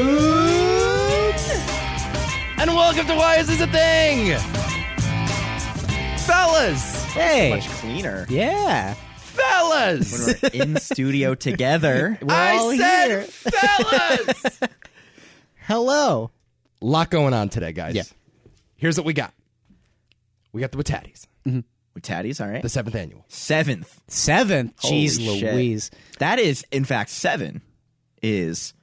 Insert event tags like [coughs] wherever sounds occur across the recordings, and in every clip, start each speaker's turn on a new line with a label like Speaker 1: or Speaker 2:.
Speaker 1: afternoon. And welcome to Why Is This a Thing? Fellas!
Speaker 2: Hey.
Speaker 3: much cleaner.
Speaker 2: Yeah.
Speaker 3: When
Speaker 1: Fellas!
Speaker 3: we're in studio together.
Speaker 2: [laughs] We're all
Speaker 1: [laughs] I said
Speaker 2: here.
Speaker 3: [laughs]
Speaker 1: fellas!
Speaker 2: Hello.
Speaker 1: lot going on today, guys.
Speaker 2: Yeah.
Speaker 1: Here's what we got. We got the Watatties,
Speaker 3: With Taddy's, all right.
Speaker 1: the seventh annual.
Speaker 3: seventh.
Speaker 2: Seventh. Jeez
Speaker 3: Holy shit.
Speaker 2: Louise.
Speaker 3: That is, in fact, seven is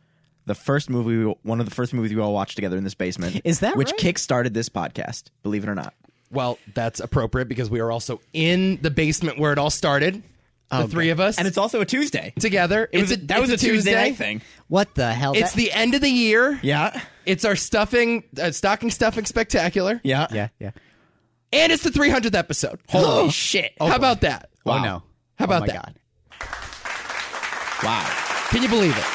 Speaker 3: the first movie, we, one of the first movies we all watched together in this basement.
Speaker 2: Is that
Speaker 3: Which
Speaker 2: right?
Speaker 3: kick-started this podcast, believe it or not.
Speaker 1: Well, that's appropriate because we are also in the basement where it all started. The three of us.
Speaker 3: Oh, And it's also a Tuesday.
Speaker 1: together. It was a,
Speaker 3: that was a
Speaker 1: it's
Speaker 3: Tuesday night thing.
Speaker 2: What the hell?
Speaker 1: It's
Speaker 2: That-
Speaker 1: the end of the year.
Speaker 3: Yeah.
Speaker 1: It's our stuffing, uh, stocking stuffing spectacular.
Speaker 3: Yeah.
Speaker 2: Yeah, yeah.
Speaker 1: And it's the 300th episode.
Speaker 3: [gasps]
Speaker 1: [gasps]
Speaker 3: Holy shit.
Speaker 1: How about that?
Speaker 2: Oh no.
Speaker 1: How about
Speaker 2: oh my
Speaker 1: that?
Speaker 2: God.
Speaker 3: Wow.
Speaker 1: Can you believe it?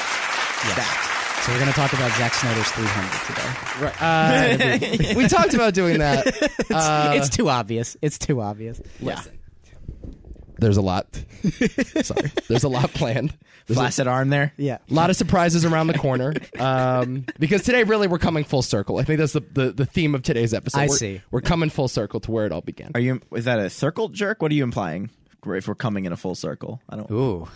Speaker 3: That.
Speaker 2: So we're gonna talk about Zack Snyder's 300 today.
Speaker 1: Right. Uh, we talked about doing that. Uh,
Speaker 2: it's too obvious. It's too obvious.
Speaker 1: listen. There's a lot. [laughs] Sorry. There's a lot planned. There's a
Speaker 3: Flaccid arm there.
Speaker 2: Yeah.
Speaker 1: lot of surprises around the corner. Um, because today, really, we're coming full circle. I think that's the, the, the theme of today's episode.
Speaker 2: I
Speaker 1: We're-
Speaker 2: see.
Speaker 1: We're coming full circle to where it all began.
Speaker 3: Are you? Is that a circle jerk? What are you implying? If we're coming in a full circle, I don't.
Speaker 2: Ooh.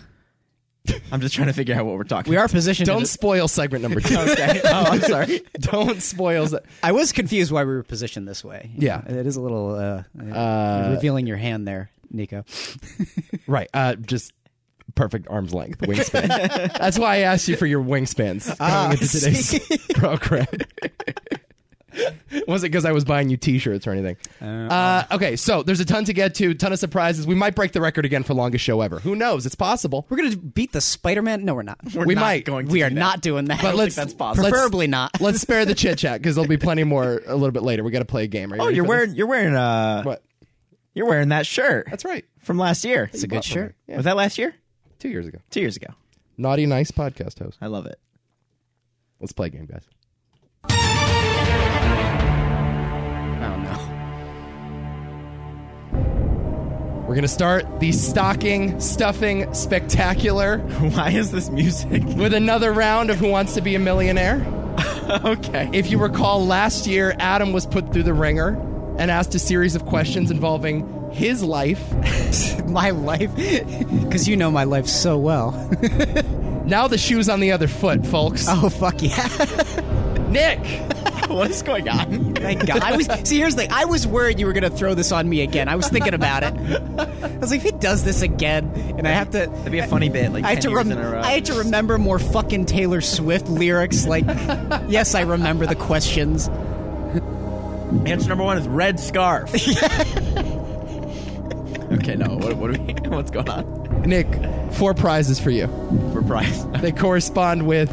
Speaker 3: I'm just trying to figure out what we're talking.
Speaker 2: We are positioned. in
Speaker 1: Don't
Speaker 2: a-
Speaker 1: spoil segment number two.
Speaker 3: about. okay. Oh, I'm sorry.
Speaker 1: [laughs] Don't spoil. se-
Speaker 2: I was confused why we were positioned this way.
Speaker 1: Yeah.
Speaker 2: It is a little uh,
Speaker 1: Uh,
Speaker 2: you're revealing your hand there, Nico.
Speaker 1: Right. Uh, just perfect arm's length wingspan. [laughs] That's why I asked you for your wingspans going
Speaker 3: Ah,
Speaker 1: into today's [laughs] program. Wasn't because I was buying you T-shirts or anything. Uh, okay, so there's a ton to get to, ton of surprises. We might break the record again for longest show ever. Who knows? It's possible.
Speaker 2: We're gonna beat the Spider-Man. No, we're not. We're
Speaker 1: we
Speaker 3: not
Speaker 1: might.
Speaker 3: going to
Speaker 2: we
Speaker 3: do
Speaker 2: are
Speaker 3: that.
Speaker 2: not doing that.
Speaker 1: But let's
Speaker 3: think that's possible.
Speaker 2: preferably not.
Speaker 1: let's spare the chit chat because there'll be plenty more a little bit later. We got to play a game. Are you
Speaker 3: Oh,
Speaker 1: ready
Speaker 3: you're
Speaker 1: for this?
Speaker 3: wearing you're wearing uh
Speaker 1: what?
Speaker 3: you're wearing that shirt.
Speaker 1: That's right.
Speaker 3: from last year.
Speaker 2: It's a good shirt.
Speaker 3: Was that last year?
Speaker 1: Two years ago,
Speaker 3: Two years ago.
Speaker 1: naughty nice podcast host.
Speaker 3: I love it. [laughs]
Speaker 1: Let's play a game, guys.
Speaker 2: Oh no.
Speaker 1: We're gonna start the stocking stuffing spectacular.
Speaker 3: Why is this music? [laughs]
Speaker 1: with another round of Who Wants to Be a Millionaire.
Speaker 3: [laughs] okay.
Speaker 1: If you recall, last year Adam was put through the ringer and asked a series of questions involving his life.
Speaker 2: My life, because you know my life so
Speaker 3: [laughs]
Speaker 2: well.
Speaker 1: Now the shoe's on the other foot, folks.
Speaker 2: oh fuck yeah! [laughs]
Speaker 1: Nick,
Speaker 3: what is going on?
Speaker 2: Thank God. I was see. Here's the thing. I was worried you were gonna throw this on me again. I was thinking about it. I was like, if he does this again, and I have to.
Speaker 3: That'd be a funny bit. Like
Speaker 2: I had to
Speaker 3: 10 years
Speaker 2: rem-
Speaker 3: in a row.
Speaker 2: I had to remember more fucking Taylor Swift lyrics. Like, yes, I remember the questions.
Speaker 3: Answer number one is red [laughs] scarf. okay, no. What, what are we? [laughs] What's going on?
Speaker 1: Nick, four prizes for you.
Speaker 3: For prize.
Speaker 1: They correspond with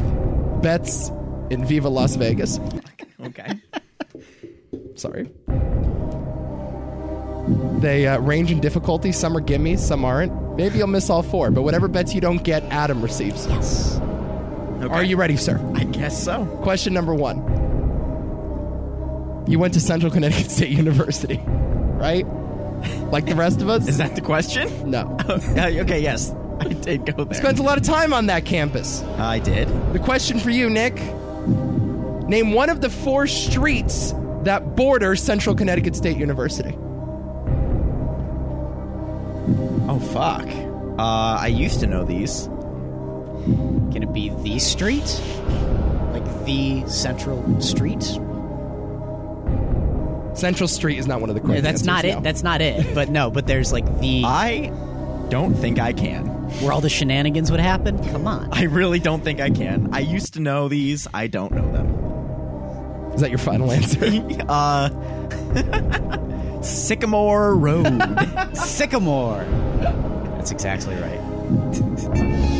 Speaker 1: bets in Viva Las Vegas.
Speaker 3: [laughs] okay.
Speaker 1: Sorry. They uh, range in difficulty. Some are gimmies, some aren't. Maybe you'll miss all four, but whatever bets you don't get, Adam receives.
Speaker 2: Yes.
Speaker 3: okay.
Speaker 1: Are you ready, sir?
Speaker 3: I guess so.
Speaker 1: Question number one. You went to Central Connecticut [laughs] State University, right? Like the rest of us?
Speaker 3: Is that the question? [laughs]
Speaker 1: no.
Speaker 3: okay, uh, okay, yes. [laughs] I did go there.
Speaker 1: Spent a lot of time on that campus.
Speaker 3: I did.
Speaker 1: The question for you, Nick Name one of the four streets that border Central Connecticut State University.
Speaker 3: Oh fuck. Uh, I used to know these.
Speaker 2: Can it be the street? Like the central street?
Speaker 1: Central Street is not one of the
Speaker 2: Yeah,
Speaker 1: correct
Speaker 2: that's not
Speaker 1: answers,
Speaker 2: it.
Speaker 1: no.
Speaker 2: That's not it. But no, but there's like [laughs] the
Speaker 3: I don't think I can.
Speaker 2: where all the shenanigans would happen. Come on.
Speaker 3: [laughs] I really don't think I can. I used to know these. I don't know them. [laughs]
Speaker 1: Is that your final answer? [laughs]
Speaker 3: uh, [laughs] Sycamore [laughs] Road.
Speaker 2: Sycamore. That's exactly right.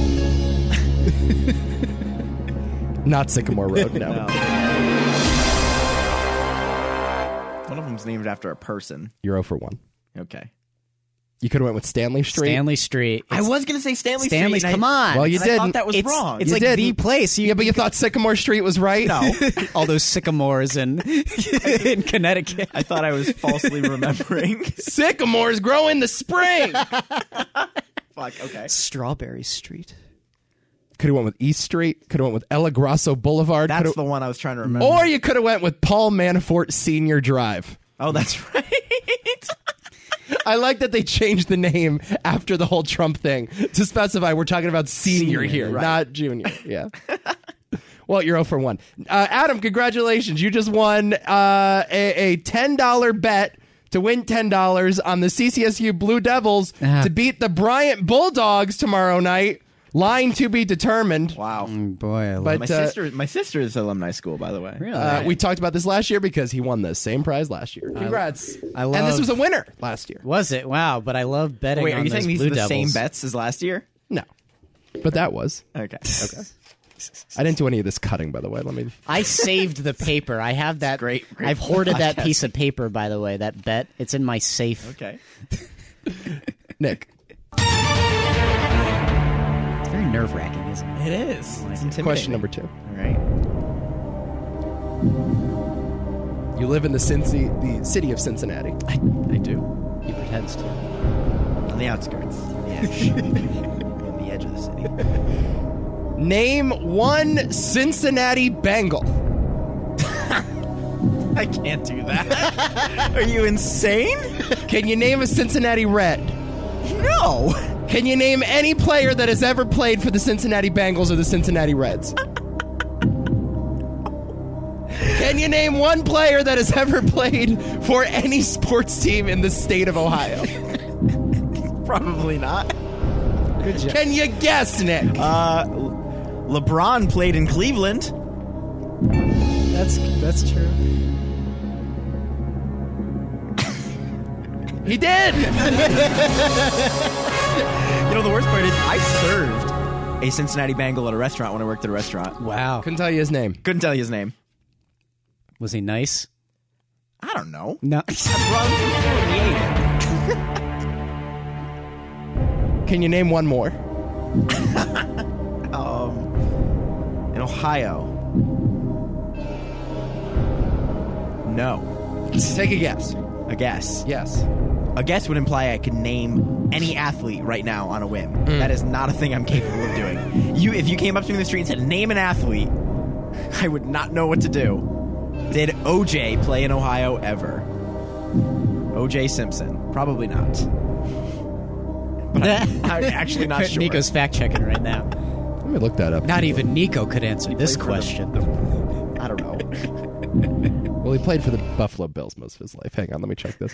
Speaker 1: not Sycamore Road,
Speaker 2: [laughs]
Speaker 1: no.
Speaker 3: One of them's named after a person.
Speaker 1: You're 0 for 1.
Speaker 3: Okay.
Speaker 1: You could have went with Stanley Street.
Speaker 2: Stanley Street.
Speaker 3: I was gonna say Stanley.
Speaker 2: Stanley's.
Speaker 3: Street, and
Speaker 2: Come
Speaker 3: I-
Speaker 2: on.
Speaker 1: Well, you
Speaker 3: and I
Speaker 1: didn't.
Speaker 3: thought that was
Speaker 2: it's,
Speaker 3: wrong.
Speaker 2: It's
Speaker 1: You
Speaker 2: like
Speaker 1: didn't.
Speaker 2: the place. You,
Speaker 1: yeah, but you thought Sycamore Street was right?
Speaker 3: No,
Speaker 2: [laughs] all those sycamores in [laughs] in Connecticut.
Speaker 3: I thought I was
Speaker 2: [laughs]
Speaker 3: falsely remembering.
Speaker 1: [laughs] Sycamores grow in the spring.
Speaker 3: Fuck. Okay.
Speaker 2: Strawberry Street.
Speaker 1: Could have went with East Street. Could have went with El Grasso Boulevard.
Speaker 3: That's
Speaker 1: coulda-
Speaker 3: the one I was trying to remember.
Speaker 1: or you could have went with Paul Manafort Senior Drive.
Speaker 3: oh, that's [laughs] right.
Speaker 1: I like that they changed the name after the whole Trump thing to specify we're talking about senior, here, not junior. Yeah. [laughs] well, you're 0 for 1. Uh, Adam, congratulations. You just won uh, a, a $10 bet to win $10 on the CCSU Blue Devils
Speaker 2: Ah.
Speaker 3: Uh-huh.
Speaker 1: to beat the Bryant Bulldogs tomorrow night. Line to be determined.
Speaker 3: Wow.
Speaker 2: Mm, Boy, I love
Speaker 1: But,
Speaker 3: My
Speaker 1: uh,
Speaker 3: sister, my sister is alumni school, by the way.
Speaker 2: Really?
Speaker 1: Uh, we talked about this last year because he won the same prize last year. Congrats.
Speaker 2: I
Speaker 1: and this
Speaker 2: love-
Speaker 1: was a winner last year.
Speaker 2: Was it? Wow, but I love betting
Speaker 3: Wait,
Speaker 2: on
Speaker 3: are you
Speaker 2: those
Speaker 3: saying these
Speaker 2: Blue
Speaker 3: are the
Speaker 2: Devils.
Speaker 3: same bets as last year?
Speaker 1: No. But that
Speaker 2: [laughs]
Speaker 1: was.
Speaker 3: [laughs] Okay. Okay.
Speaker 1: I didn't do any of this cutting, by the way. Let me.
Speaker 3: [laughs]
Speaker 2: I saved the paper. I have that.
Speaker 3: great, great
Speaker 2: I've hoarded that
Speaker 3: podcast.
Speaker 2: piece of paper, by the way, that bet. It's in my safe.
Speaker 3: okay.
Speaker 1: Nick.
Speaker 2: It's very nerve wracking, isn't it?
Speaker 3: It is. It's intimidating.
Speaker 1: Question number two.
Speaker 3: All right.
Speaker 1: You live in the Cincy, the city of Cincinnati.
Speaker 3: I, I do.
Speaker 2: He pretends to.
Speaker 3: On the outskirts. On the edge. [laughs] on the edge of the city. [laughs]
Speaker 1: Name one Cincinnati Bengal.
Speaker 3: I can't do that. are you insane? [laughs]
Speaker 1: Can you name a Cincinnati Red?
Speaker 3: No.
Speaker 1: Can you name any player that has ever played for the Cincinnati Bengals or the Cincinnati Reds? Can you name one player that has ever played for any sports team in the state of [laughs] Ohio?
Speaker 3: Probably not.
Speaker 2: Good job.
Speaker 1: Can you guess, Nick?
Speaker 3: Uh, LeBron played in Cleveland.
Speaker 2: That's that's true.
Speaker 1: He did.
Speaker 3: You know, the worst part is I served a Cincinnati Bengal at a restaurant when I worked at a restaurant.
Speaker 2: Wow.
Speaker 1: Couldn't tell you his name.
Speaker 3: Couldn't tell you his name.
Speaker 2: Was he nice?
Speaker 3: I don't know.
Speaker 2: [laughs] No.
Speaker 3: Bronx
Speaker 1: Can you name one more?
Speaker 3: 48. Um, in Ohio. No.
Speaker 1: Take a guess.
Speaker 3: A guess.
Speaker 1: Yes.
Speaker 3: A guess would imply I could name any athlete right now on a whim. That is not a thing I'm capable of doing. You, if you came up to me in the street and said, "Name an athlete," I would not know what to do. Did OJ play in Ohio ever? OJ Simpson, probably not. But I'm, I'm actually not sure.
Speaker 2: Nico's fact checking right now.
Speaker 1: Let me look that up.
Speaker 2: Not even Nico could answer this
Speaker 3: played for the-
Speaker 2: question.
Speaker 3: I don't know.
Speaker 1: Well, he played for the Buffalo Bills most of his life. Hang on, let me check this.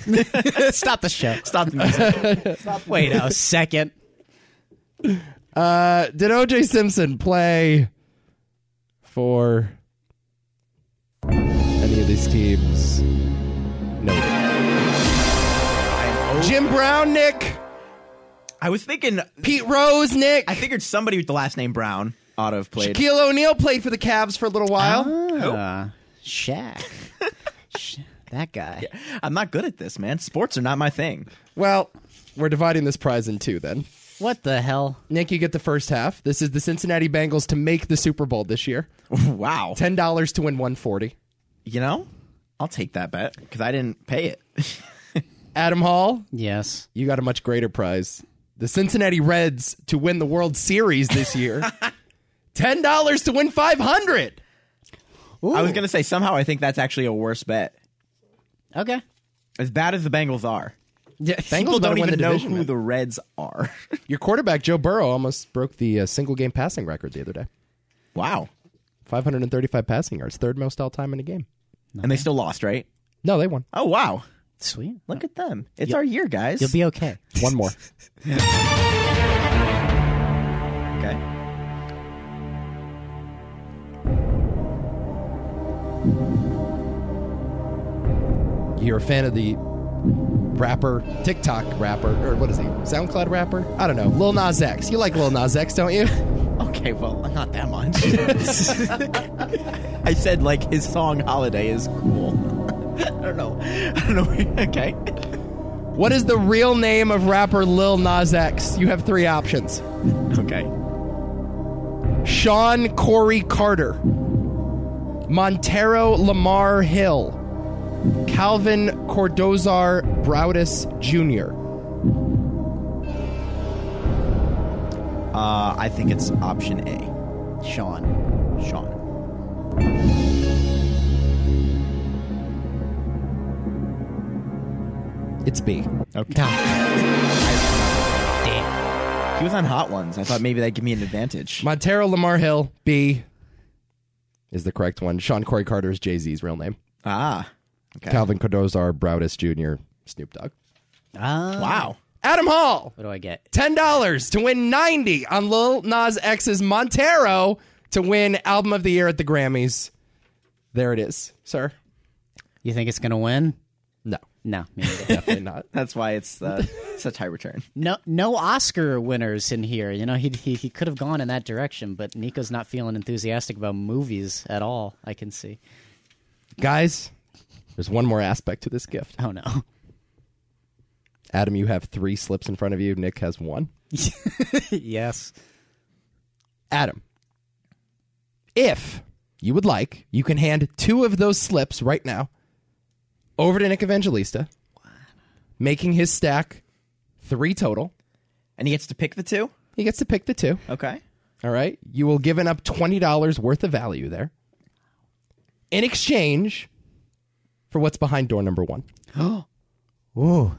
Speaker 2: [laughs] Stop the show.
Speaker 3: Stop the music.
Speaker 2: Wait a second.
Speaker 1: Uh, did OJ Simpson play for any of these teams? No.
Speaker 3: I'm O-
Speaker 1: Jim Brown, Nick.
Speaker 3: I was thinking.
Speaker 1: Pete Rose, Nick.
Speaker 3: I figured somebody with the last name Brown ought to have played. Ah.
Speaker 1: Shaquille O'Neal played for the Cavs for a little while.
Speaker 2: Uh, [laughs] Shaq. Sh- that guy.
Speaker 3: I'm not good at this, man. Sports are not my thing. [laughs]
Speaker 1: Well, we're dividing this prize in two then.
Speaker 2: What the hell?
Speaker 1: Nick, you get the first half. This is the Cincinnati Bengals to make the Super Bowl this year.
Speaker 3: wow.
Speaker 1: Ten dollars to win one forty.
Speaker 3: you know, I'll take that bet because I didn't pay it. [laughs]
Speaker 1: Adam Hall,
Speaker 2: Yes.
Speaker 1: you got a much greater prize. The Cincinnati Reds to win the World Series this
Speaker 3: [laughs]
Speaker 1: year. Ten dollars to win five hundred.
Speaker 3: I was gonna say somehow I think that's actually a worse bet.
Speaker 2: Okay.
Speaker 3: As bad as the Bengals are,
Speaker 2: Yeah.
Speaker 3: people
Speaker 1: Bengals better
Speaker 3: don't
Speaker 1: win
Speaker 3: even
Speaker 1: the
Speaker 3: know
Speaker 1: division,
Speaker 3: who
Speaker 1: man.
Speaker 3: the Reds are. [laughs]
Speaker 1: Your quarterback Joe Burrow almost broke the uh, single game passing record the other day.
Speaker 3: wow,
Speaker 1: Five hundred and thirty five passing yards, third most all time in a game.
Speaker 3: and they still lost, right?
Speaker 1: No, they won.
Speaker 3: Oh wow,
Speaker 2: Sweet.
Speaker 3: look at them! It's our year, guys.
Speaker 2: You'll be okay.
Speaker 1: One
Speaker 3: [laughs]
Speaker 1: more.
Speaker 3: okay.
Speaker 1: You're a fan of the rapper, TikTok rapper, or what is he? SoundCloud rapper? I don't know. Lil Nas X. You like Lil Nas X, don't you? [laughs]
Speaker 3: Okay, well, not that much. [laughs] I said like his song "Holiday" is cool. [laughs] I don't know. I don't know. [laughs] okay.
Speaker 1: What is the real name of rapper Lil Nas X? You have three options.
Speaker 3: Okay.
Speaker 1: Sean Corey Carter, Montero Lamar Hill, Calvin Cordozar Browdis Jr.
Speaker 3: Uh, I think it's option A.
Speaker 2: Sean.
Speaker 3: Sean.
Speaker 1: It's B.
Speaker 2: Okay.
Speaker 3: He was on Hot Ones. I thought maybe that'd give me an advantage.
Speaker 1: Montero Lamar Hill, B, is the correct one. Sean Corey Carter is Jay Z's real name.
Speaker 3: ah. Okay.
Speaker 1: Calvin Cordozar Browdis Jr., Snoop Dogg.
Speaker 2: Ah,
Speaker 3: Wow.
Speaker 1: Adam Hall,
Speaker 2: What do I get?
Speaker 1: $10 to win 90 on Lil Nas X's Montero to win Album of the Year at the Grammys. There it is, sir.
Speaker 2: You think it's gonna win?
Speaker 1: No,
Speaker 2: No. me neither. [laughs]
Speaker 1: definitely not.
Speaker 3: That's why it's [laughs] uh, such high return.
Speaker 2: no, no Oscar winners in here. You know, he he, he could have gone in that direction, but Nico's not feeling enthusiastic about movies at all. I can see.
Speaker 1: Guys, there's one more aspect to this gift.
Speaker 2: Oh no. [laughs]
Speaker 1: Adam, you have three slips in front of you. Nick has one.
Speaker 2: yes.
Speaker 1: Adam, if you would like, you can hand two of those slips right now over to Nick Evangelista, making his stack three total.
Speaker 3: And he gets to pick the two?
Speaker 1: He gets to pick the two.
Speaker 3: Okay.
Speaker 1: All right. You will given up $20 worth of value there in exchange for what's behind door number one.
Speaker 2: Ooh.
Speaker 3: Uh,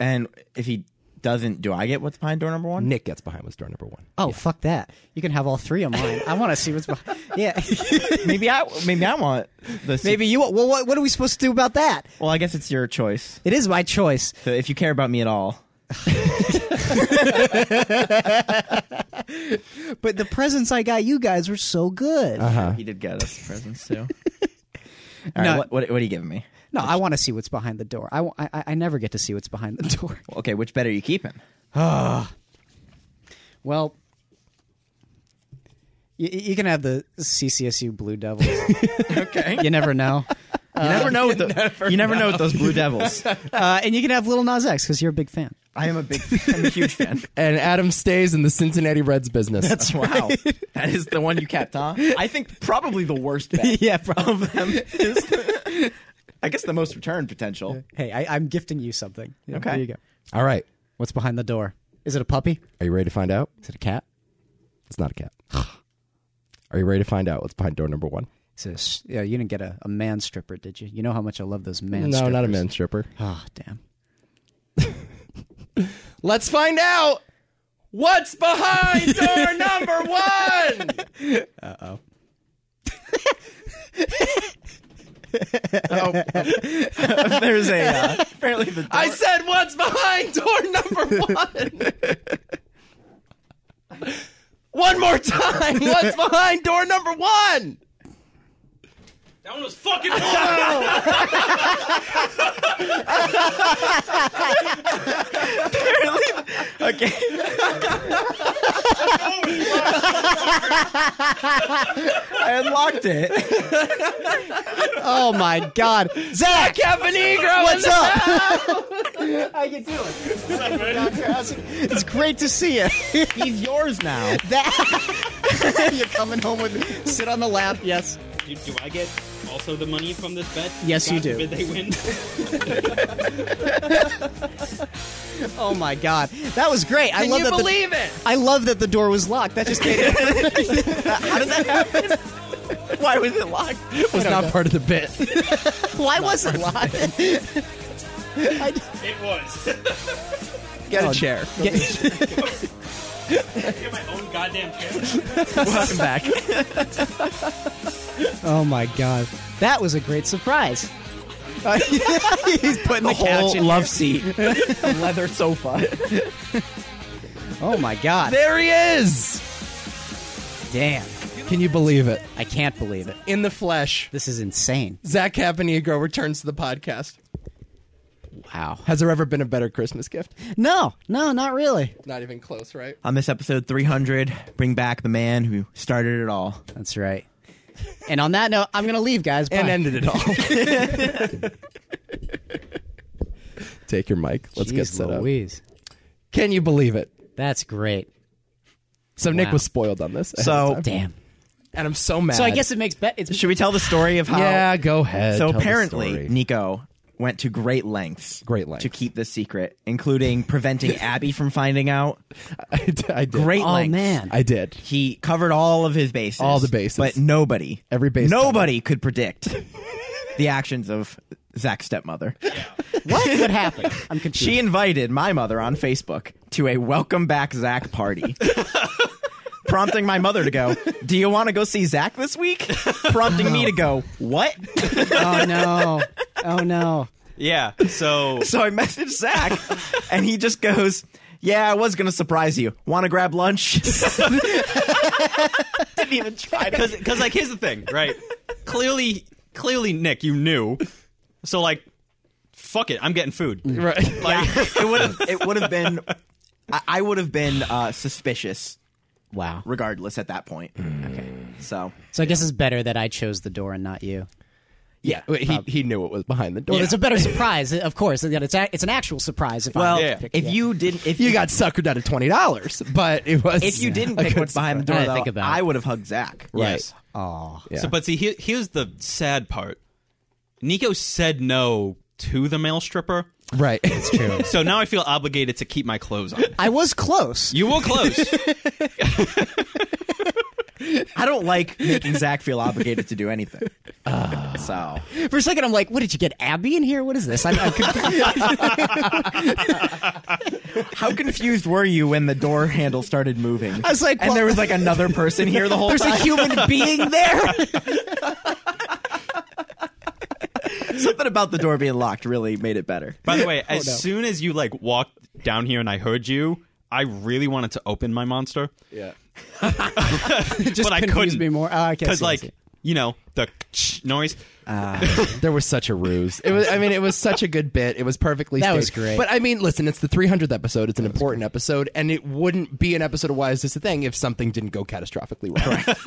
Speaker 3: And if he doesn't, do I get what's behind door number one?
Speaker 1: Nick gets behind what's door number one.
Speaker 2: Oh fuck that! You can have all three of mine. I want to see what's behind. [laughs] Yeah.
Speaker 3: [laughs] maybe I maybe I want the se-
Speaker 2: Maybe you. Well, what, what are we supposed to do about that?
Speaker 3: Well, I guess it's your choice.
Speaker 2: It is my choice.
Speaker 3: So if you care about me at all,
Speaker 2: But the presents I got you guys were so good.
Speaker 3: he did get us presents [laughs] too. All right,
Speaker 2: No.
Speaker 3: what, what what are you giving me?
Speaker 2: No, I want to see what's behind the door. I, wa- I, I never get to see what's behind the door. [laughs]
Speaker 3: Okay, which bet are you keeping?
Speaker 2: Well, you, you can have the CCSU Blue Devils.
Speaker 3: Okay,
Speaker 2: you never know.
Speaker 3: you never know. With the, you never know with those Blue [laughs] Devils.
Speaker 2: Uh, and you can have Little Nas X because you're a big fan.
Speaker 3: I am a big, I'm a huge [laughs] fan.
Speaker 1: And Adam stays in the Cincinnati Reds business.
Speaker 3: Wow, that is the one you kept, huh? I think probably the worst [laughs] bet
Speaker 2: [laughs] yeah, probably.
Speaker 3: of them. Is the, I guess the most return potential.
Speaker 2: Hey, I, I'm gifting you something. Yeah,
Speaker 3: Okay.
Speaker 2: There you go.
Speaker 1: All right.
Speaker 2: What's behind the door? Is it a puppy?
Speaker 1: Are you ready to find out?
Speaker 2: Is it a cat?
Speaker 1: It's not a cat. [sighs] Are you ready to find out what's behind door number one?
Speaker 2: Is it a s yeah, you didn't get a, a man stripper, did you? You know how much I love those man
Speaker 1: no,
Speaker 2: strippers.
Speaker 1: not a men stripper.
Speaker 2: Oh, damn.
Speaker 1: Let's find out what's
Speaker 2: [laughs]
Speaker 1: behind door number one.
Speaker 3: [laughs] There's a uh, apparently the
Speaker 1: I said what's behind door number one.
Speaker 2: [laughs]
Speaker 1: one more time. What's behind door number one?
Speaker 4: That one was fucking hard.
Speaker 3: Okay. I unlocked it.
Speaker 2: Oh my God, [laughs] Zach!
Speaker 1: Cavanegro.
Speaker 2: What's up? How you doing? It's great to see [laughs] you.
Speaker 3: He's yours now.
Speaker 2: That- You're coming home with me. Sit on the lap. Yes.
Speaker 4: [laughs] do, do I get also the money from this bet?
Speaker 2: Yes, you
Speaker 4: God
Speaker 2: do.
Speaker 4: forbid they [laughs] win.
Speaker 2: Oh my God, that was great. I love
Speaker 1: you
Speaker 2: that. the-
Speaker 1: believe it?
Speaker 2: I love that the door was locked. That just made
Speaker 1: [laughs]
Speaker 2: it.
Speaker 3: How did that happen? Why was it locked?
Speaker 1: It was not part of the
Speaker 3: [laughs]
Speaker 1: bit.
Speaker 2: Why was it locked? I
Speaker 4: It was. [laughs]
Speaker 1: Get a chair.
Speaker 2: get,
Speaker 4: get my own goddamn chair.
Speaker 3: Welcome [laughs] back.
Speaker 2: [laughs] oh my God, that was a
Speaker 1: [laughs]
Speaker 2: great surprise. he's putting the, couch
Speaker 3: Whole
Speaker 2: in.
Speaker 3: love seat, leather sofa.
Speaker 2: Oh my God,
Speaker 1: There he is.
Speaker 2: damn!
Speaker 1: Can you believe it?
Speaker 2: I can't believe it.
Speaker 1: In the flesh,
Speaker 2: This is insane.
Speaker 1: Zach Cavanegro returns to the podcast.
Speaker 2: Wow.
Speaker 1: Has there ever been a better Christmas gift?
Speaker 2: No, no, not really.
Speaker 1: [laughs] Not even close, right?
Speaker 3: On this episode 300, bring back the man who started it all.
Speaker 2: That's right. And on that note, I'm gonna leave, guys. Bye.
Speaker 1: And ended it all. [laughs] Take your mic. Let's get
Speaker 2: Jeez
Speaker 1: set up.
Speaker 2: Louise.
Speaker 1: Can you believe it?
Speaker 2: That's great.
Speaker 1: So Nick
Speaker 2: Wow.
Speaker 1: was spoiled on this. ahead
Speaker 3: So-
Speaker 1: of time.
Speaker 2: Damn.
Speaker 1: [laughs] and I'm so mad.
Speaker 2: So I guess it makes bet. It's
Speaker 3: Should we tell the story of how?
Speaker 1: yeah. Go ahead.
Speaker 3: So
Speaker 1: Tell the
Speaker 3: apparently,
Speaker 1: story.
Speaker 3: Nico went to great lengths,
Speaker 1: Great lengths.
Speaker 3: to keep this secret, including [laughs] preventing Abby from finding out.
Speaker 1: [laughs] I, did- I did.
Speaker 3: Great
Speaker 2: Oh
Speaker 3: lengths.
Speaker 2: man,
Speaker 1: I did.
Speaker 3: He covered all of his bases,
Speaker 1: All the bases.
Speaker 3: but nobody,
Speaker 1: Every base
Speaker 3: nobody could predict [laughs] the actions of Zach's stepmother.
Speaker 2: what what happened? I'm confused.
Speaker 3: She invited my mother on Facebook to a welcome back Zach party. [laughs] Prompting my mother to go, Do you want to go see Zach this week? Prompting me to go, What?
Speaker 2: oh no, oh no.
Speaker 5: Yeah. So
Speaker 3: So I messaged Zach and he just goes, Yeah, I was going to surprise you. Want to grab lunch? [laughs] Didn't even try to.
Speaker 5: because like here's the thing, right? clearly, clearly, Nick, you knew. So like, fuck it, I'm getting food.
Speaker 1: Right.
Speaker 5: Like, [laughs]
Speaker 3: It would have it would have been I, I would have been uh, suspicious
Speaker 2: Wow.
Speaker 3: regardless at that point. Okay. So
Speaker 2: So I guess it's better that I chose the door and not you.
Speaker 1: yeah. Wait, he, he knew what was behind the door.
Speaker 2: Well, it's a better surprise, of course. that It's a, it's an actual surprise. If
Speaker 3: well,
Speaker 2: I
Speaker 5: Yeah.
Speaker 3: if you didn't if
Speaker 1: you got suckered out of twenty dollars, but it was
Speaker 3: If you didn't
Speaker 1: a
Speaker 3: pick
Speaker 1: good
Speaker 3: what's behind the
Speaker 2: I
Speaker 3: door,
Speaker 2: didn't
Speaker 3: though,
Speaker 2: think about
Speaker 3: I
Speaker 2: it.
Speaker 3: would have hugged Zach.
Speaker 1: Right.
Speaker 2: oh,
Speaker 1: Yeah.
Speaker 5: So, but see, here, here's the sad part. Nico said no to the male stripper,
Speaker 1: Right. It's true.
Speaker 5: so now I feel obligated to keep my clothes on.
Speaker 2: I was close.
Speaker 5: You were close.
Speaker 3: I don't like making Zach feel obligated to do [laughs] anything. so
Speaker 2: For a second, I'm like, "What did you get, Abby in here? What is this?" I'm, I'm confused.
Speaker 3: how confused were you when the door handle started moving? I
Speaker 2: was like,
Speaker 3: and
Speaker 2: well-
Speaker 3: there was like another person here the whole
Speaker 2: There's a
Speaker 3: time.
Speaker 2: human being there. [laughs]
Speaker 3: Something about the door being locked really made it better.
Speaker 5: By the way, as soon as you like walked down here and I heard you, I really wanted to open my monster.
Speaker 1: [laughs] Yeah.
Speaker 2: Just
Speaker 5: But I
Speaker 2: confused
Speaker 5: couldn't.
Speaker 2: me more. Oh, I can't
Speaker 5: Because
Speaker 2: see, I
Speaker 5: like
Speaker 2: see.
Speaker 5: you know the noise.
Speaker 1: There was such a ruse. It was. I mean, it was such a good bit. It was perfectly.
Speaker 2: That
Speaker 1: staged.
Speaker 2: was great.
Speaker 1: But I mean, listen, it's the 300th episode. It's an important episode, and it wouldn't be an episode of Why Is This a Thing if something didn't go catastrophically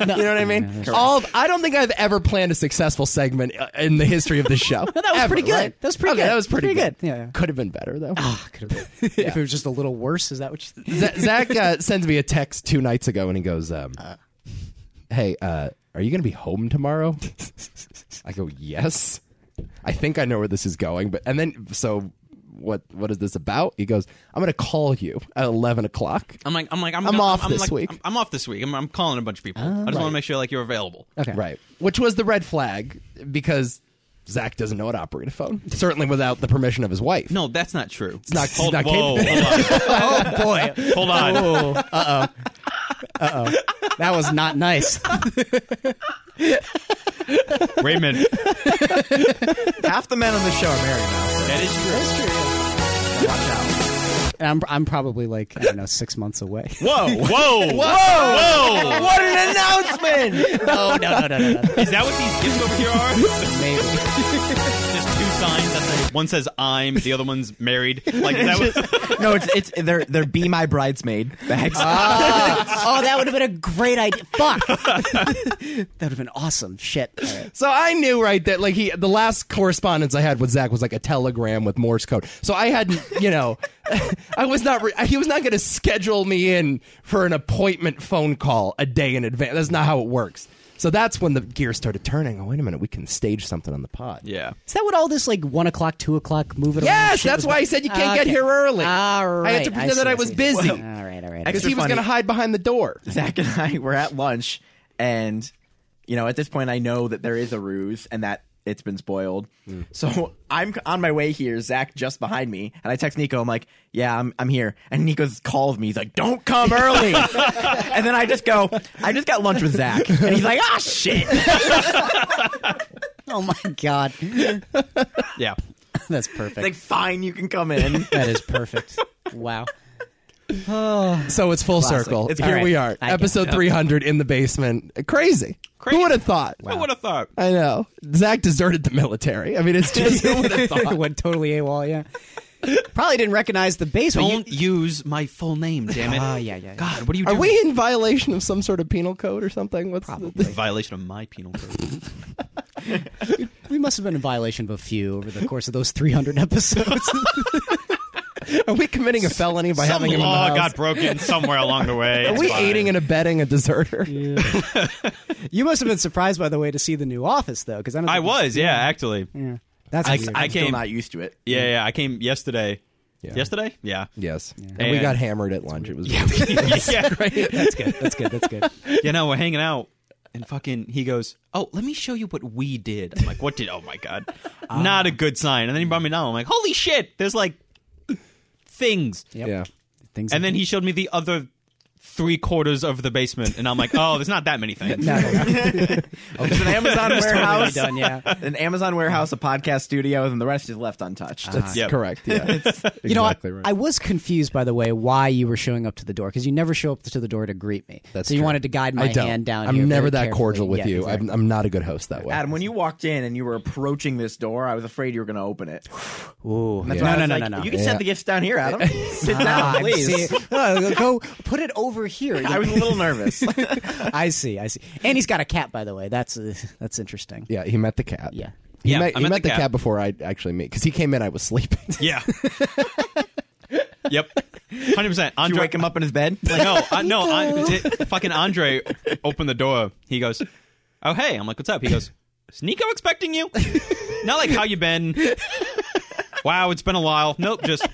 Speaker 1: [laughs] wrong. you know what I mean? All. Of, I don't think I've ever planned a successful segment uh, in the history of the show. that
Speaker 2: was pretty good. [laughs] That was pretty good.
Speaker 1: That was pretty,
Speaker 2: Pretty
Speaker 1: good.
Speaker 2: good. Yeah, yeah.
Speaker 1: Could have been better though.
Speaker 2: If it was just a little worse, is that what you?
Speaker 1: Z- Zach uh, sends me a text two nights ago, and he goes, um, "Hey, uh, are you going to be home tomorrow?" I go, "Yes." I think I know where this is going, but and then so what? What is this about? He goes, "I'm going to call you at eleven o'clock."
Speaker 5: I'm like, I'm like, I'm,
Speaker 1: I'm
Speaker 5: gonna-
Speaker 1: off
Speaker 5: I'm
Speaker 1: this
Speaker 5: like-
Speaker 1: week.
Speaker 5: I'm, I'm off this week. I'm, I'm calling a bunch of people. I just want to make sure like you're available.
Speaker 2: Okay.
Speaker 1: Right, which was the red flag because Zach doesn't know how to operate a phone, certainly without the permission of his wife.
Speaker 5: No, that's not true. It's
Speaker 1: not-
Speaker 5: Hold,
Speaker 1: it's not
Speaker 5: whoa, hold
Speaker 2: Oh boy,
Speaker 5: on. Hold on.
Speaker 2: that was not nice.
Speaker 5: Wait a minute.
Speaker 3: Half the men on the show are married now. so
Speaker 5: That is true.
Speaker 3: Watch
Speaker 2: And I'm I'm probably like I don't know six months away.
Speaker 5: Whoa, whoa, whoa,
Speaker 3: out.
Speaker 5: whoa.
Speaker 3: What an announcement!
Speaker 2: No, no, no, no, no. no.
Speaker 5: Is that what these gifts over
Speaker 1: [laughs]
Speaker 5: here are?
Speaker 2: Maybe.
Speaker 5: [laughs] Just two signs. That say, one says I'm, the other one's married. Like is that
Speaker 1: [laughs]
Speaker 5: what, [laughs]
Speaker 3: no, it's it's they're they're be my bridesmaid bags.
Speaker 2: Oh, that would have been a great idea.
Speaker 1: [laughs]
Speaker 2: Fuck. that would have been awesome. Shit. All right.
Speaker 1: So I knew right that like he the last correspondence I had with Zach was like a telegram with Morse code. So I hadn't, you know, [laughs] I was not re- he was not going to schedule me in for an appointment phone call a day in advance. That's not how it works. So that's when the gears started turning. Oh wait a minute, we can stage something on the pod.
Speaker 5: yeah.
Speaker 2: Is that what all this like one o'clock, two o'clock move it around
Speaker 1: Yes,
Speaker 2: shit
Speaker 1: that's
Speaker 2: was
Speaker 1: why
Speaker 2: about? Ah,
Speaker 1: I said you can't get
Speaker 2: Okay.
Speaker 1: here early.
Speaker 2: All right.
Speaker 1: I had to pretend
Speaker 2: see,
Speaker 1: that I
Speaker 2: see,
Speaker 1: was
Speaker 2: see.
Speaker 1: busy.
Speaker 2: all right, all right.
Speaker 1: because he was
Speaker 3: Funny.
Speaker 1: going to hide behind the door.
Speaker 3: Zach and I were at lunch, and you know, at this point, I know that there is a ruse and that it's been spoiled. So I'm on my way here. Zach just behind me, and I text Nico. I'm like, "Yeah, I'm I'm here." And Nico calls me. He's like, "Don't come early." and then I just go, "I just got lunch with Zach," and he's like, "Ah, shit."
Speaker 2: Oh my god,
Speaker 5: Yeah.
Speaker 2: that's perfect.
Speaker 3: like, fine, you can come in.
Speaker 2: that is perfect.
Speaker 1: [laughs]
Speaker 2: Wow.
Speaker 1: So it's full
Speaker 3: Classic.
Speaker 1: circle.
Speaker 3: It's
Speaker 1: here
Speaker 2: great.
Speaker 1: we are.
Speaker 2: I get
Speaker 1: Episode 300 in the basement. Crazy.
Speaker 5: Crazy.
Speaker 1: Who would have thought?
Speaker 5: I would have thought.
Speaker 1: I know. Zach deserted the military. I mean, it's just who would
Speaker 2: [laughs]
Speaker 1: have thought?
Speaker 2: Went totally AWOL, yeah. Probably didn't recognize the basement.
Speaker 5: Don't use my full name, damn
Speaker 1: Oh,
Speaker 5: it.
Speaker 2: Ah, yeah, yeah, yeah.
Speaker 5: God, what are you
Speaker 1: Are
Speaker 5: doing?
Speaker 1: we in violation of some sort of penal code or something? What's
Speaker 5: In
Speaker 1: the,
Speaker 5: violation of my penal code.
Speaker 2: we must have been in violation of a few over the course of those 300 episodes.
Speaker 1: [laughs]
Speaker 2: [laughs]
Speaker 1: are we committing
Speaker 5: [laughs]
Speaker 1: a felony by
Speaker 5: Some
Speaker 1: having him in the
Speaker 5: law
Speaker 1: house? [laughs]
Speaker 5: got broken somewhere along the way.
Speaker 1: Are we aiding and abetting a
Speaker 5: [laughs]
Speaker 1: deserter?
Speaker 2: you must have been surprised, by the way, to see the new office, though, because I, don't
Speaker 5: I
Speaker 2: think-
Speaker 5: was, yeah, actually.
Speaker 2: That's
Speaker 5: I,
Speaker 2: weird.
Speaker 5: I
Speaker 3: Still
Speaker 5: came.
Speaker 3: not used to it.
Speaker 5: yeah, yeah, I came yesterday. Yesterday?
Speaker 1: [laughs]
Speaker 5: Yeah.
Speaker 1: Yes. And we
Speaker 5: And-
Speaker 1: got hammered at lunch. It was
Speaker 5: [laughs] yeah,
Speaker 2: that's good. That's good. That's good.
Speaker 5: you know, we're hanging out, and fucking, he goes, "Oh, let me show you what we did." I'm like, "What did? Oh my god,
Speaker 3: Ah.
Speaker 5: not a good sign." And then he brought me down. I'm like, "Holy shit!" There's like things,
Speaker 1: [laughs] Yeah.
Speaker 2: Things
Speaker 5: and
Speaker 2: [laughs]
Speaker 5: then he showed me the other three quarters of the basement, and I'm like, "Oh, there's not that
Speaker 3: [laughs]
Speaker 5: many things." [laughs]
Speaker 2: No, no, no.
Speaker 3: There's an Amazon warehouse,
Speaker 2: done, yeah.
Speaker 3: an Amazon warehouse, a podcast studio, and the rest is left untouched.
Speaker 1: That's
Speaker 5: Yep.
Speaker 1: correct. Yeah.
Speaker 5: [laughs]
Speaker 2: You know,
Speaker 1: exactly
Speaker 2: I,
Speaker 1: right.
Speaker 2: I was confused by the way why you were showing up to the door because you never show up to the door to greet me.
Speaker 1: That's
Speaker 2: so you
Speaker 1: true.
Speaker 2: wanted to guide my
Speaker 1: I don't.
Speaker 2: hand down.
Speaker 1: I'm
Speaker 2: here
Speaker 1: never
Speaker 2: very
Speaker 1: that
Speaker 2: carefully.
Speaker 1: cordial with
Speaker 2: Yeah,
Speaker 1: you.
Speaker 2: exactly.
Speaker 1: I'm, I'm not a good host that way. [laughs]
Speaker 3: Adam, when you walked in and you were approaching this door, I was afraid you were going to open it.
Speaker 2: Ooh,
Speaker 3: That's
Speaker 2: yeah.
Speaker 3: why
Speaker 2: no, no,
Speaker 3: I was
Speaker 2: no,
Speaker 3: like,
Speaker 2: no, no.
Speaker 3: You can set the gifts down here, Adam. Sit
Speaker 2: Ah,
Speaker 3: down,
Speaker 2: I'm
Speaker 1: [laughs]
Speaker 3: please.
Speaker 2: see- well, go put it over here.
Speaker 3: [laughs] I was a little [laughs] nervous.
Speaker 2: [laughs] I see, I see. And he's got a cat, by the way. That's [laughs] uh, that's interesting.
Speaker 1: yeah, he met the cat.
Speaker 2: Yeah.
Speaker 1: He
Speaker 5: Yeah,
Speaker 1: met,
Speaker 5: I
Speaker 1: he
Speaker 5: met
Speaker 1: met the
Speaker 5: the cat.
Speaker 1: cat before I actually met because he came in. I was sleeping.
Speaker 5: Yeah. [laughs] yep. Hundred percent.
Speaker 3: Did you
Speaker 5: Andre,
Speaker 3: wake him up in his bed? [laughs]
Speaker 5: no, I, no. I, it- fucking Andre opened the door. He goes, "Oh hey," I'm like, "What's up?" He goes, "Is Nico expecting you?" Not like how you been. Wow, it's been a while. Nope, just.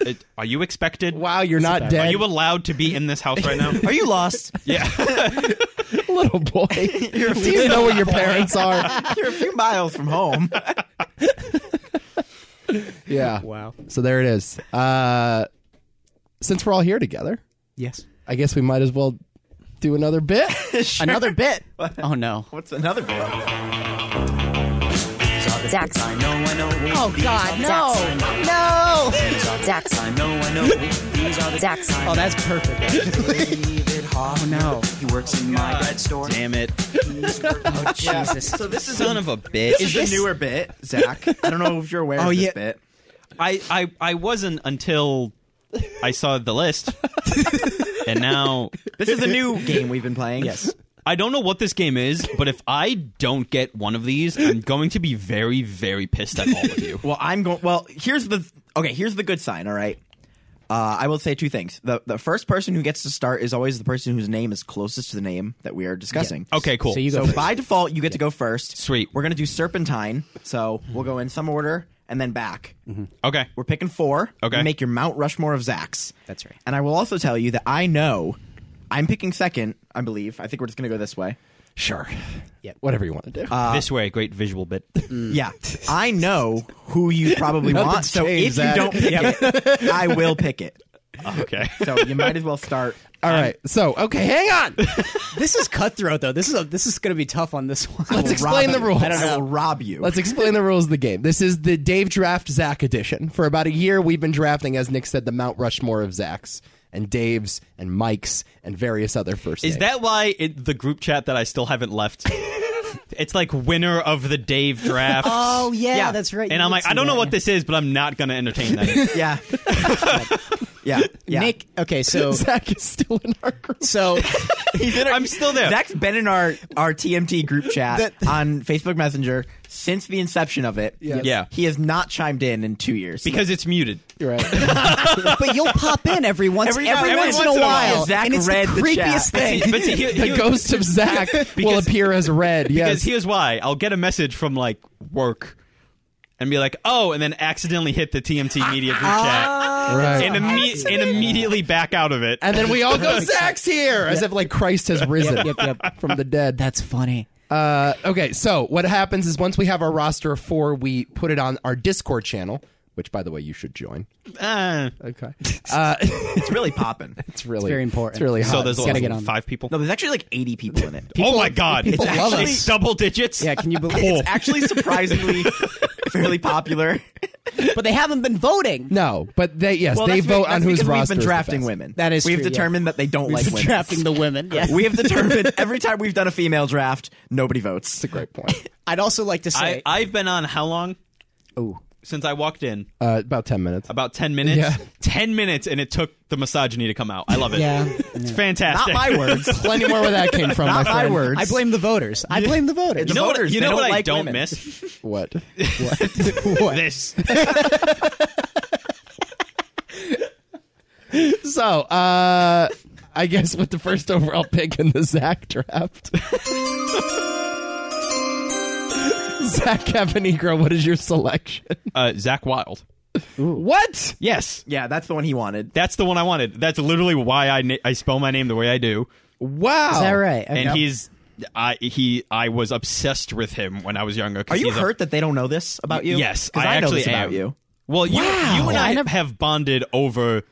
Speaker 5: It, are you expected?
Speaker 1: wow, you're not
Speaker 5: Are
Speaker 1: dead,
Speaker 5: you allowed to be in this house right now?
Speaker 3: Are you lost?
Speaker 5: yeah.
Speaker 1: [laughs] little boy. Do you know where
Speaker 2: [laughs]
Speaker 1: your parents are?
Speaker 3: You're a few miles from home.
Speaker 1: Yeah.
Speaker 2: [laughs] Wow.
Speaker 1: So there it is. Uh, since we're all here together,
Speaker 2: Yes.
Speaker 1: I guess we might as well do another
Speaker 5: [laughs]
Speaker 1: bit.
Speaker 2: Another bit. Oh no.
Speaker 3: [laughs] What's another bill?
Speaker 6: Dax. I know, I know.
Speaker 2: Oh God, no.
Speaker 6: Dax. I know, I know. These are the Dax.
Speaker 2: Oh, that's perfect. oh no.
Speaker 6: He works in my dad's store.
Speaker 5: Damn it.
Speaker 2: Oh Jesus.
Speaker 3: So this is
Speaker 5: Son
Speaker 3: a,
Speaker 5: of a bitch.
Speaker 3: this is a newer bit, Zach. I don't know if you're aware
Speaker 2: Oh,
Speaker 3: of this
Speaker 2: yeah.
Speaker 3: bit.
Speaker 5: I, I, I wasn't until I saw the list. and now
Speaker 3: This is a new game we've been playing.
Speaker 2: Yes.
Speaker 5: I don't know what this game is, but if I don't get one of these, I'm going to be very, very pissed at all of [laughs] you.
Speaker 3: Well, I'm going. Well, here's the okay. Here's the good sign. All right. Uh, I will say two things. The the first person who gets to start is always the person whose name is closest to the name that we are discussing.
Speaker 5: Okay, cool.
Speaker 2: So you go
Speaker 3: So
Speaker 2: first.
Speaker 3: by default, you get to go first.
Speaker 5: Sweet.
Speaker 3: We're gonna do serpentine. So we'll go in some order and then back.
Speaker 5: okay.
Speaker 3: We're picking four.
Speaker 5: Okay.
Speaker 3: You make your Mount Rushmore of Zacks.
Speaker 2: That's right.
Speaker 3: And I will also tell you that I know. I'm picking second. I believe. I think we're just gonna go this way.
Speaker 1: sure. Yeah. Whatever you want to do.
Speaker 2: Uh,
Speaker 5: this way, great visual bit.
Speaker 2: mm.
Speaker 3: Yeah, [laughs] I know who you probably
Speaker 1: Nothing's
Speaker 3: want. So
Speaker 1: changed,
Speaker 3: if
Speaker 1: Zach.
Speaker 3: you don't pick it, I will pick it.
Speaker 5: [laughs] okay.
Speaker 3: So you might as well start.
Speaker 1: all right. So okay, hang
Speaker 5: [laughs]
Speaker 1: on.
Speaker 2: This is cutthroat though. This is a, this is going to be tough on this one.
Speaker 1: Let's explain
Speaker 3: rob
Speaker 1: the
Speaker 3: you.
Speaker 1: rules.
Speaker 3: I don't know. I will rob you.
Speaker 1: Let's explain the rules of the game. This is the Dave Draft Zach edition. For about a year, we've been drafting, as Nick said, the Mount Rushmore of Zach's and Dave's and Mike's and various other first
Speaker 5: Is
Speaker 1: names.
Speaker 5: that why it, the group chat that I still haven't [laughs] left? It's like winner of the Dave draft.
Speaker 2: Oh yeah,
Speaker 3: Yeah.
Speaker 2: that's right.
Speaker 5: and
Speaker 2: You
Speaker 5: I'm
Speaker 2: did
Speaker 5: like,
Speaker 2: say
Speaker 5: I don't know
Speaker 2: that,
Speaker 5: what
Speaker 2: yeah.
Speaker 5: this is, but I'm not going to
Speaker 2: [laughs]
Speaker 5: entertain that.
Speaker 3: Yeah. [laughs] yeah. Yeah.
Speaker 2: Nick.
Speaker 1: [laughs]
Speaker 2: Okay, [laughs] so
Speaker 1: Zach is still in our
Speaker 5: [laughs]
Speaker 1: group.
Speaker 2: so
Speaker 3: [laughs] he's in our,
Speaker 5: I'm still there.
Speaker 3: Zach's been in our, our TMT group chat
Speaker 2: That-
Speaker 3: on Facebook Messenger since the inception of it.
Speaker 1: Yeah.
Speaker 5: Yeah.
Speaker 3: He has not chimed in in two years.
Speaker 5: because it's muted.
Speaker 1: You're right.
Speaker 2: but you'll pop in every once
Speaker 3: Every
Speaker 2: every,
Speaker 3: now- every
Speaker 2: once,
Speaker 5: once
Speaker 2: in a while,
Speaker 3: Zach
Speaker 2: and it's
Speaker 3: read
Speaker 2: the
Speaker 3: the chat.
Speaker 2: creepiest thing.
Speaker 5: But
Speaker 2: [laughs]
Speaker 5: see, here-
Speaker 1: the
Speaker 5: here-
Speaker 1: ghost of Zach will
Speaker 5: [laughs] Because-
Speaker 1: appear as red.
Speaker 5: Because
Speaker 1: Yes.
Speaker 5: here's why: I'll get a message from like work, and be like, "Oh," and then accidentally hit the TMT media group chat,
Speaker 1: Right.
Speaker 5: and, imme- and immediately back out of it.
Speaker 1: Ah. and then we all
Speaker 3: [laughs]
Speaker 1: go, Zach's here, as if like Christ has risen from the dead.
Speaker 2: That's funny.
Speaker 1: Uh, okay, so what happens is once we have our roster of four, we put it on our Discord channel, which, by the way, you should join.
Speaker 5: Uh,
Speaker 1: Okay,
Speaker 3: it's really popping.
Speaker 1: [laughs] it's really
Speaker 2: very important.
Speaker 1: It's really hot.
Speaker 5: so there's
Speaker 2: Gotta
Speaker 5: like
Speaker 2: get on.
Speaker 5: five people.
Speaker 3: No, there's actually like 80 people in it.
Speaker 5: oh my god! It's
Speaker 2: people love
Speaker 5: actually
Speaker 2: us.
Speaker 5: double digits.
Speaker 2: Yeah, can you believe?
Speaker 5: Cool.
Speaker 2: it's-
Speaker 3: Actually, surprisingly, [laughs] fairly popular.
Speaker 2: But they haven't been voting.
Speaker 1: no, but they yes,
Speaker 3: Well,
Speaker 1: they
Speaker 3: that's be-
Speaker 1: vote
Speaker 3: that's
Speaker 1: on whose
Speaker 3: because
Speaker 1: roster
Speaker 3: We've
Speaker 1: is
Speaker 3: been
Speaker 1: the
Speaker 3: drafting
Speaker 1: best.
Speaker 3: women.
Speaker 2: That is
Speaker 3: We've
Speaker 2: true, yeah.
Speaker 3: determined that they don't like women.
Speaker 2: drafting the women. Yeah.
Speaker 3: [laughs] We have determined every time we've done a female draft, nobody votes.
Speaker 1: That's a great point.
Speaker 2: I'd also like to say
Speaker 5: I, I've been on how long
Speaker 2: oh,
Speaker 5: since I walked in?
Speaker 1: Uh, about ten minutes.
Speaker 5: About ten minutes.
Speaker 1: Yeah.
Speaker 5: Ten minutes, and it took the misogyny to come out. I love it.
Speaker 2: Yeah.
Speaker 5: it's
Speaker 2: Yeah.
Speaker 5: [laughs] fantastic.
Speaker 3: Not
Speaker 2: [laughs]
Speaker 3: my words.
Speaker 1: Plenty more where that came from.
Speaker 3: Not
Speaker 1: my
Speaker 3: my
Speaker 1: friend.
Speaker 3: words.
Speaker 2: I blame the voters. I blame the voters.
Speaker 5: You know
Speaker 3: Voters,
Speaker 5: what? You
Speaker 3: they
Speaker 5: know
Speaker 3: don't
Speaker 5: what I
Speaker 3: like
Speaker 5: don't
Speaker 3: women.
Speaker 5: miss
Speaker 1: What?
Speaker 5: this.
Speaker 1: So, uh, I guess with the first overall pick in the Zach draft, [laughs] Zach Cavanegro, what is your selection?
Speaker 5: Uh, Zach Wild.
Speaker 1: What?
Speaker 5: Yes,
Speaker 3: Yeah, that's the one he wanted.
Speaker 5: that's the one I wanted. That's literally why I na- I spell my name the way I do.
Speaker 1: Wow.
Speaker 2: Is that right? Okay.
Speaker 5: And he's I he I was obsessed with him when I was younger. 'cause
Speaker 3: Are you
Speaker 5: he's a-
Speaker 3: hurt that they don't know this about you?
Speaker 5: Yes,
Speaker 3: 'Cause
Speaker 5: I,
Speaker 3: know
Speaker 5: actually
Speaker 3: this about
Speaker 5: am.
Speaker 3: you.
Speaker 5: Well, you, you and
Speaker 2: Yeah,
Speaker 5: I,
Speaker 2: I never-
Speaker 5: have bonded over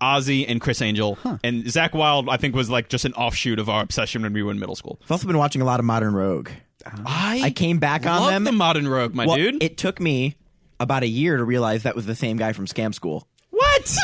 Speaker 5: Ozzy and Chris Angel, and Zach Wild. I think was like just an offshoot of our obsession when we were in middle school.
Speaker 3: I've also been watching a lot of Modern Rogue.
Speaker 5: I
Speaker 3: I came back on
Speaker 5: love
Speaker 3: them.
Speaker 5: the modern rogue, my
Speaker 3: Well,
Speaker 5: dude.
Speaker 3: It took me about a year to realize that was the same guy from Scam School.
Speaker 1: What?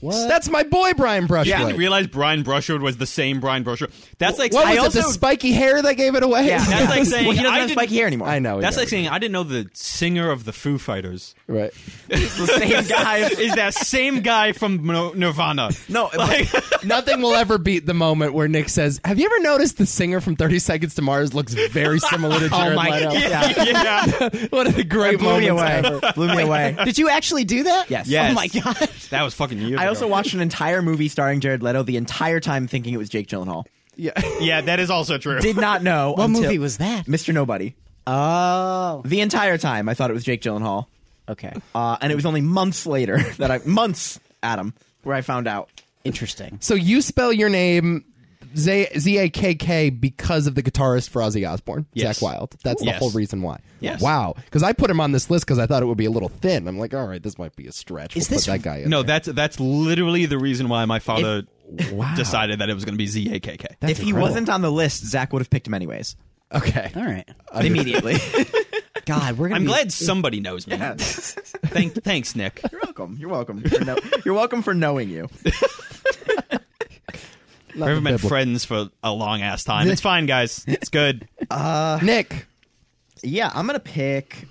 Speaker 1: That's my boy, Brian Brushwood.
Speaker 5: I didn't realize Brian Brushwood was the same Brian Brushwood. That's like
Speaker 1: What was
Speaker 5: I
Speaker 1: it?
Speaker 5: also
Speaker 1: the spiky hair that gave it away? [laughs]
Speaker 3: [laughs]
Speaker 5: That's like saying
Speaker 3: well, he doesn't
Speaker 5: I
Speaker 3: have
Speaker 5: didn't-
Speaker 3: spiky hair anymore.
Speaker 1: I know.
Speaker 5: that's
Speaker 1: yeah.
Speaker 5: like saying I didn't know the singer of the Foo Fighters
Speaker 1: right.
Speaker 3: It's the
Speaker 5: [laughs]
Speaker 3: same guy.
Speaker 5: is that same guy from Nir- Nirvana.
Speaker 3: No,
Speaker 5: Like- [laughs]
Speaker 1: Nothing will ever beat the moment where Nick says, "Have you ever noticed the singer from Thirty Seconds to Mars looks very similar
Speaker 5: [laughs]
Speaker 1: to
Speaker 5: Oh
Speaker 1: Jared
Speaker 3: my-
Speaker 1: Leto?"
Speaker 5: yeah, yeah.
Speaker 1: [laughs] One of the great
Speaker 3: blew me
Speaker 1: moments
Speaker 3: away.
Speaker 1: ever.
Speaker 3: blew me away.
Speaker 2: Did you actually do that?
Speaker 3: Yes.
Speaker 5: Yes.
Speaker 2: Oh my god.
Speaker 5: that was fucking you.
Speaker 3: [laughs] I also watched an entire movie starring Jared Leto the entire time thinking it was Jake Gyllenhaal.
Speaker 1: Yeah.
Speaker 5: yeah, that is also true.
Speaker 3: Did not know
Speaker 2: What
Speaker 3: until-
Speaker 2: movie was that?
Speaker 3: Mr. Nobody.
Speaker 2: Oh.
Speaker 3: The entire time I thought it was Jake Gyllenhaal,
Speaker 2: Okay.
Speaker 3: uh, and it was only months later [laughs] that I months Adam where I found out.
Speaker 2: Interesting.
Speaker 1: So you spell your name Z Z A K K because of the guitarist for Ozzy Osbourne,
Speaker 5: Yes.
Speaker 1: Zach Wild. That's the
Speaker 5: Yes.
Speaker 1: whole reason why.
Speaker 5: Yes.
Speaker 1: Wow. Because I put him on this list because I thought it would be a little thin. I'm like, all right, this might be a stretch.
Speaker 2: Is
Speaker 1: We'll
Speaker 2: this-
Speaker 1: put that guy in?
Speaker 5: No,
Speaker 1: there.
Speaker 5: that's that's literally the reason why my father
Speaker 1: Wow.
Speaker 5: decided that it was going to be ZAKK.
Speaker 1: That's
Speaker 3: if he
Speaker 1: incredible.
Speaker 3: wasn't on the list, Zach would have picked him anyways
Speaker 1: okay.
Speaker 2: All right.
Speaker 3: immediately. [laughs]
Speaker 2: God, we're gonna.
Speaker 5: I'm
Speaker 2: be-
Speaker 5: glad somebody knows me. [laughs] Thank, thanks, Nick.
Speaker 3: You're welcome. You're welcome. For know- you're welcome for knowing you.
Speaker 5: We've been
Speaker 1: biblical.
Speaker 5: friends for a long ass time. It's fine, guys. It's [laughs] good.
Speaker 1: Nick.
Speaker 3: Yeah, I'm gonna pick.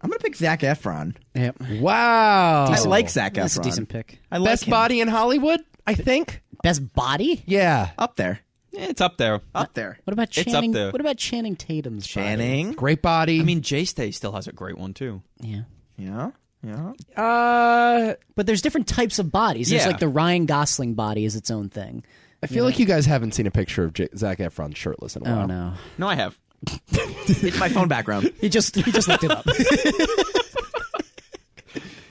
Speaker 3: I'm gonna pick Zach Efron.
Speaker 2: Yep.
Speaker 1: Wow.
Speaker 3: I like Zach Efron.
Speaker 2: That's a decent pick.
Speaker 3: I like
Speaker 1: Best
Speaker 3: him.
Speaker 1: body in Hollywood, I think.
Speaker 2: Best body?
Speaker 1: Yeah.
Speaker 3: up there.
Speaker 5: It's up there.
Speaker 3: Up there.
Speaker 2: What about
Speaker 5: It's up
Speaker 2: Channing?
Speaker 5: there.
Speaker 2: What about Channing Tatum's body?
Speaker 3: Channing.
Speaker 1: Great body.
Speaker 5: I mean, J Stay still has a great one too.
Speaker 2: Yeah.
Speaker 3: Yeah. Yeah.
Speaker 1: uh,
Speaker 2: But there's different types of bodies. There's
Speaker 5: Yeah.
Speaker 2: like the Ryan Gosling body is its own thing.
Speaker 1: I feel like you guys haven't seen a picture of J- Zach Efron shirtless in a
Speaker 2: Oh
Speaker 1: while.
Speaker 2: no.
Speaker 5: No, I have.
Speaker 3: [laughs] It's my phone background.
Speaker 2: He just he just looked it up. [laughs]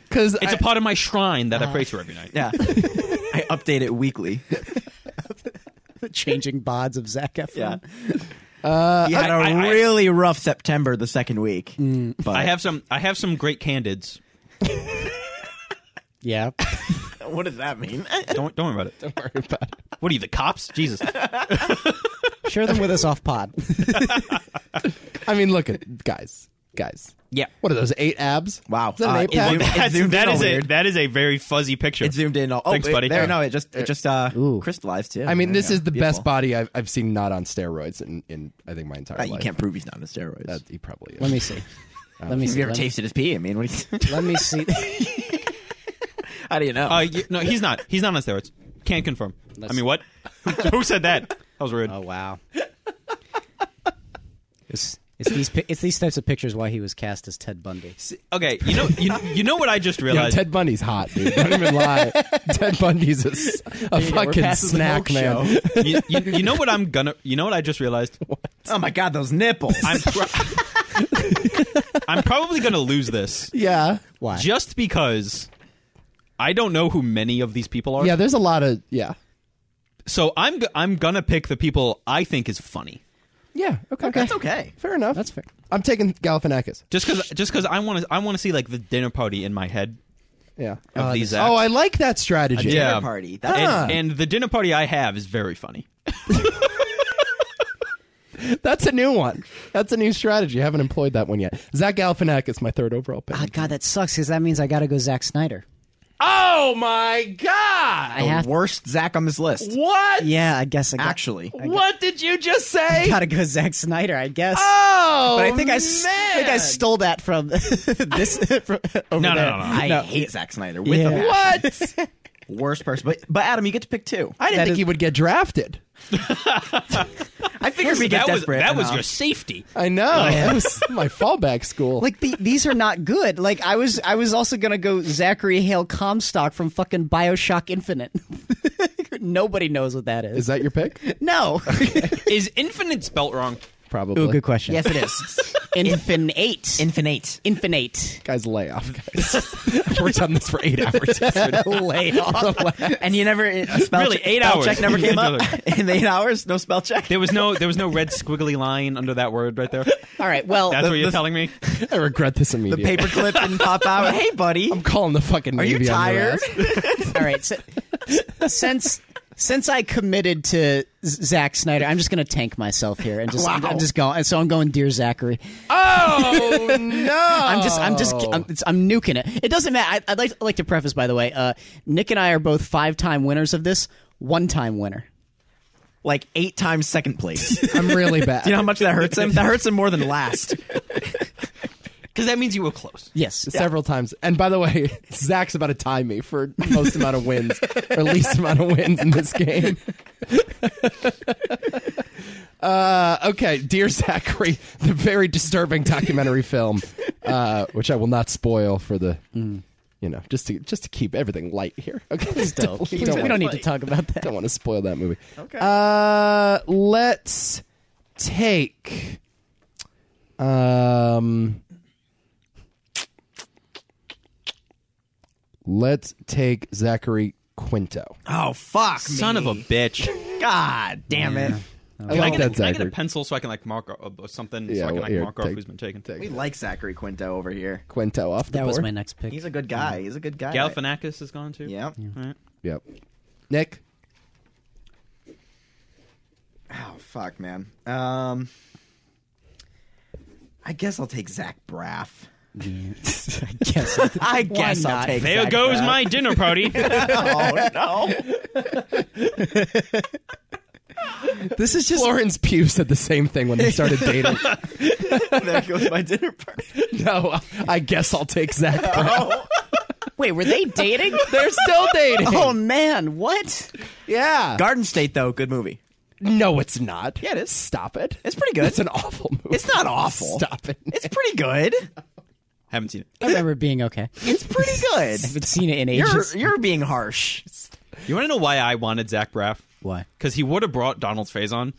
Speaker 1: Because
Speaker 5: It's a part of my shrine that I pray to every night.
Speaker 3: Yeah. I update it weekly.
Speaker 2: the changing bods of Zac Efron.
Speaker 3: Yeah. Uh, he had a
Speaker 5: I- I- I-
Speaker 3: really rough September the second week.
Speaker 1: Mm.
Speaker 3: But
Speaker 5: I have some. I have some great candids.
Speaker 2: Yeah.
Speaker 3: what does that mean?
Speaker 5: Don't don't worry about it. What are you, the cops? [laughs] Jesus.
Speaker 2: Share them with us off pod.
Speaker 1: I mean, look at guys, guys.
Speaker 5: Yeah.
Speaker 1: What are those eight abs?
Speaker 3: Wow.
Speaker 1: Is that an
Speaker 3: Uh,
Speaker 1: eight
Speaker 3: it-
Speaker 1: pack?
Speaker 3: it-
Speaker 5: That's,
Speaker 3: zoomed in
Speaker 5: that
Speaker 3: all
Speaker 5: is a
Speaker 3: weird.
Speaker 5: that is a very fuzzy picture.
Speaker 3: It zoomed in. All,
Speaker 5: Thanks,
Speaker 3: oh,
Speaker 5: buddy.
Speaker 3: There,
Speaker 5: Yeah.
Speaker 3: no, it just it just uh,
Speaker 2: Ooh.
Speaker 3: crystallized too.
Speaker 1: I mean,
Speaker 3: There you
Speaker 1: this
Speaker 3: go.
Speaker 1: is the
Speaker 3: Beautiful.
Speaker 1: best body I've, I've seen not on steroids in, in I think my entire
Speaker 3: Uh,
Speaker 1: life.
Speaker 3: you can't prove he's not on steroids.
Speaker 1: That, he probably is.
Speaker 2: Ah, Let me see. Let me
Speaker 3: Have
Speaker 2: see.
Speaker 3: you ever
Speaker 2: Let me,
Speaker 3: tasted his pee? I mean, what do
Speaker 2: [laughs]
Speaker 3: you,
Speaker 2: let me see.
Speaker 3: how do you [laughs] know?
Speaker 5: Uh, y- no, he's not. He's not on steroids. Can't confirm. I
Speaker 2: That's-
Speaker 5: mean, what? Who said that? That was rude.
Speaker 2: Oh wow. It's, it's these pi- it's these types of pictures why he was cast as Ted Bundy.
Speaker 5: Okay, you know, you, you know what I
Speaker 1: [laughs]
Speaker 5: just
Speaker 1: Yo,
Speaker 5: realized.
Speaker 1: Ted Bundy's hot, dude. Don't even lie.
Speaker 2: [laughs]
Speaker 1: Ted Bundy's a, s- a fucking
Speaker 2: past the
Speaker 1: snack,
Speaker 2: milk
Speaker 1: man.
Speaker 5: [laughs] you, you, you know what I'm gonna. You know what I just realized.
Speaker 3: oh my god, those
Speaker 5: [laughs]
Speaker 3: nipples! [laughs]
Speaker 5: I'm. pro- [laughs] I'm probably gonna lose this
Speaker 1: [laughs] Yeah.
Speaker 2: Why?
Speaker 5: just because I don't know who many of these people are.
Speaker 1: Yeah, there's a lot of, yeah.
Speaker 5: So I'm g- I'm gonna pick the people I think is funny.
Speaker 1: Yeah, okay.
Speaker 3: That's okay.
Speaker 1: Fair enough.
Speaker 2: That's fair.
Speaker 1: I'm taking Galifianakis.
Speaker 5: Just because just because I want to I want to see like the dinner party in my head.
Speaker 1: Yeah.
Speaker 5: Of
Speaker 1: Uh,
Speaker 5: these
Speaker 1: oh,
Speaker 5: acts.
Speaker 1: I like that strategy.
Speaker 5: Yeah.
Speaker 3: Dinner party. That's
Speaker 5: And,
Speaker 1: Ah.
Speaker 5: and the dinner party I have is very funny.
Speaker 1: [laughs] That's a new one. That's a new strategy. I haven't employed that one yet. Zach Galifianakis, my third overall pick.
Speaker 2: Ah, God, that sucks because that means I got to go Zack Snyder.
Speaker 1: Oh my god!
Speaker 2: I have.
Speaker 3: the worst Zach on this list.
Speaker 1: What?
Speaker 2: Yeah, I guess I got,
Speaker 3: Actually,
Speaker 1: What did you just
Speaker 2: [laughs]
Speaker 1: say?
Speaker 2: gotta go Zack Snyder. I guess.
Speaker 1: Oh,
Speaker 2: but I think I, s-
Speaker 1: man.
Speaker 2: I think I stole that from [laughs]
Speaker 3: [laughs]
Speaker 2: this. from, over
Speaker 5: No, no,
Speaker 2: there.
Speaker 5: no, no.
Speaker 3: I hate Zack Snyder with
Speaker 2: Yeah.
Speaker 3: a passion.
Speaker 1: [laughs] What?
Speaker 3: worst person. But but Adam, you get to pick two.
Speaker 1: I didn't
Speaker 2: That
Speaker 1: think
Speaker 2: is-
Speaker 1: he would get drafted.
Speaker 3: I figured we get
Speaker 5: that was
Speaker 3: desperate.
Speaker 5: that was
Speaker 3: enough.
Speaker 5: your safety.
Speaker 1: I know. [laughs] That was my fallback school.
Speaker 2: Like the, these are not good. Like I was, I was also gonna go Zachary Hale Comstock from fucking Bioshock Infinite. [laughs] Nobody knows what that is.
Speaker 1: is
Speaker 3: [laughs]
Speaker 1: that your pick?
Speaker 2: no.
Speaker 5: Is infinite spelt wrong?
Speaker 1: Probably.
Speaker 2: question.
Speaker 3: Yes, it is.
Speaker 2: [laughs] Infinite.
Speaker 3: Infinite.
Speaker 2: Infinite.
Speaker 1: Guys, lay off, guys. I've worked on this for eight hours.
Speaker 3: [laughs]
Speaker 1: lay off.
Speaker 3: And you never uh, [laughs] spell
Speaker 5: Really,
Speaker 3: check,
Speaker 5: eight
Speaker 3: spell
Speaker 5: hours.
Speaker 3: Check never
Speaker 2: [laughs]
Speaker 3: came up
Speaker 5: Another.
Speaker 3: in eight hours. No spell check.
Speaker 5: [laughs] There was no there was no red squiggly line under that word right there.
Speaker 2: All right. Well,
Speaker 5: That's what you're
Speaker 3: the-
Speaker 5: telling me.
Speaker 1: I regret this
Speaker 3: The
Speaker 1: immediately.
Speaker 3: paperclip didn't pop out. [laughs] Hey, buddy,
Speaker 1: I'm calling the fucking
Speaker 3: are
Speaker 1: Navy
Speaker 3: you tired?
Speaker 1: on your ass.
Speaker 2: [laughs] all right. So, since since I committed to Z- Zack Snyder, I'm just going to tank myself here and just I'm, I'm just going. So I'm going, dear Zachary.
Speaker 1: [laughs] Oh no!
Speaker 2: I'm just, I'm just, I'm, it's, I'm nuking it. It doesn't matter. I, I'd like, I'd like to preface, by the way, uh, Nick and I are both five-time winners of this, one-time winner.
Speaker 3: Like eight times second
Speaker 5: [laughs]
Speaker 3: place. Do
Speaker 1: I'm really bad.
Speaker 3: you know how much that hurts him? That hurts him more than last.
Speaker 5: Because that means you were close.
Speaker 2: Yes,
Speaker 1: several times. And by the way, [laughs] Zach's about to tie me for most amount of wins or least amount of wins in this game. [laughs] uh, okay, dear Zachary, the very disturbing documentary film, uh, which I will not spoil for the. You know, just to just to keep everything light here. Okay, [laughs] Definitely
Speaker 2: Dope. Mm. Please, we
Speaker 1: wanna-
Speaker 2: [laughs] don't need to talk about
Speaker 1: [laughs]
Speaker 2: that.
Speaker 1: don't want to spoil that movie. Okay. Uh, let's take. Um, let's take Zachary Quinto.
Speaker 3: Oh fuck,
Speaker 5: Son
Speaker 3: me.
Speaker 5: of a bitch.
Speaker 3: God damn it.
Speaker 1: I like
Speaker 5: can, I
Speaker 1: that
Speaker 5: get, can I get a
Speaker 1: Zachary
Speaker 5: pencil so I can like mark o- o- something
Speaker 1: Yeah,
Speaker 5: so I can
Speaker 1: well,
Speaker 5: like
Speaker 1: here,
Speaker 5: mark off
Speaker 1: take-
Speaker 5: who's been taken.
Speaker 1: take-
Speaker 5: Take.
Speaker 3: We like Zachary Quinto over here.
Speaker 1: Quinto off the
Speaker 2: That was
Speaker 1: board.
Speaker 2: my next pick.
Speaker 3: He's a good guy. He's a good guy.
Speaker 5: Galifianakis is gone too.
Speaker 3: Yeah.
Speaker 5: All right.
Speaker 1: Yep. Nick.
Speaker 3: Oh fuck, man. Um, I guess I'll take Zach Braff.
Speaker 2: I guess.
Speaker 3: [laughs] I guess I'll
Speaker 2: not?
Speaker 3: take.
Speaker 5: There
Speaker 3: Zach
Speaker 5: goes
Speaker 3: Braff.
Speaker 5: my
Speaker 3: [laughs]
Speaker 5: dinner party.
Speaker 3: Oh no.
Speaker 1: This is just Florence Pugh said the same thing when they
Speaker 3: [laughs]
Speaker 1: started dating.
Speaker 3: there goes my dinner party.
Speaker 1: no, I guess I'll take
Speaker 3: [laughs]
Speaker 1: Zach.
Speaker 2: Wait, were they [laughs] dating?
Speaker 1: They're still dating.
Speaker 2: oh man, what?
Speaker 1: yeah.
Speaker 3: Garden State though, good movie.
Speaker 1: No, it's not.
Speaker 3: Yeah, it is.
Speaker 1: Stop it.
Speaker 3: It's pretty good.
Speaker 1: It's an awful movie.
Speaker 3: It's not awful.
Speaker 1: Stop it.
Speaker 3: It's pretty good.
Speaker 5: Haven't seen
Speaker 2: I remember being okay.
Speaker 3: It's pretty good.
Speaker 2: I haven't seen it in [laughs]
Speaker 3: You're
Speaker 2: ages.
Speaker 3: you're being harsh.
Speaker 5: it. You want to know why I wanted Zach Braff?
Speaker 2: Why?
Speaker 5: Because he would have brought Donald's face on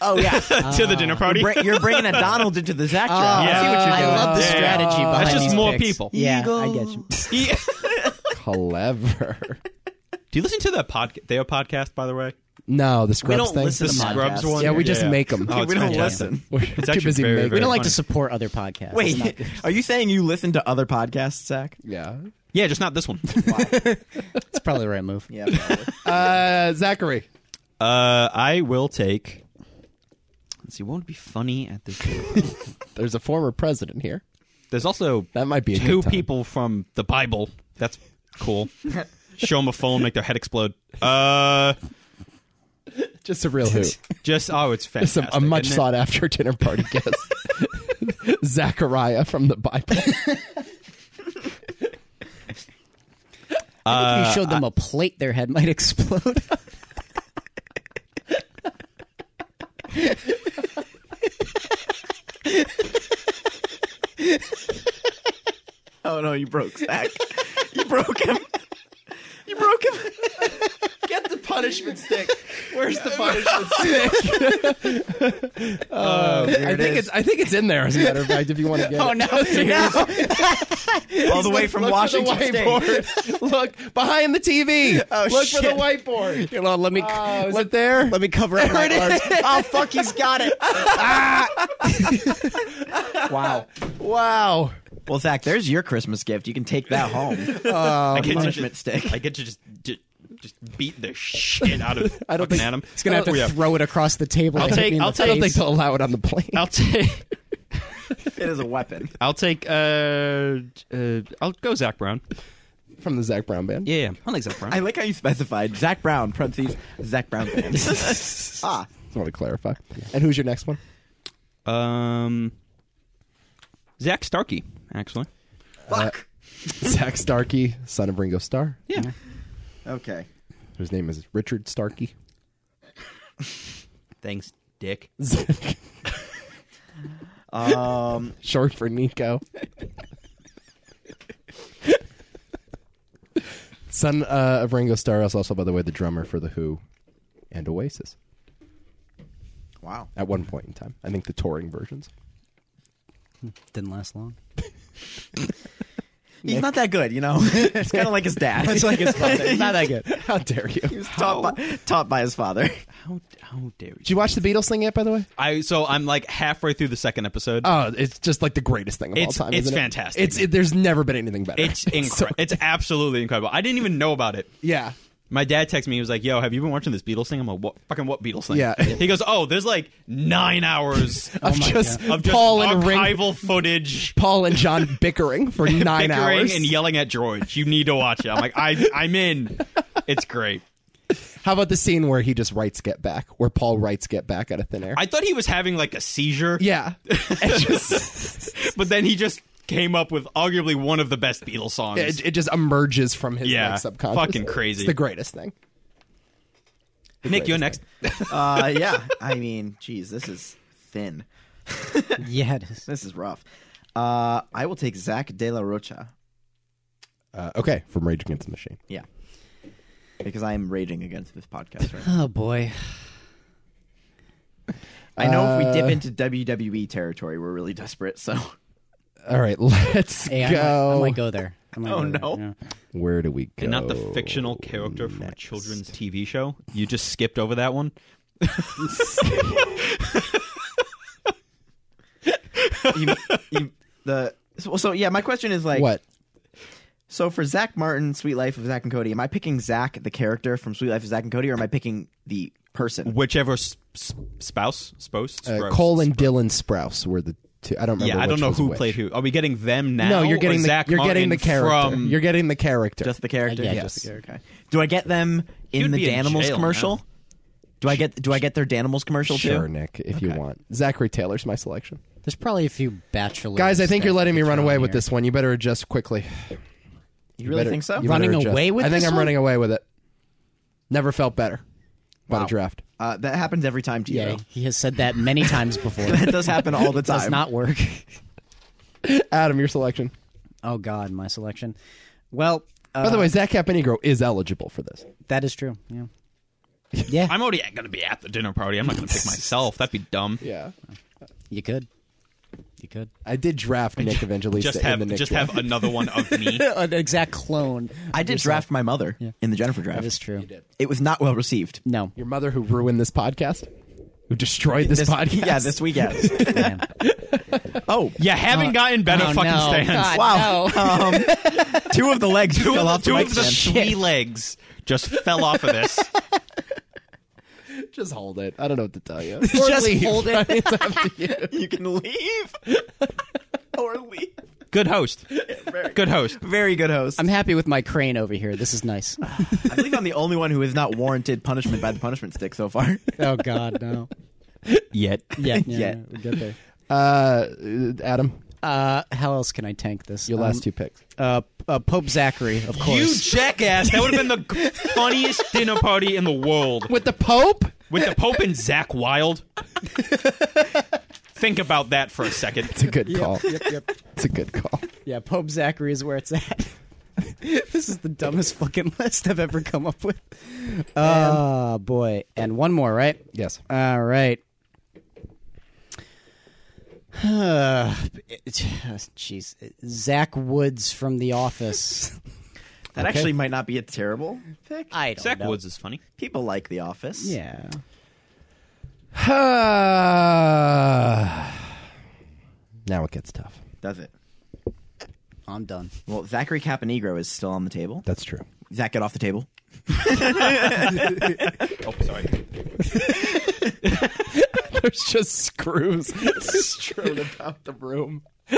Speaker 3: Oh yeah,
Speaker 5: [laughs] to the
Speaker 1: Uh,
Speaker 5: dinner party.
Speaker 3: Br- you're bringing a Donald into the Zach draft.
Speaker 5: Yeah.
Speaker 3: I see what you're
Speaker 2: I
Speaker 3: doing.
Speaker 2: love the
Speaker 5: Yeah.
Speaker 2: strategy behind
Speaker 5: That's just
Speaker 2: these
Speaker 5: more
Speaker 2: picks.
Speaker 5: people.
Speaker 2: Yeah, I get you.
Speaker 5: He-
Speaker 1: [laughs] Clever.
Speaker 5: Do you listen to that podcast? Their podcast, by the way.
Speaker 1: No, the
Speaker 5: We
Speaker 1: Scrubs
Speaker 5: don't
Speaker 1: thing.
Speaker 5: listen to
Speaker 3: The
Speaker 5: Scrubs
Speaker 3: podcast.
Speaker 5: one.
Speaker 1: Yeah, we just make 'em.
Speaker 5: [laughs] Oh,
Speaker 3: [laughs]
Speaker 5: it's
Speaker 3: we don't
Speaker 5: fantastic.
Speaker 3: listen.
Speaker 1: We're
Speaker 5: It's
Speaker 1: too
Speaker 5: actually
Speaker 1: busy
Speaker 5: very,
Speaker 1: making.
Speaker 5: very
Speaker 2: We don't like
Speaker 5: funny.
Speaker 2: to support other podcasts. It's not-
Speaker 3: Wait, are you saying you listen to other podcasts, Zach?
Speaker 1: yeah.
Speaker 5: Yeah, just not this [laughs] one.
Speaker 2: it's probably the right [laughs] move.
Speaker 3: Yeah. [laughs]
Speaker 1: Uh, Zachary.
Speaker 5: Uh, I will take. Let's see, what would be funny at this?
Speaker 1: [laughs] There's a former president here.
Speaker 5: There's also
Speaker 1: That might be a
Speaker 5: two
Speaker 1: good time.
Speaker 5: people from the Bible. That's cool. Show them a phone, make their head explode. Uh,
Speaker 1: Just a real hoot.
Speaker 5: just oh, it's
Speaker 1: Just
Speaker 5: fantastic.
Speaker 1: a, a much
Speaker 5: isn't it?
Speaker 1: sought after dinner party guest. Zachariah from the Bible.
Speaker 2: If you showed them a plate, their head might [laughs] explode.
Speaker 3: [laughs] oh no, you broke Zach. You broke him. You broke him. [laughs] Get the punishment stick. Where's the punishment stick?
Speaker 1: [laughs] I think it's I think it's in there as a matter of fact if you want to get
Speaker 2: [laughs] oh
Speaker 1: it.
Speaker 2: no! no.
Speaker 3: All the way from
Speaker 1: Look for the
Speaker 3: Washington State.
Speaker 1: whiteboard. [laughs] Look behind the TV.
Speaker 3: Oh,
Speaker 1: Look
Speaker 3: shit.
Speaker 1: for the whiteboard.
Speaker 2: Hold on, let me
Speaker 1: Oh, is it there?
Speaker 2: let me cover up my arms.
Speaker 3: Oh fuck, he's got it.
Speaker 1: Wow. Wow.
Speaker 3: [laughs] Well, Zach, there's your Christmas gift. You can take that [laughs] home. Um,
Speaker 5: I get to
Speaker 3: punishment
Speaker 5: just,
Speaker 3: stick.
Speaker 5: I get to just ju- just beat the shit out of
Speaker 1: [laughs] I don't
Speaker 5: fucking
Speaker 1: think
Speaker 5: Adam.
Speaker 1: it's
Speaker 2: Gonna have to
Speaker 5: Oh, yeah.
Speaker 2: throw it across the table.
Speaker 5: I'll
Speaker 2: and hit
Speaker 5: take-
Speaker 2: me in
Speaker 5: I'll
Speaker 2: the
Speaker 1: I don't think
Speaker 2: face.
Speaker 1: they'll allow it on the plane.
Speaker 5: I'll [laughs] take.
Speaker 3: It is a weapon.
Speaker 5: I'll take. Uh, uh, I'll go Zach Brown.
Speaker 1: From the Zach Brown band.
Speaker 5: Yeah, yeah. I'll take Zach
Speaker 3: [laughs]
Speaker 5: Brown.
Speaker 3: I like how you specified Zach Brown, parentheses, Zach Brown. [laughs] ah,
Speaker 1: Just want to clarify. And who's your next [laughs] one?
Speaker 5: um, Zach Starkey, actually.
Speaker 3: fuck.
Speaker 1: Zach Starkey, son of Ringo Starr.
Speaker 5: Yeah.
Speaker 3: okay.
Speaker 1: His name is Richard Starkey.
Speaker 5: Thanks, Dick.
Speaker 3: Um,
Speaker 1: Short for [laughs] Nico. son uh, of Ringo Starr is also, by the way, the drummer for The Who and Oasis
Speaker 3: wow.
Speaker 1: at one point in time. I think the touring versions.
Speaker 2: Didn't last long.
Speaker 3: He's not that good, you know. [laughs] it's kind of like his dad.
Speaker 2: It's like
Speaker 3: [laughs]
Speaker 2: his father. It's not that
Speaker 1: [laughs]
Speaker 2: good.
Speaker 1: How dare you? Did
Speaker 3: taught, by, taught by his father.
Speaker 5: How, how dare you?
Speaker 1: you watch the Beatles thing yet? By the way,
Speaker 5: I so I'm like halfway through the second episode.
Speaker 1: oh, it's just like the greatest thing of
Speaker 5: It's-
Speaker 1: all time.
Speaker 5: it's
Speaker 1: isn't it?
Speaker 5: fantastic.
Speaker 1: It's it, there's never been anything better.
Speaker 5: [laughs] it's incredible.
Speaker 1: [laughs] So-
Speaker 5: it's absolutely incredible. I didn't even know about it.
Speaker 1: yeah.
Speaker 5: My dad texted me. He was like, "Yo, have you been watching this Beatles thing?" I'm like, "What fucking what Beatles thing?"
Speaker 1: Yeah.
Speaker 5: He goes, "Oh, there's like nine [laughs] hours
Speaker 1: Oh Of just
Speaker 5: of just
Speaker 1: Paul and Ring,
Speaker 5: archival footage,
Speaker 1: Paul and John
Speaker 5: [laughs]
Speaker 1: bickering for nine
Speaker 5: bickering,
Speaker 1: hours. [laughs]
Speaker 5: and yelling at droids. You need to watch it." I'm like, "I I'm in. It's great."
Speaker 1: How about the scene where he just writes "Get Back," where Paul writes "Get Back" out of thin air?
Speaker 5: I thought he was having like a seizure, [laughs]
Speaker 1: yeah, And just-
Speaker 5: but then he just came up with arguably one of the best Beatles songs.
Speaker 1: it, it just emerges from his
Speaker 5: Yeah.
Speaker 1: like, subconscious.
Speaker 5: Fucking crazy.
Speaker 1: It's the greatest thing.
Speaker 5: Nick, you're next.
Speaker 1: [laughs]
Speaker 3: Uh, yeah. I mean, geez, this is thin.
Speaker 2: Yeah, it is.
Speaker 3: This is rough. Uh, I will take Zach De La Rocha.
Speaker 1: Uh, okay, from Rage Against the Machine.
Speaker 3: Yeah. Because I am raging against this podcast right now.
Speaker 2: Oh boy.
Speaker 3: I know if we dip into WWE territory, we're really desperate. [laughs] So
Speaker 1: All right, let's
Speaker 2: Hey, I,
Speaker 1: go.
Speaker 2: might, I might go there. I might
Speaker 3: Oh,
Speaker 2: go there,
Speaker 3: no.
Speaker 2: yeah.
Speaker 1: Where do we go?
Speaker 5: And not the fictional character from a children's TV show. You just skipped over that one.
Speaker 3: you, you, the so, so yeah. My question is like,
Speaker 1: what?
Speaker 3: So for Zach Martin, Sweet Life of Zach and Cody, am I picking Zach the character from Sweet Life of Zach and Cody, or am I picking the person?
Speaker 5: Whichever sp- spouse, spouse,
Speaker 1: Uh,
Speaker 5: spouse-
Speaker 1: Cole and Dylan Sprouse were the two. I don't remember.
Speaker 5: Yeah, I don't
Speaker 1: which
Speaker 5: know
Speaker 1: was
Speaker 5: who
Speaker 1: which.
Speaker 5: played who. Are we getting them now?
Speaker 1: No, you're getting
Speaker 5: or
Speaker 1: the
Speaker 5: Zach
Speaker 1: you're getting
Speaker 5: Martin
Speaker 1: the character.
Speaker 5: From,
Speaker 1: You're getting the character.
Speaker 3: Just the character.
Speaker 2: Yeah,
Speaker 1: Yes.
Speaker 2: just the
Speaker 3: Okay. Do I get them in
Speaker 5: You'd
Speaker 3: the
Speaker 5: be in
Speaker 3: Danimals
Speaker 5: jail
Speaker 3: commercial?
Speaker 5: now.
Speaker 3: Do I get Do I get their Danimals commercial
Speaker 1: sure,
Speaker 3: too?
Speaker 1: Nick, if you want. Zachary Taylor's my selection.
Speaker 2: There's probably a few bachelor
Speaker 1: Guys, I think you're letting me run away with this one. You better adjust quickly.
Speaker 3: You really
Speaker 1: Better-
Speaker 3: think so?
Speaker 1: you better
Speaker 2: Running
Speaker 1: adjust.
Speaker 2: away with
Speaker 1: I think
Speaker 2: this
Speaker 1: I'm
Speaker 2: one?
Speaker 1: running away with it. Never felt better by the draft.
Speaker 3: Uh, that happens every time to you.
Speaker 2: Yeah,
Speaker 3: though.
Speaker 2: he has said that many times [laughs] before.
Speaker 3: [laughs] That
Speaker 2: it
Speaker 3: does happen all the time.
Speaker 2: does not work. [laughs]
Speaker 1: Adam, your selection.
Speaker 2: Oh God, my selection. Well, uh,
Speaker 1: By the way, Zach Caponegro is eligible for this.
Speaker 2: that is true. Yeah.
Speaker 5: [laughs] I'm already going to be at the dinner party. I'm
Speaker 1: [laughs]
Speaker 5: not going to pick myself. That'd be dumb.
Speaker 1: Yeah.
Speaker 2: You could. You could.
Speaker 1: I did draft Nick Evangelista
Speaker 5: Just
Speaker 1: in
Speaker 5: have
Speaker 1: the Nick
Speaker 5: just
Speaker 1: draft.
Speaker 5: have another one of
Speaker 2: [laughs]
Speaker 5: me.
Speaker 2: An exact clone.
Speaker 3: I did draft my mother in the Jennifer draft.
Speaker 2: That is true.
Speaker 3: It was not well received.
Speaker 2: No.
Speaker 1: your mother who ruined this podcast, who destroyed this, podcast. [laughs]
Speaker 3: Yeah, this
Speaker 2: [laughs]
Speaker 3: weekend.
Speaker 2: Man.
Speaker 3: oh,
Speaker 5: You haven't gotten better
Speaker 2: oh,
Speaker 5: fucking
Speaker 2: no.
Speaker 5: stands.
Speaker 2: God.
Speaker 3: wow. Um, two of the legs
Speaker 5: Two
Speaker 3: fell
Speaker 5: of
Speaker 3: off
Speaker 5: the, two
Speaker 3: the mic
Speaker 5: of the
Speaker 3: stand.
Speaker 5: three legs just fell off of this.
Speaker 1: just hold it. I don't know what to tell you. [laughs]
Speaker 2: [laughs] Just [laughs] hold it.
Speaker 1: It's up to you.
Speaker 3: You can leave [laughs] or leave.
Speaker 5: Good host. Good host.
Speaker 3: Very good host.
Speaker 2: I'm happy with my crane over here. This is nice.
Speaker 3: I believe I'm the only one who has not warranted punishment by the punishment stick so far.
Speaker 2: [laughs] oh God, no.
Speaker 5: Yet.
Speaker 2: [laughs] Yeah, yeah.
Speaker 3: Yeah.
Speaker 2: yeah. We'll get there.
Speaker 1: Uh, Adam,
Speaker 2: Uh, how else can I tank this?
Speaker 1: your
Speaker 2: Um,
Speaker 1: last two picks.
Speaker 2: Uh, uh, Pope Zachary, of
Speaker 5: You
Speaker 2: course.
Speaker 5: jackass! That would have been the funniest dinner party in the world
Speaker 1: With the Pope?
Speaker 5: with the Pope and Zach Wild. Think about that for a second.
Speaker 1: It's a good
Speaker 2: [laughs]
Speaker 1: call. It's a good call.
Speaker 2: yeah, Pope Zachary is where it's at. [laughs] this is the dumbest fucking [laughs] list I've ever come up with. Oh boy, and one more, right?
Speaker 1: Yes.
Speaker 2: All right. [sighs] Jeez, Zach Woods from The Office.
Speaker 3: That actually might not be a terrible pick.
Speaker 2: [laughs] I don't
Speaker 5: Zach
Speaker 2: know.
Speaker 5: Woods is funny.
Speaker 3: People like The Office.
Speaker 2: Yeah.
Speaker 1: [sighs] now it gets tough.
Speaker 3: Does it?
Speaker 2: I'm done.
Speaker 3: Well, Zachary Caponegro is still on the table.
Speaker 1: That's true.
Speaker 3: Zach, get off the table. [laughs]
Speaker 5: Oh, sorry.
Speaker 1: [laughs] There's just screws [laughs] strewn about the room. [laughs]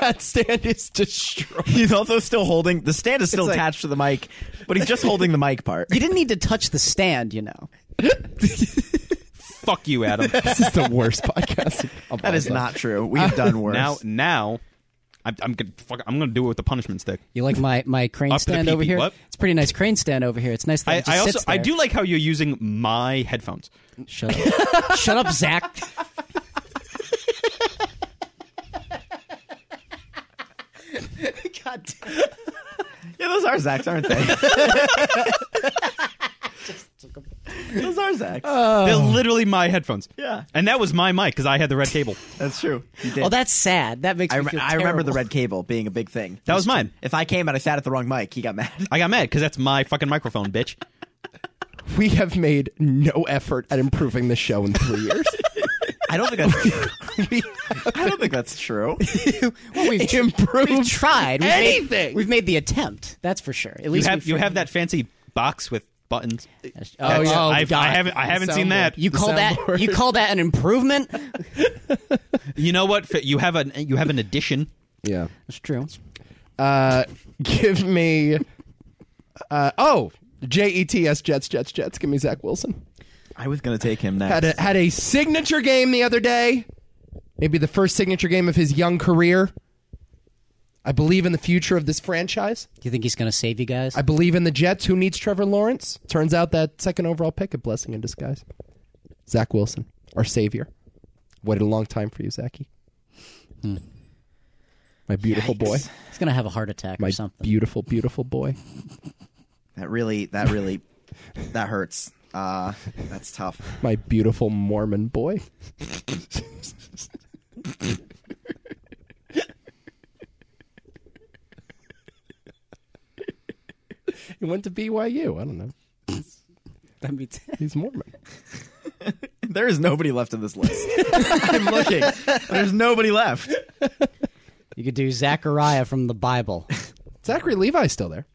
Speaker 1: that stand is destroyed.
Speaker 3: He's also still holding the stand is still
Speaker 2: like-
Speaker 3: attached to the mic, but he's just holding the mic part.
Speaker 2: You didn't need to touch the stand, you know.
Speaker 5: Fuck you, Adam.
Speaker 1: [laughs] This is the worst podcast. of
Speaker 3: That
Speaker 1: all
Speaker 3: is
Speaker 1: time.
Speaker 3: not true. We have done worse. [laughs]
Speaker 5: now, now, I'm, I'm gonna fuck, I'm gonna do it with the punishment stick.
Speaker 2: You like my my crane
Speaker 5: Up to the
Speaker 2: stand over
Speaker 5: peepee,
Speaker 2: here?
Speaker 5: what?
Speaker 2: It's a pretty nice crane stand over here. It's nice that
Speaker 5: I,
Speaker 2: it just
Speaker 5: I also
Speaker 2: sits
Speaker 5: I
Speaker 2: there.
Speaker 5: do like how you're using my headphones.
Speaker 2: Shut up. Shut up, Zach. God damn.
Speaker 3: [laughs] yeah, those are Zach's, aren't they? Those are Zach's.
Speaker 5: They're literally my headphones.
Speaker 3: Yeah.
Speaker 5: And that was my mic because I had the red cable.
Speaker 3: That's true. You
Speaker 2: [laughs]
Speaker 3: did.
Speaker 2: Oh, that's sad. That makes
Speaker 3: I,
Speaker 2: me
Speaker 3: rem-
Speaker 2: feel
Speaker 3: I remember the
Speaker 2: terrible.
Speaker 3: red cable being a big thing.
Speaker 5: That was mine.
Speaker 3: If I came and I sat at the wrong mic, he got mad.
Speaker 5: I got mad because that's my fucking microphone, bitch.
Speaker 1: We have made no effort at improving the show in three [laughs] years.
Speaker 3: I don't think [laughs] that's. I don't think that's true.
Speaker 2: Well, we've,
Speaker 1: Improved
Speaker 2: we've tried. We've made-
Speaker 1: anything.
Speaker 2: we've made the attempt. That's for sure. At
Speaker 5: You
Speaker 2: least
Speaker 5: have
Speaker 2: we've
Speaker 5: you
Speaker 2: tried.
Speaker 5: have that fancy box with buttons.
Speaker 2: Oh,
Speaker 1: yeah.
Speaker 5: I've-
Speaker 2: God.
Speaker 5: I haven't I haven't seen
Speaker 1: soundboard.
Speaker 5: that.
Speaker 2: You
Speaker 1: The
Speaker 2: call that
Speaker 1: soundboard.
Speaker 2: you call that an improvement?
Speaker 5: You know what? Fi- You have an you have an addition.
Speaker 1: Yeah.
Speaker 2: That's true.
Speaker 1: Uh, give me. Uh, oh, J E T S Jets Jets Jets. Give me Zach Wilson.
Speaker 3: I was gonna take him next.
Speaker 1: Had a, had a signature game the other day. Maybe the first signature game of his young career. I believe in the future of this franchise.
Speaker 2: Do you think he's going to save you guys?
Speaker 1: I believe in the Jets. Who needs Trevor Lawrence? Turns out that second overall pick, a blessing in disguise. Zach Wilson, our savior. Waited a long time for you, Zachy. My beautiful boy.
Speaker 2: he's going to have a heart attack
Speaker 1: My
Speaker 2: or something.
Speaker 1: beautiful, beautiful boy.
Speaker 3: that really, that really, that hurts. Uh, that's tough.
Speaker 1: My beautiful Mormon boy. he went to BYU. I don't know.
Speaker 2: That'd be t- [laughs]
Speaker 1: He's Mormon.
Speaker 3: [laughs] There is nobody left in this list. [laughs] I'm looking. There's nobody left.
Speaker 2: you could do Zachariah from the Bible.
Speaker 1: Zachary Levi's still there.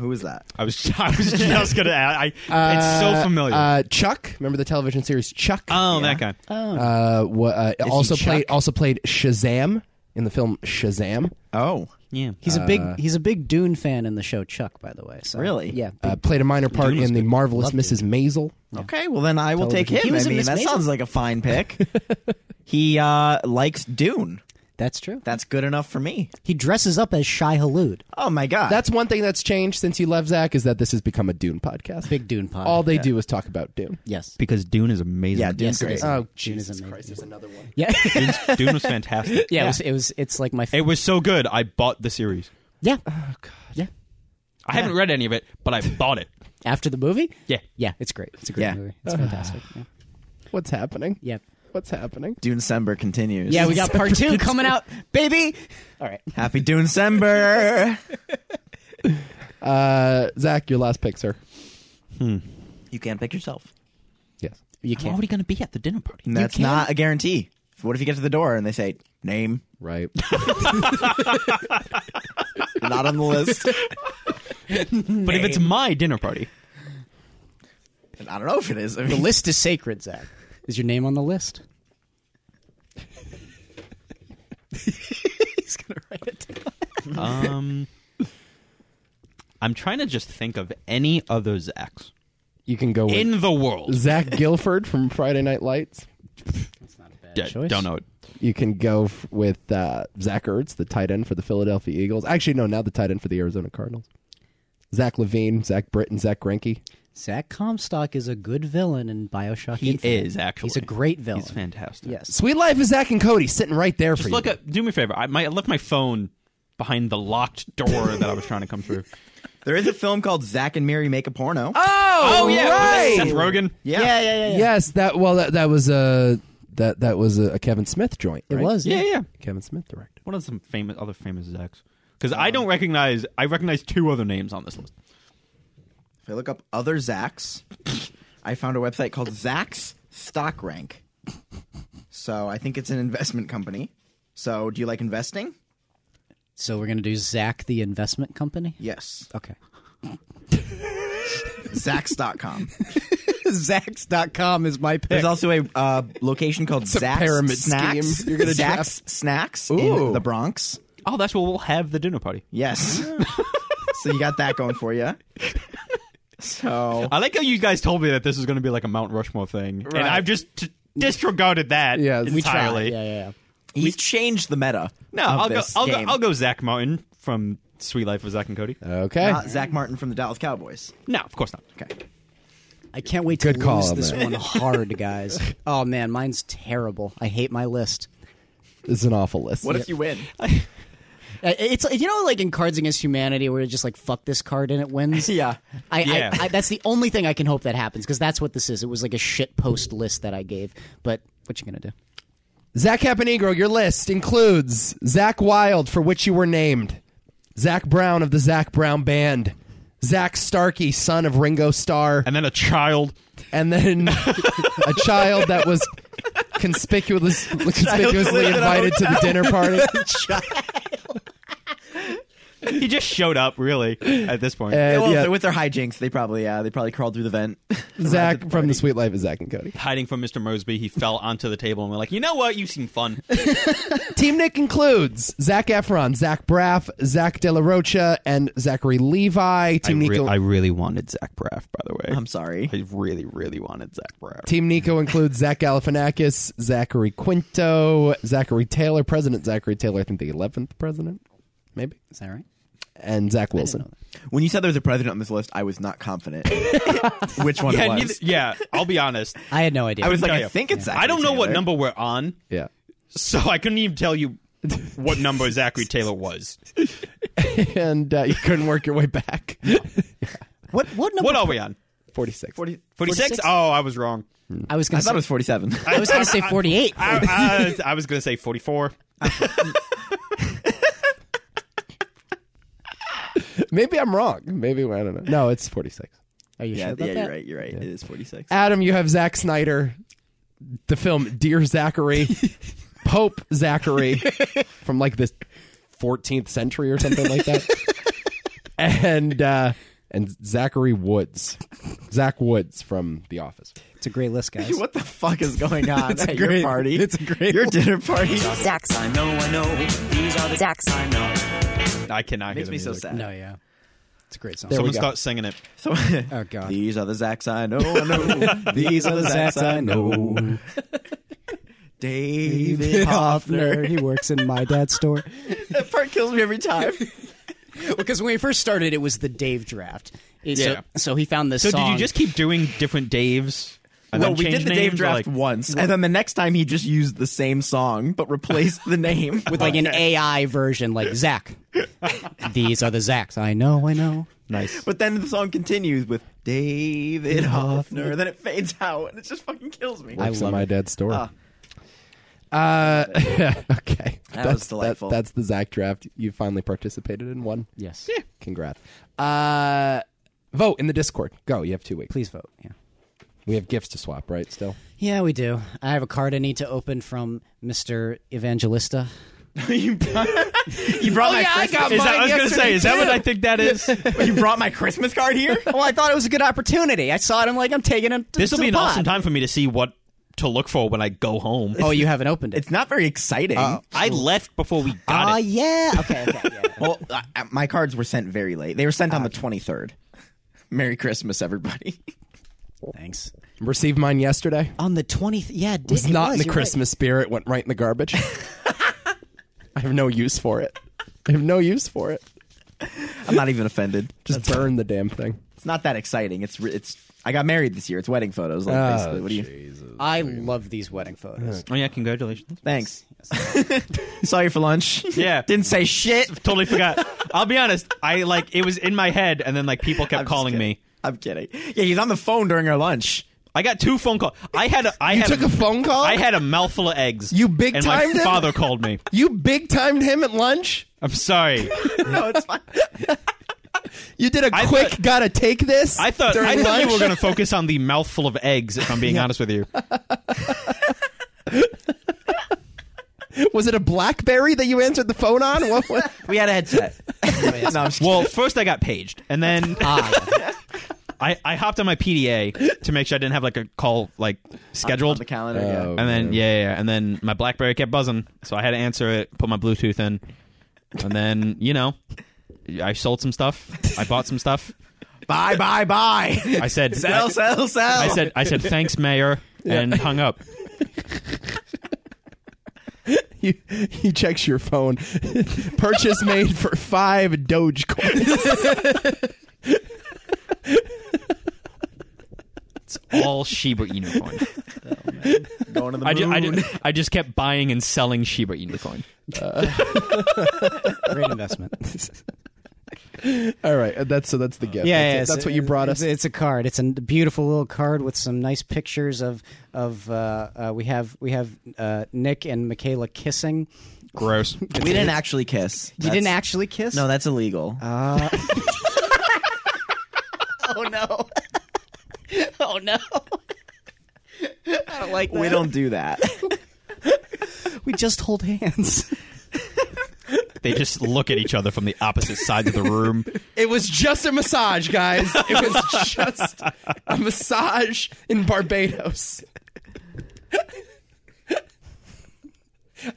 Speaker 3: Who is that?
Speaker 5: I was [laughs] I was just gonna add. I, it's so familiar.
Speaker 1: Uh, Chuck, remember the television series Chuck?
Speaker 5: oh, that guy.
Speaker 1: Uh, wa- uh, also
Speaker 3: Chuck?
Speaker 1: played also played Shazam in the film Shazam.
Speaker 3: Oh,
Speaker 5: yeah.
Speaker 2: He's a big he's a big Dune fan in the show Chuck, by the way. So,
Speaker 3: Really?
Speaker 2: Yeah.
Speaker 1: Uh, played a minor part
Speaker 5: Dude was
Speaker 1: in the
Speaker 5: good.
Speaker 1: marvelous Mrs. Maisel.
Speaker 3: okay. Well, then I will
Speaker 1: Television.
Speaker 3: take
Speaker 2: He
Speaker 3: him. I
Speaker 2: was in
Speaker 3: mean,
Speaker 2: Miss
Speaker 3: that
Speaker 2: Maisel.
Speaker 3: sounds like a fine
Speaker 2: [laughs]
Speaker 3: pick. he uh, likes Dune.
Speaker 2: That's true.
Speaker 3: That's good enough for me.
Speaker 2: He dresses up as Shai Halud.
Speaker 3: Oh my god.
Speaker 1: That's one thing that's changed since you left Zach is that this has become a Dune
Speaker 5: [laughs]
Speaker 1: podcast.
Speaker 2: Big Dune pod.
Speaker 1: All they do is talk about Dune.
Speaker 2: yes.
Speaker 5: Because Dune is amazing.
Speaker 3: yeah.
Speaker 2: yes,
Speaker 3: Dune's
Speaker 2: it
Speaker 3: great.
Speaker 2: is.
Speaker 1: Oh,
Speaker 2: Dune is
Speaker 1: Jesus
Speaker 2: amazing.
Speaker 1: Christ! There's another one.
Speaker 2: [laughs] Yeah. yeah.
Speaker 5: Dune's, [laughs] Dune was fantastic.
Speaker 2: It was. It was. It's like my. F-
Speaker 5: It was so good. I bought the series.
Speaker 2: yeah. Yeah.
Speaker 5: I haven't read any of it, but I bought it.
Speaker 2: After the movie.
Speaker 5: Yeah.
Speaker 2: Yeah. It's great. It's a great
Speaker 3: Yeah.
Speaker 2: movie. It's fantastic. Yeah.
Speaker 1: What's happening?
Speaker 2: Yep.
Speaker 1: What's happening?
Speaker 3: Dune Sember continues.
Speaker 2: Yeah, we
Speaker 3: [laughs]
Speaker 2: got part two coming out, baby. All right.
Speaker 3: Happy Dune Sember.
Speaker 1: Uh, Zach, your last pick, sir.
Speaker 3: you can't pick yourself.
Speaker 1: Yes.
Speaker 2: You
Speaker 5: How are
Speaker 2: can't.
Speaker 5: we gonna be at the dinner party?
Speaker 3: And that's not a guarantee. What if you get to the door and they say name
Speaker 1: [laughs] Right.
Speaker 3: not on the list?
Speaker 5: But if it's my dinner party,
Speaker 3: And I don't know if it is. I
Speaker 2: The
Speaker 3: mean,
Speaker 2: list is sacred, Zach. Is your name on the list? He's gonna write it down.
Speaker 5: um, I'm trying to just think of any other Zachs
Speaker 1: you can go with
Speaker 5: in the world.
Speaker 1: Zach Gilford from Friday Night Lights.
Speaker 5: Yeah,
Speaker 2: choice.
Speaker 5: Don't know it.
Speaker 1: You can go f- with uh, Zach Ertz, the tight end for the Philadelphia Eagles. Actually, no, now the tight end for the Arizona Cardinals. Zach Levine, Zach Britton, Zach Greinke.
Speaker 2: Zach Comstock is a good villain in Bioshock.
Speaker 5: He
Speaker 2: Infinite.
Speaker 5: is actually.
Speaker 2: He's a great villain.
Speaker 5: He's fantastic.
Speaker 2: Yes.
Speaker 1: Sweet Life is Zach and Cody sitting right there for
Speaker 5: Just
Speaker 1: you.
Speaker 5: look up. Do me a favor. I, my, I left my phone behind the locked door that I was trying to come through.
Speaker 3: there is a film called Zach and Mary Make a Porno.
Speaker 5: Oh, [laughs] yeah,
Speaker 1: right.
Speaker 5: Seth Rogen.
Speaker 3: yeah.
Speaker 2: Yeah, yeah, yeah. yeah.
Speaker 1: Yes, that well that that was a that that was a, Kevin Smith joint.
Speaker 2: It
Speaker 1: right?
Speaker 2: was.
Speaker 5: yeah,
Speaker 2: Yeah.
Speaker 5: yeah.
Speaker 1: Kevin Smith directed.
Speaker 5: What are some famous other famous Zachs? Because I don't recognize. I recognize two other names on this list.
Speaker 3: If I look up other Zachs, I found a website called Zach's Stock Rank. So I think it's an investment company. So do you like investing?
Speaker 2: So we're gonna do Zach the investment company.
Speaker 3: Yes.
Speaker 2: Okay.
Speaker 3: Zach's.com.
Speaker 2: Zach's.com is my pick.
Speaker 3: There's also a uh, location called
Speaker 1: a
Speaker 3: Zach's
Speaker 1: pyramid
Speaker 3: Snacks.
Speaker 1: scheme. You're gonna
Speaker 3: Zach's Snacks
Speaker 1: Ooh.
Speaker 3: in the Bronx.
Speaker 5: Oh, that's where we'll have the dinner party.
Speaker 3: Yes. so you got that going for you. So
Speaker 5: I like how you guys told me that this was going to be like a Mount Rushmore thing, and I've just t- disregarded that
Speaker 1: Yeah, we tried,
Speaker 5: entirely.
Speaker 2: Yeah, yeah, yeah.
Speaker 3: he's changed the meta.
Speaker 5: No,
Speaker 3: of
Speaker 5: I'll go,
Speaker 3: this
Speaker 5: I'll go.
Speaker 3: game.
Speaker 5: I'll go. Zach Martin from Sweet Life of Zach and Cody.
Speaker 1: Okay.
Speaker 3: Not Zach Martin from the Dallas Cowboys.
Speaker 5: no, of course not.
Speaker 3: Okay.
Speaker 2: I can't wait to
Speaker 1: Good call,
Speaker 2: lose this
Speaker 1: man.
Speaker 2: one hard,
Speaker 5: [laughs]
Speaker 2: guys. oh man, mine's terrible. I hate my list.
Speaker 1: This is an awful list.
Speaker 3: you win?
Speaker 2: Uh, It's you know like in Cards Against Humanity where it's just like fuck this card and it wins.
Speaker 3: [laughs] Yeah.
Speaker 2: I,
Speaker 5: Yeah.
Speaker 2: I, I that's the only thing I can hope that happens because that's what this is. It was like a shit post list that I gave. But what you gonna do?
Speaker 1: Zach Caponegro, your list includes Zach Wild, for which you were named, Zach Brown of the Zach Brown Band, Zach Starkey, son of Ringo Starr,
Speaker 5: and then a child.
Speaker 1: and then a child that was conspicuous, conspicuously
Speaker 3: lived in a
Speaker 1: invited to the dinner party.
Speaker 5: He just showed up, really, at this point.
Speaker 1: And,
Speaker 3: well,
Speaker 1: yeah,
Speaker 3: with their hijinks, they probably uh, they probably crawled through the vent. [laughs]
Speaker 1: Zach from The Sweet Life of Zach and Cody.
Speaker 5: Hiding from Mr. Mosby, he fell onto the table, and we're like, you know what? You seem fun.
Speaker 1: Team Nick includes Zach Efron, Zach Braff, Zach De La Rocha, and Zachary Levi. Team Nico.
Speaker 5: really wanted Zach Braff, by the way.
Speaker 3: I'm sorry.
Speaker 5: I really, really wanted Zach Braff.
Speaker 1: Team Nico includes Zach Galifianakis, Zachary Quinto, Zachary Taylor, President Zachary Taylor, I think the 11th president, maybe,
Speaker 2: Is that right?
Speaker 1: and Zach Wilson.
Speaker 3: When you said there was a president on this list, I was not [laughs] confident which one
Speaker 5: yeah,
Speaker 3: it was.
Speaker 5: neither, yeah, I'll be honest.
Speaker 2: I had no idea.
Speaker 3: I was like,
Speaker 5: Tell
Speaker 3: I
Speaker 5: you.
Speaker 3: think it's. Zachary
Speaker 5: [laughs] I don't know what
Speaker 3: Taylor.
Speaker 5: number we're on,
Speaker 1: Yeah.
Speaker 5: so I couldn't even tell you what number Zachary Taylor was.
Speaker 1: [laughs] And uh, you couldn't work your way back. [laughs]
Speaker 2: what what number?
Speaker 5: What are we on?
Speaker 1: 46.
Speaker 3: 40,
Speaker 5: 46?
Speaker 2: 46?
Speaker 5: Oh, I was wrong.
Speaker 2: I was
Speaker 3: I
Speaker 2: gonna
Speaker 3: thought
Speaker 2: say,
Speaker 3: it was 47.
Speaker 2: I was gonna
Speaker 5: [laughs]
Speaker 2: say forty eight.
Speaker 5: I, I, I was going to say 44.
Speaker 1: Maybe I'm wrong. Maybe, I don't know. No, it's 46.
Speaker 2: Are you
Speaker 3: yeah,
Speaker 2: sure
Speaker 3: yeah,
Speaker 2: about
Speaker 3: you're
Speaker 2: that?
Speaker 3: right. You're right. It is 46.
Speaker 1: Adam, you have Zack Snyder, the film Dear
Speaker 3: [laughs]
Speaker 1: Zachary, Pope Zachary from like the 14th century or something like that, and uh, and Zachary Woods, Zach Woods from The Office.
Speaker 2: It's a great list,
Speaker 3: [laughs]
Speaker 2: guys.
Speaker 3: [laughs] What the fuck is going
Speaker 2: [laughs]
Speaker 3: on
Speaker 2: It's a
Speaker 3: at
Speaker 2: great-
Speaker 3: your party?
Speaker 2: it's a great
Speaker 3: your dinner party.
Speaker 6: Dax, I know, I know. These are the Dax I know.
Speaker 5: I cannot hear
Speaker 3: makes
Speaker 5: the
Speaker 3: me so
Speaker 5: music.
Speaker 3: sad.
Speaker 2: No, yeah, it's a great song.
Speaker 5: Someone
Speaker 1: we go.
Speaker 5: start singing it.
Speaker 3: So, [laughs]
Speaker 2: oh god,
Speaker 3: these are the Zacks I
Speaker 2: [laughs]
Speaker 3: know. I know. these are the Zacks I [laughs] know. David Hoffner.
Speaker 2: He works in my dad's store.
Speaker 3: that part kills me every [laughs] time.
Speaker 2: [laughs] Because when we first started, it was the Dave draft. Yeah. So,
Speaker 5: Yeah.
Speaker 2: so he found this
Speaker 5: So
Speaker 2: song.
Speaker 5: did you just keep doing different Daves? and
Speaker 3: No,
Speaker 5: then
Speaker 3: we did
Speaker 5: change
Speaker 3: the Dave
Speaker 5: names, or,
Speaker 3: draft
Speaker 5: like-
Speaker 3: once, and then the next time he just used the same song but replaced the [laughs] name
Speaker 2: with like an AI version, like
Speaker 3: [laughs]
Speaker 2: Zach. These are the Zacks. I know, I know.
Speaker 5: Nice.
Speaker 3: But then the song continues with David Hoffner. Then it fades out, and it just fucking kills me.
Speaker 1: Works in my dad's store.
Speaker 3: Ah.
Speaker 1: uh, [laughs] okay,
Speaker 3: That was delightful.
Speaker 1: that's the Zach draft. You finally participated in one.
Speaker 2: Yes.
Speaker 1: Congrats. Uh, vote in the Discord. Go. You have two weeks.
Speaker 2: Please vote. Yeah.
Speaker 1: We have gifts to swap, right? Still.
Speaker 2: Yeah, we do. I have a card I need to open from Mr. Evangelista.
Speaker 3: [laughs] you brought, [laughs] you brought my Christmas,
Speaker 5: Is that, I was going to say, is that what I think
Speaker 3: [laughs]
Speaker 5: that is?
Speaker 3: you brought my Christmas card here? [laughs]
Speaker 2: Well, Oh, I thought it was a good opportunity. I saw it. I'm like, I'm taking him.
Speaker 5: this will be an awesome time for me to see what to look for when I go home.
Speaker 2: Oh, you haven't opened it.
Speaker 3: It's not very exciting.
Speaker 5: I left before we got
Speaker 2: Ah,
Speaker 5: it.
Speaker 2: yeah. Okay. okay yeah.
Speaker 3: [laughs] well, uh, my cards were sent very late. They were sent on the 23rd. Merry Christmas, everybody. [laughs]
Speaker 2: Thanks.
Speaker 1: Received mine yesterday.
Speaker 2: On the 20th. Yeah, it Oh, did-
Speaker 1: was
Speaker 2: it
Speaker 1: not in
Speaker 2: was,
Speaker 1: the
Speaker 2: you're right.
Speaker 1: Christmas spirit. Went right in the
Speaker 2: [laughs]
Speaker 1: garbage. I have no use for it. I have no use for it.
Speaker 3: I'm not even [laughs] offended.
Speaker 1: Just burn the damn thing.
Speaker 3: It's not that exciting. It's re- it's. I got married this year. It's wedding photos. Like, basically, what do you?
Speaker 2: I love these wedding photos.
Speaker 5: Oh, yeah, congratulations.
Speaker 3: Thanks. [laughs] Saw you for lunch.
Speaker 5: Yeah.
Speaker 3: [laughs] Didn't say shit.
Speaker 5: totally forgot. I'll be honest. I like it was in my head, and then like people kept
Speaker 3: I'm just
Speaker 5: calling
Speaker 3: kidding.
Speaker 5: me.
Speaker 3: I'm kidding. Yeah, he's on the phone during our lunch. [laughs]
Speaker 5: I got two phone calls. I had a, I
Speaker 1: You
Speaker 5: had
Speaker 1: took a phone call?
Speaker 5: I had a mouthful of eggs.
Speaker 1: You big
Speaker 5: and my
Speaker 1: timed him?
Speaker 5: father called me.
Speaker 1: You big timed him at lunch.
Speaker 5: I'm sorry.
Speaker 3: no, it's
Speaker 5: [laughs]
Speaker 3: fine.
Speaker 1: You did a
Speaker 5: I
Speaker 1: quick
Speaker 5: thought-
Speaker 1: gotta take this.
Speaker 5: I thought
Speaker 1: during
Speaker 5: I thought you
Speaker 1: lunch.
Speaker 5: were going to focus on the mouthful of eggs. If I'm being honest with you,
Speaker 1: [laughs] Was it a BlackBerry that you answered the phone on? What,
Speaker 2: [laughs]
Speaker 1: what?
Speaker 3: We had a headset. [laughs] no, I'm just
Speaker 5: well, first I got paged, and then
Speaker 1: [laughs] Uh,
Speaker 2: Ah, yeah.
Speaker 5: I, I hopped on my PDA to make sure I didn't have like a call like
Speaker 3: kidding.
Speaker 5: [laughs] scheduled.
Speaker 3: on the calendar.
Speaker 1: Oh.
Speaker 3: yeah.
Speaker 5: and then yeah, yeah, yeah, and then my BlackBerry kept buzzing, so I had to answer it, put my Bluetooth in, and then you know, I sold some stuff, I bought some stuff.
Speaker 3: Bye, bye,
Speaker 5: [laughs]
Speaker 3: bye.
Speaker 5: I said,
Speaker 3: sell, sell, sell.
Speaker 5: I said, I said, thanks, Mayor, and hung up.
Speaker 1: He, he checks your phone. [laughs] Purchase made for five Doge
Speaker 2: [laughs]
Speaker 1: coins.
Speaker 5: All Shiba Inu coin.
Speaker 3: Going to the
Speaker 5: I,
Speaker 3: moon.
Speaker 5: ju- I, ju- I just kept buying and selling Shiba Inu coin.
Speaker 2: Great investment.
Speaker 1: All right, uh, that's so that's the gift.
Speaker 2: yeah,
Speaker 1: that's, it.
Speaker 2: yeah, it's-
Speaker 1: That's what you brought us.
Speaker 2: It's, it's a card. It's a beautiful little card with some nice pictures of of uh, uh, we have we have uh, Nick and Michaela kissing.
Speaker 5: Gross.
Speaker 3: we didn't actually kiss.
Speaker 2: You didn't actually kiss.
Speaker 3: No, that's illegal.
Speaker 2: [laughs] oh no. oh no. I don't like that.
Speaker 3: we don't do that. [laughs]
Speaker 2: We just hold [laughs] hands.
Speaker 5: they just look at each other from the opposite sides of the room.
Speaker 1: It was just a massage, guys. It was just a massage in Barbados.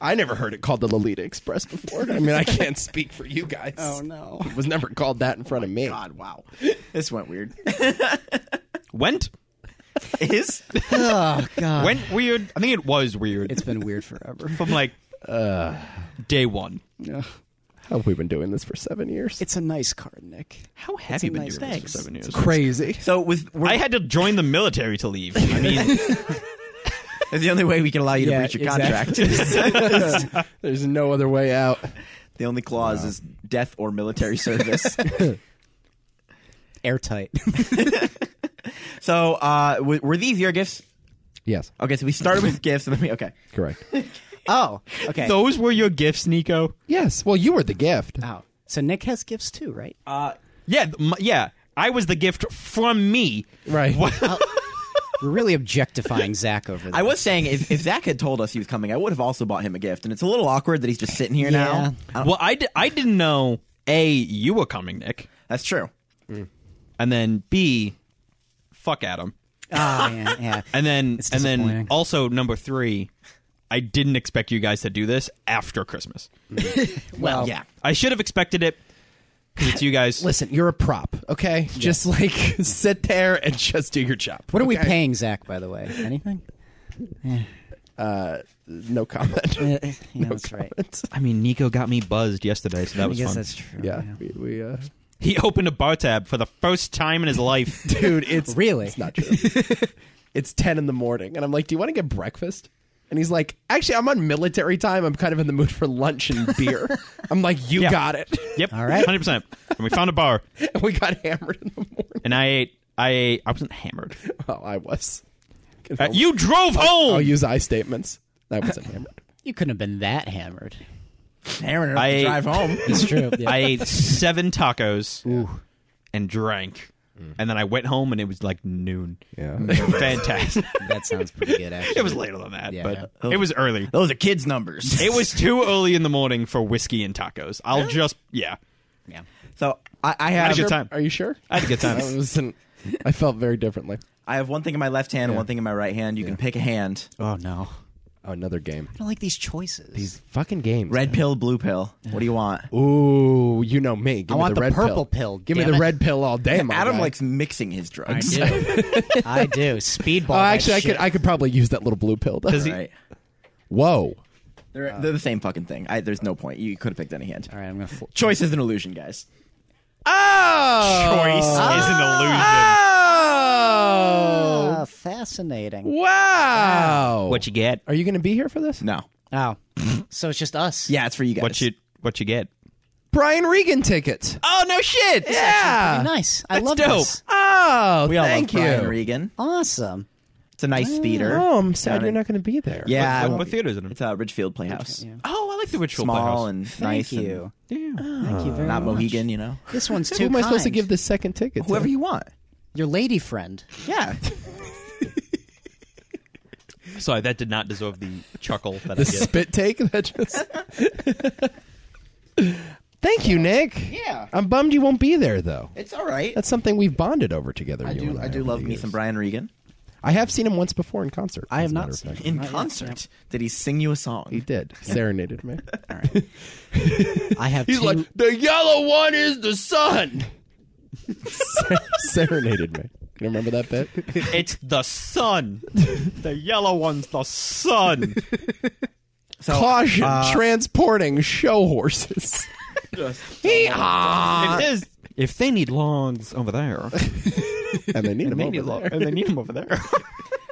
Speaker 1: I never heard it called the Lolita Express before. I mean, I can't speak for you guys.
Speaker 2: Oh, no.
Speaker 1: It was never called that in front of me.
Speaker 3: God, wow. This went
Speaker 5: [laughs]
Speaker 3: weird.
Speaker 5: Went?
Speaker 3: Is
Speaker 2: Oh god.
Speaker 5: Went weird. I think it was weird.
Speaker 2: it's been weird forever.
Speaker 5: from like day one.
Speaker 1: How have we Oh, been doing this for seven years?
Speaker 2: It's a nice card, Nick.
Speaker 5: How have you been doing this for
Speaker 2: thanks.
Speaker 5: seven years?
Speaker 1: crazy.
Speaker 3: so with we're,
Speaker 5: I had to join the military to leave. I mean,
Speaker 3: the only way we can allow you
Speaker 2: Yeah,
Speaker 3: to breach your contract. [laughs]
Speaker 1: There's no other way out.
Speaker 3: the only clause is death or military service.
Speaker 2: [laughs] Airtight.
Speaker 3: so uh, w- were these your gifts?
Speaker 1: Yes,
Speaker 3: Okay, so we started with gifts and then we okay.
Speaker 1: correct.
Speaker 2: oh, [laughs] okay.
Speaker 5: those were your gifts, Nico.
Speaker 1: Yes. Well, you were the gift.
Speaker 2: Wow. So Nick has gifts too, right?
Speaker 5: Yeah, th- m- yeah. I was the gift from me.
Speaker 1: Right.
Speaker 5: What-
Speaker 2: We're really objectifying Zach over
Speaker 3: [laughs]
Speaker 2: there.
Speaker 3: I was saying if, if Zach had told us he was coming, I would have also bought him a gift, and it's a little awkward that he's just sitting here
Speaker 2: Yeah.
Speaker 3: now. I don't-
Speaker 5: [laughs] well, I, di- I didn't know a you were coming, Nick,
Speaker 3: that's true.
Speaker 5: and then b fuck Adam,
Speaker 2: Oh, yeah, yeah.
Speaker 5: and then
Speaker 2: It's
Speaker 5: and then
Speaker 2: disappointing.
Speaker 5: also number three. I didn't expect you guys to do this after Christmas.
Speaker 2: well,
Speaker 3: yeah.
Speaker 5: I should have expected it because it's
Speaker 2: [laughs]
Speaker 5: you guys.
Speaker 1: Listen, you're a prop. Okay, just like [laughs] sit there and just do your job.
Speaker 2: What are we paying Zach, by the way? Anything?
Speaker 1: No comment.
Speaker 2: yeah, Uh, that's right.
Speaker 5: I mean, Nico got me buzzed yesterday, so that
Speaker 2: I
Speaker 5: was
Speaker 2: guess
Speaker 5: fun.
Speaker 2: that's true.
Speaker 1: Yeah, we, we uh,
Speaker 5: He opened a bar tab for the first time in
Speaker 2: [laughs]
Speaker 5: his life.
Speaker 1: [laughs] dude, it's
Speaker 2: Really?
Speaker 1: it's not true. [laughs] it's ten in the morning, and I'm like, "Do you want to get breakfast?" And he's like, "Actually, I'm on military time. I'm kind of in the mood for lunch and beer." I'm like, "You
Speaker 5: Yeah.
Speaker 1: got it."
Speaker 5: Yep.
Speaker 2: All right.
Speaker 5: Hundred percent. And we found a bar,
Speaker 1: and [laughs] we got hammered in the morning.
Speaker 5: and I ate. I ate. I wasn't hammered.
Speaker 1: Well, I was.
Speaker 5: Uh, you
Speaker 3: Oh,
Speaker 5: drove home.
Speaker 1: I'll use I statements. I wasn't hammered.
Speaker 2: You couldn't have been that hammered.
Speaker 3: Aaron, enough
Speaker 5: I-
Speaker 3: to drive home.
Speaker 2: It's true.
Speaker 5: [laughs] I ate seven tacos and drank, and then I went home, and it was like [laughs] noon.
Speaker 1: [laughs] [laughs] Yeah.
Speaker 5: [laughs] Fantastic.
Speaker 2: that sounds pretty good, actually.
Speaker 5: it was later than that,
Speaker 2: Yeah.
Speaker 5: but it was early.
Speaker 3: Those are kids' numbers.
Speaker 5: It was too early in the morning for whiskey and tacos. I'll just yeah.
Speaker 2: Yeah.
Speaker 3: so I, I
Speaker 5: I
Speaker 3: have
Speaker 5: had a good time.
Speaker 1: Are you sure?
Speaker 5: I had a good
Speaker 1: I
Speaker 5: time.
Speaker 1: wasn't. I felt very differently.
Speaker 3: I have one thing in my left hand and one thing in my right hand. You can pick a hand.
Speaker 2: Oh, no.
Speaker 1: Oh, another game.
Speaker 2: I don't like these choices.
Speaker 1: These fucking games.
Speaker 3: Red pill, blue pill. What do you want?
Speaker 1: Ooh, you know me. Give
Speaker 2: I
Speaker 1: me
Speaker 2: want
Speaker 1: the
Speaker 2: the
Speaker 1: red
Speaker 2: purple
Speaker 1: pill.
Speaker 2: pill,
Speaker 1: Give me
Speaker 2: damn
Speaker 1: the
Speaker 2: it.
Speaker 1: red pill all
Speaker 3: [laughs]
Speaker 1: day, my
Speaker 3: Adam
Speaker 1: guy.
Speaker 3: likes mixing his
Speaker 2: I
Speaker 3: drugs.
Speaker 2: do. I do. Speedball.
Speaker 1: Oh,
Speaker 2: that
Speaker 1: actually, I could
Speaker 2: shit.
Speaker 1: I could probably use that little blue pill. Though.
Speaker 5: Does he-
Speaker 3: Right.
Speaker 1: [laughs] Whoa.
Speaker 3: They're, they're the same fucking thing. I, there's no point. You could have picked any hand.
Speaker 2: All right, I'm going to. Fl-
Speaker 3: Choice is an illusion, guys.
Speaker 5: Choice is an illusion.
Speaker 1: Oh.
Speaker 2: oh, fascinating.
Speaker 1: Wow.
Speaker 5: What you get?
Speaker 1: Are you going to be here for this?
Speaker 3: No.
Speaker 2: Oh. So it's just us.
Speaker 3: Yeah, it's for you guys.
Speaker 5: What you what you get?
Speaker 1: Brian Regan tickets.
Speaker 5: Oh no shit!
Speaker 1: yeah.
Speaker 2: Pretty nice. I
Speaker 5: That's
Speaker 2: love
Speaker 5: dope.
Speaker 2: this.
Speaker 1: Oh,
Speaker 3: We all
Speaker 1: thank
Speaker 3: love Brian
Speaker 1: you.
Speaker 3: Regan.
Speaker 2: Awesome.
Speaker 3: It's a nice theater.
Speaker 1: Oh, I'm sad
Speaker 3: Down
Speaker 1: you're
Speaker 3: in-
Speaker 1: not going to be there.
Speaker 3: Yeah, I
Speaker 5: What,
Speaker 3: won't
Speaker 5: what
Speaker 3: be.
Speaker 5: theater is it in?
Speaker 3: It's uh, Ridgefield Playhouse.
Speaker 5: Oh, I like the ritual
Speaker 3: Small
Speaker 5: playhouse.
Speaker 3: and
Speaker 2: Thank
Speaker 3: nice. and Ah.
Speaker 2: you. Oh, Thank you very
Speaker 3: Not
Speaker 2: much.
Speaker 3: Mohegan, you know.
Speaker 2: This one's
Speaker 1: Who
Speaker 2: too
Speaker 1: am I supposed to
Speaker 2: kind.
Speaker 1: give the second ticket? to?
Speaker 3: Whoever you [laughs] want.
Speaker 2: Your lady friend.
Speaker 1: [laughs]
Speaker 3: Yeah.
Speaker 5: Sorry, that did not deserve the chuckle that
Speaker 1: The
Speaker 5: I
Speaker 1: [laughs]
Speaker 5: get.
Speaker 1: spit take that just. [laughs] Thank you, Nick.
Speaker 3: Yeah.
Speaker 1: I'm bummed you won't be there though.
Speaker 3: it's all right.
Speaker 1: That's something we've bonded over together.
Speaker 3: I
Speaker 1: you and
Speaker 3: do. I do
Speaker 1: over
Speaker 3: love
Speaker 1: the
Speaker 3: me
Speaker 1: years.
Speaker 3: some Brian Regan
Speaker 1: I have seen him once before in concert.
Speaker 2: I have
Speaker 1: as a
Speaker 2: not
Speaker 1: matter of
Speaker 2: seen
Speaker 1: fact.
Speaker 3: in concert. Did he sing you a song?
Speaker 1: He
Speaker 2: [laughs]
Speaker 1: did. Serenaded me.
Speaker 2: I have two.
Speaker 1: [laughs] the yellow one is the sun. Serenaded me. You remember that
Speaker 2: [laughs]
Speaker 1: bit?
Speaker 5: [laughs] It's the sun. the yellow one's the [laughs] sun.
Speaker 1: [laughs]
Speaker 3: So,
Speaker 1: Caution:
Speaker 2: Uh,
Speaker 1: transporting show horses. [laughs]
Speaker 5: if, there's- if [laughs] they need longs over there,
Speaker 1: and they need him over there.
Speaker 5: and they need them over there.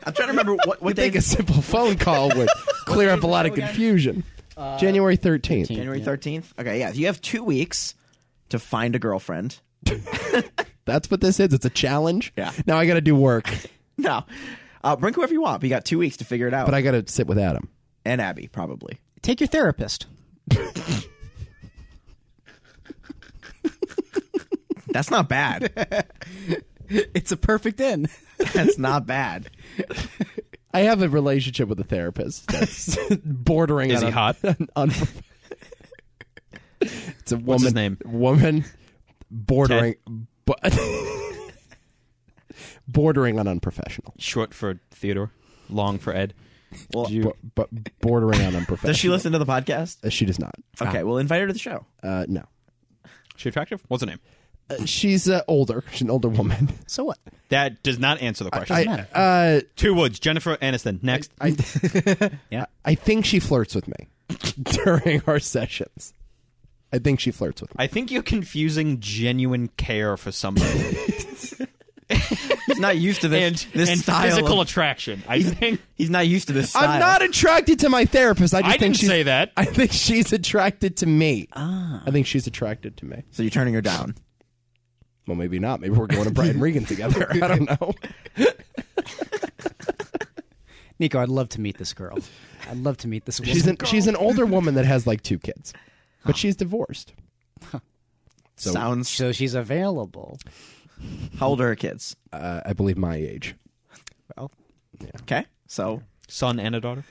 Speaker 3: I'm trying to remember what, what
Speaker 1: I
Speaker 3: day.
Speaker 1: think a simple phone call
Speaker 2: [laughs]
Speaker 1: would clear up a lot of confusion.
Speaker 2: Uh,
Speaker 1: January 13th.
Speaker 3: January 13th? Okay, yeah. You have two weeks to find a girlfriend. [laughs]
Speaker 1: That's what this is. It's a challenge.
Speaker 3: Yeah.
Speaker 1: Now I got to do work,
Speaker 3: No. Uh, bring whoever you want, but you got two weeks to figure it out.
Speaker 1: but I got to sit with Adam.
Speaker 3: and Abby, probably.
Speaker 2: Take your therapist.
Speaker 3: That's
Speaker 1: [laughs]
Speaker 3: not bad.
Speaker 2: It's a perfect in.
Speaker 3: That's not bad.
Speaker 1: I have a relationship with a therapist
Speaker 5: [laughs]
Speaker 1: that's bordering
Speaker 5: Is
Speaker 1: on
Speaker 5: he
Speaker 1: a- [laughs]
Speaker 5: hot?
Speaker 1: an unprof- it's a woman.
Speaker 5: his name?
Speaker 1: Woman bordering. bo- [laughs] bordering on unprofessional.
Speaker 5: [laughs] Short for Theodore, long for Ed.
Speaker 3: Well,
Speaker 1: Bo- but bordering on unprofessional.
Speaker 3: does she listen to the podcast?
Speaker 1: Uh, She does not.
Speaker 3: Okay, we'll invite her to the show.
Speaker 1: Uh, no.
Speaker 5: She attractive? What's her name?
Speaker 1: Uh, she's uh, older. She's an older woman.
Speaker 2: So what?
Speaker 5: That does not answer the question.
Speaker 1: I,
Speaker 2: matter.
Speaker 1: uh,
Speaker 5: Two words: Jennifer Aniston. Next. [laughs]
Speaker 1: I,
Speaker 2: Yeah.
Speaker 1: I think she flirts with me [laughs] during our sessions. I think she flirts with me.
Speaker 5: I think you're confusing genuine care for somebody
Speaker 3: He's not used to
Speaker 1: [laughs]
Speaker 3: this,
Speaker 5: and,
Speaker 3: this
Speaker 5: and
Speaker 3: style.
Speaker 5: physical
Speaker 3: of-
Speaker 5: attraction. I think
Speaker 3: he's not used to this style.
Speaker 1: I'm not attracted to my therapist. I just
Speaker 5: I
Speaker 1: think
Speaker 5: didn't
Speaker 1: she's,
Speaker 5: say that.
Speaker 1: I think she's attracted to me. Ah. I think she's attracted to me.
Speaker 3: so you're turning her down.
Speaker 1: Well, maybe not. Maybe we're going to Brian Regan together. I [laughs] don't know.
Speaker 2: Nico, I'd love to meet this girl. I'd love to meet this woman.
Speaker 1: She's an she's an older woman that has like two kids, but she's divorced. So-
Speaker 3: Sounds.
Speaker 2: so she's available.
Speaker 3: How old are her kids?
Speaker 1: Uh, I believe my age.
Speaker 3: Okay, so
Speaker 5: son and a daughter.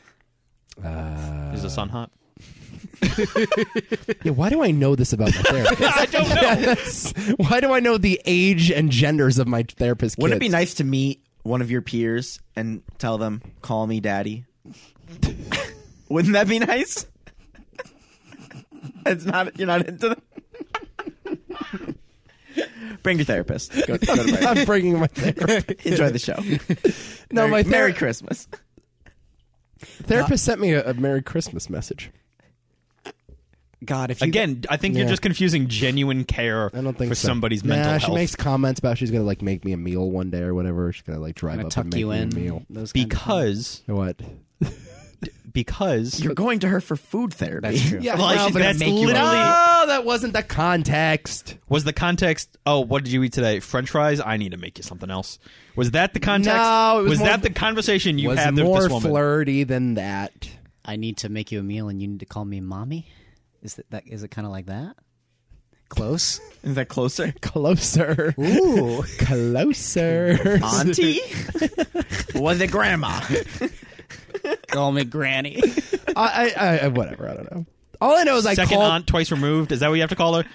Speaker 5: Is the son hot?
Speaker 1: Yeah. Why do I know this about my therapist?
Speaker 5: I don't know.
Speaker 1: That's- why do I know the age and genders of my therapist?
Speaker 3: wouldn't it be
Speaker 1: kids?
Speaker 3: nice to meet one of your peers and tell them, "Call me daddy"? [laughs] wouldn't that be nice? [laughs] it's not. You're not into that. [laughs] Bring your therapist. Go, go to
Speaker 1: [laughs]
Speaker 3: Brian.
Speaker 1: I'm bringing my therapist.
Speaker 3: Enjoy the show.
Speaker 1: No,
Speaker 3: Merry,
Speaker 1: my ther-
Speaker 3: Merry Christmas.
Speaker 1: therapist sent me a, a Merry Christmas message.
Speaker 2: God, if you
Speaker 5: Again, I think
Speaker 1: Yeah.
Speaker 5: you're just confusing genuine care
Speaker 1: I don't think
Speaker 5: for
Speaker 1: so.
Speaker 5: somebody's
Speaker 1: nah,
Speaker 5: mental
Speaker 1: she
Speaker 5: health.
Speaker 1: makes comments about she's gonna like make me a meal one day or whatever. She's gonna like drive
Speaker 2: gonna
Speaker 1: up
Speaker 2: tuck
Speaker 1: and make
Speaker 2: you
Speaker 1: me
Speaker 2: in,
Speaker 1: a meal.
Speaker 2: those kinds of things.
Speaker 5: because
Speaker 1: What?
Speaker 5: because
Speaker 3: You're going to her for food therapy.
Speaker 2: That's true.
Speaker 1: Yeah,
Speaker 5: Well,
Speaker 1: no,
Speaker 5: she's
Speaker 1: but
Speaker 5: gonna
Speaker 1: that's
Speaker 5: make you
Speaker 1: literally. No,
Speaker 5: a-
Speaker 1: that wasn't the context.
Speaker 5: was the context. Oh, what did you eat today? French fries. I need to make you something else. Was that the context?
Speaker 1: No, it was more-
Speaker 5: that the conversation you
Speaker 1: was
Speaker 5: had with
Speaker 1: more
Speaker 5: this woman?
Speaker 1: flirty than that.
Speaker 2: I need to make you a meal and you need to call me mommy, is that, that is it kind of like that? Close.
Speaker 3: Is that
Speaker 1: [laughs]
Speaker 3: closer?
Speaker 1: Closer.
Speaker 2: Ooh.
Speaker 1: [laughs] Closer. [laughs]
Speaker 3: Auntie? Was it grandma?
Speaker 2: [laughs] call me granny.
Speaker 1: I, I, I, whatever. I don't know. All I know is I
Speaker 5: Second
Speaker 1: called.
Speaker 5: aunt, twice removed. Is that what you have to call her?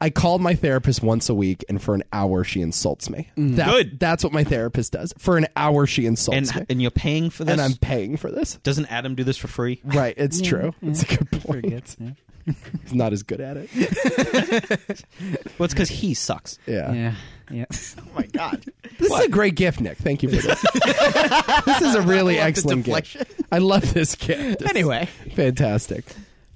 Speaker 1: I called my therapist once a week, and for an hour she insults me. That-
Speaker 5: Good.
Speaker 1: That's what my therapist does. For an hour she
Speaker 5: And
Speaker 1: insults me,
Speaker 5: and you're paying for this.
Speaker 1: Oh, and I'm paying for this.
Speaker 5: Doesn't Adam do this for free?
Speaker 1: Right, it's true. It's a good point. He's not as good at it.
Speaker 5: Well, it's because he sucks.
Speaker 1: Yeah.
Speaker 2: Yeah. Yeah.
Speaker 3: oh my god.
Speaker 1: This is a great gift, Nick. Thank you for
Speaker 2: [laughs]
Speaker 1: this. this is a really excellent gift. I love this gift. It's
Speaker 2: [laughs] Anyway,
Speaker 1: Fantastic.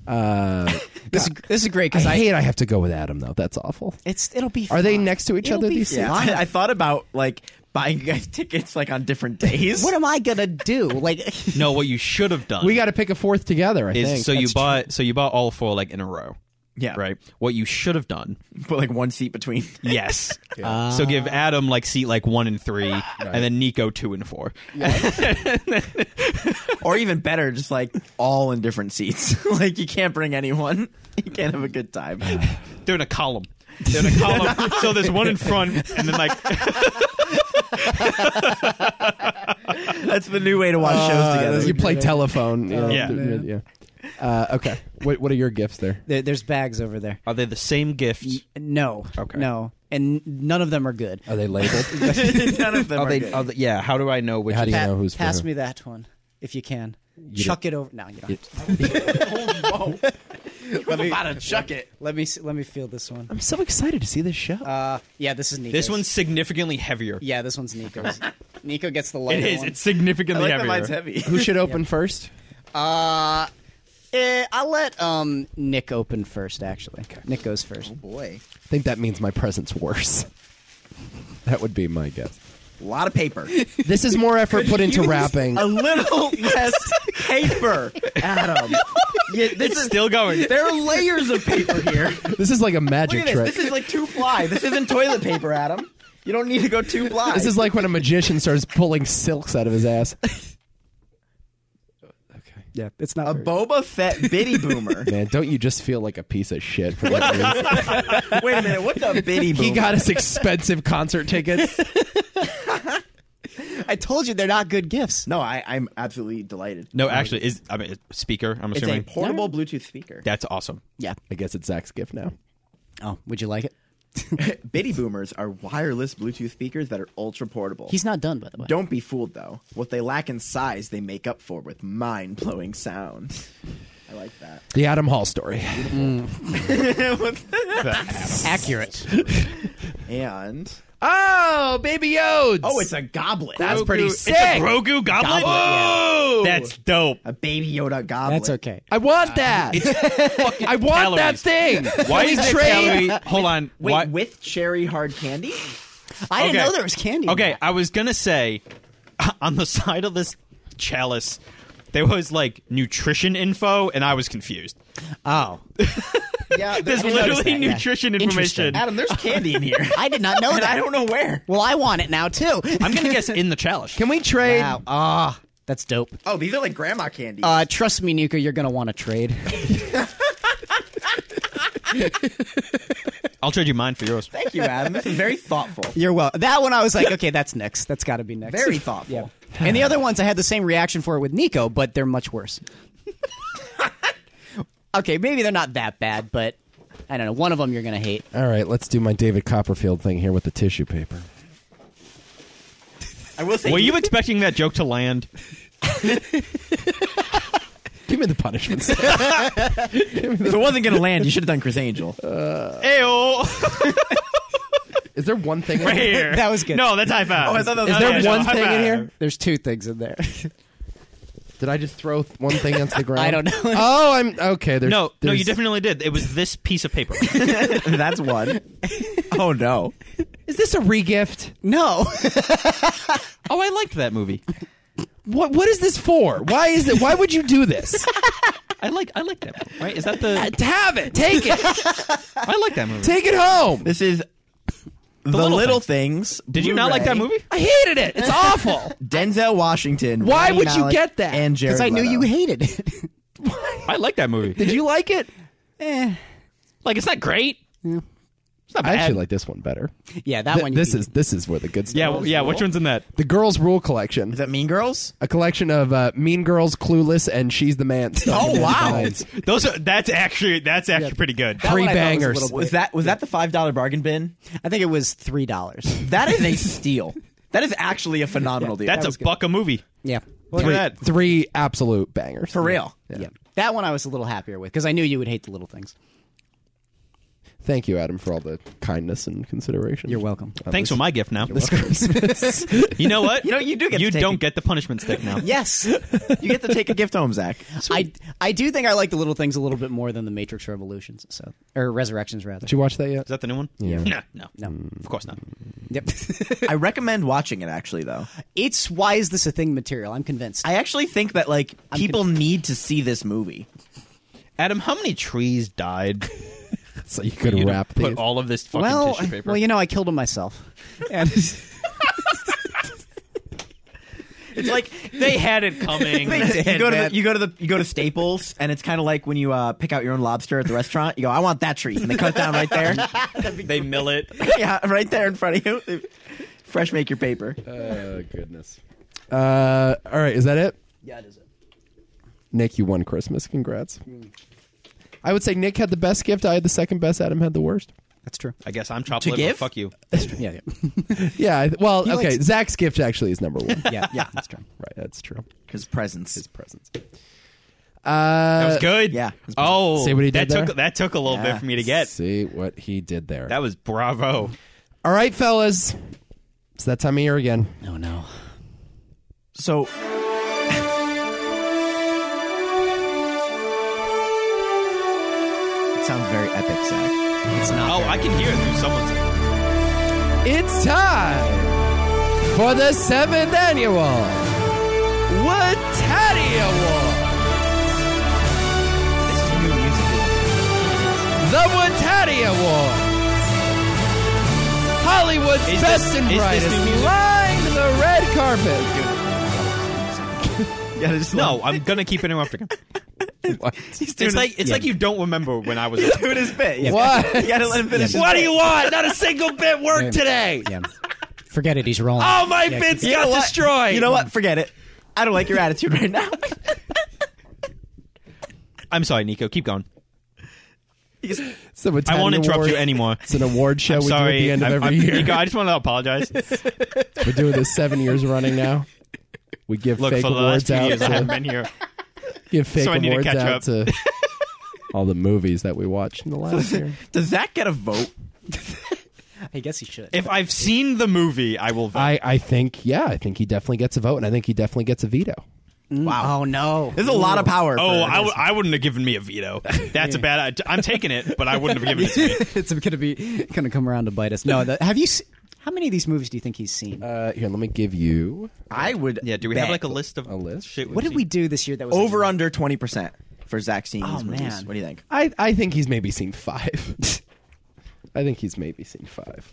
Speaker 1: Uh,
Speaker 2: this is, this is great
Speaker 1: I
Speaker 2: because I,
Speaker 1: hate I have to go with Adam, though. That's awful.
Speaker 2: it's it'll be.
Speaker 1: Are they
Speaker 2: fine.
Speaker 1: next to each
Speaker 2: It'll
Speaker 1: other,
Speaker 2: be
Speaker 1: these
Speaker 2: fine.
Speaker 1: two?
Speaker 2: [laughs]
Speaker 3: Yeah. I, I thought about like buying you guys [laughs] tickets like on different days.
Speaker 2: What am I gonna do? Like, [laughs]
Speaker 5: No, what you should have done.
Speaker 1: We got to pick a fourth together, I
Speaker 5: is
Speaker 1: think.
Speaker 5: so you
Speaker 1: That's
Speaker 5: bought so you bought all four like in a row.
Speaker 3: [laughs] Yeah.
Speaker 5: Right. What you should have done.
Speaker 3: Put like one seat between. [laughs]
Speaker 5: Yes. so give Adam like seat like one and three, and then Nico two and four.
Speaker 3: or even better, just like all in different seats. [laughs] like you can't bring anyone. [laughs] You can't have a good time.
Speaker 5: They're in a column. They're in [laughs] a column. so there's one in front, and then like
Speaker 3: That's the new way to watch shows
Speaker 1: true. Uh,
Speaker 3: together. [laughs]
Speaker 1: you play telephone.
Speaker 2: Oh,
Speaker 1: Yeah.
Speaker 5: Yeah.
Speaker 1: yeah. Uh, okay. What, what are your gifts there?
Speaker 2: there, there's bags over there.
Speaker 5: are they the same gift?
Speaker 2: No.
Speaker 5: Okay.
Speaker 2: No, and none of them are good.
Speaker 1: Are they
Speaker 2: [laughs]
Speaker 1: labeled?
Speaker 3: None of them are, good.
Speaker 5: are they- yeah. How do I know which?
Speaker 1: How do you
Speaker 2: Pa-
Speaker 1: know who's for
Speaker 2: pass
Speaker 1: who?
Speaker 2: me that one if you can. Chuck it over. No, you don't. have to.
Speaker 3: Let me- about to chuck it.
Speaker 2: Let me see- let me feel this one. [laughs]
Speaker 1: I'm so excited to see this show.
Speaker 2: Uh, yeah, this is Nico's.
Speaker 5: This one's significantly heavier.
Speaker 2: Yeah, this one's [laughs] Nico's. Nico gets the
Speaker 5: It
Speaker 2: lighter
Speaker 5: is.
Speaker 2: one.
Speaker 5: It's significantly
Speaker 3: like that
Speaker 5: heavier.
Speaker 3: mine's heavy.
Speaker 1: [laughs] Who should open first?
Speaker 2: Eh, I'll let um Nick open first. Actually, Nick goes first.
Speaker 3: Boy.
Speaker 1: [laughs] I think that means my present's worse. That would be my guess.
Speaker 3: A lot of paper.
Speaker 1: This is more effort put into rapping.
Speaker 3: A little less paper, Adam. Yeah, this is,
Speaker 5: Still [laughs] going.
Speaker 3: there are layers of paper here.
Speaker 1: This is like a
Speaker 3: Look
Speaker 1: magic
Speaker 3: at this.
Speaker 1: trick.
Speaker 3: This is like two ply. This isn't toilet paper, Adam. You don't need to go two ply.
Speaker 1: This is like when a magician starts pulling silks out of his
Speaker 3: [laughs]
Speaker 1: ass.
Speaker 7: Yeah, it's not
Speaker 3: a
Speaker 7: very-
Speaker 3: Boba Fett biddy boomer.
Speaker 1: Man, don't you just feel like a piece of shit for that
Speaker 3: [laughs]
Speaker 1: reason?
Speaker 3: Wait a minute, what's a biddy boomer?
Speaker 1: He got us expensive concert tickets.
Speaker 2: I told you they're not good gifts.
Speaker 3: no, I, I'm absolutely delighted.
Speaker 5: No, actually, is I mean it's speaker. I'm
Speaker 3: It's a
Speaker 5: assuming
Speaker 3: portable Bluetooth speaker.
Speaker 5: that's awesome.
Speaker 2: Yeah.
Speaker 1: I guess it's Zach's gift now.
Speaker 2: Oh, would you like it?
Speaker 3: [laughs] Biddy boomers are wireless Bluetooth speakers that are ultra portable.
Speaker 2: He's not done, by the way.
Speaker 3: Don't be fooled though. What they lack in size, they make up for with mind-blowing sounds. I like that.
Speaker 1: The Adam Hall story.
Speaker 2: Accurate.
Speaker 3: And
Speaker 1: Oh, Baby Yodes.
Speaker 3: oh, it's a goblet.
Speaker 1: That's pretty sick.
Speaker 5: Grogu goblet. That's dope.
Speaker 3: a baby Yoda goblet.
Speaker 2: That's okay.
Speaker 1: I want that. I want that
Speaker 5: calories.
Speaker 1: thing.
Speaker 5: [laughs] Why
Speaker 1: Can
Speaker 5: is
Speaker 1: we
Speaker 5: that
Speaker 1: trade?
Speaker 5: calorie? Hold on.
Speaker 3: Wait,
Speaker 5: Why-
Speaker 3: with cherry hard candy?
Speaker 2: I didn't
Speaker 5: Okay.
Speaker 2: know there was candy. in
Speaker 5: Okay,
Speaker 2: that.
Speaker 5: I was gonna say [laughs] on the side of this chalice there was like nutrition info, and I was confused.
Speaker 2: Oh,
Speaker 3: [laughs] Yeah,
Speaker 5: There's
Speaker 3: I
Speaker 5: literally
Speaker 3: noticed that, yeah.
Speaker 5: nutrition
Speaker 2: Interesting.
Speaker 5: information.
Speaker 3: Adam, there's candy in here.
Speaker 2: I did
Speaker 3: [laughs]
Speaker 2: not know
Speaker 3: and
Speaker 2: that. [laughs]
Speaker 3: I don't know where.
Speaker 2: Well, I want it now too.
Speaker 5: I'm gonna guess in the chalice.
Speaker 1: Can we trade?
Speaker 2: [laughs] Wow. Ah, that's dope.
Speaker 3: Oh, these are like grandma candies.
Speaker 2: Uh, trust me, Nika, you're gonna want to trade.
Speaker 5: I'll trade you mine for yours.
Speaker 3: Thank you, Adam. This is very thoughtful.
Speaker 2: [laughs] You're well. That one, I was [laughs] like, okay, that's next. That's got to be next.
Speaker 3: [laughs] Very thoughtful.
Speaker 2: Yeah. And the other ones, I had the same reaction for it with Nico, but they're much [laughs] worse. okay, maybe they're not that bad, but I don't know. One of them you're gonna hate.
Speaker 1: All right, let's do my David Copperfield thing here with the tissue paper.
Speaker 3: I will say
Speaker 5: Were you expecting that joke to land?
Speaker 1: Give me the punishments.
Speaker 3: if it wasn't going to land, you should have done Chris Angel. [laughs]
Speaker 5: Ayo,
Speaker 1: is there one thing?
Speaker 5: right [laughs] here.
Speaker 2: That was good.
Speaker 5: No, that's high five.
Speaker 3: Oh, I thought that was
Speaker 1: Is
Speaker 3: high
Speaker 1: there
Speaker 5: Yeah,
Speaker 1: one
Speaker 5: high
Speaker 1: thing in
Speaker 5: five.
Speaker 1: here?
Speaker 2: Uh, There's two things in there.
Speaker 1: Did I just throw th- one thing
Speaker 2: [laughs]
Speaker 1: onto the ground?
Speaker 2: I don't know.
Speaker 1: [laughs] Oh, I'm okay. There's,
Speaker 5: No, no,
Speaker 1: there's-
Speaker 5: you definitely did. It was this piece of paper.
Speaker 3: That's one. [laughs] Oh, no.
Speaker 1: Is this a regift?
Speaker 2: no,
Speaker 5: [laughs] oh, I liked that movie.
Speaker 1: What What is this for? Why is it? Why would you do this?
Speaker 5: I like, I like that. Movie, right? Is that the?
Speaker 1: [laughs] to have it, take it,
Speaker 5: I like that movie.
Speaker 1: take it home.
Speaker 3: This is The,
Speaker 5: Little
Speaker 3: little, Things.
Speaker 5: Did you not like that movie?
Speaker 1: I hated it. It's [laughs] awful.
Speaker 3: Denzel Washington.
Speaker 1: Why
Speaker 3: Rami
Speaker 1: would you
Speaker 3: Malek,
Speaker 1: get that?
Speaker 3: And Jared
Speaker 2: because I knew
Speaker 3: Leto.
Speaker 2: you hated it.
Speaker 5: I like that [laughs] movie.
Speaker 1: Did you like it?
Speaker 5: Like, it's not great. It's not
Speaker 1: I
Speaker 5: bad.
Speaker 1: actually like this one better.
Speaker 2: [laughs] yeah, that
Speaker 1: Th-
Speaker 2: one. You
Speaker 1: this
Speaker 2: beat.
Speaker 1: is this is where the good stuff.
Speaker 5: yeah,
Speaker 1: is.
Speaker 5: w- yeah. Which one's in that?
Speaker 1: The Girls Rule collection.
Speaker 3: Is that Mean Girls?
Speaker 1: a collection of uh, Mean Girls, Clueless, and She's the [laughs] Man.
Speaker 3: Oh, wow.
Speaker 5: Those are. That's actually. That's actually pretty good.
Speaker 1: Three
Speaker 2: one I thought was a
Speaker 1: bangers.
Speaker 2: little
Speaker 3: Was that was that the five dollar bargain bin?
Speaker 2: I think it was three [laughs] dollars.
Speaker 3: That is a steal. That is actually a phenomenal deal.
Speaker 5: That's a buck a movie.
Speaker 2: yeah.
Speaker 5: Look
Speaker 1: Three,
Speaker 5: at that.
Speaker 1: three absolute bangers.
Speaker 3: for real.
Speaker 2: yeah, that one I was a little happier with because I knew you would hate the little things.
Speaker 1: Thank you, Adam, for all the kindness and consideration.
Speaker 2: You're welcome.
Speaker 5: Thanks for my gift now.
Speaker 1: This Christmas.
Speaker 5: [laughs] You know what?
Speaker 3: You know, you do get to
Speaker 5: You
Speaker 3: take
Speaker 5: don't
Speaker 3: a-
Speaker 5: get the punishment stick now.
Speaker 2: [laughs] Yes,
Speaker 3: You get to take a gift home, Zach.
Speaker 2: I I do think I like the little things a little bit more than the Matrix Revolutions, so or Resurrections rather.
Speaker 1: Did you watch that yet?
Speaker 5: Is that the new one?
Speaker 1: Yeah.
Speaker 5: No, no,
Speaker 2: No.
Speaker 5: Of course not.
Speaker 2: Yep. [laughs]
Speaker 3: I recommend watching it. Actually, though,
Speaker 2: it's why is this a thing material? I'm convinced.
Speaker 3: I actually think that like people need to see this movie.
Speaker 5: Adam, how many trees died?
Speaker 1: [laughs] So you could
Speaker 5: You to
Speaker 1: wrap
Speaker 5: put
Speaker 1: these.
Speaker 5: all of this fucking
Speaker 2: well,
Speaker 5: tissue paper.
Speaker 2: well, you know, I killed him myself.
Speaker 3: It's like
Speaker 5: they
Speaker 3: [laughs]
Speaker 5: had it coming.
Speaker 3: you go to the, you go to the you go to Staples, and it's kind of like when you uh, pick out your own lobster at the restaurant. You go, I want that tree, and they cut it down right there. [laughs]
Speaker 5: they mill it.
Speaker 3: yeah, right there in front of you. Fresh make your paper.
Speaker 1: Oh goodness. Uh, all right, is that it?
Speaker 2: Yeah, it Hmm. is.
Speaker 1: Nick, you won Christmas. Congrats. I would say Nick had the best gift. I had the second best. Adam had the worst.
Speaker 2: That's true.
Speaker 5: I guess I'm chopped
Speaker 3: To
Speaker 5: liver.
Speaker 3: give?
Speaker 5: Fuck you.
Speaker 1: Uh, [laughs]
Speaker 2: Yeah, yeah,
Speaker 1: Yeah. I, well, okay.
Speaker 2: likes-
Speaker 1: Zach's gift actually is number one.
Speaker 2: [laughs] yeah, yeah. That's true.
Speaker 1: Right. That's true.
Speaker 3: His presence.
Speaker 1: Presents. Uh,
Speaker 5: That was good.
Speaker 3: yeah.
Speaker 5: Oh,
Speaker 1: See what he
Speaker 5: that
Speaker 1: did there?
Speaker 5: took that took a little bit for me to get.
Speaker 1: See what he did there.
Speaker 5: That was bravo.
Speaker 1: All right, fellas. It's that time of year again.
Speaker 2: Oh no.
Speaker 3: So it sounds very epic, Zach.
Speaker 5: Oh, I can hear it through someone's.
Speaker 1: It's time for the seventh annual Watati Award.
Speaker 3: This is new music.
Speaker 1: The Watati Award. Hollywood's
Speaker 5: Is
Speaker 1: best
Speaker 5: this-
Speaker 1: and
Speaker 5: is this
Speaker 1: brightest
Speaker 5: new music?
Speaker 1: lined the red carpet.
Speaker 3: Yeah, it's
Speaker 5: No, I'm gonna keep [laughs] interrupting. It's like it's like you don't remember when I was. [laughs] a-
Speaker 3: doing his bit. Yeah.
Speaker 1: What?
Speaker 3: You gotta let him finish.
Speaker 1: [laughs]
Speaker 3: his
Speaker 1: What do
Speaker 3: bit.
Speaker 1: you want? Not a single bit worked today.
Speaker 2: Yeah. Forget it. He's rolling.
Speaker 1: All [laughs] my bits
Speaker 3: You know
Speaker 1: got
Speaker 3: what?
Speaker 1: destroyed.
Speaker 3: You know what? Forget it. I don't like your attitude right now. [laughs]
Speaker 5: I'm sorry, Nico. Keep going.
Speaker 3: He's-
Speaker 1: So
Speaker 5: I won't interrupt you
Speaker 1: anymore. [laughs]
Speaker 5: anymore.
Speaker 1: It's an award show we
Speaker 5: sorry,
Speaker 1: do at the end of
Speaker 5: I'm-
Speaker 1: every
Speaker 5: I'm-
Speaker 1: year.
Speaker 5: Nico, I just want
Speaker 1: [laughs]
Speaker 5: to apologize.
Speaker 1: We're doing this seven years running now. We give
Speaker 5: Look,
Speaker 1: fake
Speaker 5: for the last
Speaker 1: awards
Speaker 5: few
Speaker 1: out
Speaker 5: years, I haven't
Speaker 1: to [laughs]
Speaker 5: been here.
Speaker 1: give fake
Speaker 5: so I need to
Speaker 1: awards
Speaker 5: catch
Speaker 1: out
Speaker 5: up.
Speaker 1: to all the movies that we watched in the
Speaker 5: [laughs]
Speaker 1: last year.
Speaker 3: Does that get a vote?
Speaker 2: I guess he should.
Speaker 5: If I've seen the movie, I will vote.
Speaker 1: I, I think yeah, I think he definitely gets a vote, and I think he definitely gets a veto.
Speaker 3: Wow.
Speaker 2: oh no.
Speaker 3: There's a lot of power. for-
Speaker 5: oh, I, w- I wouldn't have given me a veto. That's a bad. I, am taking it, but I wouldn't have given
Speaker 1: [laughs]
Speaker 5: it to me.
Speaker 2: [laughs] it's gonna be gonna come around to bite us. No, the, have you? Se- how many of these movies do you think he's seen?
Speaker 1: Uh, here, let me give you.
Speaker 3: I would.
Speaker 5: Yeah. Do we have like a list of a
Speaker 1: list?
Speaker 5: Shit
Speaker 2: what did we do this year that was like-
Speaker 3: over under twenty percent for Zach seeing
Speaker 2: Oh,
Speaker 3: these movies?
Speaker 2: man.
Speaker 3: What do you think?
Speaker 1: I I think he's maybe seen five. [laughs] I think he's maybe seen five.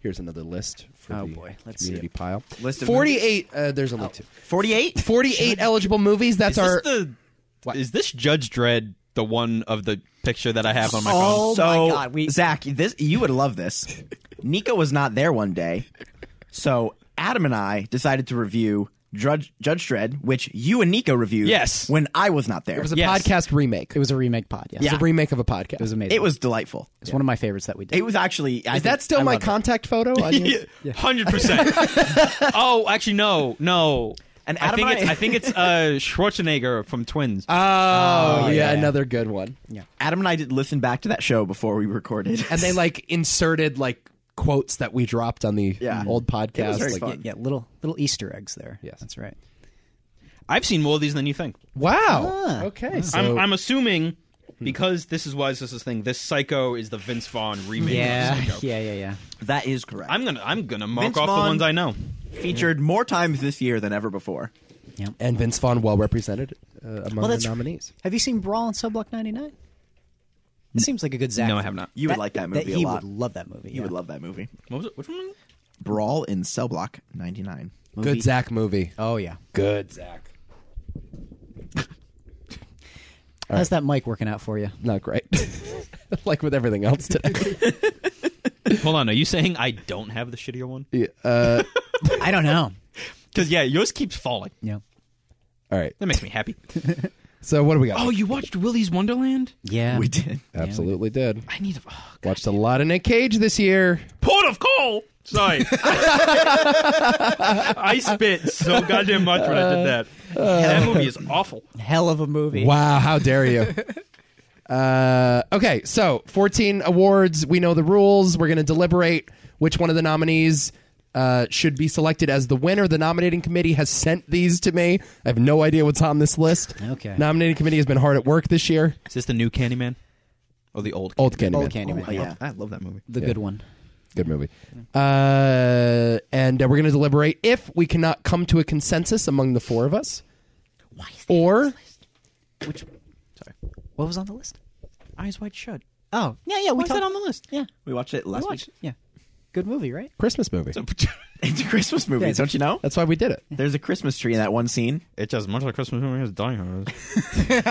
Speaker 1: Here's another list for
Speaker 2: Oh,
Speaker 1: the
Speaker 2: boy. Let's see
Speaker 1: community
Speaker 2: it.
Speaker 1: pile.
Speaker 3: List of
Speaker 1: forty-eight. Uh, there's only two. [laughs]
Speaker 3: Forty-eight.
Speaker 1: Forty-eight eligible movies. That's
Speaker 5: Is this
Speaker 1: our
Speaker 5: the?
Speaker 1: What?
Speaker 5: Is this Judge Dredd the one of the picture that I have on my
Speaker 2: Oh
Speaker 5: phone?
Speaker 3: So,
Speaker 2: my god, we
Speaker 3: Zach, this you would love this. Nico was not there one day, so Adam and I decided to review Judge Judge Dredd, which you and Nico reviewed.
Speaker 5: Yes.
Speaker 3: when I was not there,
Speaker 1: It was a
Speaker 5: Yes.
Speaker 1: podcast remake.
Speaker 2: it was a remake pod. Yes.
Speaker 1: It's a remake of a podcast.
Speaker 2: It was amazing.
Speaker 3: it was delightful.
Speaker 2: It's one of my favorites that we did.
Speaker 3: It was actually. I
Speaker 1: Is that still my contact photo? On your-
Speaker 5: Hundred [laughs] percent. Oh, actually, no, no.
Speaker 3: And
Speaker 5: I
Speaker 3: Adam
Speaker 5: think
Speaker 3: and
Speaker 5: it's
Speaker 3: I-
Speaker 5: I think it's uh, Schwarzenegger from Twins.
Speaker 1: Oh, yeah,
Speaker 2: yeah.
Speaker 1: another good one.
Speaker 3: Adam and I did listen back to that show before we recorded,
Speaker 1: And they like inserted like quotes that we dropped on the
Speaker 3: Yeah.
Speaker 1: old
Speaker 3: It was
Speaker 1: podcast.
Speaker 3: very
Speaker 1: like-
Speaker 3: fun.
Speaker 2: yeah, little little Easter eggs there.
Speaker 1: Yes.
Speaker 2: that's right.
Speaker 5: I've seen more of these than you think.
Speaker 1: Wow.
Speaker 2: Ah.
Speaker 1: okay. So
Speaker 5: I'm, I'm assuming because this is why this is this thing. This Psycho is the Vince Vaughn remake. of
Speaker 2: Yeah, [laughs]
Speaker 5: Psycho.
Speaker 2: yeah, yeah, yeah.
Speaker 3: [laughs] that is correct.
Speaker 5: I'm gonna I'm gonna mark
Speaker 3: Vince
Speaker 5: off the
Speaker 3: Vaughn-
Speaker 5: ones I know.
Speaker 3: featured more times this year than ever before.
Speaker 1: and Vince Vaughn well represented uh, among the
Speaker 2: that's-
Speaker 1: nominees.
Speaker 2: Have you seen Brawl on Subblock 99? It seems like a good Zach.
Speaker 5: No, I
Speaker 2: film.
Speaker 5: have not.
Speaker 3: You would like that movie a
Speaker 2: he
Speaker 3: lot.
Speaker 2: would love that movie.
Speaker 3: You would love that movie.
Speaker 5: What was it? Which one?
Speaker 3: Brawl in Cell Block 99.
Speaker 1: Good Zach movie.
Speaker 2: Oh yeah.
Speaker 1: Good Zach.
Speaker 2: How's that mic working out for you?
Speaker 1: Not great. [laughs] like with everything else today.
Speaker 5: Hold on. Are you saying I don't have the shittier one?
Speaker 1: Yeah, uh,
Speaker 2: I don't know. [laughs]
Speaker 5: Because yeah, yours keeps falling.
Speaker 2: Yeah.
Speaker 1: all right.
Speaker 5: That makes me happy.
Speaker 1: So what do we got?
Speaker 5: [laughs] Oh, you watched Willy's Wonderland?
Speaker 2: Yeah.
Speaker 3: We did.
Speaker 1: Absolutely did.
Speaker 5: I need a oh, God.
Speaker 1: Watched a lot of Nick Cage this year.
Speaker 5: port of call. [laughs] Sorry, I spit so goddamn much when I did that. that movie is awful.
Speaker 2: Hell of a movie.
Speaker 1: Wow, how dare you? uh, okay, so 14 awards. We know the rules. We're going to deliberate which one of the nominees uh, should be selected as the winner. The nominating committee has sent these to me. I have no idea what's on this list.
Speaker 2: Okay.
Speaker 1: Nominating committee has been hard at work this year.
Speaker 5: Is this the new Candyman or the old?
Speaker 1: Old Candyman.
Speaker 2: Old Candyman.
Speaker 3: Oh, yeah.
Speaker 5: I love that movie.
Speaker 2: The good one.
Speaker 1: Good movie. Uh, and uh, we're going to deliberate if we cannot come to a consensus among the four of us. Or
Speaker 2: Which? Sorry. What was on the list?
Speaker 5: Eyes Wide Shut.
Speaker 2: Oh yeah, yeah. We
Speaker 5: Why is
Speaker 2: talked-
Speaker 5: that on the list?
Speaker 2: Yeah.
Speaker 3: We watched it last
Speaker 2: We
Speaker 3: week. [laughs]
Speaker 2: watched. Yeah. Good movie, right?
Speaker 1: Christmas movie.
Speaker 3: It's a Christmas movie,
Speaker 2: Yeah, it's-
Speaker 3: don't you know?
Speaker 1: That's why we did it.
Speaker 3: There's a Christmas tree in that one scene.
Speaker 5: [laughs] It's as much like Christmas movie as Die Hard.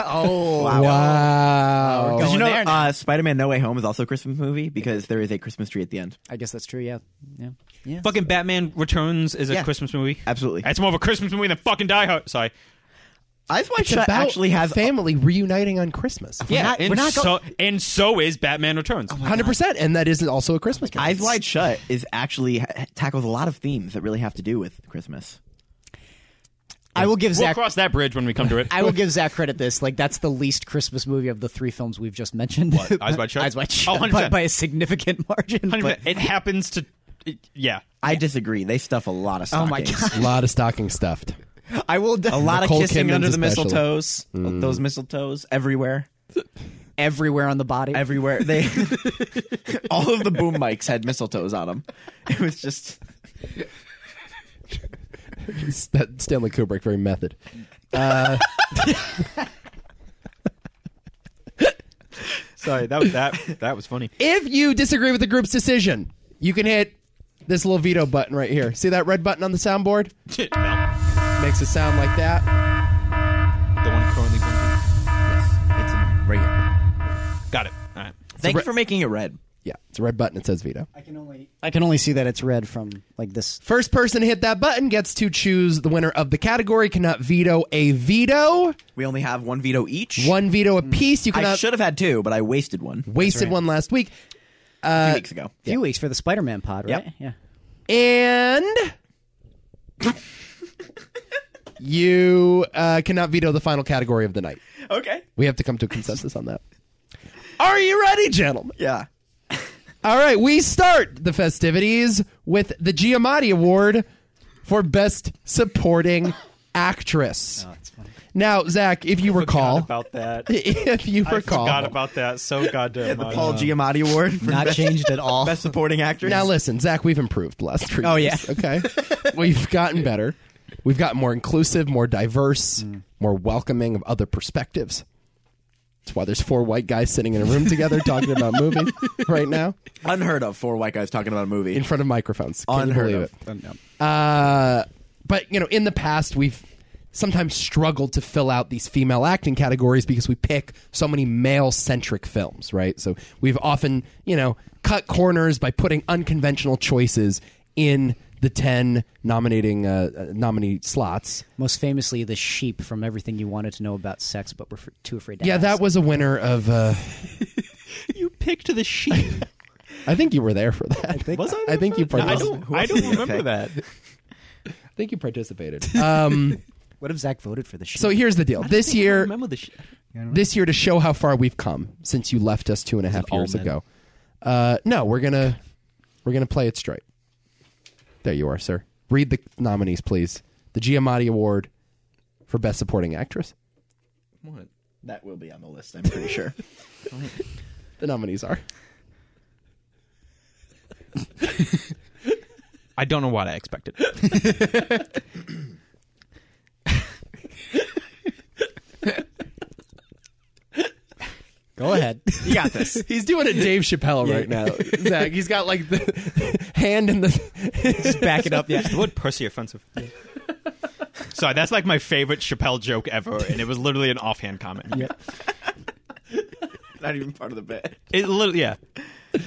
Speaker 2: oh.
Speaker 1: Wow.
Speaker 3: Did you
Speaker 2: Going
Speaker 3: know
Speaker 2: there now.
Speaker 3: uh, Spider-Man No Way Home is also a Christmas movie because there is a Christmas tree at the end?
Speaker 2: I guess that's true. Yeah. Yeah. Yeah.
Speaker 5: Fucking Batman Returns is a
Speaker 3: Yeah.
Speaker 5: Christmas movie.
Speaker 3: Absolutely.
Speaker 5: It's more of a Christmas movie than fucking Die Hard. Sorry.
Speaker 3: Eyes Wide
Speaker 1: It's
Speaker 3: Shut
Speaker 1: about
Speaker 3: actually has
Speaker 1: family reuniting on Christmas.
Speaker 5: yeah,
Speaker 2: not-
Speaker 5: and
Speaker 2: we're not go-
Speaker 5: so and so is Batman Returns.
Speaker 1: Hundred percent, and that is also a Christmas. movie.
Speaker 3: Eyes Wide Shut is actually tackles a lot of themes that really have to do with Christmas.
Speaker 2: I will give
Speaker 5: we'll
Speaker 2: Zach.
Speaker 5: cross that bridge when we come to it.
Speaker 2: I will give Zach credit this. Like that's the least Christmas movie of the three films we've just mentioned.
Speaker 5: What,
Speaker 2: [laughs]
Speaker 5: Eyes Wide Shut?
Speaker 2: Eyes Wide
Speaker 5: Oh,
Speaker 2: Shut.
Speaker 5: 100%.
Speaker 2: by, by a significant [laughs] margin. but-
Speaker 5: 100%. it happens to. it- yeah.
Speaker 3: I disagree. They stuff a lot of
Speaker 2: oh
Speaker 3: stockings.
Speaker 2: my god.
Speaker 1: a lot of stocking stuffed.
Speaker 3: I will. a lot
Speaker 1: Nicole
Speaker 3: of kissing
Speaker 1: Kidman's Mm.
Speaker 3: under the
Speaker 1: especially.
Speaker 3: mistletoes. Oh, Those mistletoes everywhere,
Speaker 2: Everywhere on the body.
Speaker 3: everywhere. [laughs] They all of the boom mics had mistletoes on them. It was just
Speaker 1: that Stanley Kubrick, very method.
Speaker 5: Sorry, that was that. That was [laughs] funny.
Speaker 1: If you disagree with the group's decision, you can hit this little veto button right here. See that red button on the soundboard?
Speaker 5: the
Speaker 1: Makes a sound like that.
Speaker 5: one currently blinking.
Speaker 3: It's in- right here.
Speaker 5: Got it. All right.
Speaker 3: Thank you for making it red.
Speaker 1: Yeah, it's a red button. It says veto.
Speaker 2: I can only I can only see that it's red from like this.
Speaker 1: First person to hit that button gets to choose the winner of the category. Cannot veto a veto.
Speaker 3: We only have one veto each.
Speaker 1: One veto apiece. You
Speaker 3: I
Speaker 1: cannot
Speaker 3: should have had two, but I wasted one
Speaker 1: wasted one last week.
Speaker 3: a few weeks ago. [laughs]
Speaker 2: Few weeks for the Spider-Man pod, right?
Speaker 3: Yep.
Speaker 2: Yeah.
Speaker 1: And you uh, cannot veto the final category of the night.
Speaker 3: Okay.
Speaker 1: We have to come to a consensus on that. Are you ready, gentlemen?
Speaker 3: Yeah.
Speaker 1: All right, we start the festivities with the Giamatti Award for Best Supporting Actress.
Speaker 5: Oh,
Speaker 1: Now, Zach, if you recall,
Speaker 5: about that.
Speaker 1: [laughs] if you recall,
Speaker 5: Forgot about that. So goddamn.
Speaker 3: The
Speaker 5: much.
Speaker 3: Paul Giamatti Award
Speaker 2: [laughs]
Speaker 3: for
Speaker 2: Not
Speaker 3: best,
Speaker 2: changed at all.
Speaker 3: [laughs] best supporting actress.
Speaker 1: Now listen, Zach, we've improved the last three.
Speaker 3: Oh,
Speaker 1: years,
Speaker 3: yeah.
Speaker 1: okay. we've
Speaker 5: [laughs]
Speaker 1: gotten better. We've gotten more inclusive, more diverse,
Speaker 5: Mm.
Speaker 1: more welcoming of other perspectives. That's why there's four white guys sitting in a room together talking about movies right now
Speaker 3: Unheard of four white guys talking about a movie.
Speaker 1: in front of microphones. Can you
Speaker 3: Unheard
Speaker 1: believe
Speaker 3: of.
Speaker 1: it? Uh, but you know, in the past, we've sometimes struggled to fill out these female acting categories because we pick so many male-centric films, right? So we've often, you know, cut corners by putting unconventional choices in the ten nominating uh, uh, nominee slots.
Speaker 2: Most famously, the sheep from everything you wanted to know about sex, but were f- too afraid to.
Speaker 1: Yeah,
Speaker 2: ask.
Speaker 1: that was a winner of. Uh,
Speaker 5: [laughs] You picked the sheep.
Speaker 1: [laughs] I think you were there for that. I think,
Speaker 5: Was I?
Speaker 1: I think you
Speaker 5: I
Speaker 1: participated.
Speaker 5: don't. I don't remember that.
Speaker 1: I think you participated. Um,
Speaker 2: What if Zach voted for the sheep?
Speaker 1: so here's the deal. This year,
Speaker 5: remember the sheep.
Speaker 1: this year to show how far we've come since you left us two and a half
Speaker 5: all
Speaker 1: years
Speaker 5: men?
Speaker 1: ago. Uh, no, we're gonna we're gonna play it straight. There you are, sir. Read the nominees, please. The Giamatti Award for Best Supporting Actress.
Speaker 3: That will be on the list, I'm pretty sure.
Speaker 1: The nominees are
Speaker 5: I don't know what I [laughs] expected.
Speaker 2: Go [laughs] ahead.
Speaker 3: you got this.
Speaker 1: he's doing a Dave Chappelle right now. [laughs] Zach, he's got like the [laughs] hand in the.
Speaker 5: Back it up. Yeah. Is the word pussy [laughs] offensive? Sorry, that's like my favorite Chappelle joke ever, and it was literally an offhand comment.
Speaker 3: Not even part of the bit.
Speaker 5: It literally, yeah.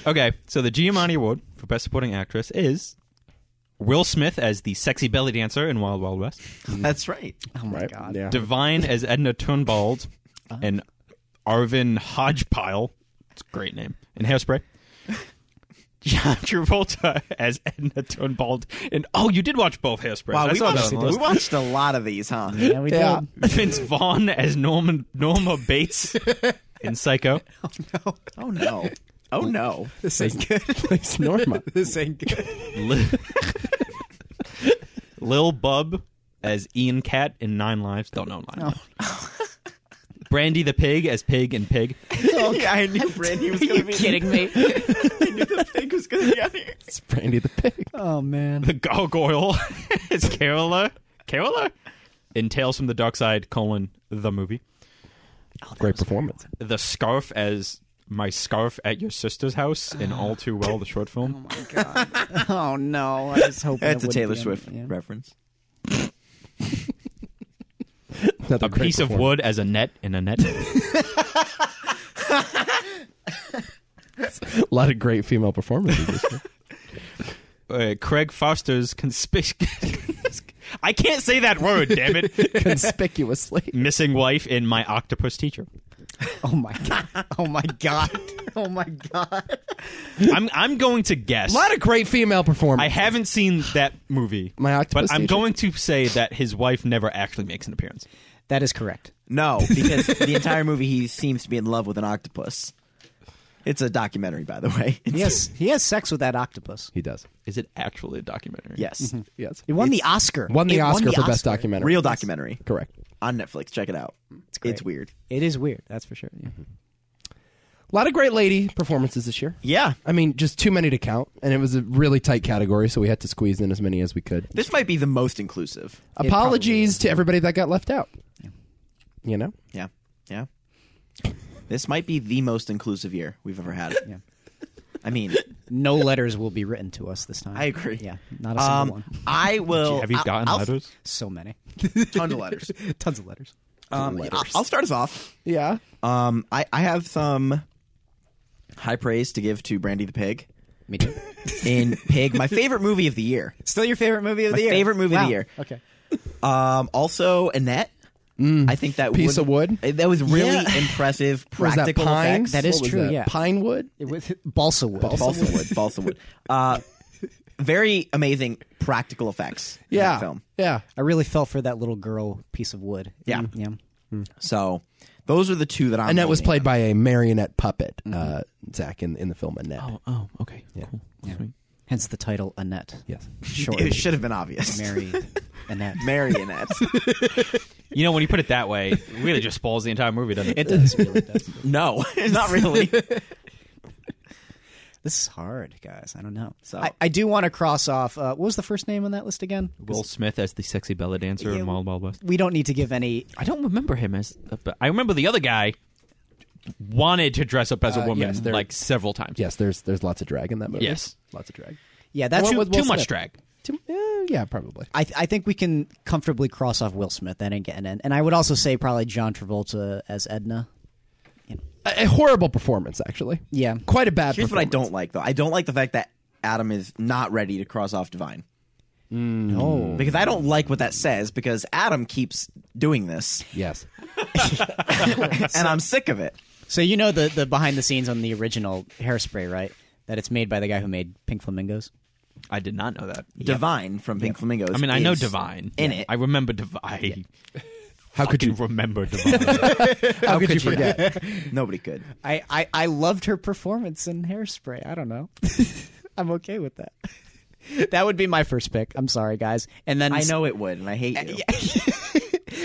Speaker 5: Okay, so the Giamatti Award for Best Supporting Actress is Will Smith as the sexy belly dancer in Wild Wild West,
Speaker 3: [laughs] That's right.
Speaker 2: Oh
Speaker 1: [laughs]
Speaker 2: my
Speaker 1: right?
Speaker 2: god.
Speaker 1: Yeah.
Speaker 5: Divine as Edna Turnbald,
Speaker 3: Uh-huh.
Speaker 5: and Arvin Hodgepile. It's a great name. In Hairspray. [laughs] John Travolta as Edna Turnbald. And oh, you did watch both Hairspray.
Speaker 3: Wow,
Speaker 5: I
Speaker 3: we
Speaker 5: saw that
Speaker 3: watched,
Speaker 5: on the
Speaker 3: we
Speaker 5: list.
Speaker 3: watched a lot of these, huh?
Speaker 2: Yeah, we
Speaker 1: Yeah.
Speaker 2: did.
Speaker 3: [laughs]
Speaker 5: Vince Vaughn as Norman Norma Bates in Psycho.
Speaker 3: Oh no. Oh no.
Speaker 2: This ain't good.
Speaker 1: [laughs] It's Norma.
Speaker 2: This ain't good.
Speaker 5: Li- [laughs] Lil Bub as Ian Cat in Nine Lives. Don't know Nine Lives. Brandy the Pig as Pig and Pig.
Speaker 3: yeah, [laughs] I knew Brandy was going to
Speaker 2: [laughs]
Speaker 3: be.
Speaker 2: Kidding me?
Speaker 3: I knew the pig was going to be on here.
Speaker 1: It's Brandy the Pig.
Speaker 2: Oh man.
Speaker 5: The Gargoyle [laughs] as Carola. Carola? In Tales from the Dark Side, colon, the movie. Oh,
Speaker 1: Great performance.
Speaker 5: The Scarf as My Scarf at Your Sister's House in All Too Well, the short film.
Speaker 2: [laughs] Oh no. I was hoping.
Speaker 3: That's
Speaker 2: it
Speaker 3: a
Speaker 2: wouldn't
Speaker 3: Taylor
Speaker 2: be on-
Speaker 3: Swift
Speaker 2: yeah.
Speaker 3: reference.
Speaker 1: Another
Speaker 5: A
Speaker 1: great
Speaker 5: piece of
Speaker 1: performance.
Speaker 5: wood as a net in a net.
Speaker 1: A [laughs] lot of great female performances. this year.
Speaker 5: Uh, Craig Foster's conspicuous. [laughs] I can't say that word,
Speaker 1: [laughs]
Speaker 5: damn it.
Speaker 1: Conspicuously. [laughs]
Speaker 5: Missing wife in My Octopus Teacher.
Speaker 2: Oh my god. [laughs] Oh my god. Oh my god.
Speaker 5: I'm I'm going to guess.
Speaker 1: A lot of great female performances.
Speaker 5: I haven't seen that movie.
Speaker 1: My Octopus
Speaker 5: But I'm
Speaker 1: Teacher?
Speaker 5: going to say that his wife never actually makes an appearance.
Speaker 2: That is correct.
Speaker 3: No, [laughs] because the entire movie he seems to be in love with an octopus. It's a documentary, by the way. [laughs] It's-
Speaker 2: Yes, he has sex with that octopus.
Speaker 1: He does.
Speaker 5: Is it actually a documentary?
Speaker 3: Yes.
Speaker 1: Yes.
Speaker 2: He won the Oscar.
Speaker 1: Won the
Speaker 2: It
Speaker 1: Oscar for best documentary.
Speaker 3: Real documentary
Speaker 1: Correct.
Speaker 3: on Netflix. Check it out. It's,
Speaker 2: great.
Speaker 3: weird.
Speaker 2: It is weird. That's for sure. Yeah.
Speaker 1: A lot of great lady performances this year.
Speaker 3: Yeah.
Speaker 1: I mean, just too many to count, and it was a really tight category, so we had to squeeze in as many as we could.
Speaker 3: This might be the most inclusive.
Speaker 1: Apologies to everybody that got left out. You know,
Speaker 3: Yeah. Yeah. This might be the most inclusive year we've ever had. Yeah. I mean,
Speaker 2: No letters will be written to us this time.
Speaker 3: I agree.
Speaker 2: Yeah, not a single
Speaker 3: um,
Speaker 2: one.
Speaker 3: I will.
Speaker 5: Have you
Speaker 3: I'll-
Speaker 5: gotten
Speaker 3: I'll, [laughs]
Speaker 5: letters?
Speaker 2: So [laughs] many.
Speaker 3: Tons of letters.
Speaker 5: [laughs]
Speaker 2: Tons of letters.
Speaker 3: Um, I'll- I'll start us off.
Speaker 1: yeah,
Speaker 3: Um, I, I have some high praise to give to Brandy the Pig
Speaker 2: Me too.
Speaker 3: in Pig, my favorite movie of
Speaker 1: [laughs]
Speaker 3: the year.
Speaker 2: [laughs] Still your favorite movie of
Speaker 3: My
Speaker 2: the year?
Speaker 3: favorite movie of the
Speaker 2: Wow.
Speaker 3: year.
Speaker 2: Okay.
Speaker 3: Um, also, Annette. I think that
Speaker 1: Mm. Piece of wood?
Speaker 3: uh, That was really
Speaker 1: Yeah. [laughs]
Speaker 3: impressive
Speaker 1: was that
Speaker 3: practical
Speaker 1: pine?
Speaker 3: effects.
Speaker 2: That is
Speaker 1: What was
Speaker 2: true, yeah.
Speaker 1: pine wood.
Speaker 2: It was balsa wood.
Speaker 3: balsa wood. Balsa wood. Uh, very amazing practical effects. in
Speaker 1: Yeah,
Speaker 3: that film.
Speaker 1: yeah.
Speaker 2: I really fell for that little girl piece of wood. Mm,
Speaker 3: Yeah.
Speaker 2: Yeah.
Speaker 3: So those are the two that I'm.
Speaker 1: Annette was
Speaker 3: voting
Speaker 1: played by a marionette puppet, uh, Zach, in, in the film Annette.
Speaker 5: Oh, okay.
Speaker 2: Hence the title Annette.
Speaker 1: Yes.
Speaker 2: Short.
Speaker 3: on. It should have been obvious.
Speaker 2: Mary [laughs] Annette.
Speaker 3: Mary
Speaker 1: [laughs]
Speaker 3: Annette.
Speaker 5: You know, when you put it that way, it really just spoils the entire movie, doesn't it?
Speaker 2: It does really does.
Speaker 3: no, [laughs] not really.
Speaker 2: This is hard, guys. I don't know.
Speaker 3: So-
Speaker 2: I, I do want to cross off. Uh, what was the first name on that list again?
Speaker 5: [laughs] Will Smith as the sexy ballet dancer
Speaker 2: Yeah.
Speaker 5: in Wild Wild West.
Speaker 2: We don't need to give any.
Speaker 5: I don't remember him as, uh, but I remember the other guy wanted to dress up as a
Speaker 1: Uh,
Speaker 5: woman
Speaker 1: yes, they're-
Speaker 5: like several times.
Speaker 1: Yes, there's there's lots of drag in that movie.
Speaker 5: Yes.
Speaker 1: lots of drag.
Speaker 2: Yeah, that's
Speaker 1: What
Speaker 2: who-
Speaker 1: was Will
Speaker 5: too much
Speaker 1: Smith.
Speaker 5: drag.
Speaker 1: Tim- eh, yeah, probably.
Speaker 2: I, I think we can comfortably cross off Will Smith and again, and, and I would also say probably John Travolta as Edna.
Speaker 1: A, a horrible performance, actually.
Speaker 2: Yeah.
Speaker 1: quite a bad.
Speaker 3: Here's what I
Speaker 1: performance.
Speaker 3: don't like though. I don't like the fact that Adam is not ready to cross off Divine.
Speaker 1: Mm.
Speaker 2: No,
Speaker 3: Because I don't like what that says because Adam keeps doing this
Speaker 1: Yes,
Speaker 3: and I'm sick of it.
Speaker 2: so you know the the behind the scenes on the original Hairspray, right? That it's made by the guy who made Pink Flamingos.
Speaker 5: I did not know that.
Speaker 3: Divine from Pink Flamingos.
Speaker 5: I mean, I know
Speaker 3: is
Speaker 5: Divine
Speaker 3: in it.
Speaker 5: I remember Divine. I
Speaker 1: how could you?
Speaker 5: fucking [laughs] remember Divine.
Speaker 1: How could you forget?
Speaker 5: [laughs]
Speaker 3: Nobody could.
Speaker 2: I, I I loved her performance in Hairspray. I don't [laughs] know. I'm okay with that. [laughs] That would be my first pick. I'm sorry, guys. And then
Speaker 3: I know it would, and I hate you.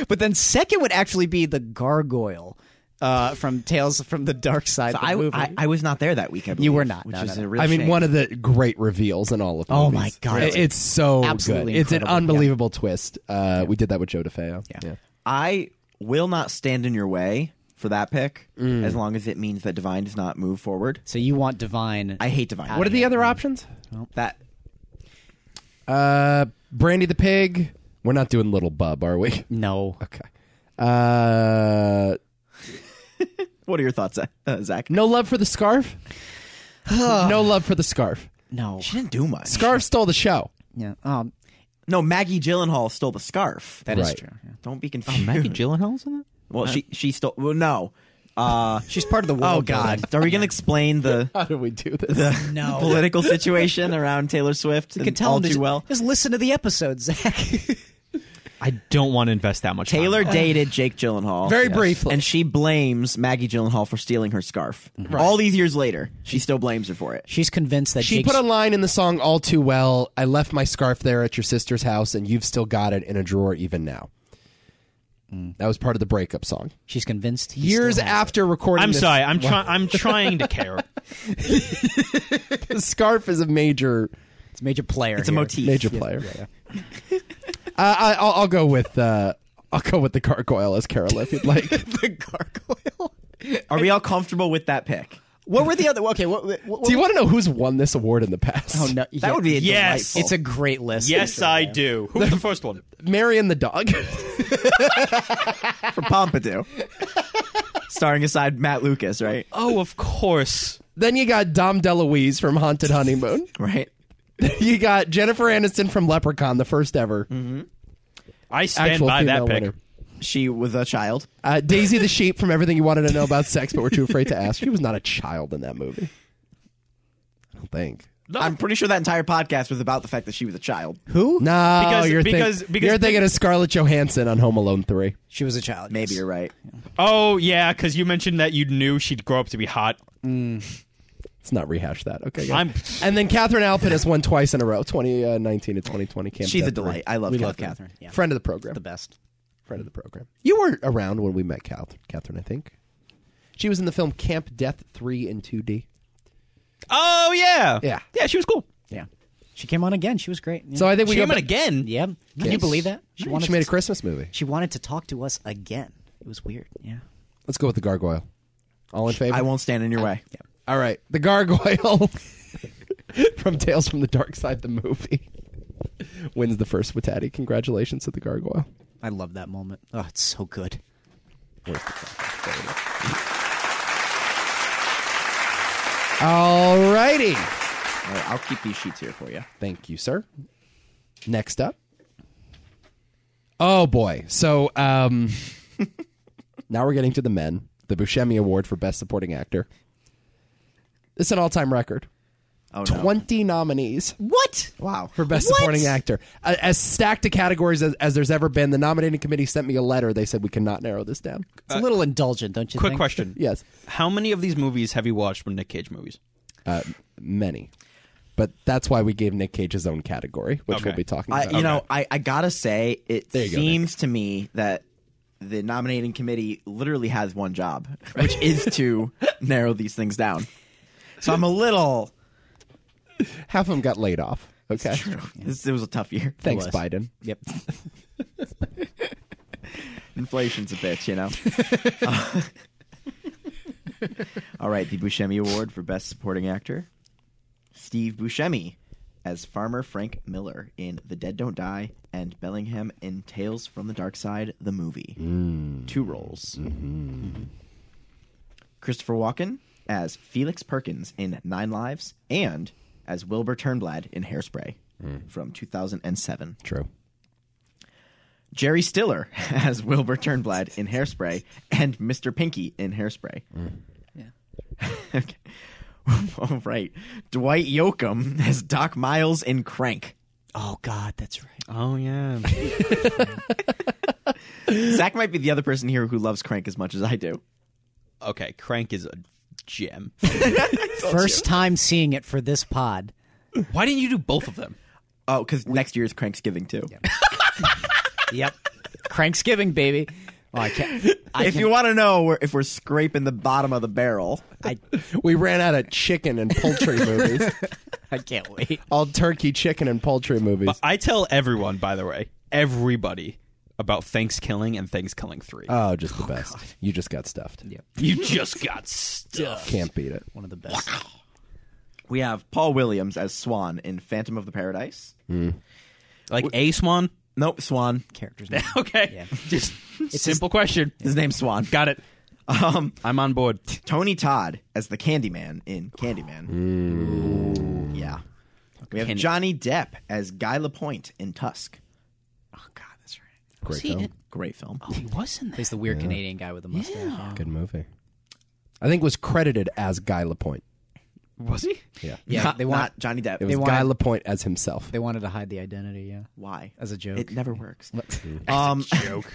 Speaker 2: But then second would actually be the gargoyle uh, from Tales from the Dark Side.
Speaker 3: So
Speaker 2: the
Speaker 3: I,
Speaker 2: movie.
Speaker 3: I, I was not there that week. I believe,
Speaker 2: You were not.
Speaker 3: which
Speaker 2: No,
Speaker 3: is
Speaker 2: no, no.
Speaker 3: a real
Speaker 1: I mean,
Speaker 3: shame.
Speaker 1: one of the great reveals in all of.
Speaker 2: Oh my
Speaker 1: movies.
Speaker 2: God.
Speaker 1: It- it's so
Speaker 2: Absolutely
Speaker 1: good. It's an
Speaker 2: incredible.
Speaker 1: unbelievable twist. Uh, We did that with Joe DeFeo.
Speaker 2: Yeah.
Speaker 3: I will not stand in your way for that pick,
Speaker 1: Mm.
Speaker 3: as long as it means that Divine does not move forward.
Speaker 2: so you want divine?
Speaker 3: I hate Divine.
Speaker 1: What are the other options?
Speaker 3: that?
Speaker 1: Uh, Brandy the pig. We're not doing little bub, are we? [laughs]
Speaker 2: no.
Speaker 1: Okay. Uh,
Speaker 3: What are your thoughts, uh, Zach?
Speaker 1: no love for the scarf. no love for the scarf.
Speaker 2: No.
Speaker 3: she didn't do much.
Speaker 1: Scarf stole the show.
Speaker 2: Yeah. Um.
Speaker 3: No, Maggie Gyllenhaal stole the scarf.
Speaker 2: that is
Speaker 1: Right.
Speaker 2: true. yeah.
Speaker 3: Don't be confused.
Speaker 5: Gyllenhaal's in that?
Speaker 3: Well, she she stole. Well, no. Uh,
Speaker 2: She's part of the world.
Speaker 3: oh God, are we gonna
Speaker 2: [laughs]
Speaker 3: explain the
Speaker 1: How do we do this?
Speaker 2: No.
Speaker 3: political situation around Taylor Swift?
Speaker 2: You
Speaker 3: and
Speaker 2: can tell
Speaker 3: all
Speaker 2: him to
Speaker 3: too
Speaker 2: ju-
Speaker 3: well.
Speaker 2: Just listen to the episode, Zach.
Speaker 5: I don't want to invest that much.
Speaker 3: Taylor
Speaker 5: time.
Speaker 3: dated Jake Gyllenhaal
Speaker 1: Very briefly.
Speaker 3: and she blames Maggie Gyllenhaal for stealing her scarf.
Speaker 2: Mm-hmm.
Speaker 3: All these years later, she still blames her for it.
Speaker 2: [laughs] She's convinced that
Speaker 1: she
Speaker 2: Jake's-
Speaker 1: put a line in the song "All Too Well." I left my scarf there at your sister's house, and you've still got it in a drawer even now.
Speaker 5: Mm.
Speaker 1: That was part of the breakup song.
Speaker 2: she's convinced. he
Speaker 1: Years
Speaker 2: still has
Speaker 1: after recording,
Speaker 5: I'm
Speaker 1: this,
Speaker 5: sorry. I'm trying. I'm trying to care.
Speaker 1: the [laughs] scarf is a major,
Speaker 2: it. It's a major player.
Speaker 3: It's a
Speaker 2: here.
Speaker 3: motif.
Speaker 1: major player. uh, I, I'll, I'll go with uh, I'll go with the gargoyle as Carol if you'd
Speaker 5: [laughs]
Speaker 1: like.
Speaker 2: the gargoyle.
Speaker 3: Are we all comfortable with that pick?
Speaker 2: What were the other? Okay. What? what, what
Speaker 1: do you want to know who's won this award in the past?
Speaker 2: Oh no.
Speaker 3: That would be a
Speaker 5: Yes.
Speaker 3: delightful.
Speaker 2: It's a great list.
Speaker 5: yes, I do. Who's the first one?
Speaker 1: Marion the dog. [laughs]
Speaker 3: for Pompidou, starring aside Matt Lucas, right?
Speaker 5: Oh, of course.
Speaker 1: then you got Dom DeLuise from Haunted
Speaker 5: [laughs]
Speaker 1: Honeymoon.
Speaker 3: Right.
Speaker 1: you got Jennifer Aniston from Leprechaun, the first ever
Speaker 5: I Mm-hmm. stand
Speaker 1: actual
Speaker 5: by that
Speaker 1: female
Speaker 5: pick.
Speaker 1: winner.
Speaker 3: She was a child.
Speaker 1: Uh, Daisy the sheep from Everything You Wanted to Know About Sex, but were too afraid to ask. She was not a child in that movie. I don't think.
Speaker 3: I'm pretty sure that entire podcast was about the fact that she was a child.
Speaker 2: Who?
Speaker 1: No,
Speaker 5: Because-
Speaker 1: you're, think-
Speaker 5: because- because-
Speaker 1: you're thinking of Scarlett Johansson on Home Alone three.
Speaker 2: She was a child.
Speaker 3: Maybe
Speaker 2: yes.
Speaker 3: you're right.
Speaker 5: Oh yeah, because you mentioned that you knew she'd grow up to be hot.
Speaker 1: Let's not rehash that. Okay, go.
Speaker 5: I'm- [laughs]
Speaker 1: and then Catherine Alpin has won twice in a row, uh, 2019 and 2020. Camp
Speaker 3: She's a
Speaker 1: Deborah.
Speaker 3: delight. I love
Speaker 2: We
Speaker 3: Catherine.
Speaker 2: love Catherine. Yeah.
Speaker 1: Friend of the program.
Speaker 2: the best.
Speaker 1: Friend of the program. You weren't around when we met Cath- Catherine, I think. She was in the film Camp Death 3 in 2D.
Speaker 5: Oh yeah,
Speaker 1: Yeah.
Speaker 5: yeah. She was cool.
Speaker 2: Yeah. She came on again. She was great. Yeah.
Speaker 1: So I think we
Speaker 5: she
Speaker 1: go
Speaker 5: came in
Speaker 1: back-
Speaker 5: again.
Speaker 2: yeah. Can you
Speaker 1: Yes.
Speaker 2: believe that?
Speaker 1: She,
Speaker 2: wanted
Speaker 1: she made a
Speaker 2: to-
Speaker 1: Christmas movie.
Speaker 2: She wanted to talk to us again. It was weird. Yeah.
Speaker 1: Let's go with the gargoyle. All in favor?
Speaker 3: I won't stand in your way.
Speaker 1: All right, the gargoyle [laughs] from Tales from the Dark Side, the movie, [laughs] wins the first Watati. Congratulations to the gargoyle.
Speaker 2: I love that moment. Oh, it's so good.
Speaker 1: All righty.
Speaker 3: All right, I'll keep these sheets here for you.
Speaker 1: Thank you, sir. Next up. Oh boy. So um [laughs] now we're getting to the men. The Buscemi Award for Best Supporting Actor. It's an all-time record.
Speaker 3: Oh no!
Speaker 1: 20 nominees
Speaker 2: What?
Speaker 3: wow.
Speaker 1: for Best Supporting Actor. A- As stacked a categories as, as there's ever been. The nominating committee sent me a letter. They said we cannot narrow this down.
Speaker 2: It's a little indulgent, don't you
Speaker 5: Quick
Speaker 2: think?
Speaker 5: question.
Speaker 1: Yes.
Speaker 5: How many of these movies have you watched when Nick Cage movies?
Speaker 1: Uh, many. But that's why we gave Nick Cage his own category, which
Speaker 5: Okay.
Speaker 1: we'll be talking
Speaker 3: I,
Speaker 1: about.
Speaker 3: you know, I, I gotta say, it
Speaker 1: There you go, Nick.
Speaker 3: seems to me that the nominating committee literally has one job, which is
Speaker 1: [laughs]
Speaker 3: to narrow these things down. So I'm a little.
Speaker 1: Half of them got laid off. Okay.
Speaker 3: This, it was a tough year.
Speaker 1: Thanks,
Speaker 2: was.
Speaker 1: Biden.
Speaker 2: Yep. [laughs]
Speaker 3: Inflation's a bitch, you know. All right, the Buscemi Award for Best Supporting Actor. Steve Buscemi as Farmer Frank Miller in The Dead Don't Die and Bellingham in Tales from the Dark Side, the movie. Two roles. Christopher Walken as Felix Perkins in Nine Lives and as Wilbur Turnblad in Hairspray from 2007.
Speaker 1: True.
Speaker 3: Jerry Stiller [laughs] as Wilbur Turnblad in Hairspray and Mr. Pinky in Hairspray. Yeah. [laughs] okay. All right. Dwight Yoakam as Doc Miles in Crank.
Speaker 2: Oh God, that's right.
Speaker 5: Oh yeah.
Speaker 3: Zach might be the other person here who loves Crank as much as I do.
Speaker 5: [laughs] okay, Crank is a gem. [laughs]
Speaker 2: First time seeing it for this pod.
Speaker 5: Why didn't you do both of them?
Speaker 3: Oh, because next year's Crank's Giving too.
Speaker 2: Yep. Cranksgiving, baby. Oh, I can't. I
Speaker 3: if
Speaker 2: can-
Speaker 3: you want to know where, if we're scraping the bottom of the barrel,
Speaker 2: I,
Speaker 1: We ran out of chicken and poultry movies.
Speaker 2: I can't wait.
Speaker 1: All turkey chicken and poultry movies.
Speaker 5: I tell everyone, by the way, everybody about Thanksgiving and Thanksgiving Three.
Speaker 1: Oh, just the best. You just got stuffed. Yep.
Speaker 5: you just got stuffed.
Speaker 1: Can't beat it.
Speaker 2: One of the best.
Speaker 3: we have Paul Williams as Swan in Phantom of the Paradise.
Speaker 5: Like a swan.
Speaker 3: Nope, Swan. [laughs]
Speaker 2: Characters. name.
Speaker 5: [laughs] Okay. Just simple question.
Speaker 3: His name's Swan.
Speaker 5: Got it.
Speaker 3: Um,
Speaker 5: I'm on board.
Speaker 3: Tony Todd as the Candyman in Candyman. Yeah. We have
Speaker 5: Candy-
Speaker 3: Johnny Depp as Guy LaPointe in Tusk.
Speaker 5: Oh God, that's right.
Speaker 1: Great film.
Speaker 3: Great film.
Speaker 5: He wasn't there.
Speaker 2: He's the weird Canadian guy with the mustache. yeah.
Speaker 1: Good movie. I think was credited as Guy Lapointe.
Speaker 5: Was he?
Speaker 2: Yeah,
Speaker 3: not,
Speaker 2: they want-
Speaker 3: not Johnny Depp.
Speaker 1: It was
Speaker 2: They
Speaker 1: Guy
Speaker 2: wanted-
Speaker 1: Lapointe as himself.
Speaker 2: They wanted to hide the identity. Yeah.
Speaker 3: Why?
Speaker 2: As a joke. [laughs]
Speaker 3: It never works. um, [laughs]
Speaker 5: Joke.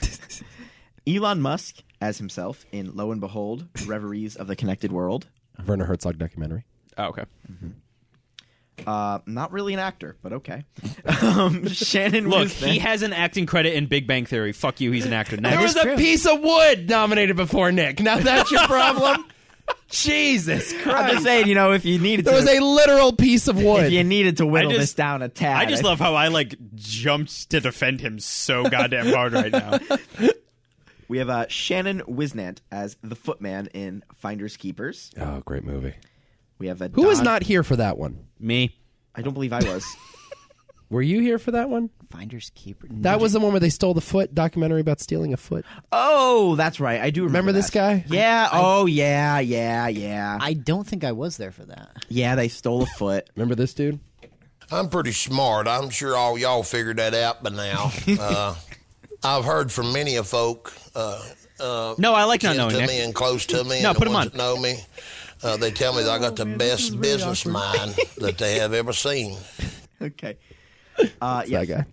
Speaker 3: Elon Musk as himself in Lo and Behold, Reveries of the Connected World.
Speaker 1: Werner Herzog documentary.
Speaker 5: oh, okay.
Speaker 3: Uh, not really an actor, but okay. [laughs] um, Shannon
Speaker 5: Look,
Speaker 3: Wisden-
Speaker 5: he has an acting credit in Big Bang Theory. Fuck you, he's an actor now.
Speaker 1: There was a piece of wood nominated before Nick. Now that's your problem. Jesus
Speaker 3: I'm
Speaker 1: Christ.
Speaker 3: just saying, you know, if you needed
Speaker 1: There was
Speaker 3: to,
Speaker 1: a literal piece of
Speaker 3: if you
Speaker 1: wood.
Speaker 3: needed to whittle
Speaker 5: I just-
Speaker 3: this down a tad,
Speaker 5: I just love how I like jumped to defend him so goddamn hard right now.
Speaker 3: We have uh, Shannon Wisnant as the footman in Finders Keepers.
Speaker 1: Oh, great movie.
Speaker 3: We have a
Speaker 1: Who was
Speaker 3: Don-
Speaker 1: not here for that one?
Speaker 5: [laughs] Me.
Speaker 3: I don't believe I was. [laughs]
Speaker 1: Were you here for that one?
Speaker 2: Finders keeper.
Speaker 1: That was the one where they stole the foot documentary about stealing a foot.
Speaker 3: oh, that's right. I do remember,
Speaker 1: Remember this
Speaker 3: that.
Speaker 1: guy?
Speaker 3: Yeah. oh, yeah, yeah, yeah,
Speaker 2: I don't think I was there for that.
Speaker 3: yeah. They stole a
Speaker 1: [laughs]
Speaker 3: foot.
Speaker 1: Remember this dude?
Speaker 7: I'm pretty smart. I'm sure all y'all figured that out by
Speaker 5: [laughs]
Speaker 7: now. Uh, I've heard from many a folk, uh, uh,
Speaker 5: No, I like not
Speaker 7: kin
Speaker 5: knowing
Speaker 7: to
Speaker 5: Nick.
Speaker 7: me and close to me,
Speaker 5: No,
Speaker 7: and
Speaker 5: put
Speaker 7: the
Speaker 5: 'em
Speaker 7: ones
Speaker 5: on.
Speaker 7: that know me. Uh, they tell me that I got the best business mind that they have ever seen.
Speaker 3: okay. Uh, yeah.
Speaker 1: That guy.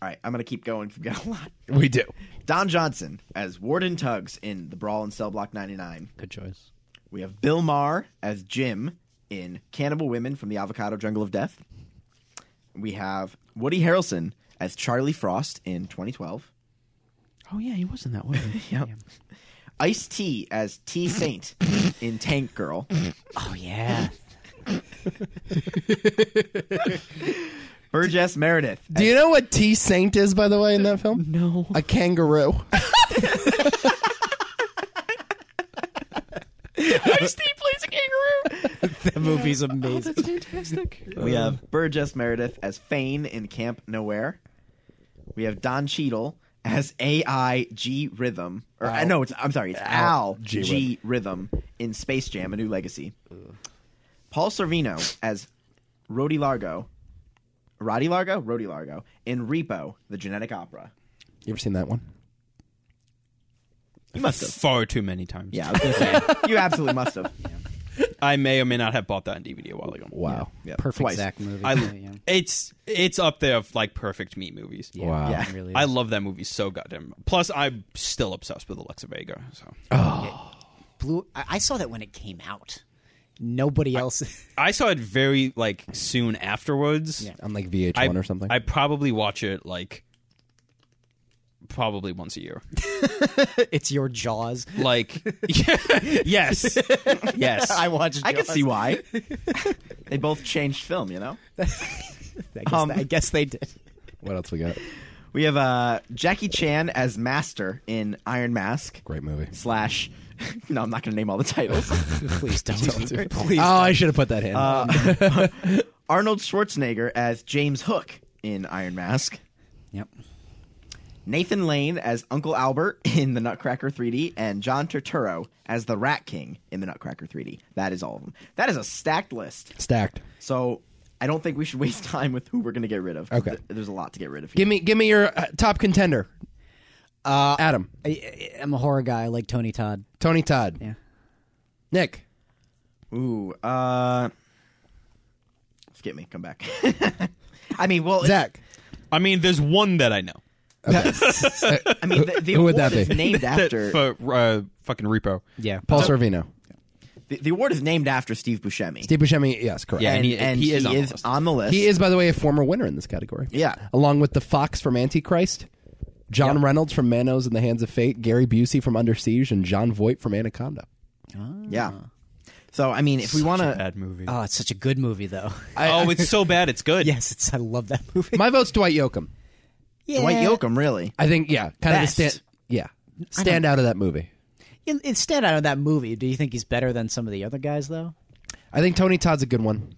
Speaker 3: All right. I'm gonna keep going. We've got a lot.
Speaker 1: We do.
Speaker 3: Don Johnson as Warden Tugs in The Brawl in Cell Block 99.
Speaker 2: Good choice.
Speaker 3: We have Bill Maher as Jim in Cannibal Women from the Avocado Jungle of Death. We have Woody Harrelson
Speaker 2: [laughs]
Speaker 3: as Charlie Frost in 2012.
Speaker 5: [laughs] Oh yeah, he wasn't that one.
Speaker 3: Yep. Ice T as T Saint in Tank Girl.
Speaker 2: [laughs] Oh yeah.
Speaker 3: [laughs] Burgess Meredith.
Speaker 1: Do you know what T Saint is, by the way, in that film? No. A kangaroo.
Speaker 2: That movie's amazing.
Speaker 3: We have Burgess Meredith as Fane in Camp Nowhere. We have Don Cheadle as AI G Rhythm. Or I no, it's I'm sorry, it's Al G, Rhythm in Space Jam: A New Legacy. Paul Sorvino as Rody Largo. Roddy Largo, Rody Largo in Repo: The Genetic Opera.
Speaker 1: You ever seen that one?
Speaker 5: You must have far too many times.
Speaker 3: Yeah, I was gonna say [laughs] you absolutely must have.
Speaker 5: I may or may not have bought that on DVD a while ago.
Speaker 1: Wow.
Speaker 3: Yeah,
Speaker 2: Perfect
Speaker 3: twice.
Speaker 2: Zach movie.
Speaker 5: I,
Speaker 2: yeah.
Speaker 5: It's it's up there of like perfect meat movies.
Speaker 1: Wow.
Speaker 3: Yeah.
Speaker 2: It really
Speaker 5: I
Speaker 2: is.
Speaker 5: love that movie so goddamn. Plus, I'm still obsessed with Alexa Vega. So
Speaker 2: Blue. I, I saw that when it came out. Nobody else. [laughs]
Speaker 5: I saw it very like soon afterwards.
Speaker 2: Yeah.
Speaker 1: On like VH1
Speaker 5: I,
Speaker 1: or something.
Speaker 5: I probably watch it like probably once a year.
Speaker 2: it's your Jaws.
Speaker 5: Like [laughs] yes, yes.
Speaker 2: I watched.
Speaker 3: I can
Speaker 2: Jaws.
Speaker 3: see why. [laughs] they both changed film, you [laughs] know.
Speaker 2: I guess,
Speaker 3: Um,
Speaker 2: I guess they did.
Speaker 1: what else we got?
Speaker 3: We have uh, Jackie Chan as Master in Iron Mask.
Speaker 1: Great movie.
Speaker 3: slash. [laughs] No, I'm not going to name all
Speaker 1: [laughs]
Speaker 3: the titles.
Speaker 2: Please don't.
Speaker 1: Oh, I should have put that in.
Speaker 3: Arnold Schwarzenegger as James Hook in Iron Mask.
Speaker 2: Yep.
Speaker 3: Nathan Lane as Uncle Albert in The Nutcracker 3D, and John Turturro as the Rat King in The Nutcracker 3D. That is all of them. That is a stacked list.
Speaker 1: Stacked.
Speaker 3: So I don't think we should waste [laughs] time with who we're going to get rid of.
Speaker 1: Okay.
Speaker 3: Th- There's a lot to get rid of. Here.
Speaker 1: Give me give me your uh, top contender. Uh, Adam.
Speaker 2: I, I'm a horror guy, I like Tony Todd.
Speaker 1: Tony Todd.
Speaker 2: Yeah.
Speaker 1: Nick.
Speaker 3: Ooh, uh, skip me. Come back. [laughs] I mean, well, it's-
Speaker 1: Zach.
Speaker 5: I mean, there's one that I know
Speaker 3: I mean, the, the
Speaker 1: Who would that
Speaker 3: award is
Speaker 1: be?
Speaker 3: named after
Speaker 5: for uh, fucking Repo.
Speaker 2: Yeah.
Speaker 1: Paul Sorvino.
Speaker 3: the, the award is named after Steve Buscemi.
Speaker 1: Steve Buscemi. Yes, correct.
Speaker 5: Yeah.
Speaker 3: and,
Speaker 5: and
Speaker 3: he,
Speaker 5: he- he
Speaker 3: is,
Speaker 5: is
Speaker 3: on,
Speaker 5: on
Speaker 3: the
Speaker 5: the list.
Speaker 3: list.
Speaker 1: He is, by the way, a former winner in this category.
Speaker 3: Yeah.
Speaker 1: Along with the Fox from Antichrist, John Reynolds from Manos in the Hands of Fate, Gary Busey from Under Siege, and John Voight from Anaconda.
Speaker 3: Yeah. So I mean, if we want to,
Speaker 5: Bad movie.
Speaker 2: Oh, it's such a good movie, though.
Speaker 5: oh, it's so bad. It's
Speaker 2: [laughs]
Speaker 5: good.
Speaker 2: yes, it's. I love that
Speaker 1: [laughs]
Speaker 2: movie.
Speaker 1: My vote's Dwight Yoakam.
Speaker 2: yeah.
Speaker 3: Dwight Yoakam, really?
Speaker 1: I think, yeah, kind
Speaker 3: Best.
Speaker 1: of a stand, yeah, stand out of that movie.
Speaker 2: In- Instead, out of that movie, do you think he's better than some of the other guys, though?
Speaker 1: I think Tony Todd's a good one.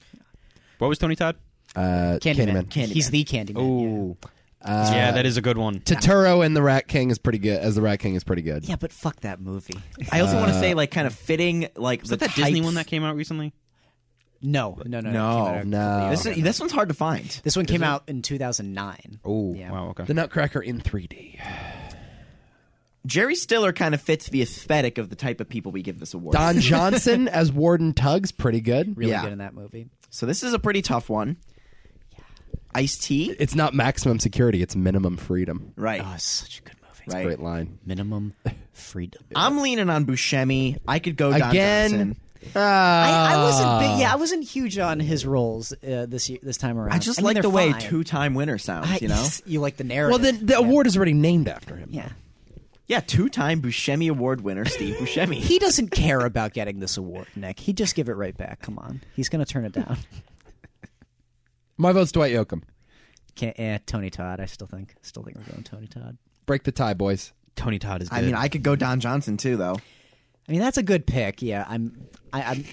Speaker 5: What was Tony Todd?
Speaker 1: Uh, Candyman.
Speaker 2: He's the Candyman. Oh.
Speaker 1: Uh,
Speaker 5: yeah, that is a good one.
Speaker 1: Totoro and the Rat King is pretty good. As the Rat King is pretty good.
Speaker 2: Yeah. yeah, but fuck that movie.
Speaker 3: I also
Speaker 2: Uh,
Speaker 3: want to say, like, kind of fitting, like
Speaker 5: Is that that Disney one that came out recently?
Speaker 2: No, no, no,
Speaker 3: No,
Speaker 2: it came out a
Speaker 1: no.
Speaker 2: couple years
Speaker 3: This,
Speaker 2: ago.
Speaker 3: is, this one's hard to find.
Speaker 2: This one came out in 2009.
Speaker 5: Oh,
Speaker 2: Yeah.
Speaker 5: wow. Okay.
Speaker 1: The Nutcracker in 3D.
Speaker 3: Jerry Stiller kind of fits the aesthetic of the type of people we give this award.
Speaker 1: Don Johnson as Warden Tugs, pretty good.
Speaker 2: Really
Speaker 3: Yeah.
Speaker 2: good in that movie.
Speaker 3: So this is a pretty tough one. Ice T,
Speaker 1: It's not maximum security; it's minimum freedom.
Speaker 3: right?
Speaker 2: Oh, it's such a good movie.
Speaker 3: right.
Speaker 1: Great line.
Speaker 2: [laughs] Minimum freedom.
Speaker 3: I'm leaning on Buscemi. I could
Speaker 1: Oh,
Speaker 3: go Don
Speaker 1: Again.
Speaker 3: Johnson.
Speaker 1: Ah.
Speaker 2: I, I wasn't big, yeah, I wasn't huge on his roles uh, this year, this time around.
Speaker 3: I just
Speaker 2: mean,
Speaker 3: like
Speaker 2: they're
Speaker 3: the way
Speaker 2: fine.
Speaker 3: two-time winner sounds.
Speaker 2: I-
Speaker 3: you know?
Speaker 2: [laughs] you like the narrative.
Speaker 1: Well, the, the
Speaker 2: Yeah.
Speaker 1: award is already named after him.
Speaker 2: Yeah,
Speaker 3: Yeah, two-time Buscemi Award winner [laughs] Steve Buscemi.
Speaker 2: he doesn't care about getting this award, Nick. He just give it right back. Come on, he's gonna turn it down.
Speaker 1: My vote's Dwight Yoakam.
Speaker 2: [laughs] Can't, eh, Tony Todd. I still think, still think we're going Tony Todd.
Speaker 1: Break the tie, boys.
Speaker 5: Tony Todd is. Good.
Speaker 3: I mean, I could go Don Johnson too, though.
Speaker 2: I mean, that's a good pick. Yeah, I'm. I, I'm.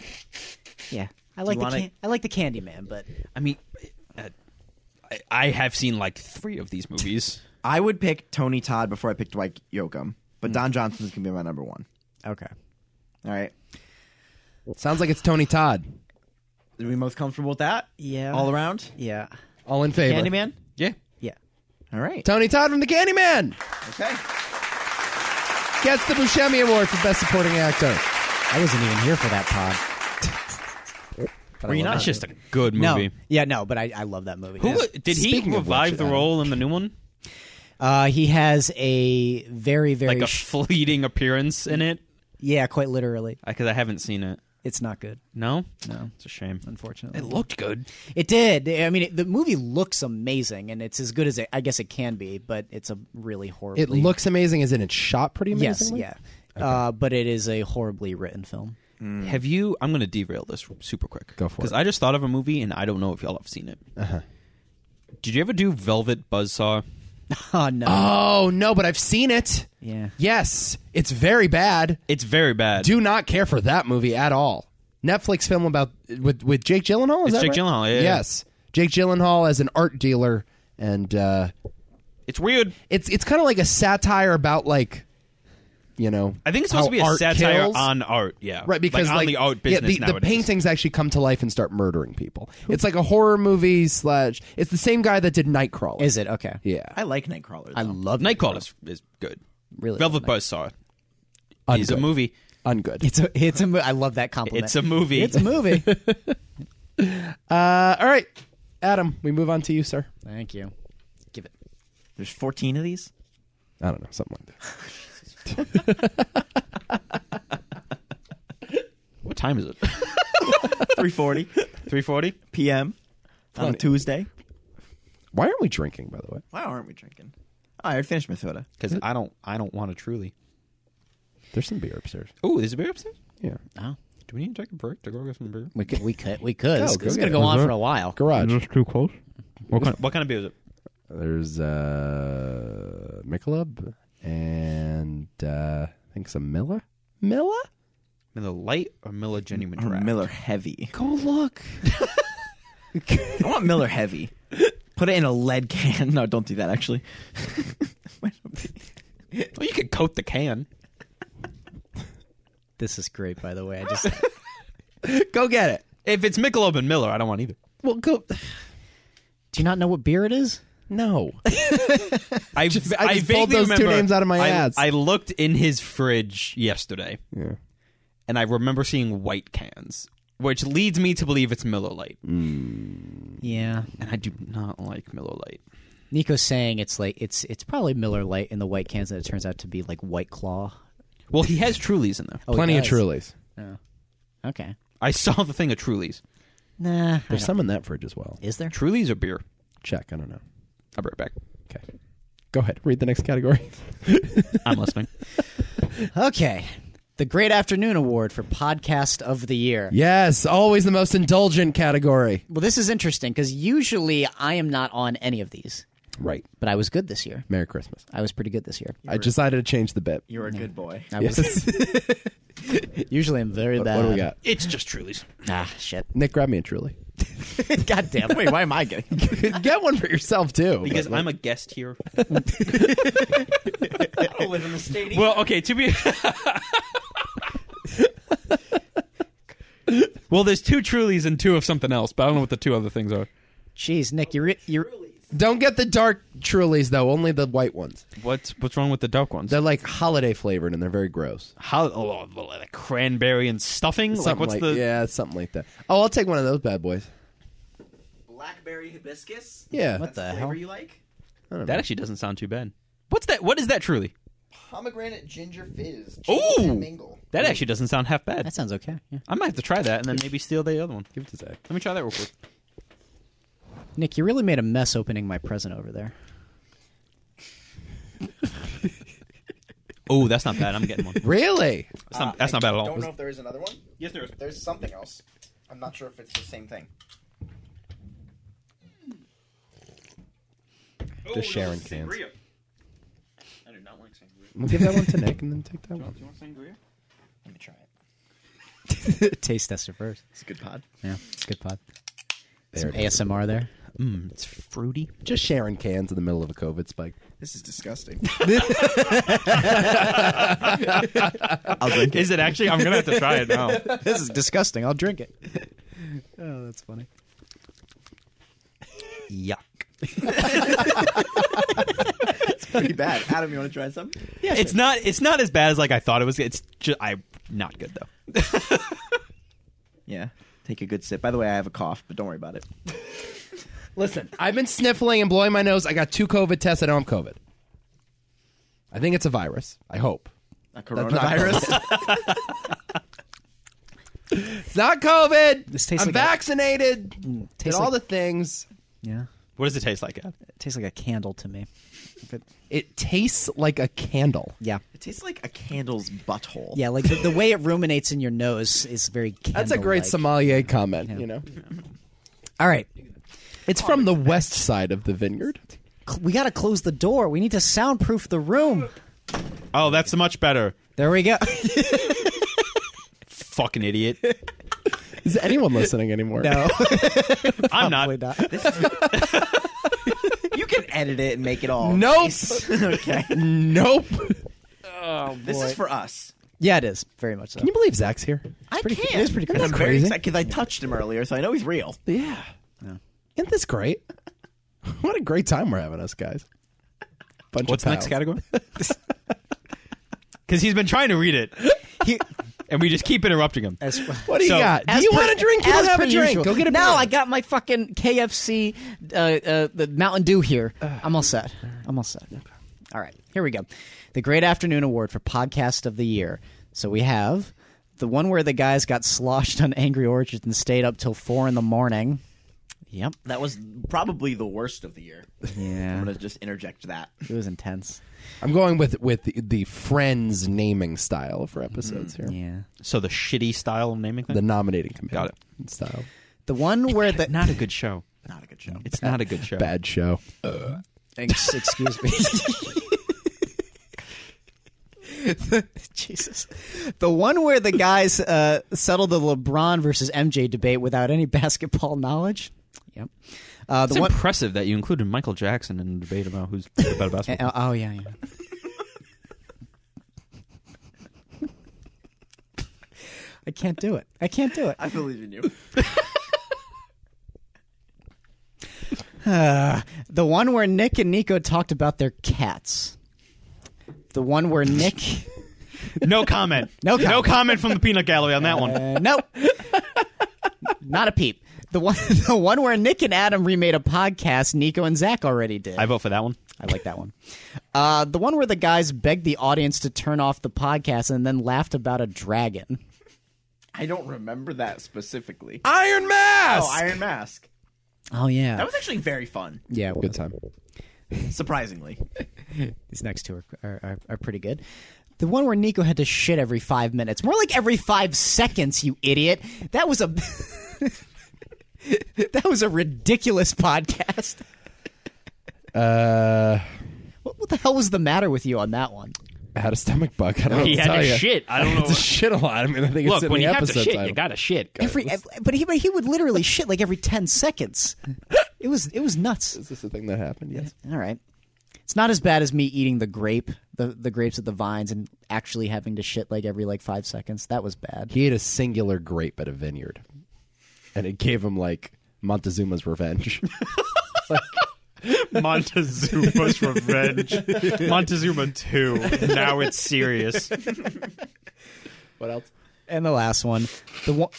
Speaker 2: Yeah, I like
Speaker 3: you
Speaker 2: the
Speaker 3: wanna-
Speaker 2: can, I like the Candyman, but
Speaker 5: I mean, uh, I, I have seen like three of these movies.
Speaker 3: I would pick Tony Todd before I picked Dwight Yoakam, but Don Johnson's gonna be my number one.
Speaker 2: okay.
Speaker 3: All right,
Speaker 1: Sounds like it's Tony Todd.
Speaker 3: are we most comfortable with that?
Speaker 2: Yeah.
Speaker 3: all around.
Speaker 2: Yeah.
Speaker 1: All in favor.
Speaker 3: Candyman.
Speaker 5: Yeah.
Speaker 2: Yeah.
Speaker 3: All right.
Speaker 1: Tony Todd from The Candyman
Speaker 3: Okay.
Speaker 1: gets the Buscemi Award for Best Supporting Actor.
Speaker 2: I wasn't even here for that pod. [laughs]
Speaker 1: Were you
Speaker 5: That's just a good movie.
Speaker 2: No. Yeah, no, but I, I love that movie.
Speaker 5: Who
Speaker 2: Yeah.
Speaker 5: did he
Speaker 1: Speaking of which,
Speaker 5: revive
Speaker 1: um,
Speaker 5: the
Speaker 1: Adam-
Speaker 5: role in the new one?
Speaker 2: Uh, he has a very, very.
Speaker 5: Like a
Speaker 2: sh-
Speaker 5: fleeting appearance in it?
Speaker 2: yeah, quite literally.
Speaker 5: Because I haven't seen it.
Speaker 2: It's not good,
Speaker 5: No,
Speaker 2: No.
Speaker 5: it's a shame.
Speaker 2: unfortunately. It,
Speaker 5: looked good.
Speaker 2: did. I mean, it, the movie looks amazing, and it's as good as it, I guess it can be, but it's a really horrible.
Speaker 1: It looks amazing, as in it's shot pretty
Speaker 2: Yes,
Speaker 1: amazingly.
Speaker 2: yeah. uh, but it is a horribly written film.
Speaker 5: Have you? I'm going to derail this super quick.
Speaker 1: Go for
Speaker 5: Because
Speaker 1: it. Uh-huh.
Speaker 5: I just thought of a movie, and I don't know if y'all have seen it. Did you ever do Velvet Buzzsaw?
Speaker 2: [laughs] Oh no!
Speaker 1: Oh no, but I've seen it.
Speaker 2: yeah,
Speaker 1: Yes, it's very bad.
Speaker 5: It's very bad.
Speaker 1: Do not care for that movie at all. Netflix film about with with Jake Gyllenhaal. Is
Speaker 5: It's
Speaker 1: that
Speaker 5: Jake
Speaker 1: right?
Speaker 5: Gyllenhaal, yeah, yeah.
Speaker 1: Yes, Jake Gyllenhaal as an art dealer, and uh,
Speaker 5: It's weird.
Speaker 1: it's it's kind of like a satire about like, you know,
Speaker 5: I think it's
Speaker 1: how
Speaker 5: supposed to be a
Speaker 1: art
Speaker 5: satire
Speaker 1: kills.
Speaker 5: on art. Yeah.
Speaker 1: Right, because
Speaker 5: like,
Speaker 1: like,
Speaker 5: on the art
Speaker 1: yeah,
Speaker 5: business
Speaker 1: the- the,
Speaker 5: nowadays.
Speaker 1: paintings actually come to life and start murdering people. It's like a horror movie slash. It's the same guy that did Nightcrawler.
Speaker 2: is it okay?
Speaker 1: yeah,
Speaker 3: I like Nightcrawler.
Speaker 1: I
Speaker 3: though.
Speaker 1: love
Speaker 5: Nightcrawler is, is good.
Speaker 2: Really?
Speaker 5: Velvet Buzzsaw is a
Speaker 1: Ungood.
Speaker 5: movie.
Speaker 1: Ungood.
Speaker 2: [laughs] It's a it's a mo- I love that compliment.
Speaker 5: It's a movie.
Speaker 2: It's
Speaker 1: [laughs]
Speaker 2: a movie.
Speaker 1: Uh, all right, Adam, we move on to you, sir.
Speaker 2: Thank you. Give it.
Speaker 3: There's 14 of these.
Speaker 1: I don't know, something like that.
Speaker 5: what time is it?
Speaker 3: [laughs] 3:40
Speaker 5: Three forty.
Speaker 3: p.m. on a Tuesday.
Speaker 1: Why aren't we drinking, by the way?
Speaker 3: Wow, aren't we drinking? All right, I finished my soda.
Speaker 5: Because I don't. I don't want to truly.
Speaker 1: There's some beer upstairs.
Speaker 5: Oh, there's a beer upstairs.
Speaker 1: Yeah.
Speaker 2: Oh,
Speaker 5: Do we need to take a break to go get some beer?
Speaker 2: we could we could we could.
Speaker 1: Go,
Speaker 2: It's,
Speaker 1: go
Speaker 2: it's
Speaker 1: get
Speaker 2: gonna
Speaker 1: it.
Speaker 2: go on for a while.
Speaker 1: Garage.
Speaker 8: too close.
Speaker 5: What kind? What kind of beer is it?
Speaker 1: There's uh Michelob and uh I think some Miller. Miller?
Speaker 5: Miller Light or Miller Genuine
Speaker 3: Or
Speaker 5: Draft?
Speaker 3: Miller Heavy.
Speaker 1: Go look.
Speaker 3: I want Miller Heavy. [laughs] Put it in a lead can. [laughs] No, don't do that. Actually, Might not be-
Speaker 5: Well, Oh, you could coat the can.
Speaker 2: This is great, by the [laughs] way. I just
Speaker 1: go get it.
Speaker 5: If it's Michelob and Miller, I don't want either.
Speaker 1: Well go
Speaker 2: do you not know what beer it is?
Speaker 1: No.
Speaker 5: I
Speaker 1: I just pulled
Speaker 5: vaguely
Speaker 1: those two
Speaker 5: remember-
Speaker 1: names out of my
Speaker 5: I,
Speaker 1: ads.
Speaker 5: I looked in his fridge yesterday,
Speaker 1: [laughs] Yeah.
Speaker 5: and I remember seeing white cans, which leads me to believe it's Miller Lite,
Speaker 2: Yeah.
Speaker 5: and I do not like Miller Lite.
Speaker 2: Nico's saying it's like it's it's probably Miller Lite in the white cans, and it turns out to be like White Claw.
Speaker 5: Well, he has Trulies in there.
Speaker 2: Oh, it
Speaker 1: Plenty of
Speaker 2: does.
Speaker 1: Trulies.
Speaker 2: Okay.
Speaker 5: I saw the thing of Trulies.
Speaker 2: Nah. I
Speaker 1: There's
Speaker 2: don't-
Speaker 1: some in that fridge as well.
Speaker 2: Is there?
Speaker 5: Trulies or beer?
Speaker 1: Check, I don't know.
Speaker 5: I'll be right back.
Speaker 1: Okay. Go ahead. Read the next category.
Speaker 5: [laughs]
Speaker 1: [laughs]
Speaker 5: I'm listening.
Speaker 2: Okay. The Great Afternoon Award for Podcast of the Year.
Speaker 1: yes, always the most indulgent category.
Speaker 2: Well, this is interesting because usually I am not on any of these,
Speaker 1: Right.
Speaker 2: but I was good this year.
Speaker 1: Merry Christmas.
Speaker 2: I was pretty good this year.
Speaker 1: I decided to change the bit.
Speaker 3: you're a good boy.
Speaker 2: I was, [laughs] usually I'm very bad.
Speaker 1: [laughs] What do we got?
Speaker 5: it's just [laughs] Trulies.
Speaker 2: Ah, shit. [laughs]
Speaker 1: Nick, grab me a Truly.
Speaker 2: God damn. Wait,
Speaker 3: Why am I
Speaker 5: [laughs]
Speaker 3: getting?
Speaker 1: Get one for yourself too.
Speaker 5: Because I'm a guest here. I live in the stadium. [laughs] Well, okay, to be. [laughs] well, there's two Trulies and two of something else, but I don't know what the two other things are.
Speaker 2: Jeez, Nick, you're you're
Speaker 1: Don't get the dark Trulies though, only the white ones.
Speaker 5: What's what's wrong with the dark ones?
Speaker 1: They're like holiday flavored and they're very gross.
Speaker 5: How oh, well, like cranberry and stuffing?
Speaker 1: Something
Speaker 5: like what's
Speaker 1: like
Speaker 5: the
Speaker 1: yeah, something like that. Oh, I'll take one of those bad boys.
Speaker 3: Blackberry hibiscus.
Speaker 1: Yeah,
Speaker 2: what the hell?
Speaker 3: you like?
Speaker 5: That actually doesn't sound too bad. What's that? What is that truly?
Speaker 9: Pomegranate ginger fizz.
Speaker 5: Ooh!
Speaker 9: mingle.
Speaker 5: That actually doesn't sound half bad.
Speaker 2: That sounds okay. Yeah.
Speaker 5: I might have to try that and then maybe steal the other one.
Speaker 1: give it to Zach.
Speaker 5: Let me try that real quick.
Speaker 2: Nick, you really made a mess opening my present over [laughs] there.
Speaker 5: Oh, that's not bad. I'm getting one.
Speaker 1: Really?
Speaker 5: That's not, that's not bad at all.
Speaker 9: Don't know if there is another one.
Speaker 5: Yes, there is.
Speaker 9: There's something else. I'm not sure if it's the same thing.
Speaker 1: They're sharing cans.
Speaker 5: I do not like sangria.
Speaker 1: We'll give that one to Nick and then
Speaker 5: [laughs]
Speaker 1: take that one.
Speaker 5: you want sangria?
Speaker 9: Let me try it.
Speaker 2: Taste tester first.
Speaker 3: It's a good pod.
Speaker 2: Yeah, good pod. Some ASMR there.
Speaker 5: It's fruity.
Speaker 1: Just sharing cans in the middle of a COVID spike.
Speaker 9: This is disgusting.
Speaker 3: I'll drink it.
Speaker 5: Is it actually? I'm gonna have to try it
Speaker 2: [laughs]
Speaker 5: now.
Speaker 2: [laughs] this is disgusting. I'll drink it. [laughs] oh, that's funny.
Speaker 5: Yuck.
Speaker 3: Pretty bad. Adam, you want to try some?
Speaker 5: Yeah, it's not. It's not as bad as like I thought it was. It's just I not good though.
Speaker 3: Yeah. Take a good sip. By the way, I have a cough, but don't worry about it.
Speaker 1: Listen, I've been sniffling and blowing my nose. I got two COVID tests. I know I'm COVID. I think it's a virus. I hope
Speaker 3: A
Speaker 1: not
Speaker 3: coronavirus.
Speaker 1: it's not COVID.
Speaker 2: This tastes
Speaker 1: I'm
Speaker 2: like a-
Speaker 1: vaccinated. Did
Speaker 2: tastes
Speaker 1: all
Speaker 2: like-
Speaker 1: the things.
Speaker 2: Yeah.
Speaker 5: What does it taste like? Ad?
Speaker 2: It tastes like a candle to me. But
Speaker 1: It tastes like a candle.
Speaker 2: yeah.
Speaker 3: It tastes like a candle's butthole.
Speaker 2: Yeah, like the, the way it ruminates in your nose is very candle
Speaker 1: That's a great sommelier comment, you know?
Speaker 2: All right.
Speaker 1: It's from the west side of the vineyard.
Speaker 2: Cl- We got to close the door. We need to soundproof the room.
Speaker 5: Oh, that's much better.
Speaker 2: There we go. [laughs]
Speaker 5: Fucking idiot.
Speaker 1: Is anyone listening anymore?
Speaker 2: no.
Speaker 5: I'm not.
Speaker 2: probably not.
Speaker 3: [laughs] You can edit it and make it all.
Speaker 1: Nope. Mm,
Speaker 3: nice. [laughs] okay.
Speaker 1: [laughs] Nope. Can
Speaker 3: This is for us.
Speaker 2: Yeah, it is. Very much so.
Speaker 1: you believe Zach's here?
Speaker 3: I
Speaker 1: pretty-
Speaker 3: can't.
Speaker 1: it is pretty cool.
Speaker 3: And I'm
Speaker 1: That's
Speaker 3: very
Speaker 1: crazy.
Speaker 3: excited because I touched him earlier, so I know he's real.
Speaker 1: Yeah. Isn't this great? [laughs] what a great time we're having, us guys. Bunch
Speaker 5: What's
Speaker 1: of
Speaker 5: the next
Speaker 1: pals.
Speaker 5: category? [laughs] Because he's been trying to read it,
Speaker 2: He-
Speaker 5: [laughs] and we just keep interrupting him.
Speaker 2: as-
Speaker 1: What do you
Speaker 5: So,
Speaker 1: got? Do you
Speaker 2: per-
Speaker 1: want a drink? You
Speaker 2: as
Speaker 1: don't have
Speaker 2: per
Speaker 1: a drink.
Speaker 2: usual.
Speaker 1: Go get a
Speaker 2: No,
Speaker 1: beer.
Speaker 2: I got my fucking KFC, uh, uh, the Mountain Dew here. I'm all set. I'm all set. All right, here we go. The Great Afternoon Award for Podcast of the Year. So we have the one where the guys got sloshed on Angry Orchard and stayed up till four in the morning. Yep.
Speaker 3: That was probably the worst of the year. I'm
Speaker 2: Yeah.
Speaker 3: gonna just interject that.
Speaker 2: It was intense.
Speaker 1: I'm going with with the, the friends naming style for episodes here.
Speaker 2: Yeah.
Speaker 5: So the shitty style of naming thing.
Speaker 1: The nominating committee.
Speaker 5: Mm-hmm. Got
Speaker 1: Style.
Speaker 2: The one where the
Speaker 5: not a good show.
Speaker 3: Not a good show.
Speaker 5: It's not
Speaker 2: [laughs]
Speaker 5: a good show.
Speaker 1: Bad show.
Speaker 2: Ex-
Speaker 5: [laughs]
Speaker 2: excuse me. Jesus. The one where the guys uh, settle the LeBron versus MJ debate without any basketball knowledge. Yep. Uh, the
Speaker 5: It's
Speaker 2: one
Speaker 5: impressive that you included Michael Jackson in the debate about who's the
Speaker 2: [laughs]
Speaker 5: better basketball.
Speaker 2: oh, oh, yeah, yeah. I can't do it. I can't do it.
Speaker 3: I believe in you.
Speaker 2: The one where Nick and Nico talked about their cats. The one where Nick.
Speaker 5: no comment.
Speaker 2: [laughs] No comment.
Speaker 5: No comment from the peanut gallery on that one.
Speaker 2: Uh, nope. [laughs] Not a peep. The one, [laughs] the one where Nick and Adam remade a podcast, Nico and Zach already did.
Speaker 5: I
Speaker 2: I,
Speaker 5: vote for that one.
Speaker 2: like that one. Uh, the one where the guys begged the audience to turn off the podcast and then laughed about a dragon.
Speaker 9: I don't remember that specifically.
Speaker 1: Iron Mask.
Speaker 9: Oh, Iron Mask.
Speaker 2: Oh yeah,
Speaker 3: That was actually very fun,
Speaker 2: yeah. it
Speaker 1: Good
Speaker 2: was.
Speaker 1: time.
Speaker 3: surprisingly.
Speaker 2: These next two are, are, are, are pretty good. The one where Nico had to shit every five minutes, more like every five seconds. You idiot! That was a [laughs] that was a ridiculous podcast.
Speaker 1: Uh,
Speaker 2: What, what the hell was the matter with you on that one?
Speaker 1: I had a stomach bug.
Speaker 5: [laughs]
Speaker 1: I don't know
Speaker 5: He
Speaker 1: what to
Speaker 5: had
Speaker 1: tell
Speaker 5: to
Speaker 1: you.
Speaker 5: shit.
Speaker 1: [laughs]
Speaker 5: I don't know.
Speaker 1: It's a shit a lot. I mean, I think it's
Speaker 5: Look,
Speaker 1: in
Speaker 5: when
Speaker 1: the
Speaker 5: you have to
Speaker 1: episode
Speaker 5: shit,
Speaker 1: title.
Speaker 5: you gotta shit.
Speaker 2: Every, but he but he would literally shit like every ten seconds. It was it was nuts.
Speaker 1: Is this the thing that happened? Yes.
Speaker 2: All right, it's not as bad as me eating the grape, the the grapes at the vines, and actually having to shit like every like five seconds. That was bad.
Speaker 1: He ate a singular grape at a vineyard, and it gave him like Montezuma's revenge.
Speaker 2: [laughs]
Speaker 5: Montezuma's Revenge. Montezuma 2. Now it's serious.
Speaker 1: what else?
Speaker 2: And the last one, the one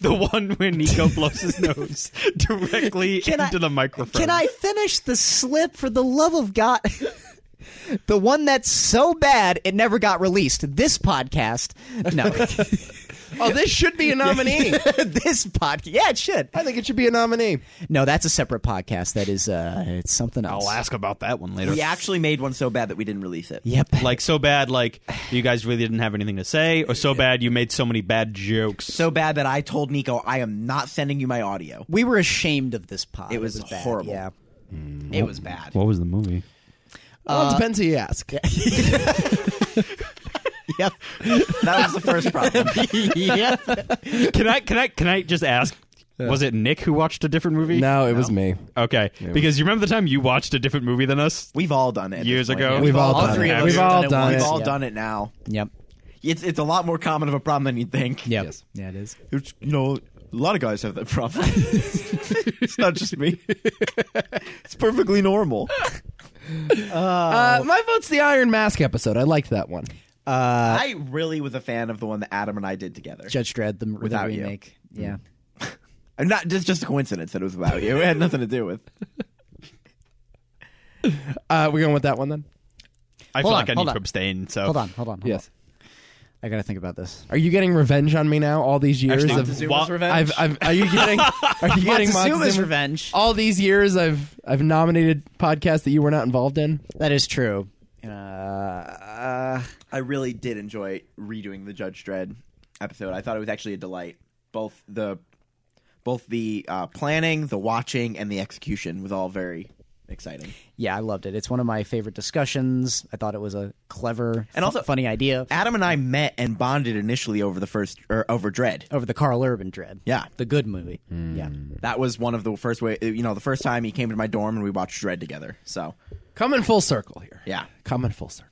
Speaker 5: The one where Nico blows his nose directly
Speaker 2: I-
Speaker 5: into the microphone.
Speaker 2: Can I finish the slip for the love of God? [laughs] the one that's so bad it never got released. This podcast, no,
Speaker 1: Oh, this should be a nominee.
Speaker 2: [laughs] this podcast, yeah, it should.
Speaker 1: [laughs] I think it should be a nominee.
Speaker 2: No, that's a separate podcast. That is, uh, it's something else.
Speaker 5: I'll ask about that one later.
Speaker 3: We actually made one so bad that we didn't release it.
Speaker 2: Yep.
Speaker 5: Like, so bad, like, you guys really didn't have anything to say, or so bad you made so many bad jokes.
Speaker 3: So bad that I told Nico I am not sending you my audio.
Speaker 2: we were ashamed of this pod.
Speaker 3: It was
Speaker 2: bad,
Speaker 3: horrible.
Speaker 2: Yeah.
Speaker 3: It was bad.
Speaker 5: was the movie?
Speaker 1: Well, it depends who you ask.
Speaker 2: Yep.
Speaker 3: That was the first problem.
Speaker 1: [laughs]
Speaker 2: yep.
Speaker 5: Can I, can I, can I just ask? Was it Nick who watched a different movie?
Speaker 1: [laughs] No, it was me.
Speaker 5: Okay. Because you remember the time you watched a different movie than us?
Speaker 3: We've all done it at
Speaker 5: Years
Speaker 3: this point.
Speaker 5: ago.
Speaker 1: We've all,
Speaker 2: all
Speaker 1: done
Speaker 2: three
Speaker 1: it.
Speaker 2: of us
Speaker 1: We've
Speaker 2: have
Speaker 1: all
Speaker 2: done it
Speaker 1: done
Speaker 2: once.
Speaker 1: it.
Speaker 3: We've all
Speaker 2: Yeah.
Speaker 3: done it now.
Speaker 2: Yep.
Speaker 3: It's it's a lot more common of a problem than you'd think.
Speaker 2: Yep.
Speaker 1: Yes.
Speaker 2: Yeah, it is.
Speaker 3: It's, you know, a lot of guys have that [laughs] problem. it's not just me. it's perfectly normal.
Speaker 1: Uh, my vote's the Iron Mask episode. I liked that one.
Speaker 3: Uh, I really was a fan of the one that Adam and I did together.
Speaker 2: Judge Dredd, the, the
Speaker 3: Without you.
Speaker 2: remake. Yeah.
Speaker 3: And not just just a coincidence that it was about you. It had nothing to do with.
Speaker 1: Uh, we're going with that one then.
Speaker 5: I
Speaker 2: Hold
Speaker 5: feel
Speaker 2: on,
Speaker 5: like I
Speaker 2: hold
Speaker 5: need
Speaker 2: on.
Speaker 5: to abstain. So
Speaker 2: Hold on, hold on. Hold
Speaker 1: Yes.
Speaker 2: I gotta think about this.
Speaker 1: Are you getting revenge on me now? All these years
Speaker 5: Actually,
Speaker 1: of
Speaker 5: Montezuma's
Speaker 3: Zuma's
Speaker 5: Wa-
Speaker 3: revenge.
Speaker 1: I've, I've, are you getting? Are you getting
Speaker 2: Montezuma's
Speaker 1: Montezuma-
Speaker 2: revenge.
Speaker 1: All these years, I've I've nominated podcasts that you were not involved in.
Speaker 2: That is true. Uh, uh,
Speaker 3: I really did enjoy redoing the Judge Dredd episode. I thought it was actually a delight. Both the both the uh, planning, the watching, and the execution was all very exciting.
Speaker 2: yeah, I loved it. It's one of my favorite discussions. I thought it was a clever
Speaker 3: And also-
Speaker 2: funny idea
Speaker 3: Adam and I met and bonded initially over the first or over Dread.
Speaker 2: over the Carl Urban dread.
Speaker 3: Yeah.
Speaker 2: the good movie. Yeah,
Speaker 3: That was one of the first way you know the first time he came to my dorm and we watched Dread together. So
Speaker 1: Coming full circle here.
Speaker 3: yeah,
Speaker 1: Coming full circle.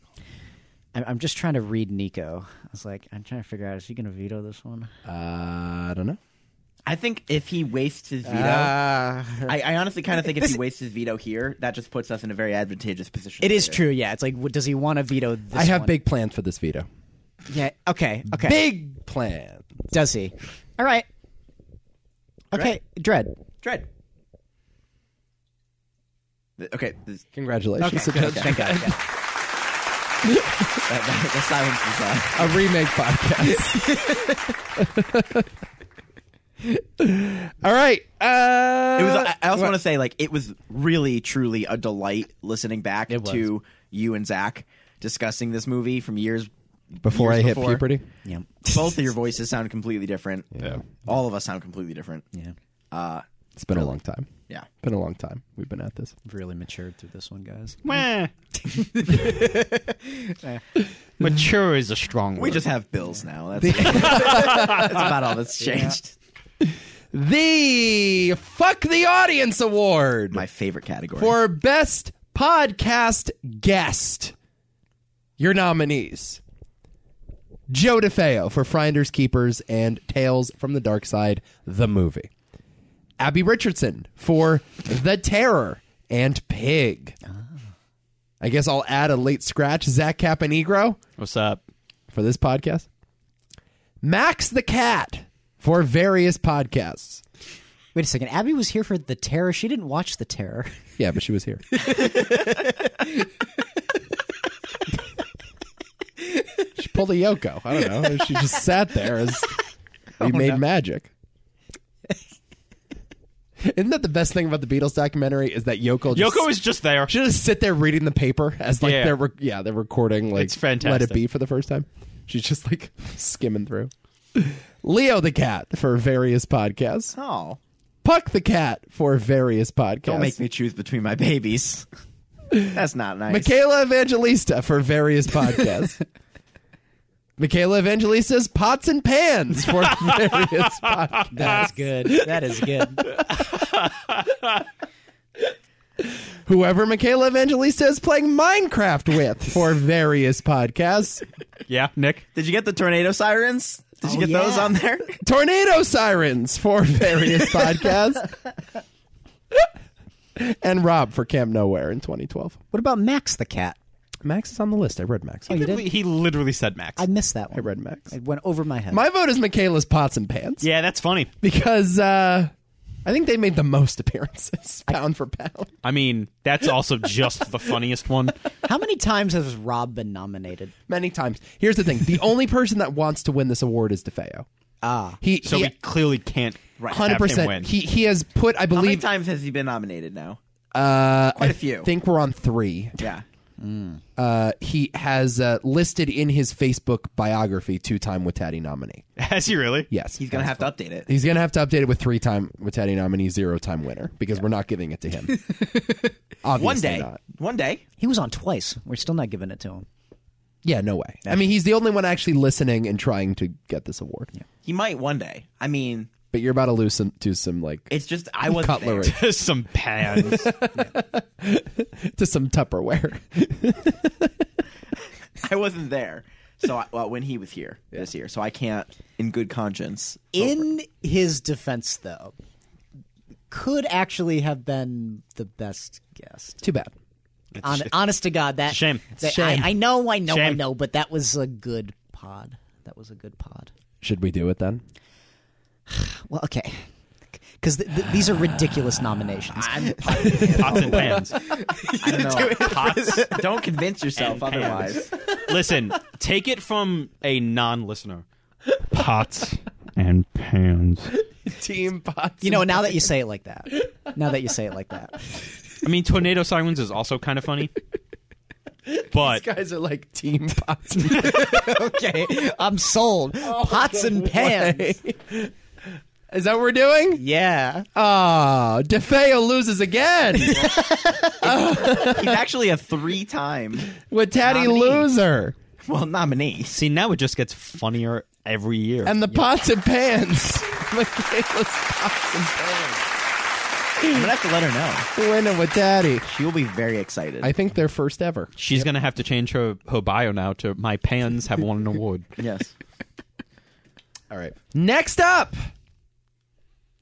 Speaker 2: I'm, I'm just trying to read Nico. I was like, I'm trying to figure out is he gonna veto this one?
Speaker 1: Uh, I don't know.
Speaker 3: I think if he wastes his veto,
Speaker 2: Ah.
Speaker 3: I, I honestly kind of think if he wastes his veto here, that just puts us in a very advantageous position.
Speaker 2: It is
Speaker 3: later.
Speaker 2: true. Yeah, it's like, what, does he want to veto? this
Speaker 1: I have
Speaker 2: one?
Speaker 1: big plans for this veto.
Speaker 2: Yeah. Okay. Okay.
Speaker 1: Big plan.
Speaker 2: Does he? All right. Okay. Dread.
Speaker 3: Dread. Th- Okay, this,
Speaker 1: Congratulations, to Judge.
Speaker 2: Thank God. yeah.
Speaker 3: that, that, the silence was. Uh,
Speaker 1: a remake podcast.
Speaker 3: [laughs]
Speaker 1: All right. Uh,
Speaker 3: It was. I I also want to say, like, it was really, truly a delight listening back to you and Zach discussing this movie from years
Speaker 1: before
Speaker 3: years
Speaker 1: I hit
Speaker 3: before.
Speaker 1: puberty.
Speaker 2: Yeah.
Speaker 3: Both of your voices sound completely different. Yeah, all of us sound completely different.
Speaker 2: Yeah.
Speaker 3: Uh,
Speaker 1: It's been a long time.
Speaker 3: yeah.
Speaker 1: Been a long time. We've been at this.
Speaker 2: Really matured through this one, guys.
Speaker 5: Mature is a strong word.
Speaker 3: We just have bills now. That's, [laughs] that's about
Speaker 1: [laughs]
Speaker 3: all that's changed.
Speaker 1: The Fuck the Audience Award
Speaker 3: My favorite category.
Speaker 1: for Best Podcast Guest. Your nominees Joe DeFeo for Finders Keepers and Tales from the Dark Side, the movie. Abby Richardson for The Terror and Pig. I guess I'll add a late scratch, Zach Caponegro
Speaker 5: What's up?
Speaker 1: for this podcast. Max the Cat for various podcasts.
Speaker 2: Wait a second. Abby was here for the terror. She didn't watch the terror.
Speaker 1: Yeah, but [laughs] she was here. she pulled a Yoko. I don't know. She just sat there as we made magic. Isn't that the best thing about the Beatles documentary? Is that Yoko? Just,
Speaker 5: Yoko is just there.
Speaker 1: she just sit there reading the paper as like
Speaker 5: Yeah.
Speaker 1: they're rec- yeah they're recording like
Speaker 5: It's fantastic.
Speaker 1: Let It Be for the first time. She's just like skimming through. Leo the cat for various podcasts.
Speaker 3: oh,
Speaker 1: Puck the cat for various podcasts.
Speaker 3: don't make me choose between my babies. [laughs] That's not nice.
Speaker 1: Michaela Evangelista for various [laughs] podcasts. Michaela Evangelista's Pots and Pans [laughs] for various podcasts.
Speaker 2: That is good. That is good.
Speaker 1: Whoever Michaela Evangelista is playing Minecraft with for various podcasts.
Speaker 5: Yeah, Nick.
Speaker 3: Did you get the tornado sirens? Did you
Speaker 1: Oh,
Speaker 3: get those
Speaker 2: yeah.
Speaker 1: [laughs]
Speaker 3: on there?
Speaker 1: Tornado Sirens for various [laughs] podcasts. and Rob for Camp Nowhere in 2012.
Speaker 2: What about Max the cat? Oh,
Speaker 1: Max is on the list. I read Max.
Speaker 2: you
Speaker 5: Literally- He literally said Max.
Speaker 2: I missed that one.
Speaker 1: I read Max.
Speaker 2: It went over my head.
Speaker 1: My vote is Michaela's Pots and Pans
Speaker 5: yeah, that's funny.
Speaker 1: because uh, I think they made the most [laughs] appearances, pound for pound.
Speaker 5: I mean, that's also just the funniest one.
Speaker 2: How many times has Rob been nominated?
Speaker 1: many times. Here's the thing: the only person that wants to win this award is DeFeo. Ah, he
Speaker 5: So we clearly can't
Speaker 1: hundred percent. He he has put, I
Speaker 3: How many
Speaker 1: believe,
Speaker 3: times has he been nominated now?
Speaker 1: uh,
Speaker 3: Quite
Speaker 1: I
Speaker 3: a few.
Speaker 1: think we're on three.
Speaker 3: yeah.
Speaker 1: Uh, he has uh, listed in his Facebook biography two-time Watati
Speaker 3: [laughs]
Speaker 1: nominee.
Speaker 5: [laughs] Has he really?
Speaker 1: Yes,
Speaker 3: He's gonna have to update it.
Speaker 1: He's gonna have to update it with three-time Watati nominee, zero-time winner because we're not giving it to
Speaker 3: [laughs]
Speaker 1: him. Obviously
Speaker 3: One day.
Speaker 1: not.
Speaker 3: One day.
Speaker 2: He was on twice. We're still not giving it to him.
Speaker 1: Yeah, no way. I mean, he's the only one actually listening and trying to get this award.
Speaker 3: He might one day. I mean,
Speaker 1: But you're about to lose some to some like
Speaker 3: it's just I wasn't
Speaker 1: Cutlery.
Speaker 3: there.
Speaker 5: [laughs] Some pans.
Speaker 1: [laughs] to some
Speaker 3: [laughs]
Speaker 1: Tupperware.
Speaker 3: [laughs] I wasn't there. So I, well, when he
Speaker 1: [laughs]
Speaker 3: was here this year, so I can't, in good conscience,
Speaker 2: In his defense, though, could actually have been the best guest.
Speaker 1: Too bad.
Speaker 2: Hon- honest to God, that
Speaker 5: Shame.
Speaker 2: that-
Speaker 1: Shame.
Speaker 2: I, I know, I know, I
Speaker 5: Shame.
Speaker 2: know, but that was a good pod. That was a good pod.
Speaker 1: Should we do it then?
Speaker 2: Well, okay. because th- th- these are
Speaker 1: [sighs]
Speaker 2: ridiculous nominations.
Speaker 5: Pots and
Speaker 1: [laughs]
Speaker 5: pans.
Speaker 3: I don't know.
Speaker 5: Pots.
Speaker 3: don't convince yourself
Speaker 5: And
Speaker 3: otherwise.
Speaker 5: Listen, take it from a non-listener. Pots and pans.
Speaker 1: Team Pots.
Speaker 2: you know, now that you say it like that, now that you say it like that,
Speaker 5: I mean, tornado sirens is also kind of [laughs] funny, but
Speaker 1: These guys are like [laughs] Team Pots.
Speaker 2: okay, I'm
Speaker 3: [laughs]
Speaker 2: sold.
Speaker 3: Oh
Speaker 2: Pots and pans.
Speaker 1: Is that what we're doing?
Speaker 2: Yeah.
Speaker 1: Oh, DeFeo loses again
Speaker 3: He's actually a three-time,
Speaker 1: with Taddy
Speaker 3: Nominee.
Speaker 1: Loser
Speaker 3: well, nominee.
Speaker 5: see, now it just gets funnier every year.
Speaker 1: and the Pots and Pans. [laughs] Michaela's Pots and Pans.
Speaker 3: I'm gonna have to let her know.
Speaker 1: Winning with Taddy.
Speaker 3: She will be very excited.
Speaker 1: I think they're first ever.
Speaker 5: She's gonna have to change her, her bio now to "My pans have [laughs] won an award."
Speaker 3: yes.
Speaker 1: All right. Next up,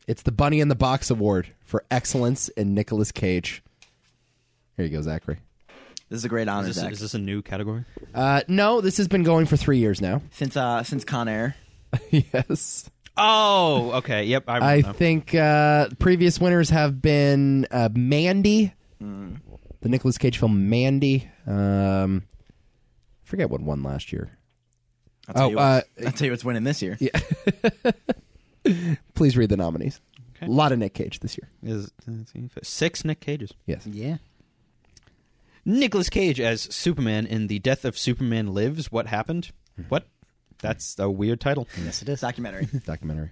Speaker 1: it's the Bunny in the Box Award for excellence in Nicolas Cage. Here you go, Zachary.
Speaker 3: This is a great honor,
Speaker 5: Is this,
Speaker 3: Zach.
Speaker 5: is this a new category?
Speaker 1: Uh, no, this has been going for three years now.
Speaker 3: Since uh, since Con Air,
Speaker 1: [laughs] yes.
Speaker 5: Oh, okay. Yep. I,
Speaker 1: I
Speaker 5: remember.
Speaker 1: think uh, previous winners have been uh, Mandy,
Speaker 5: Mm.
Speaker 1: the Nicolas Cage film Mandy. Um, I forget what won last year.
Speaker 3: I'll tell,
Speaker 1: Oh,
Speaker 3: you, what's,
Speaker 1: uh,
Speaker 3: I'll tell you what's winning this year.
Speaker 1: Please read the nominees. A lot of Nick Cage this year.
Speaker 5: Is- six Nick Cages.
Speaker 1: Yes.
Speaker 2: Yeah.
Speaker 5: Nicholas Cage as Superman in The Death of Superman Lives. What happened? What? That's a weird title.
Speaker 2: Yes, it is.
Speaker 3: Documentary.
Speaker 1: Documentary.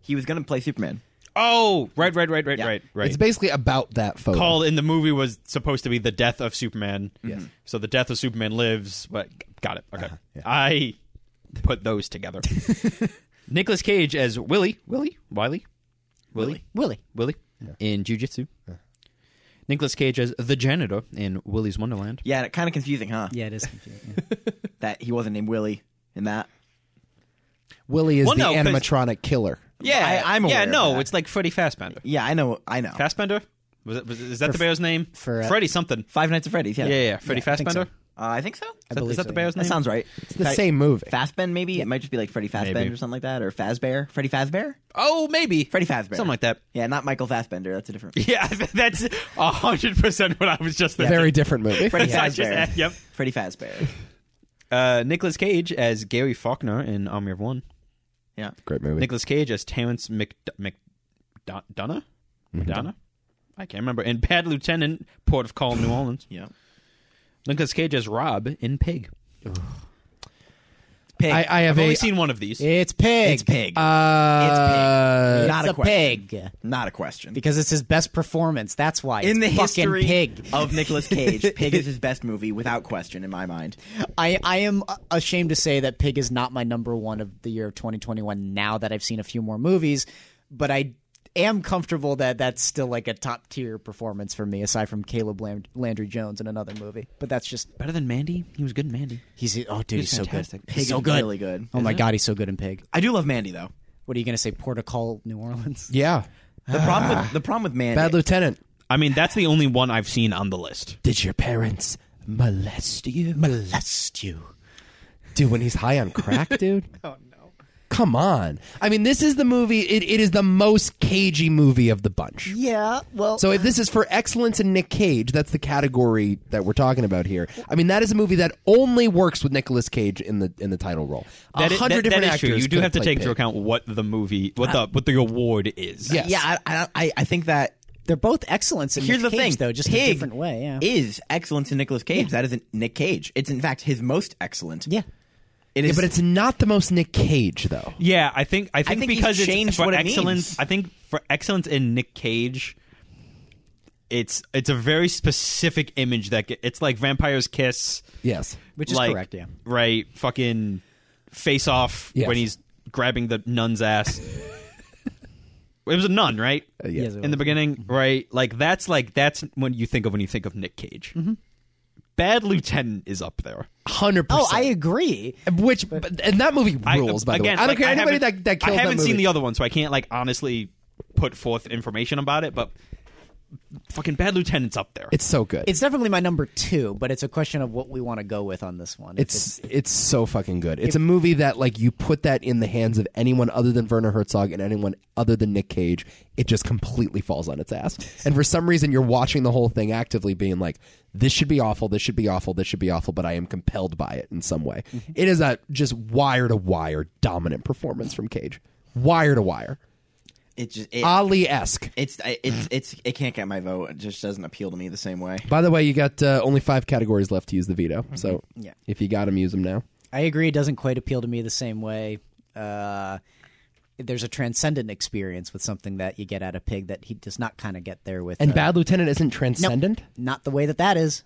Speaker 3: he was gonna play Superman.
Speaker 5: Oh, right, right, right, right,
Speaker 3: Yeah.
Speaker 5: right, right.
Speaker 1: It's basically about that photo.
Speaker 5: Called in the movie was supposed to be the death of Superman.
Speaker 3: Mm-hmm.
Speaker 1: Yes.
Speaker 5: So the death of Superman lives. But got it. Okay.
Speaker 1: yeah.
Speaker 5: I put
Speaker 3: [laughs]
Speaker 5: those together. Nicholas Cage as Willie. Willie. Wiley. Willie.
Speaker 2: Willie.
Speaker 5: Willie. In Jujitsu. Nicholas Cage as the janitor in Willie's Wonderland.
Speaker 3: Yeah, kind of confusing, huh?
Speaker 2: Yeah, it is confusing.
Speaker 3: That he wasn't named Willie in that.
Speaker 1: Willie is
Speaker 5: Well,
Speaker 1: the
Speaker 5: no, 'cause-
Speaker 1: animatronic killer.
Speaker 5: Yeah,
Speaker 3: I- I'm
Speaker 5: yeah.
Speaker 3: aware of
Speaker 5: No,
Speaker 3: that.
Speaker 5: it's like Freddy Fazbender.
Speaker 3: Yeah, I know. I know.
Speaker 5: Fassbender? Was, it, was is that the bear's name?
Speaker 2: for, uh,
Speaker 5: Freddy something.
Speaker 3: Five Nights at Freddy's. Yeah.
Speaker 5: Yeah, yeah, yeah. Freddy
Speaker 2: I think
Speaker 5: Fassbender.
Speaker 2: so.
Speaker 3: Uh, I think so.
Speaker 2: I
Speaker 5: Is that-
Speaker 2: believe
Speaker 5: is that
Speaker 2: so,
Speaker 5: the
Speaker 2: yeah.
Speaker 5: bear's
Speaker 3: That
Speaker 5: name?
Speaker 3: sounds right.
Speaker 1: It's the same movie.
Speaker 3: Fazbend, maybe it might just be like Freddy Fazbend
Speaker 5: Maybe.
Speaker 3: or something like that, or Fazbear. Freddy Fazbear.
Speaker 5: Oh, maybe
Speaker 3: Freddy Fazbear.
Speaker 5: something like that.
Speaker 3: Yeah, not Michael Fassbender. That's a different.
Speaker 2: [laughs]
Speaker 5: Yeah, [laughs] that's hundred percent what I was just thinking.
Speaker 1: Very different movie.
Speaker 3: Freddy
Speaker 5: I just-
Speaker 3: Fazbear.
Speaker 5: yep.
Speaker 3: Freddy Fazbear.
Speaker 5: Uh, Nicholas Cage as Gary Faulkner in Army of One.
Speaker 3: Yeah.
Speaker 1: [laughs] Great movie.
Speaker 5: Nicholas Cage as Terrence Mc McDonough. McDonough. I can't remember. In Bad Lieutenant, Port of Call, New
Speaker 1: [laughs]
Speaker 5: Orleans.
Speaker 3: Yeah.
Speaker 5: Nicholas Cage as Rob in Pig.
Speaker 3: Pig.
Speaker 1: I, I have
Speaker 5: I've only
Speaker 1: a-
Speaker 5: seen one of these.
Speaker 2: It's pig.
Speaker 3: it's pig.
Speaker 1: Uh,
Speaker 3: it's
Speaker 2: Not
Speaker 3: pig. Not
Speaker 2: a,
Speaker 3: a question.
Speaker 2: pig.
Speaker 3: not a question.
Speaker 2: Because it's his best performance. That's why.
Speaker 3: in the
Speaker 2: it's fucking
Speaker 3: history
Speaker 2: pig.
Speaker 3: of Nicolas Cage,
Speaker 2: [laughs]
Speaker 3: Pig is his best movie without question in my mind.
Speaker 2: I, I am a- ashamed to say that Pig is not my number one of the year of 2021 now that I've seen a few more movies, but I am comfortable that that's still like a top tier performance for me aside from Caleb Land- Landry Jones in another movie. But that's just
Speaker 5: Better than Mandy. He was good in Mandy.
Speaker 2: he's oh dude, he's, so
Speaker 5: fantastic.
Speaker 2: good.
Speaker 3: Pig
Speaker 2: He's so
Speaker 3: is
Speaker 2: good.
Speaker 3: really good.
Speaker 2: Oh my god, he's so good in Pig.
Speaker 3: I do love Mandy though.
Speaker 2: What are you going to say Portical New Orleans?
Speaker 1: yeah.
Speaker 3: The problem with the problem with Mandy.
Speaker 1: Bad Lieutenant.
Speaker 5: I mean, that's the only one I've seen on the list.
Speaker 1: Did your parents molest you? Molest you. Dude, when he's high on crack, dude. oh, no. Come on. I mean, this is the movie, it, it is the most cagey movie of the bunch.
Speaker 2: Yeah, well
Speaker 1: So if this is for excellence in Nick Cage, that's the category that we're talking about here. I mean, that is a movie that only works with Nicolas Cage in the in the title role. A
Speaker 5: That is-
Speaker 1: hundred
Speaker 5: that-
Speaker 1: different
Speaker 5: that is
Speaker 1: actors.
Speaker 5: True. You do
Speaker 1: could
Speaker 5: have to
Speaker 1: play
Speaker 5: take into
Speaker 1: Pig.
Speaker 5: account what the movie, what the what the award is.
Speaker 1: Yes.
Speaker 3: Yeah, I, I, I- I think that
Speaker 2: they're both excellence in
Speaker 3: here's
Speaker 2: Nick
Speaker 3: the
Speaker 2: Cage,
Speaker 3: thing
Speaker 2: though, just
Speaker 3: Pig
Speaker 2: in a different way, yeah.
Speaker 3: is excellence in Nicolas Cage. That isn't Nick Cage. It's in fact his most excellent.
Speaker 2: yeah.
Speaker 3: it is.
Speaker 1: Yeah, but it's not the most Nick Cage though.
Speaker 5: Yeah, I think I think,
Speaker 3: think he's
Speaker 5: because it's
Speaker 3: changed
Speaker 5: for
Speaker 3: what it
Speaker 5: excellence.
Speaker 3: means.
Speaker 5: I think for excellence in Nick Cage, it's it's a very specific image that ge- it's like Vampire's Kiss,
Speaker 1: Yes.
Speaker 2: Which is
Speaker 5: like,
Speaker 2: correct, yeah.
Speaker 5: right. Fucking face off
Speaker 1: Yes.
Speaker 5: when he's grabbing the nun's ass. it was a nun, right?
Speaker 1: yeah.
Speaker 2: Yes, it
Speaker 5: in
Speaker 2: was.
Speaker 5: the beginning, right? Like that's like that's when you think of when you think of Nick Cage. Bad Lieutenant is up there.
Speaker 1: Hundred percent.
Speaker 2: Oh, I agree.
Speaker 1: Which but, and that movie
Speaker 5: I-
Speaker 1: rules. by the
Speaker 5: again,
Speaker 1: way, I don't
Speaker 5: like,
Speaker 1: care anybody
Speaker 5: haven't-
Speaker 1: that that killed
Speaker 5: I haven't
Speaker 1: that movie.
Speaker 5: seen the other one, so I can't like honestly put forth information about it. But fucking bad lieutenants up there.
Speaker 1: It's so good.
Speaker 2: It's definitely my number two, but it's a question of what we want to go with on this one. If
Speaker 1: It's it's so fucking good. It's a movie that like you put that in the hands of anyone other than Werner Herzog and anyone other than Nick Cage, it just completely falls on its ass. And for some reason, you're watching the whole thing actively, being like, "This should be awful. This should be awful. This should be awful." But I am compelled by it in some way. It is a just wire to wire dominant performance from Cage, wire to wire,
Speaker 3: It just it,
Speaker 2: Ah.
Speaker 1: Ali esque.
Speaker 3: it's I- it's it's it can't get my vote. It just doesn't appeal to me the same way.
Speaker 1: By the way, you got uh, only five categories left to use the veto.
Speaker 5: Mm-hmm.
Speaker 1: So
Speaker 2: Yeah.
Speaker 1: if you got them, use them now.
Speaker 2: I agree. It doesn't quite appeal to me the same way. Uh, there's a transcendent experience with something that you get out of Pig that he does not kind of get there with.
Speaker 1: And
Speaker 2: uh,
Speaker 1: Bad Lieutenant isn't
Speaker 2: no,
Speaker 1: transcendent.
Speaker 2: not the way that that is.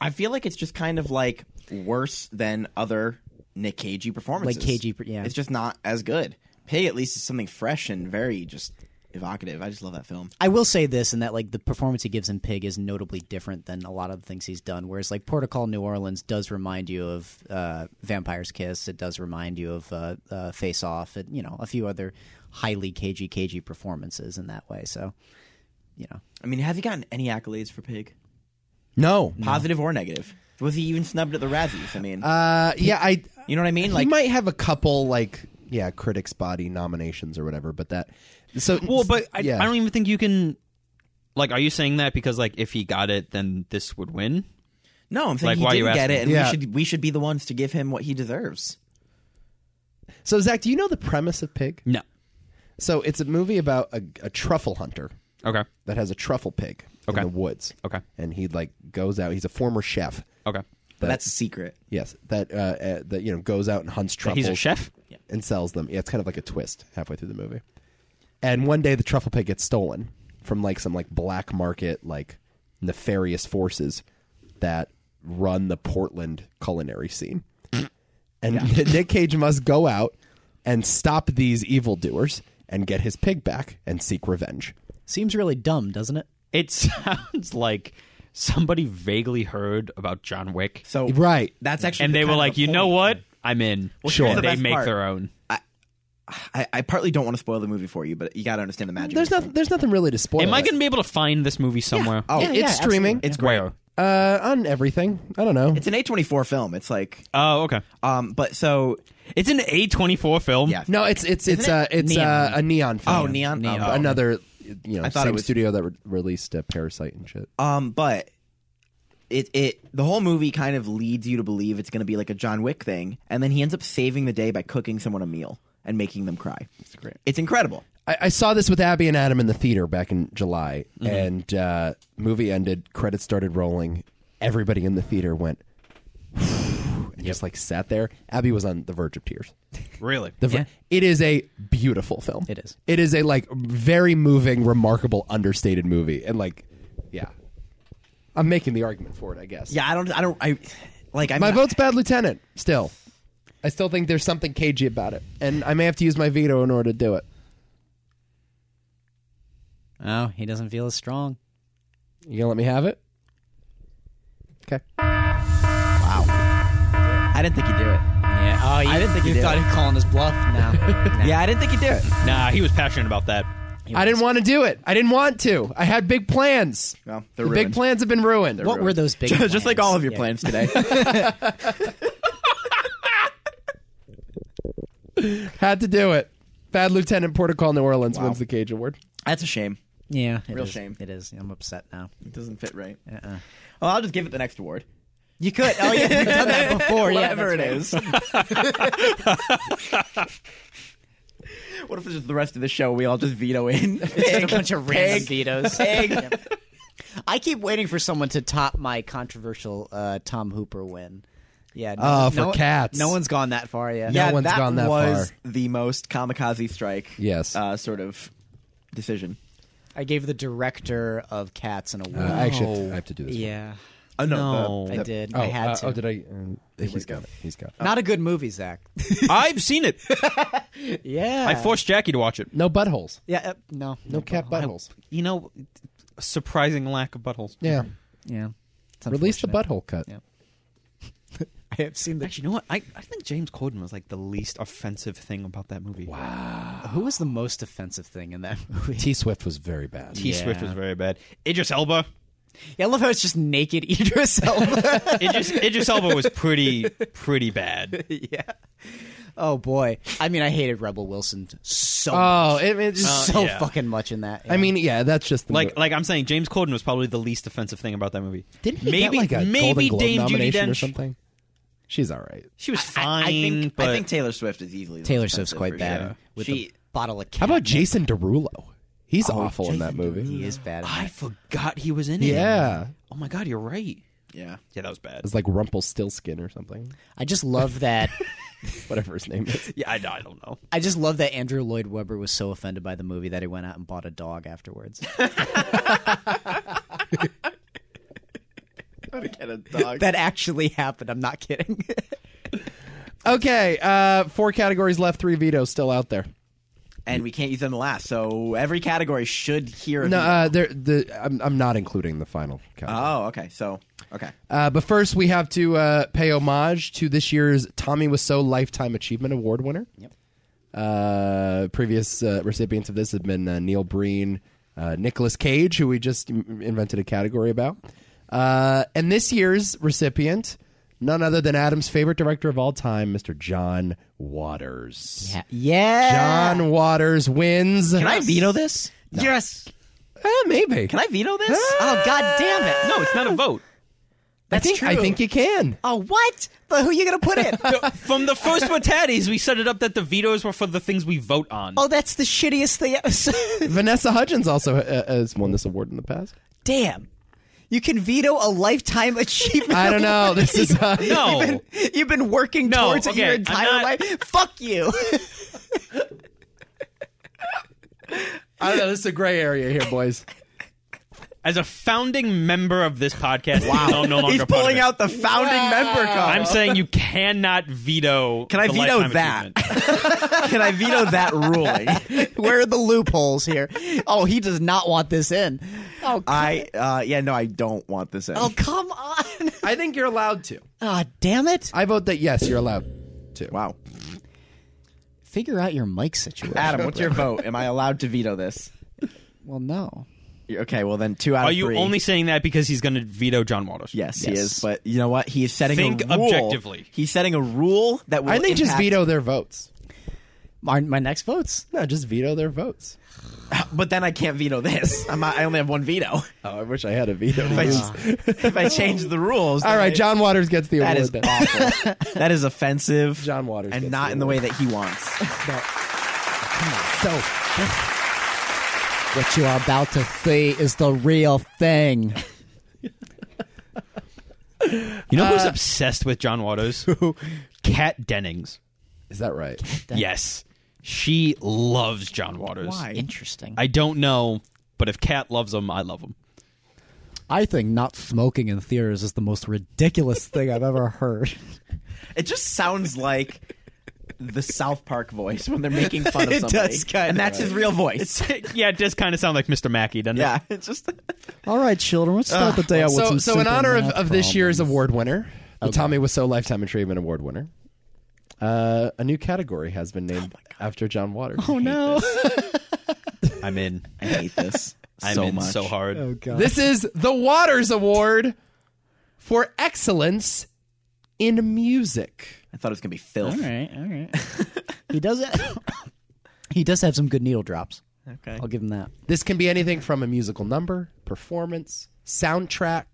Speaker 3: I feel like it's just kind of like worse than other Nick Cagey performances.
Speaker 2: Like Cagey, yeah.
Speaker 3: It's just not as good. Pig at least is something fresh and very just evocative. I just love that film.
Speaker 2: I will say this, and that like the performance he gives in Pig is notably different than a lot of the things he's done. Whereas like Protocol New Orleans does remind you of uh, Vampire's Kiss. It does remind you of uh, uh, Face Off. And you know a few other highly cagey, cagey performances in that way. So you know,
Speaker 3: I mean, have you gotten any accolades for Pig?
Speaker 1: No.
Speaker 3: Positive or negative? Was he even snubbed at the Razzies? I mean,
Speaker 1: Uh, yeah, I.
Speaker 3: you know what I mean? Like
Speaker 1: he might have a couple like yeah, critics body nominations or whatever, but that. So
Speaker 5: well, but I,
Speaker 1: yeah.
Speaker 5: I don't even think you can. Like, are you saying that because like if he got it, then this would win?
Speaker 3: No, I'm
Speaker 5: Like,
Speaker 3: thinking
Speaker 5: why
Speaker 3: he
Speaker 5: you
Speaker 3: didn't get
Speaker 5: asking?
Speaker 3: it, and
Speaker 1: Yeah.
Speaker 3: we should we should be the ones to give him what he deserves.
Speaker 1: So Zach, do you know the premise of Pig?
Speaker 5: No.
Speaker 1: So it's a movie about a, a truffle hunter
Speaker 5: Okay.
Speaker 1: that has a truffle pig
Speaker 5: Okay.
Speaker 1: in the woods.
Speaker 5: Okay.
Speaker 1: and he like goes out. He's a former chef.
Speaker 5: Okay.
Speaker 1: That,
Speaker 3: That's a secret.
Speaker 1: yes, that uh, uh, that you know goes out and hunts truffles.
Speaker 5: He's a chef.
Speaker 1: and sells them. Yeah, it's kind of like a twist halfway through the movie. And one day the truffle pig gets stolen from like some like black market like nefarious forces that run the Portland culinary [clears throat] scene. And Nick Cage must go out and stop these evildoers and get his pig back and seek revenge.
Speaker 2: seems really dumb, doesn't it?
Speaker 5: It [laughs] sounds like somebody vaguely heard about John Wick,
Speaker 3: So
Speaker 1: Right.
Speaker 3: that's actually,
Speaker 5: and they
Speaker 3: kind
Speaker 5: were
Speaker 3: of
Speaker 5: like,
Speaker 3: the
Speaker 5: you
Speaker 3: point.
Speaker 5: know what? I'm in.
Speaker 3: Sure. here's
Speaker 5: And
Speaker 3: the
Speaker 5: they
Speaker 3: best
Speaker 5: make
Speaker 3: part.
Speaker 5: their own.
Speaker 3: I, I partly don't want to spoil the movie for you, but you got to understand the magic.
Speaker 1: There's
Speaker 3: of this
Speaker 1: nothing there's nothing really to spoil.
Speaker 5: Am I going to be able to find this movie somewhere?
Speaker 1: Oh,
Speaker 2: Yeah,
Speaker 1: it's
Speaker 2: yeah,
Speaker 1: streaming.
Speaker 3: absolutely. It's
Speaker 5: Where?
Speaker 1: uh on everything. I don't know.
Speaker 3: film. It's an A24 film. It's like,
Speaker 5: Oh, okay.
Speaker 3: um, but so
Speaker 5: It's an A24 film.
Speaker 3: Yeah.
Speaker 1: no, it's it's it's uh, it's
Speaker 2: Neon.
Speaker 1: Uh, a neon film.
Speaker 3: Oh, Neon? Neon.
Speaker 1: Um,
Speaker 3: Oh.
Speaker 1: Another you know
Speaker 3: I thought
Speaker 1: same
Speaker 3: it was-
Speaker 1: studio that re- released uh, Parasite and shit.
Speaker 3: Um, but it it the whole movie kind of leads you to believe it's going to be like a John Wick thing, and then he ends up saving the day by cooking someone a meal and making them cry. It's great. It's incredible.
Speaker 1: I, I saw this with Abby and Adam in the theater back in July,
Speaker 3: Mm-hmm.
Speaker 1: and uh, movie ended, credits started rolling. Everybody in the theater went [sighs] and just like sat there. Abby was on the verge of tears.
Speaker 5: Really?
Speaker 1: The ver- It is a beautiful film.
Speaker 2: It is.
Speaker 1: It is a like very moving, remarkable, understated movie, and like, yeah, I'm making the argument for it, I guess.
Speaker 3: Yeah, I don't, I don't, I like. I'm
Speaker 1: My
Speaker 3: not-
Speaker 1: vote's bad lieutenant. Still, I still think there's something cagey about it, and I may have to use my veto in order to do it.
Speaker 2: Oh, he doesn't feel as strong.
Speaker 1: You gonna let me have it? Okay.
Speaker 3: I didn't think he'd do it.
Speaker 2: Yeah. Oh, you, I didn't think you
Speaker 3: did.
Speaker 2: thought he calling his bluff. No. [laughs]
Speaker 3: Yeah, I didn't think he'd do it.
Speaker 5: Nah, he was passionate about that.
Speaker 1: I didn't want to do it. I didn't want to. I had big plans.
Speaker 3: Well,
Speaker 1: the
Speaker 3: they're
Speaker 1: big
Speaker 3: ruined.
Speaker 1: plans have been ruined.
Speaker 2: What were those big? [laughs]
Speaker 3: [laughs] Just like all of your
Speaker 2: Yeah.
Speaker 3: plans
Speaker 2: [laughs]
Speaker 3: today.
Speaker 1: Had to do it. Bad Lieutenant Protocol New Orleans wins the Cage Award.
Speaker 3: That's a shame.
Speaker 2: Yeah, it
Speaker 3: Real
Speaker 2: is.
Speaker 3: shame.
Speaker 2: It is. I'm upset now.
Speaker 3: It doesn't fit right. Well, I'll just give it the next award.
Speaker 2: You could. Oh, yeah, you've done that [laughs] before. yeah,
Speaker 3: Whatever it
Speaker 2: that's right.
Speaker 3: is. what if it's just the rest of the show we all just veto
Speaker 2: [laughs]
Speaker 3: in? [laughs]
Speaker 2: Just a bunch of random vetoes. Yep. [laughs] I keep waiting for someone to top my controversial uh, Tom Hooper win. Yeah. No,
Speaker 1: Oh,
Speaker 2: no
Speaker 1: for
Speaker 2: one-
Speaker 1: cats.
Speaker 2: No one's gone that far yet.
Speaker 1: No
Speaker 3: yeah,
Speaker 1: one's
Speaker 3: that
Speaker 1: gone that
Speaker 3: was
Speaker 1: far.
Speaker 3: the most kamikaze strike.
Speaker 1: Yes.
Speaker 3: uh, sort of decision.
Speaker 2: I gave the director of Cats an award.
Speaker 1: Uh, I actually have to, I have to do this.
Speaker 2: yeah,
Speaker 3: Oh no, the-
Speaker 2: I
Speaker 3: the-
Speaker 2: did.
Speaker 1: Oh,
Speaker 2: I had
Speaker 1: uh,
Speaker 2: to.
Speaker 1: oh, did I? uh, Um, he's got it. He's got it.
Speaker 2: Not a good
Speaker 1: [laughs]
Speaker 2: movie, Zach.
Speaker 5: I've seen it.
Speaker 2: yeah.
Speaker 5: I forced Jackie to watch it.
Speaker 1: No buttholes.
Speaker 2: Yeah. Uh, no.
Speaker 1: No cat buttholes.
Speaker 5: You know, a surprising lack of buttholes.
Speaker 1: Yeah.
Speaker 2: Yeah. It's
Speaker 1: Release the
Speaker 2: unfortunate.
Speaker 1: butthole cut.
Speaker 2: Yeah. I have seen the.
Speaker 5: Actually, you know what? I, I think James Corden was like the least offensive thing about that movie. Wow.
Speaker 2: Who was the most offensive thing in that [laughs] movie?
Speaker 1: T Swift was very bad.
Speaker 5: T Swift was very bad. Idris Elba.
Speaker 2: Yeah, I love how it's just naked Idris Elba.
Speaker 5: Idris, Idris Elba was pretty pretty bad.
Speaker 2: [laughs] yeah. Oh boy. I mean, I hated Rebel Wilson so
Speaker 1: Oh,
Speaker 2: much.
Speaker 1: it, it just.
Speaker 2: so
Speaker 5: yeah.
Speaker 2: fucking much in that.
Speaker 1: I mean, yeah, that's just the mo-
Speaker 5: Like like I'm saying, James Corden was probably the least offensive thing about that movie.
Speaker 1: Didn't he
Speaker 5: maybe
Speaker 1: get like a Golden
Speaker 5: maybe
Speaker 1: Globe
Speaker 5: Dame Judi
Speaker 1: nomination
Speaker 5: Dench
Speaker 1: or something? She's all right.
Speaker 5: She was
Speaker 9: I-
Speaker 5: fine,
Speaker 9: I think
Speaker 5: but
Speaker 9: I think Taylor Swift is easily the
Speaker 2: Taylor
Speaker 9: most
Speaker 2: Swift's
Speaker 9: offensive
Speaker 2: quite
Speaker 9: for
Speaker 2: bad
Speaker 9: sure.
Speaker 2: with
Speaker 9: She-
Speaker 2: the bottle of.
Speaker 1: How about
Speaker 2: catnip.
Speaker 1: Jason Derulo? He's awful in
Speaker 2: [laughs]
Speaker 1: that movie.
Speaker 2: He is bad. in
Speaker 5: I
Speaker 2: that.
Speaker 5: forgot he was in it.
Speaker 1: Yeah,
Speaker 5: Oh my god, you're right.
Speaker 2: [laughs]
Speaker 9: Yeah.
Speaker 5: Yeah, that was bad.
Speaker 1: it's like Rumpelstiltskin or something.
Speaker 2: I just
Speaker 1: [laughs]
Speaker 2: love that.
Speaker 1: Whatever his name is.
Speaker 5: Yeah, I, I don't know.
Speaker 2: I just love that Andrew Lloyd Webber was so offended by the movie that he went out and bought a
Speaker 1: [laughs]
Speaker 2: dog afterwards.
Speaker 9: Get a dog.
Speaker 2: that actually happened. I'm not kidding.
Speaker 1: [laughs] [laughs] Okay, uh, four categories left. Three vetoes still out there.
Speaker 9: and we can't use them last, so every category should hear. a
Speaker 1: Mm. No,
Speaker 9: veto.
Speaker 1: uh, there. The I'm, I'm not including the final category.
Speaker 9: oh, okay. So, okay.
Speaker 1: Uh, but first, we have to uh, pay homage to this year's Tommy Wiseau Lifetime Achievement Award winner. Yep. Uh, previous uh, recipients of this have been uh, Neil Breen, uh, Nicholas Cage, who we just m- invented a category about, uh, and this year's recipient, none other than Adam's favorite director of all time, Mr. John Waters.
Speaker 2: yeah.
Speaker 1: John Waters wins.
Speaker 9: Can I veto this?
Speaker 2: Yes.
Speaker 1: Uh, maybe.
Speaker 9: Can I veto this?
Speaker 5: Ah.
Speaker 2: Oh God damn it!
Speaker 5: No, it's not a
Speaker 9: [laughs]
Speaker 5: vote.
Speaker 1: I
Speaker 2: that's
Speaker 1: think I
Speaker 2: true.
Speaker 1: think you can.
Speaker 2: Oh what? But who are you gonna
Speaker 1: [laughs]
Speaker 2: put in?
Speaker 5: From the first Fatalities, we set it up that the vetoes were for the things we vote on.
Speaker 2: oh, that's the shittiest thing. ever. [laughs]
Speaker 1: Vanessa Hudgens also uh, has won this award in the past.
Speaker 2: damn. You can veto a lifetime achievement.
Speaker 1: I don't [laughs] know. This is uh,
Speaker 5: no.
Speaker 2: [laughs] You've been working
Speaker 5: No,
Speaker 2: towards it your
Speaker 5: okay, I'm
Speaker 2: entire
Speaker 5: not-
Speaker 2: life. Fuck [laughs] you.
Speaker 1: I don't know. This is a gray area here, boys.
Speaker 5: As a founding member of this podcast, wow. no, no longer
Speaker 9: He's
Speaker 5: part of
Speaker 9: pulling
Speaker 5: it.
Speaker 9: out the founding member card.
Speaker 5: I'm saying you cannot veto.
Speaker 9: Can I
Speaker 5: the
Speaker 9: veto
Speaker 5: lifetime
Speaker 9: that? [laughs]
Speaker 5: achievement.
Speaker 9: Can I
Speaker 1: [laughs]
Speaker 9: veto that ruling?
Speaker 2: Where are the loopholes here? Oh, he does not want this in. Oh,
Speaker 9: I uh yeah no I don't want this in.
Speaker 2: oh come on. [laughs]
Speaker 1: I think you're allowed to.
Speaker 2: Ah, damn it.
Speaker 1: I vote that yes, you're allowed to.
Speaker 9: Wow.
Speaker 2: Figure out your mic situation.
Speaker 9: Adam, what's your vote? Am I allowed to veto this?
Speaker 2: Well, no.
Speaker 9: Okay, well then two out of
Speaker 5: Are you
Speaker 9: three.
Speaker 5: only saying that because he's going to veto John Waters?
Speaker 9: Yes, he
Speaker 2: Yes.
Speaker 9: is. But you know what? He is setting
Speaker 5: Think
Speaker 9: a rule.
Speaker 5: objectively.
Speaker 9: He's setting a rule that will
Speaker 1: I think just
Speaker 9: impact-
Speaker 1: veto their votes.
Speaker 2: My, my next votes.
Speaker 1: No, just veto their votes.
Speaker 9: But then I can't veto this. I'm not, I only have one veto.
Speaker 1: Oh, I wish I had a veto.
Speaker 9: If I, if I change the rules,
Speaker 1: All
Speaker 9: then
Speaker 1: right,
Speaker 9: I-
Speaker 1: John Waters gets the
Speaker 9: That
Speaker 1: award.
Speaker 9: is
Speaker 1: then.
Speaker 9: awful. that is offensive.
Speaker 1: John Waters
Speaker 9: and
Speaker 1: gets
Speaker 9: not
Speaker 1: the
Speaker 9: in the way
Speaker 1: award.
Speaker 9: that he wants.
Speaker 2: So, what you are about to see is the real thing.
Speaker 5: You know who's
Speaker 9: Uh,
Speaker 5: obsessed with John Waters? Kat Dennings.
Speaker 1: Is that right?
Speaker 5: Yes. She loves John Waters.
Speaker 2: Interesting. I,
Speaker 5: I don't know, but if Kat loves him, I love him.
Speaker 2: think not smoking in theaters is the most ridiculous thing I've ever heard.
Speaker 9: It just sounds like the South Park voice when they're
Speaker 3: [laughs]
Speaker 9: making fun of
Speaker 2: It
Speaker 9: somebody.
Speaker 2: does kinda.
Speaker 9: and that's his real voice.
Speaker 5: yeah, it does kind of sound like Mr. Mackey,
Speaker 3: [laughs]
Speaker 5: doesn't
Speaker 9: yeah, it's just
Speaker 2: All right, children, let's start the day out with
Speaker 1: so,
Speaker 2: some
Speaker 1: so in
Speaker 2: simple
Speaker 1: honor of,
Speaker 2: math
Speaker 1: of this year's
Speaker 2: problems.
Speaker 1: award winner, the Tommy Wiseau Lifetime Achievement Award winner, uh, a new category has been named after John Waters.
Speaker 2: Oh, no.
Speaker 5: it? I'm in.
Speaker 9: I hate this [laughs]
Speaker 5: I'm
Speaker 9: so
Speaker 5: in
Speaker 9: much.
Speaker 5: so hard.
Speaker 2: Oh, God.
Speaker 1: This is the Waters Award for excellence in music.
Speaker 9: I thought it was gonna be filth.
Speaker 2: All right, all right. [laughs] he does [coughs] it. he does have some good needle drops.
Speaker 9: Okay.
Speaker 2: I'll give him that.
Speaker 1: This can be anything from a musical number, performance, soundtrack,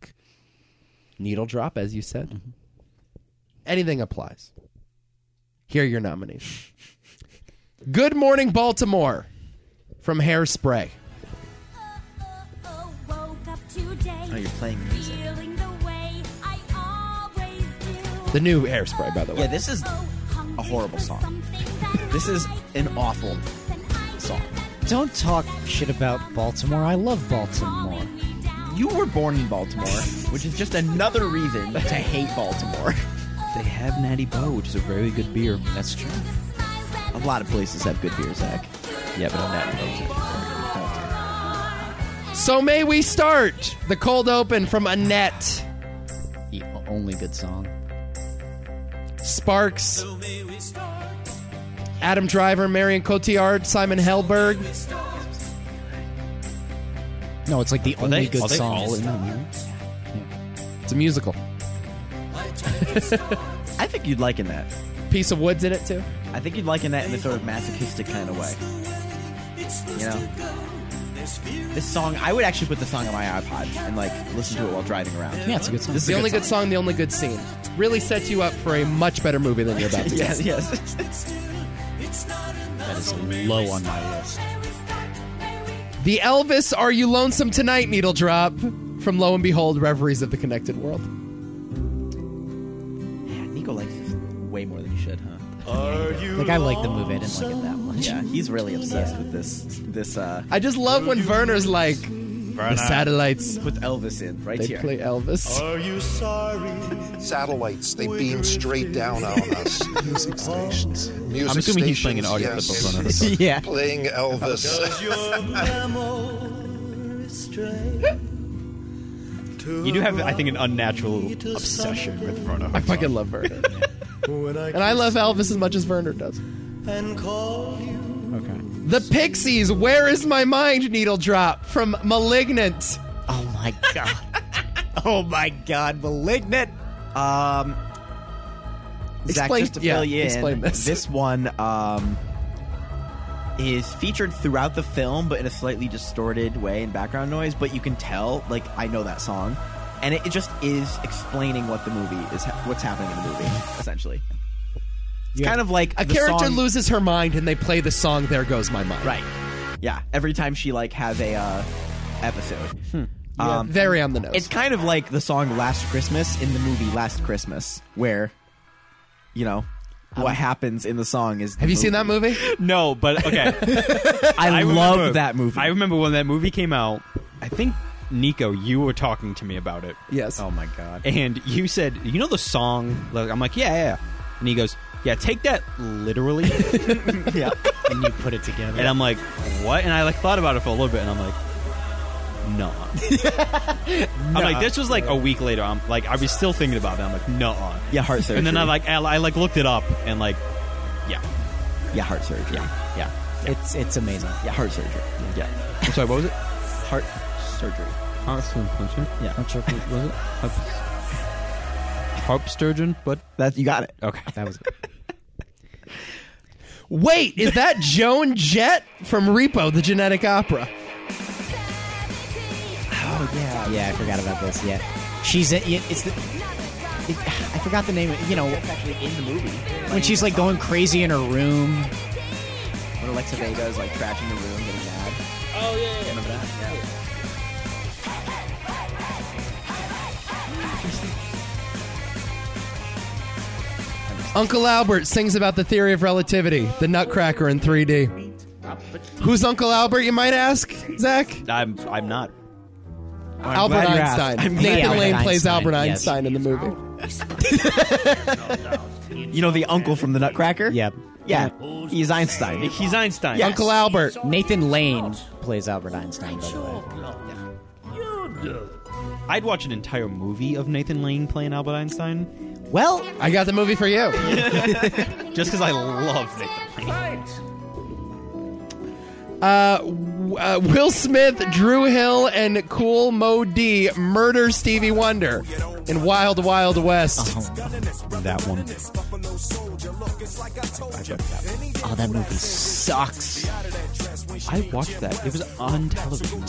Speaker 1: needle drop, as you said. Anything applies. Here are your nominees Good Morning Baltimore from Hairspray,
Speaker 9: Oh, you're playing music.
Speaker 1: the new Hairspray, by the way.
Speaker 9: Yeah, this is a horrible song. This is an awful song.
Speaker 2: Don't talk shit about Baltimore. I love Baltimore.
Speaker 9: You were born in Baltimore, which is just another reason to hate Baltimore.
Speaker 5: They have Natty Bow, which is a very good beer.
Speaker 2: That's true.
Speaker 9: A lot of places have good beer, Zach.
Speaker 5: Yeah, but on that
Speaker 1: so may we start the cold open from Annette.
Speaker 2: The only good song.
Speaker 1: Sparks, Adam Driver, Marion Cotillard, Simon Helberg.
Speaker 2: No, it's like the only
Speaker 5: they-
Speaker 2: good
Speaker 5: are they
Speaker 2: song.
Speaker 5: all-
Speaker 2: in that movie.
Speaker 1: It's a musical.
Speaker 3: I think you'd like in that.
Speaker 1: Piece of Wood's in it too.
Speaker 3: I think you'd like in that in a sort of masochistic kind of way. You know, this song I would actually put the song on my iPod and like listen to it while driving around.
Speaker 2: Yeah,
Speaker 3: [laughs]
Speaker 2: it's a good song.
Speaker 1: the only good song, the only good scene. Really sets you up for a much better movie than you're about
Speaker 5: [laughs]
Speaker 1: to.
Speaker 3: yes, yes. [laughs]
Speaker 2: that is low on my list.
Speaker 1: The Elvis Are You Lonesome Tonight needle drop from Lo and Behold Reveries of the Connected World.
Speaker 3: Yeah, Nico likes this way more than he should, huh?
Speaker 2: Like I like the movie, I didn't like it that much.
Speaker 3: Yeah, he's really obsessed with this this uh
Speaker 1: I just love when Werner's like, the satellites,
Speaker 3: with Elvis in right
Speaker 1: they
Speaker 3: here.
Speaker 1: play
Speaker 5: Oh,
Speaker 1: Elvis.
Speaker 7: Satellites, they beam straight down on us. Music stations. Music
Speaker 5: I'm assuming he's playing an
Speaker 7: stations,
Speaker 5: audio
Speaker 7: yes.
Speaker 5: clip of Ronan.
Speaker 2: [laughs] Yeah.
Speaker 7: Playing
Speaker 5: [laughs]
Speaker 7: Elvis.
Speaker 5: You do have, I think, an unnatural obsession with Verna.
Speaker 1: I fucking love Werner. and I love Elvis as much as Werner does. The Pixies, Where Is My Mind? Needle Drop from Malignant.
Speaker 2: Oh my god. oh my god, malignant.
Speaker 3: Um Zach,
Speaker 1: Explain-
Speaker 3: just to
Speaker 1: yeah,
Speaker 3: fill you in,
Speaker 1: explain this.
Speaker 3: one um is featured throughout the film, but in a slightly distorted way in background noise. But you can tell, like, I know that song, and it, it just is explaining what the movie is, ha- what's happening in the movie, essentially. It's kind of like
Speaker 1: A
Speaker 3: the
Speaker 1: character
Speaker 3: song-
Speaker 1: loses her mind and they play the song There Goes My Mind.
Speaker 3: right? Yeah, every time she like has a uh, episode.
Speaker 1: Hmm. Yeah,
Speaker 3: Um,
Speaker 1: very on the nose.
Speaker 3: It's kind of like the song Last Christmas in the movie Last Christmas, where, you know, what happens in the song is. the
Speaker 1: Um, Have you seen that
Speaker 3: [laughs]
Speaker 1: movie?
Speaker 5: No, but okay.
Speaker 3: I, love
Speaker 5: remember-
Speaker 3: that movie.
Speaker 5: I remember when that movie came out. I think Nico, you were talking to me about it,
Speaker 1: Yes.
Speaker 3: oh my god.
Speaker 5: and you said, "You know the song?" Like, I'm like, "Yeah, yeah." And he goes, "Yeah, take that [laughs] literally."
Speaker 3: yeah.
Speaker 2: And you put it together.
Speaker 5: and I'm like, "What?" And I like thought about it for a little bit, and I'm like, "No." [laughs] I'm like, this was like a week later. I'm like, I was still thinking about it. I'm like, "No."
Speaker 3: Yeah, heart surgery.
Speaker 5: And then I like, I, I like looked it up, and like, yeah,
Speaker 3: Yeah, heart surgery. Yeah.
Speaker 5: yeah,
Speaker 2: It's it's amazing.
Speaker 3: Yeah, heart surgery.
Speaker 5: yeah. I'm sorry, what was it?
Speaker 3: Heart surgery.
Speaker 2: I'm sure people-
Speaker 5: was it? Harp, harp sturgeon, but
Speaker 3: That you got it.
Speaker 5: okay.
Speaker 2: that was good.
Speaker 1: Wait, is that Joan Jett from Repo, the genetic opera?
Speaker 3: Oh yeah.
Speaker 2: Yeah, I forgot about this. Yeah, she's in. yeah, It's the. It, I forgot the name. of You know,
Speaker 3: Actually, in the movie,
Speaker 2: when she's like going crazy in her room.
Speaker 3: when Alexa Vega is like crashing the room, getting mad.
Speaker 10: Oh, yeah, yeah, yeah.
Speaker 3: Remember that? Yeah.
Speaker 1: Uncle Albert sings about the theory of relativity, the Nutcracker in 3D. Who's Uncle Albert, you might ask, Zach?
Speaker 5: I'm I'm not.
Speaker 1: Albert
Speaker 3: glad you
Speaker 1: Einstein.
Speaker 3: asked. I'm glad
Speaker 1: Nathan
Speaker 2: you
Speaker 1: Lane
Speaker 2: asked.
Speaker 1: plays Albert
Speaker 2: Einstein,
Speaker 1: Einstein in
Speaker 2: yes.
Speaker 1: the movie.
Speaker 3: You know the uncle from the Nutcracker?
Speaker 2: Yep.
Speaker 3: Yeah. He's Einstein.
Speaker 5: He's Einstein.
Speaker 3: Yeah.
Speaker 1: Uncle Albert.
Speaker 2: Nathan Lane plays Albert Einstein. By the way,
Speaker 5: I'd watch an entire movie of Nathan Lane playing Albert Einstein
Speaker 2: well,
Speaker 1: I got the movie for you.
Speaker 5: just because I love Nathan Lane.
Speaker 1: Uh, Will Smith, Drew Hill, and Cool Mo D murder Stevie Wonder in Wild Wild West.
Speaker 5: That one.
Speaker 2: oh, that movie sucks.
Speaker 5: I watched that. It was on television.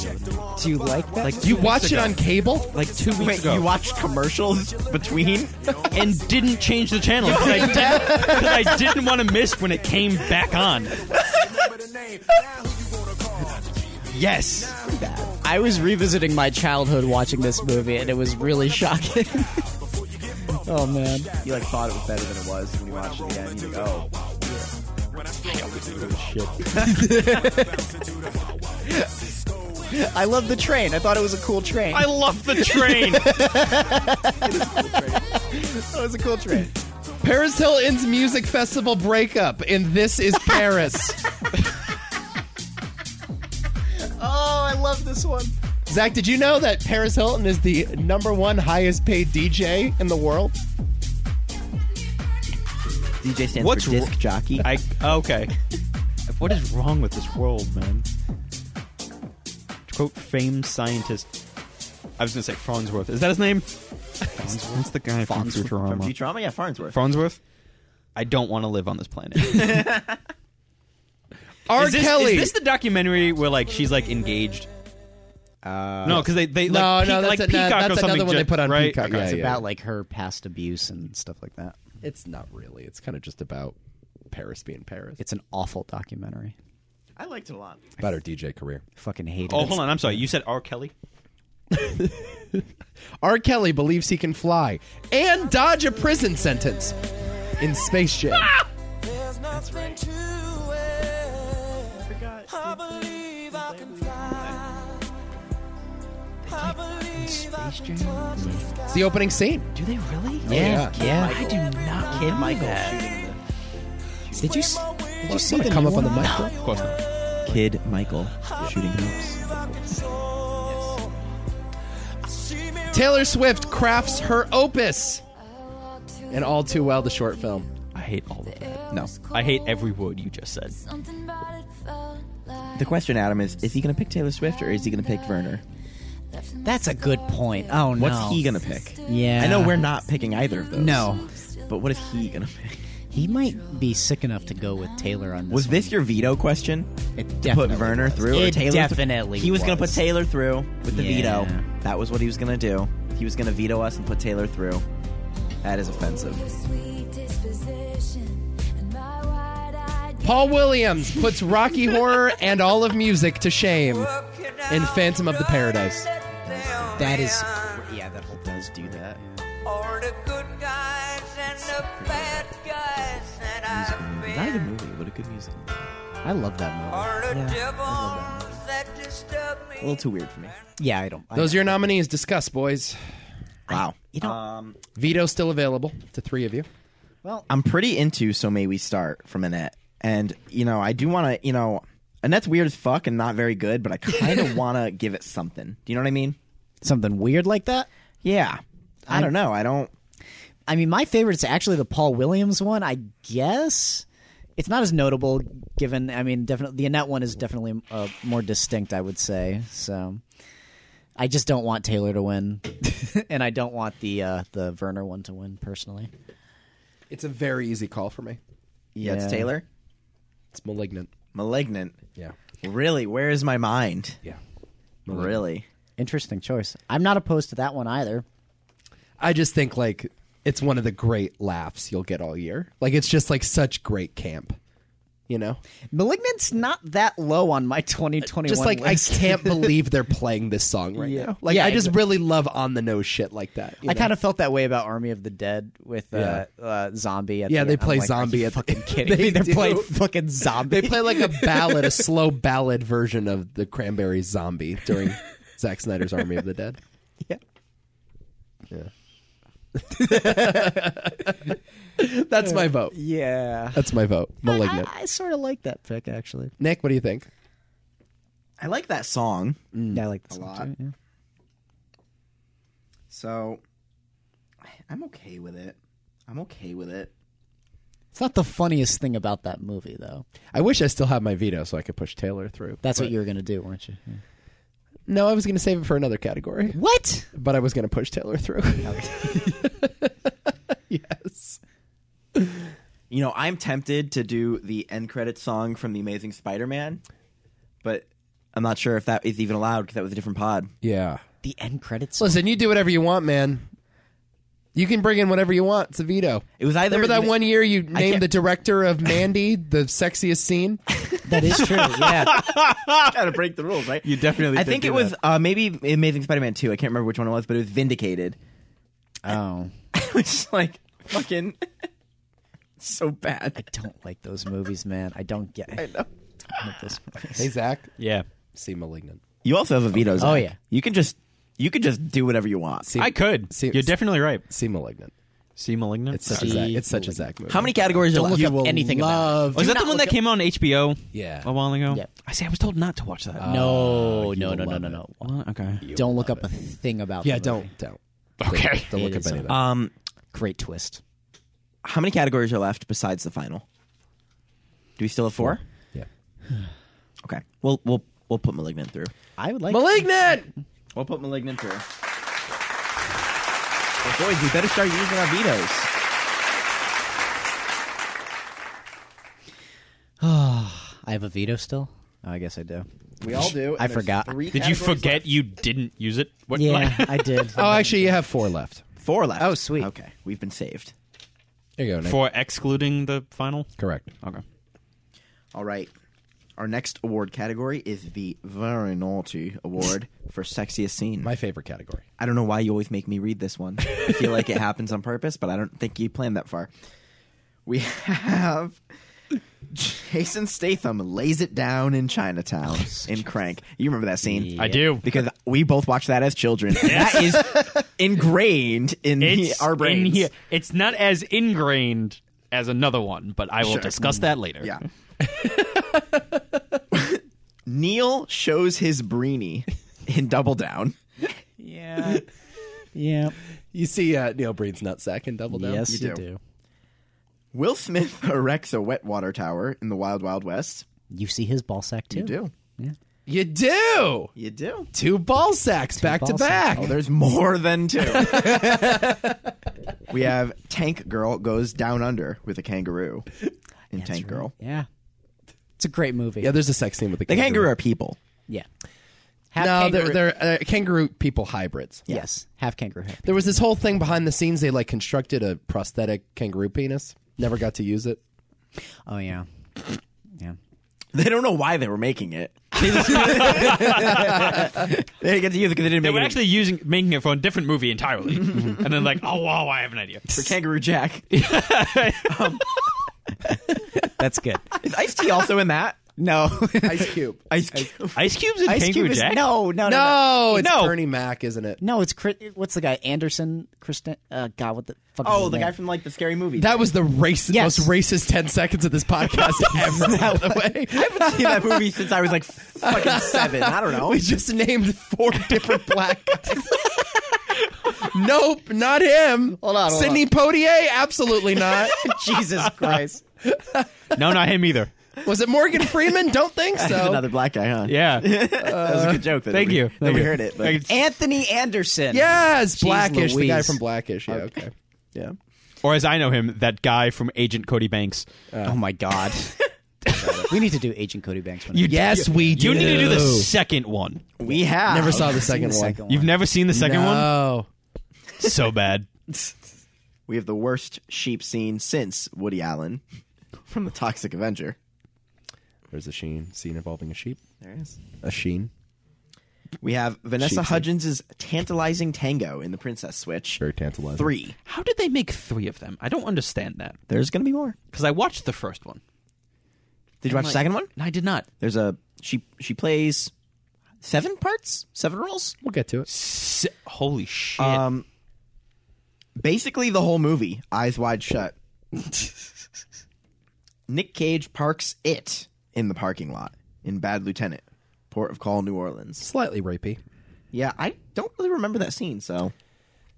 Speaker 2: Do you like that? Like,
Speaker 1: You watch it on cable?
Speaker 5: Like two weeks
Speaker 3: Wait,
Speaker 5: ago.
Speaker 3: you watched commercials between?
Speaker 5: and didn't change the channel because I, did, 'cause I didn't want to miss when it came back on. Yes.
Speaker 2: I was revisiting my childhood watching this movie, and it was really shocking. [laughs] oh man,
Speaker 3: You like thought it was better than it was when you watched it again. You go, oh,
Speaker 2: I love the train. I thought it was a cool train.
Speaker 5: I love the train.
Speaker 2: thought it was a cool train.
Speaker 1: Paris Hilton's music festival breakup in This Is Paris.
Speaker 2: [laughs] Oh, I love this one.
Speaker 1: Zach, did you know that Paris Hilton is the number one highest paid DJ in the world?
Speaker 3: DJ stands
Speaker 5: What's
Speaker 3: for disc
Speaker 5: wr-
Speaker 3: jockey.
Speaker 5: I okay. What is wrong with this world, man? To quote famed scientist. I was gonna say Farnsworth. Is that his name? Farnsworth. What's the guy from
Speaker 3: Farnsworth from
Speaker 5: Futurama?
Speaker 3: Futurama, yeah, Farnsworth.
Speaker 5: Farnsworth. I don't want to live on this planet. [laughs] is,
Speaker 1: R.
Speaker 5: this,
Speaker 1: Kelly.
Speaker 5: is this the documentary where like she's like engaged? Uh, no, because they they
Speaker 1: No,
Speaker 5: like, peac-
Speaker 1: no, that's
Speaker 5: like
Speaker 1: a- no,
Speaker 5: Peacock
Speaker 1: that's
Speaker 5: or something.
Speaker 1: another one they
Speaker 5: ju-
Speaker 1: put on
Speaker 5: right?
Speaker 1: Peacock,
Speaker 5: Okay.
Speaker 1: yeah,
Speaker 2: It's
Speaker 1: yeah.
Speaker 2: about like her past abuse and stuff like that.
Speaker 1: it's not really. It's kind of just about Paris being Paris.
Speaker 2: It's an awful documentary.
Speaker 3: I liked it a lot.
Speaker 1: It's about her DJ career.
Speaker 2: Fucking hate it.
Speaker 5: Oh, hold on. I'm sorry. You said R. Kelly.
Speaker 1: R. Kelly believes he can fly and dodge a prison sentence in Space Jam. It's the opening scene.
Speaker 3: Do they really?
Speaker 1: Yeah. yeah.
Speaker 3: I do not kid Michael shooting
Speaker 2: Did you s- did you see
Speaker 1: Wanna
Speaker 2: the
Speaker 1: come
Speaker 2: new
Speaker 1: up on the
Speaker 2: one?
Speaker 1: mic?
Speaker 5: Of course not.
Speaker 3: the kid Michael shooting hoops.
Speaker 1: Taylor Swift crafts her opus. And all too well, the short film.
Speaker 5: I hate all of that.
Speaker 3: No.
Speaker 5: I hate every word you just said.
Speaker 3: The question, Adam, is is he going to pick Taylor Swift or is he going to pick Werner?
Speaker 2: That's a good point. Oh no.
Speaker 3: What's he going to pick?
Speaker 2: Yeah.
Speaker 3: I know we're not picking either of those.
Speaker 2: No.
Speaker 3: But what is he going to pick?
Speaker 2: He might be sick enough to go with Taylor on this.
Speaker 3: Was this
Speaker 2: one.
Speaker 3: your veto question?
Speaker 2: It
Speaker 3: Put
Speaker 2: definitely
Speaker 3: Werner
Speaker 2: was.
Speaker 3: through or
Speaker 2: It
Speaker 3: Taylor? through?
Speaker 2: definitely.
Speaker 3: He was, going to put
Speaker 2: was.
Speaker 3: Taylor through with the
Speaker 2: Yeah.
Speaker 3: veto. That was what he was going to do. He was going to veto us and put Taylor through. That is offensive.
Speaker 1: Paul Williams puts Rocky Horror and all of music to shame in Phantom of the Paradise.
Speaker 2: That is. Yeah, that whole does do
Speaker 3: that. Not a good movie, but a good music.
Speaker 2: I love that movie.
Speaker 3: A little too weird for me.
Speaker 2: Yeah, I don't. I
Speaker 1: Those are
Speaker 2: know.
Speaker 1: your nominees. Discuss, boys.
Speaker 3: Wow.
Speaker 2: you know.
Speaker 1: Veto still available to three of you.
Speaker 3: I'm pretty into So May We Start from Annette. And, you know, I do want to, you know, Annette's weird as fuck and not very good, but I kind [laughs] of want to give it something. Do you know what I mean?
Speaker 2: something weird like that.
Speaker 3: Yeah. I don't know. I don't.
Speaker 2: I mean, my favorite is actually the Paul Williams one. I guess it's not as notable, given. I mean, definitely the Annette one is definitely uh, more distinct. I would say so. I just don't want Taylor to win, [laughs] and I don't want the uh, the Werner one to win personally.
Speaker 1: It's a very easy call for me.
Speaker 3: Yeah, it's
Speaker 2: Yeah.
Speaker 3: Taylor.
Speaker 1: It's malignant.
Speaker 3: Malignant.
Speaker 1: Yeah.
Speaker 3: Really? Where is my mind?
Speaker 1: Yeah.
Speaker 3: Really?
Speaker 2: Interesting choice. I'm not opposed to that one either.
Speaker 1: I just think like it's one of the great laughs you'll get all year. Like it's just like such great camp. You know?
Speaker 2: Malignant's not that low on my 2021
Speaker 1: Just like I
Speaker 2: list. [laughs]
Speaker 1: can't believe they're playing this song right
Speaker 2: Yeah.
Speaker 1: now. Like
Speaker 2: Yeah,
Speaker 1: I just
Speaker 2: exactly.
Speaker 1: really love on the nose shit like that.
Speaker 2: I kind of felt that way about Army of the Dead with uh, uh, Zombie. At
Speaker 1: Yeah,
Speaker 2: the
Speaker 1: they
Speaker 2: end. I'm
Speaker 1: play
Speaker 2: like, are
Speaker 1: Zombie
Speaker 2: you
Speaker 1: at the- [laughs]
Speaker 2: fucking [laughs] kidding
Speaker 1: They
Speaker 2: me. They're
Speaker 1: do.
Speaker 2: playing fucking Zombie.
Speaker 1: they play like
Speaker 2: [laughs]
Speaker 1: a ballad, a slow ballad version of the Cranberries zombie
Speaker 2: [laughs]
Speaker 1: during Zack Snyder's Army of the Dead.
Speaker 2: Yeah.
Speaker 1: [laughs] That's my vote.
Speaker 2: Uh, Yeah.
Speaker 1: That's my vote. Malignant.
Speaker 2: I, sort of like that pick actually.
Speaker 1: Nick, what do you think?
Speaker 3: I like that song.
Speaker 2: Yeah, I like this a lot. Too, yeah.
Speaker 3: So I'm okay with it. I'm okay with it.
Speaker 2: It's not the funniest thing about that movie though.
Speaker 1: I wish I still had my veto so I could push Taylor through.
Speaker 2: That's
Speaker 1: but-
Speaker 2: what you were gonna do, weren't you? Yeah.
Speaker 1: No, I was going to save it for another category,
Speaker 2: What?
Speaker 1: but I was going to push Taylor
Speaker 2: [laughs]
Speaker 1: through. yes.
Speaker 3: You know, I'm tempted to do the end credit song from The Amazing Spider Man, but I'm not sure if that is even allowed because that was a different pod.
Speaker 1: Yeah.
Speaker 2: The end credits.
Speaker 1: Listen, you do whatever you want, man. You can bring in whatever you want. It's a veto.
Speaker 3: It was either
Speaker 1: Remember that
Speaker 3: [laughs]
Speaker 1: one year you named
Speaker 3: can't-
Speaker 1: the director of Mandy the sexiest scene?
Speaker 2: that is [laughs] true. Yeah.
Speaker 3: Gotta break the rules, right?
Speaker 5: You definitely.
Speaker 3: I
Speaker 5: did
Speaker 3: think
Speaker 5: do
Speaker 3: it was
Speaker 5: that.
Speaker 3: uh, maybe Amazing Spider Man 2. I can't remember which one it was, but it was Vindicated. [laughs]
Speaker 2: oh,
Speaker 3: It was just like fucking [laughs] so bad.
Speaker 2: don't like those movies, man. I don't get. [laughs] I know. Don't like those
Speaker 1: [laughs]
Speaker 2: movies.
Speaker 1: Hey, Zach.
Speaker 5: Yeah.
Speaker 1: See Malignant.
Speaker 3: You also have a veto.
Speaker 2: Oh,
Speaker 3: Zach.
Speaker 2: yeah.
Speaker 3: you can just you can just do whatever you want.
Speaker 1: See,
Speaker 5: I could.
Speaker 1: See-
Speaker 5: You're definitely right.
Speaker 1: See Malignant.
Speaker 5: See, malignant.
Speaker 1: It's such, a
Speaker 2: See
Speaker 1: Zach, it's such a Zach movie.
Speaker 3: How many categories are
Speaker 2: Don't
Speaker 3: left?
Speaker 2: look
Speaker 3: You
Speaker 2: up
Speaker 3: will-
Speaker 2: anything about. It.
Speaker 5: Oh, is that the one that came out on HBO?
Speaker 1: Yeah.
Speaker 5: A while ago.
Speaker 2: Yeah. Uh,
Speaker 5: I see. I was told not to watch that.
Speaker 2: No, no, no, no, no, no.
Speaker 5: What? Okay.
Speaker 2: Don't look up a thing about.
Speaker 1: Yeah,
Speaker 2: the movie.
Speaker 1: don't. Don't.
Speaker 5: Okay.
Speaker 1: uh, Don't look up any of that.
Speaker 3: Um,
Speaker 2: Great twist.
Speaker 3: how many categories are left besides the final? Do we still have four?
Speaker 1: Yeah.
Speaker 3: [sighs] Okay. We'll we'll we'll put malignant through.
Speaker 2: I would
Speaker 1: [laughs]
Speaker 2: like.
Speaker 1: Malignant.
Speaker 3: We'll put malignant through. But boys, we better start using our vetoes.
Speaker 2: I have a veto still. Oh, I guess I do.
Speaker 11: We all do. and
Speaker 2: I
Speaker 11: there's
Speaker 2: forgot.
Speaker 11: three
Speaker 5: Did you
Speaker 11: categories
Speaker 5: forget
Speaker 11: left.
Speaker 5: you didn't use it? What,
Speaker 2: Yeah, I did.
Speaker 1: [laughs] Oh, actually, you have four left.
Speaker 3: Four left.
Speaker 2: Oh, sweet.
Speaker 3: Okay, we've been saved.
Speaker 1: There you go. Nick.
Speaker 5: for excluding the final?
Speaker 1: Correct.
Speaker 5: Okay.
Speaker 3: All right. Our next award category is the Very Naughty Award for Sexiest Scene.
Speaker 1: My favorite category.
Speaker 3: I don't know why you always make me read this one. I feel like it happens on purpose, but I don't think you planned that far. We have Jason Statham lays it down in
Speaker 5: [laughs]
Speaker 3: Chinatown in Crank. You remember that scene?
Speaker 5: I do.
Speaker 3: Because we both watched that as children. And That
Speaker 5: [laughs]
Speaker 3: is ingrained in the-
Speaker 5: It's
Speaker 3: [laughs] our brains.
Speaker 5: in here. It's not as ingrained as another one, but I will
Speaker 3: Sure.
Speaker 5: discuss that later.
Speaker 3: Yeah. [laughs] Neil shows his Brini in Double Down.
Speaker 2: yeah. Yeah.
Speaker 1: You see uh, Neil Breen's nutsack in Double Down.
Speaker 2: Yes, you,
Speaker 3: do.
Speaker 2: do.
Speaker 3: Will Smith [laughs] erects a wet water tower in the Wild Wild West.
Speaker 2: You see his ball sack too.
Speaker 3: You do.
Speaker 1: You do.
Speaker 3: You do.
Speaker 1: Two ball sacks back
Speaker 2: ball
Speaker 1: to back.
Speaker 2: sacks.
Speaker 3: Oh, there's more than two. we have Tank Girl goes down under with a kangaroo in
Speaker 2: That's
Speaker 3: Tank
Speaker 2: right.
Speaker 3: Girl.
Speaker 2: Yeah. It's a great movie.
Speaker 1: yeah, there's a sex scene with the
Speaker 3: The
Speaker 1: kangaroo.
Speaker 3: kangaroo are people.
Speaker 2: Yeah. Half
Speaker 1: No,
Speaker 2: kangaroo.
Speaker 1: they're, they're uh, kangaroo people hybrids.
Speaker 2: yes, half kangaroo.
Speaker 3: [laughs]
Speaker 2: half-
Speaker 1: There was this whole thing behind the scenes. They like constructed a prosthetic kangaroo penis. Never got to use it.
Speaker 2: Oh yeah. Yeah.
Speaker 3: They don't know why they were making it. They just- they didn't get to use it because they didn't
Speaker 5: They
Speaker 3: make
Speaker 5: were
Speaker 3: it
Speaker 5: actually using making it for a different movie entirely, and then like, oh wow, I have an idea.
Speaker 3: for Kangaroo [laughs] Jack.
Speaker 2: That's
Speaker 3: [laughs]
Speaker 2: good.
Speaker 3: Is Ice T also in that?
Speaker 2: No.
Speaker 1: Ice Cube.
Speaker 3: [laughs] Ice Cube.
Speaker 5: Ice Cube's in
Speaker 2: Ice
Speaker 5: Kangaroo
Speaker 2: Cube is
Speaker 5: Jack.
Speaker 2: no, no, no, no.
Speaker 1: No, it's
Speaker 5: No.
Speaker 1: Bernie Mac, isn't it?
Speaker 2: No, it's Chris, what's the guy? Anderson, Kristen. Uh, God, what the fuck? is
Speaker 3: Oh,
Speaker 2: his
Speaker 3: the
Speaker 2: name?
Speaker 3: guy from like the scary movie.
Speaker 1: That was the race,
Speaker 2: Yes.
Speaker 1: most racist ten seconds of this [laughs] podcast ever. by the [laughs] way,
Speaker 3: I've seen that movie since I was like fucking seven. I don't know.
Speaker 1: we just named four different black guys. [laughs] nope, not him.
Speaker 2: Hold on, hold
Speaker 1: Sidney
Speaker 2: on.
Speaker 1: Poitier, absolutely not.
Speaker 2: [laughs]
Speaker 3: [laughs]
Speaker 2: Jesus Christ.
Speaker 5: No, not him either.
Speaker 1: Was it Morgan [laughs] Freeman? Don't think
Speaker 3: That's
Speaker 1: so.
Speaker 3: another black guy, huh?
Speaker 5: Yeah.
Speaker 3: that was a good joke.
Speaker 5: Thank you.
Speaker 3: I
Speaker 5: Thank you.
Speaker 3: heard it. But
Speaker 5: Thank you.
Speaker 2: Anthony Anderson.
Speaker 1: Yes, Blackish, the guy
Speaker 2: Louise.
Speaker 1: from Blackish. Yeah, okay. Yeah.
Speaker 5: Or as I know him, that guy from Agent Cody Banks.
Speaker 1: Uh,
Speaker 2: Oh my
Speaker 3: [laughs]
Speaker 2: God. we need to do Agent Cody Banks. One day.
Speaker 1: Yes, we
Speaker 5: You need to do the second one.
Speaker 3: we have
Speaker 1: Never saw the second
Speaker 2: The
Speaker 1: one.
Speaker 2: second
Speaker 5: You've
Speaker 2: one.
Speaker 5: never seen the second one?
Speaker 1: no.
Speaker 5: So bad.
Speaker 3: We have the worst sheep scene since Woody Allen [laughs] from the Toxic Avenger.
Speaker 1: There's a sheen scene involving a sheep.
Speaker 3: There is.
Speaker 1: A sheen.
Speaker 3: We have Vanessa
Speaker 1: Sheep scene.
Speaker 3: Hudgens' tantalizing tango in the Princess Switch.
Speaker 1: Very tantalizing.
Speaker 3: Three.
Speaker 5: How did they make three of them? I don't understand that.
Speaker 3: There's gonna be more.
Speaker 5: Because I watched the first one.
Speaker 3: Did you watch the second one?
Speaker 5: I did not.
Speaker 3: There's a she. She plays seven parts, seven roles.
Speaker 1: We'll get to it.
Speaker 5: S- Holy shit.
Speaker 3: Um, basically the whole movie, eyes wide shut. Nick Cage parks it in the parking lot in Bad Lieutenant, Port of Call, New Orleans.
Speaker 1: Slightly rapey.
Speaker 3: Yeah, I don't really remember that scene, so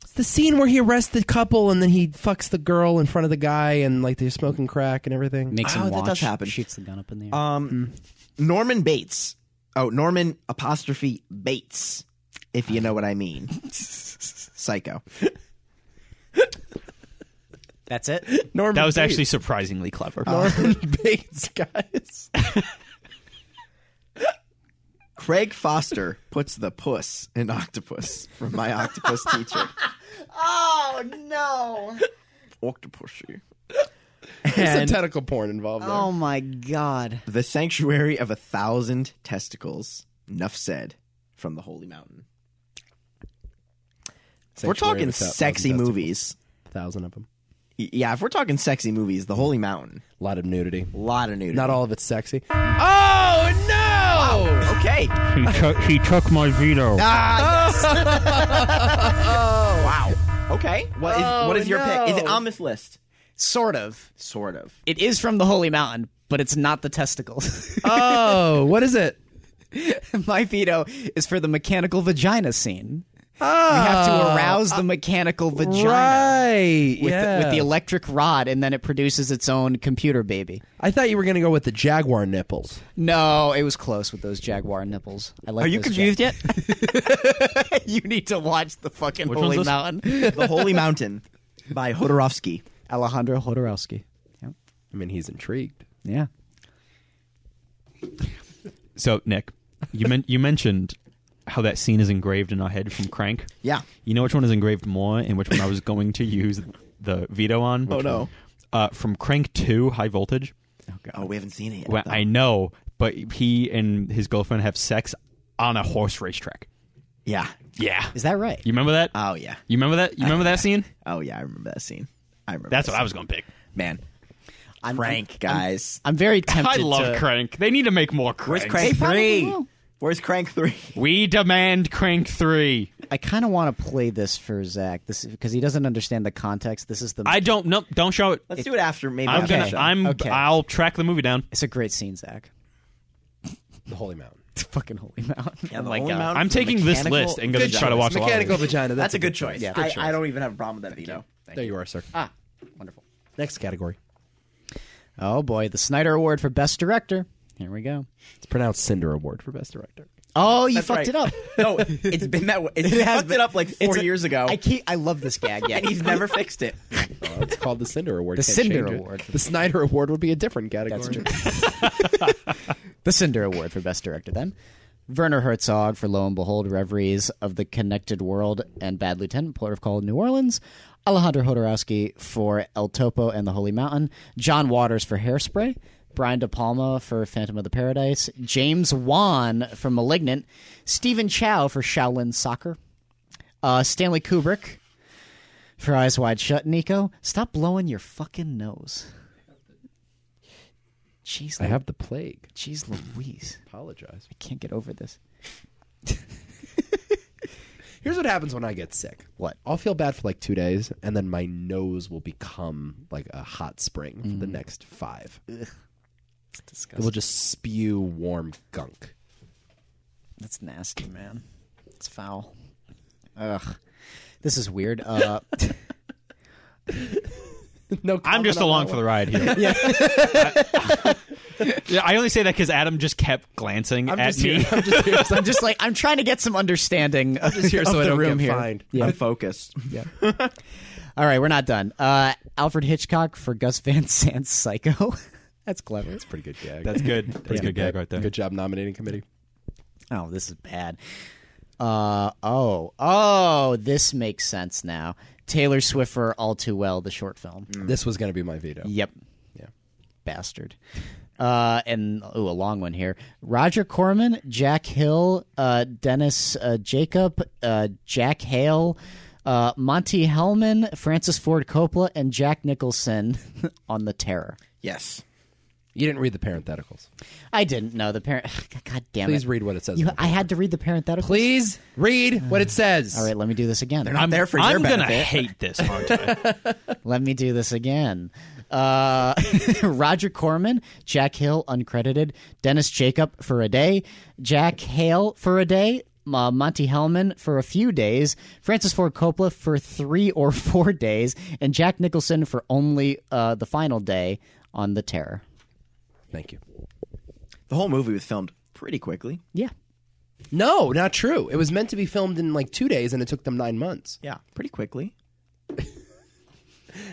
Speaker 1: It's the scene where he arrests the couple and then he fucks the girl in front of the guy and like they're smoking crack and everything.
Speaker 2: Makes him
Speaker 3: Oh, that
Speaker 2: watch.
Speaker 3: does happen.
Speaker 2: Shoots the gun up in the air.
Speaker 5: Uh,
Speaker 3: Um, Norman Bates. Oh, Norman apostrophe Bates, if you know what
Speaker 1: [laughs]
Speaker 3: I mean. Psycho.
Speaker 2: That's it.
Speaker 5: [laughs]
Speaker 1: Norman
Speaker 5: that was
Speaker 1: Bates.
Speaker 5: actually surprisingly clever.
Speaker 1: [laughs]
Speaker 3: Uh,
Speaker 1: Norman Bates, guys.
Speaker 3: [laughs] Craig Foster puts the puss in octopus from my octopus teacher.
Speaker 2: [laughs] Oh no.
Speaker 3: Octopushy.
Speaker 1: There's some
Speaker 3: And
Speaker 1: tentacle porn involved there.
Speaker 2: Oh my God.
Speaker 3: the sanctuary of a thousand testicles. Enough said from the holy mountain. If we're
Speaker 1: Sanctuary
Speaker 3: talking
Speaker 1: of a Thou-
Speaker 3: sexy
Speaker 1: Thousand
Speaker 3: movies.
Speaker 1: Testicles. Thousand of them.
Speaker 3: Y- Yeah, if we're talking sexy movies, the holy mountain.
Speaker 1: A lot of nudity.
Speaker 3: A lot of nudity.
Speaker 1: Not all of it's sexy. Oh no!
Speaker 3: Okay.
Speaker 5: He, he took my veto.
Speaker 3: Ah, yes. wow. Okay. What is what
Speaker 9: Oh,
Speaker 3: is your pick? Is it
Speaker 1: no.
Speaker 3: on this list?
Speaker 2: Sort of.
Speaker 3: Sort of.
Speaker 2: It is from the Holy Mountain, but it's not the testicles. [laughs]
Speaker 1: Oh, what is it?
Speaker 2: My veto is for the mechanical vagina scene. you have to arouse the mechanical vagina
Speaker 1: Right.
Speaker 2: with,
Speaker 1: yeah.
Speaker 2: the, with the electric rod, and then it produces its own computer baby.
Speaker 1: I thought you were going to go with the jaguar nipples.
Speaker 2: No, it was close with those jaguar nipples. I like.
Speaker 9: Are you
Speaker 2: those
Speaker 9: confused yet?
Speaker 2: jag- [laughs] you need to watch the fucking
Speaker 5: Which
Speaker 2: Holy
Speaker 5: one's this?
Speaker 2: Mountain,
Speaker 9: the Holy Mountain by Hodorovsky.
Speaker 2: Alejandro Hodorowski. Yep.
Speaker 1: I mean, he's intrigued.
Speaker 2: Yeah.
Speaker 5: So Nick, you men- you mentioned how that scene is engraved in our head from Crank.
Speaker 9: Yeah.
Speaker 5: You know which one is engraved more, and which one I was going to use the veto on.
Speaker 9: Oh, no.
Speaker 5: Uh, from Crank Two, High Voltage.
Speaker 9: Oh, we haven't seen it yet.
Speaker 5: Well, I know, but he and his girlfriend have sex on a horse racetrack.
Speaker 9: yeah.
Speaker 5: Yeah.
Speaker 2: Is that right?
Speaker 5: You remember that?
Speaker 9: Oh yeah.
Speaker 5: you remember that? You remember that scene?
Speaker 9: [laughs] Oh yeah. I remember that scene. I remember.
Speaker 5: That's
Speaker 9: that
Speaker 5: what I was going to pick.
Speaker 9: scene. man.
Speaker 2: I'm,
Speaker 9: Crank
Speaker 2: I'm-
Speaker 9: guys.
Speaker 2: I'm, very
Speaker 5: I
Speaker 2: tempted.
Speaker 5: love
Speaker 2: to,
Speaker 5: Crank. They need to make more
Speaker 9: Where's
Speaker 5: Crank.
Speaker 9: Crank
Speaker 2: probably
Speaker 9: three?
Speaker 2: will.
Speaker 9: Where's Crank three?
Speaker 5: We demand Crank Three.
Speaker 2: I kind of want to play this for Zach. This because he doesn't understand the context. This is the.
Speaker 5: I don't. No, don't show it.
Speaker 9: Let's do it after. Maybe
Speaker 5: I'm
Speaker 9: after
Speaker 5: gonna.
Speaker 9: the show.
Speaker 5: I'm.
Speaker 2: Okay.
Speaker 5: I'll track the movie down.
Speaker 2: it's a great scene, Zach. [laughs]
Speaker 1: The Holy Mountain.
Speaker 2: It's fucking holy mountain.
Speaker 9: Yeah, the
Speaker 2: oh my
Speaker 9: Holy
Speaker 2: god.
Speaker 9: Mountain
Speaker 5: uh, I'm
Speaker 9: for the
Speaker 5: taking this
Speaker 9: mechanical
Speaker 5: list and gonna
Speaker 9: vagina.
Speaker 5: try to watch a lot of
Speaker 1: Mechanical
Speaker 5: these.
Speaker 1: vagina.
Speaker 9: uh, That's
Speaker 1: That's,
Speaker 9: a good choice.
Speaker 1: Yeah.
Speaker 9: I, I don't even have a problem with that veto.
Speaker 1: There you are, sir.
Speaker 2: Ah, wonderful.
Speaker 1: Next category.
Speaker 2: Oh boy, the Snyder Award for Best Director. Here we go.
Speaker 1: It's pronounced Cinder Award for Best Director.
Speaker 2: Oh, you
Speaker 9: That's
Speaker 2: fucked
Speaker 9: right.
Speaker 2: it up.
Speaker 9: [laughs] no, it's been that way. It, fucked it up like four
Speaker 2: It's a-
Speaker 9: years ago,
Speaker 2: I keep. I love this gag. Yeah,
Speaker 9: and he's never fixed it.
Speaker 1: Oh, it's called the Cinder Award.
Speaker 2: The
Speaker 1: Can't
Speaker 2: Cinder
Speaker 1: change it.
Speaker 2: Award.
Speaker 1: The Snyder Award would be a different category.
Speaker 2: That's true. the Cinder Award for Best Director, then. Werner Herzog for Lo and Behold, Reveries of the Connected World and Bad Lieutenant, Port of Call, New Orleans. Alejandro Hodorowski for El Topo and the Holy Mountain. John Waters for Hairspray. Brian De Palma for Phantom of the Paradise. James Wan for Malignant. Stephen Chow for Shaolin Soccer. Uh, Stanley Kubrick for Eyes Wide Shut. Nico, stop blowing your fucking nose. Jeez,
Speaker 1: I have the plague.
Speaker 2: Jeez Louise.
Speaker 1: Apologize.
Speaker 2: I can't get over this.
Speaker 1: Here's what happens when I get sick.
Speaker 2: What?
Speaker 1: I'll feel bad for like two days, and then my nose will become like a hot spring for
Speaker 2: Mm.
Speaker 1: the next five. It will just spew warm gunk.
Speaker 2: That's nasty, man. It's foul. Ugh. This is weird.
Speaker 1: [laughs]
Speaker 2: Uh,
Speaker 1: No,
Speaker 5: I'm just along for the ride here. yeah. I, [laughs] yeah, I only say that because Adam just kept glancing
Speaker 1: I'm
Speaker 5: at
Speaker 1: just
Speaker 5: me.
Speaker 1: here. I'm just here.
Speaker 2: I'm just like I'm trying to get some understanding of,
Speaker 1: just here
Speaker 2: of
Speaker 1: so I
Speaker 2: the
Speaker 1: don't
Speaker 2: room
Speaker 1: get
Speaker 2: here.
Speaker 1: fined.
Speaker 2: Yeah.
Speaker 9: I'm focused.
Speaker 2: All right, we're not done. Uh, Alfred Hitchcock for Gus Van Sant's Psycho. [laughs] That's clever.
Speaker 1: That's a pretty good gag. [laughs]
Speaker 5: [laughs] That's good. That's a good gag right there.
Speaker 1: Good job nominating committee.
Speaker 2: Oh, this is bad. Uh oh oh this makes sense now. Taylor Swift for All Too Well, the short film.
Speaker 1: This was going to be my veto.
Speaker 2: Yep.
Speaker 1: Yeah.
Speaker 2: Bastard. Uh, and ooh, a long one here. Roger Corman, Jack Hill, uh, Dennis uh, Jacob, uh, Jack Hale, uh, Monty Hellman, Francis Ford Coppola, and Jack Nicholson [laughs] on the Terror.
Speaker 9: Yes.
Speaker 1: You didn't read the parentheticals.
Speaker 2: I didn't know the parent. [sighs] God damn
Speaker 1: Please
Speaker 2: it!
Speaker 1: read what it says.
Speaker 2: You,
Speaker 1: in the
Speaker 2: I had to read the parenthetical.
Speaker 1: Please read what it says.
Speaker 2: All right, let me do this again.
Speaker 9: not there for your
Speaker 5: Um, I'm gonna
Speaker 9: benefit.
Speaker 5: hate this, [laughs] aren't I?
Speaker 2: Let me do this again. Uh, [laughs] Roger Corman, Jack Hill, uncredited, Dennis Jacob for a day, Jack Hale for a day, uh, Monty Hellman for a few days, Francis Ford Coppola for three or [laughs] four days, and Jack Nicholson for only uh, the final day on The Terror.
Speaker 1: Thank you.
Speaker 9: The whole movie was filmed pretty quickly.
Speaker 2: Yeah.
Speaker 1: No, not true. It was meant to be filmed in like two days, and it took them nine months.
Speaker 9: Yeah, pretty quickly.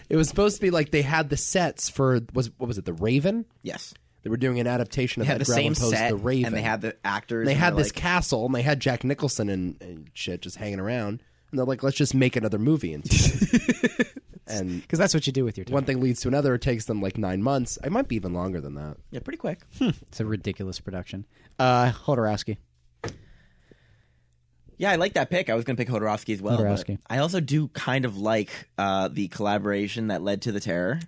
Speaker 1: It was supposed to be like they had the sets for was what was it the Raven?
Speaker 9: Yes.
Speaker 1: They were doing an adaptation of
Speaker 9: They had
Speaker 1: Edgar
Speaker 9: the same
Speaker 1: Allan Poe's
Speaker 9: set,
Speaker 1: The Raven,
Speaker 9: and they had the actors.
Speaker 1: And they
Speaker 9: and
Speaker 1: had
Speaker 9: they're
Speaker 1: this
Speaker 9: like,
Speaker 1: castle, and they had Jack Nicholson and, and shit just hanging around, and they're like, let's just make another movie. And,
Speaker 9: [laughs]
Speaker 1: and
Speaker 2: Because that's what you do with your time.
Speaker 1: one thing leads to another. It takes them like nine months. It might be even longer than that.
Speaker 9: yeah, pretty quick.
Speaker 2: It's a ridiculous production. Uh, Hodorowski.
Speaker 9: Yeah, I like that pick. I was going to pick Hodorowski as well. but
Speaker 2: Hodorowski.
Speaker 9: I also do kind of like uh, the collaboration that led to the terror.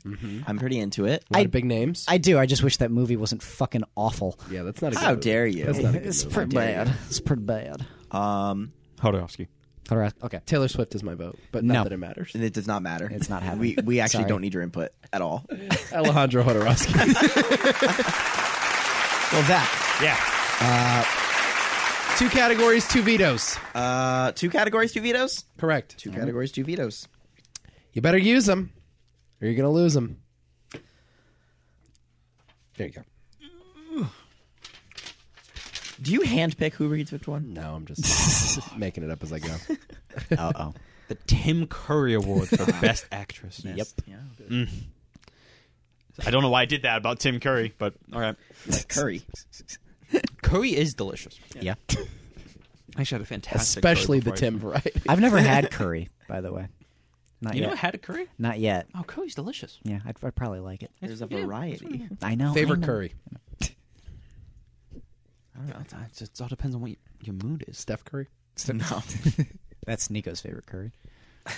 Speaker 9: I'm pretty into it.
Speaker 1: A lot of big names.
Speaker 2: I do. I just wish that movie wasn't fucking awful.
Speaker 1: yeah, that's not. a good
Speaker 9: How
Speaker 1: movie.
Speaker 9: dare you?
Speaker 1: That's
Speaker 9: [laughs]
Speaker 1: not a good
Speaker 2: It's
Speaker 1: movie.
Speaker 2: pretty bad. It's pretty bad.
Speaker 9: Um,
Speaker 5: Hodorowski.
Speaker 2: Hodorowski. Okay.
Speaker 1: Taylor Swift is my vote, but not
Speaker 2: No.
Speaker 1: that it
Speaker 9: [laughs]
Speaker 1: matters.
Speaker 9: and it does not matter.
Speaker 2: It's not
Speaker 9: We
Speaker 2: happening.
Speaker 9: we actually
Speaker 2: Sorry.
Speaker 9: don't need your input at all.
Speaker 1: Alejandro
Speaker 9: [laughs]
Speaker 1: Hodorowski.
Speaker 9: Well, Zach,
Speaker 5: Yeah.
Speaker 1: Two categories, two vetoes.
Speaker 3: Uh, two categories, two vetoes.
Speaker 1: Correct.
Speaker 3: Two categories, two vetoes.
Speaker 1: You better use them, or you're gonna lose them. There you go.
Speaker 3: Do you handpick who reads which one?
Speaker 1: No, I'm
Speaker 5: [laughs]
Speaker 1: just making it up as I go.
Speaker 3: Uh oh.
Speaker 5: The Tim Curry Award [laughs] for Best Actress.
Speaker 1: Yep.
Speaker 5: I don't know why I did that about Tim Curry, but
Speaker 1: [laughs]
Speaker 5: all right.
Speaker 3: Like [laughs] curry.
Speaker 5: Curry is delicious.
Speaker 2: Yeah.
Speaker 5: I should have a fantastic. curry
Speaker 1: Especially the
Speaker 5: before I-
Speaker 1: Tim variety.
Speaker 2: I've never had curry, by the way. Not
Speaker 5: You
Speaker 2: yet.
Speaker 5: never had a curry?
Speaker 2: Not yet.
Speaker 5: Oh, curry's delicious.
Speaker 2: Yeah, I'd, I'd probably like it.
Speaker 3: There's a [laughs] variety.
Speaker 2: I know.
Speaker 1: [laughs]
Speaker 2: I
Speaker 1: Favorite
Speaker 2: know.
Speaker 1: Curry.
Speaker 5: I don't know. It's, it's, it's all depends on what y- your mood is.
Speaker 1: Steph Curry.
Speaker 3: No,
Speaker 2: That's Nico's favorite curry.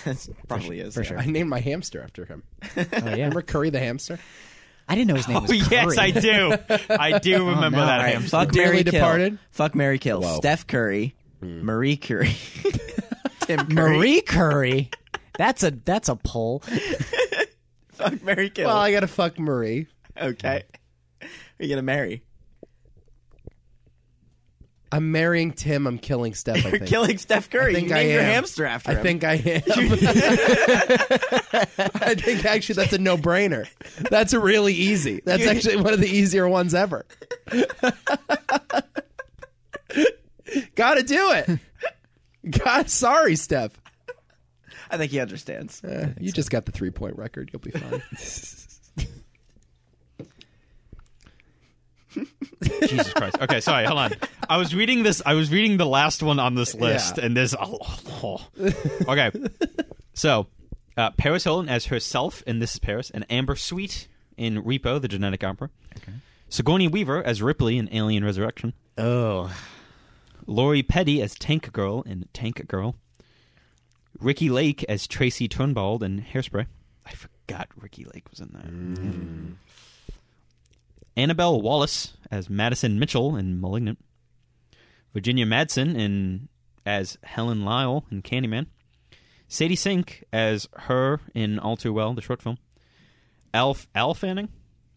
Speaker 3: that's probably is
Speaker 2: For
Speaker 3: yeah.
Speaker 2: sure.
Speaker 1: [laughs] I named my hamster after him.
Speaker 2: Oh, yeah.
Speaker 1: Remember Curry the hamster?
Speaker 2: I didn't know his name
Speaker 5: Oh
Speaker 2: was Curry.
Speaker 5: yes, I do. I do remember
Speaker 2: no.
Speaker 5: that.
Speaker 2: All
Speaker 3: All
Speaker 5: I
Speaker 3: right,
Speaker 5: am
Speaker 3: fuck
Speaker 1: Dearly
Speaker 3: Mary
Speaker 1: departed.
Speaker 3: Kill. Fuck Mary Kill. Steph Curry,
Speaker 1: Hmm.
Speaker 3: Marie
Speaker 1: [laughs]
Speaker 3: Curie, Tim Curry.
Speaker 2: Marie [laughs] Curry. That's a that's a poll.
Speaker 3: Fuck Mary
Speaker 1: [laughs]
Speaker 3: Kill.
Speaker 1: Well, I gotta fuck Marie.
Speaker 3: okay. Are you gonna marry?
Speaker 1: I'm marrying Tim. I'm killing [laughs] Steph. I
Speaker 3: You're
Speaker 1: think.
Speaker 3: killing Steph Curry.
Speaker 1: I think
Speaker 3: you
Speaker 1: I
Speaker 3: named your
Speaker 1: am.
Speaker 3: hamster after
Speaker 1: I
Speaker 3: him.
Speaker 1: think I
Speaker 5: [laughs]
Speaker 1: am. [laughs] I think actually that's a no-brainer. That's really easy. That's actually one of the easier ones ever. [laughs] Got to do it. God, sorry, Steph.
Speaker 3: I think
Speaker 1: [laughs]
Speaker 3: he understands.
Speaker 1: Eh, you just got the three-point record. You'll be fine.
Speaker 5: Jesus Christ. Okay, sorry. Hold on. I was reading this. I was reading the last one on this list,
Speaker 1: Yeah.
Speaker 5: and there's. Oh, oh. [laughs] Okay, so uh, Paris Hilton as herself in This Is Paris, and Amber Sweet in Repo: The Genetic Opera. Okay. Sigourney Weaver as Ripley in Alien Resurrection.
Speaker 2: Oh,
Speaker 5: Lori Petty as Tank Girl in Tank Girl. Ricky Lake as Tracy Turnbald in Hairspray. I forgot Ricky Lake was in there. Mm. Annabelle Wallace as Madison Mitchell in Malignant. Virginia Madsen in as Helen Lyle in Candyman. Sadie Sink as her in All Too Well, the short film. Alf Al Fanning?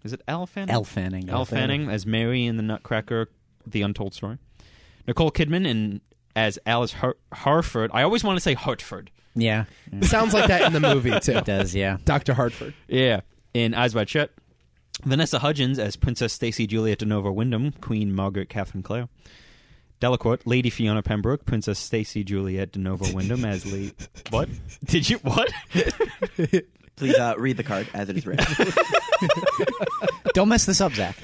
Speaker 5: Is it Al Fanning?
Speaker 2: Elle Fanning.
Speaker 5: Al Fanning as Mary in the Nutcracker, The Untold Story. Nicole Kidman in as Alice Har- Harford. I always want to say Hartford.
Speaker 2: Yeah, [laughs] Mm,
Speaker 1: Sounds like that in the movie too.
Speaker 2: does yeah.
Speaker 1: [laughs] Doctor Hartford.
Speaker 5: Yeah, in Eyes Wide Shut. Vanessa Hudgens as Princess Stacy Juliet de Nova Wyndham, Queen Margaret Catherine Clare. Delacourt, Lady Fiona Pembroke, Princess Stacy Juliet de Nova Wyndham as Lady. What did you? What?
Speaker 3: Please uh, read the card as it
Speaker 1: [laughs]
Speaker 3: is written.
Speaker 2: Don't mess this up, Zach.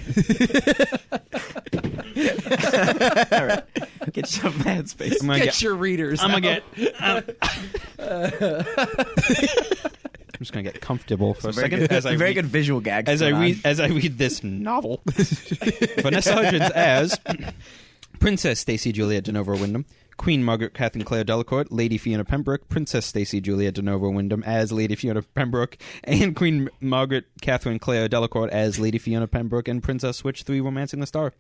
Speaker 3: All right. Get you out of my headspace.
Speaker 5: I'm gonna
Speaker 1: Get your readers.
Speaker 5: I'm
Speaker 1: out.
Speaker 5: gonna get. [laughs] I'm just gonna get comfortable for a
Speaker 3: Very
Speaker 5: second
Speaker 3: good,
Speaker 5: as I
Speaker 3: very
Speaker 5: read-
Speaker 3: good visual gag.
Speaker 5: as I read as I read this novel. Vanessa Hudgens as Princess Stacy Juliet de Novo Wyndham, Queen Margaret Catherine Claire Delacourt, Lady Fiona Pembroke, Princess Stacy Juliet de Novo Wyndham as Lady Fiona Pembroke, and Queen Margaret Catherine Claire Delacourt as Lady Fiona Pembroke and Princess Switch Three Romancing the Star.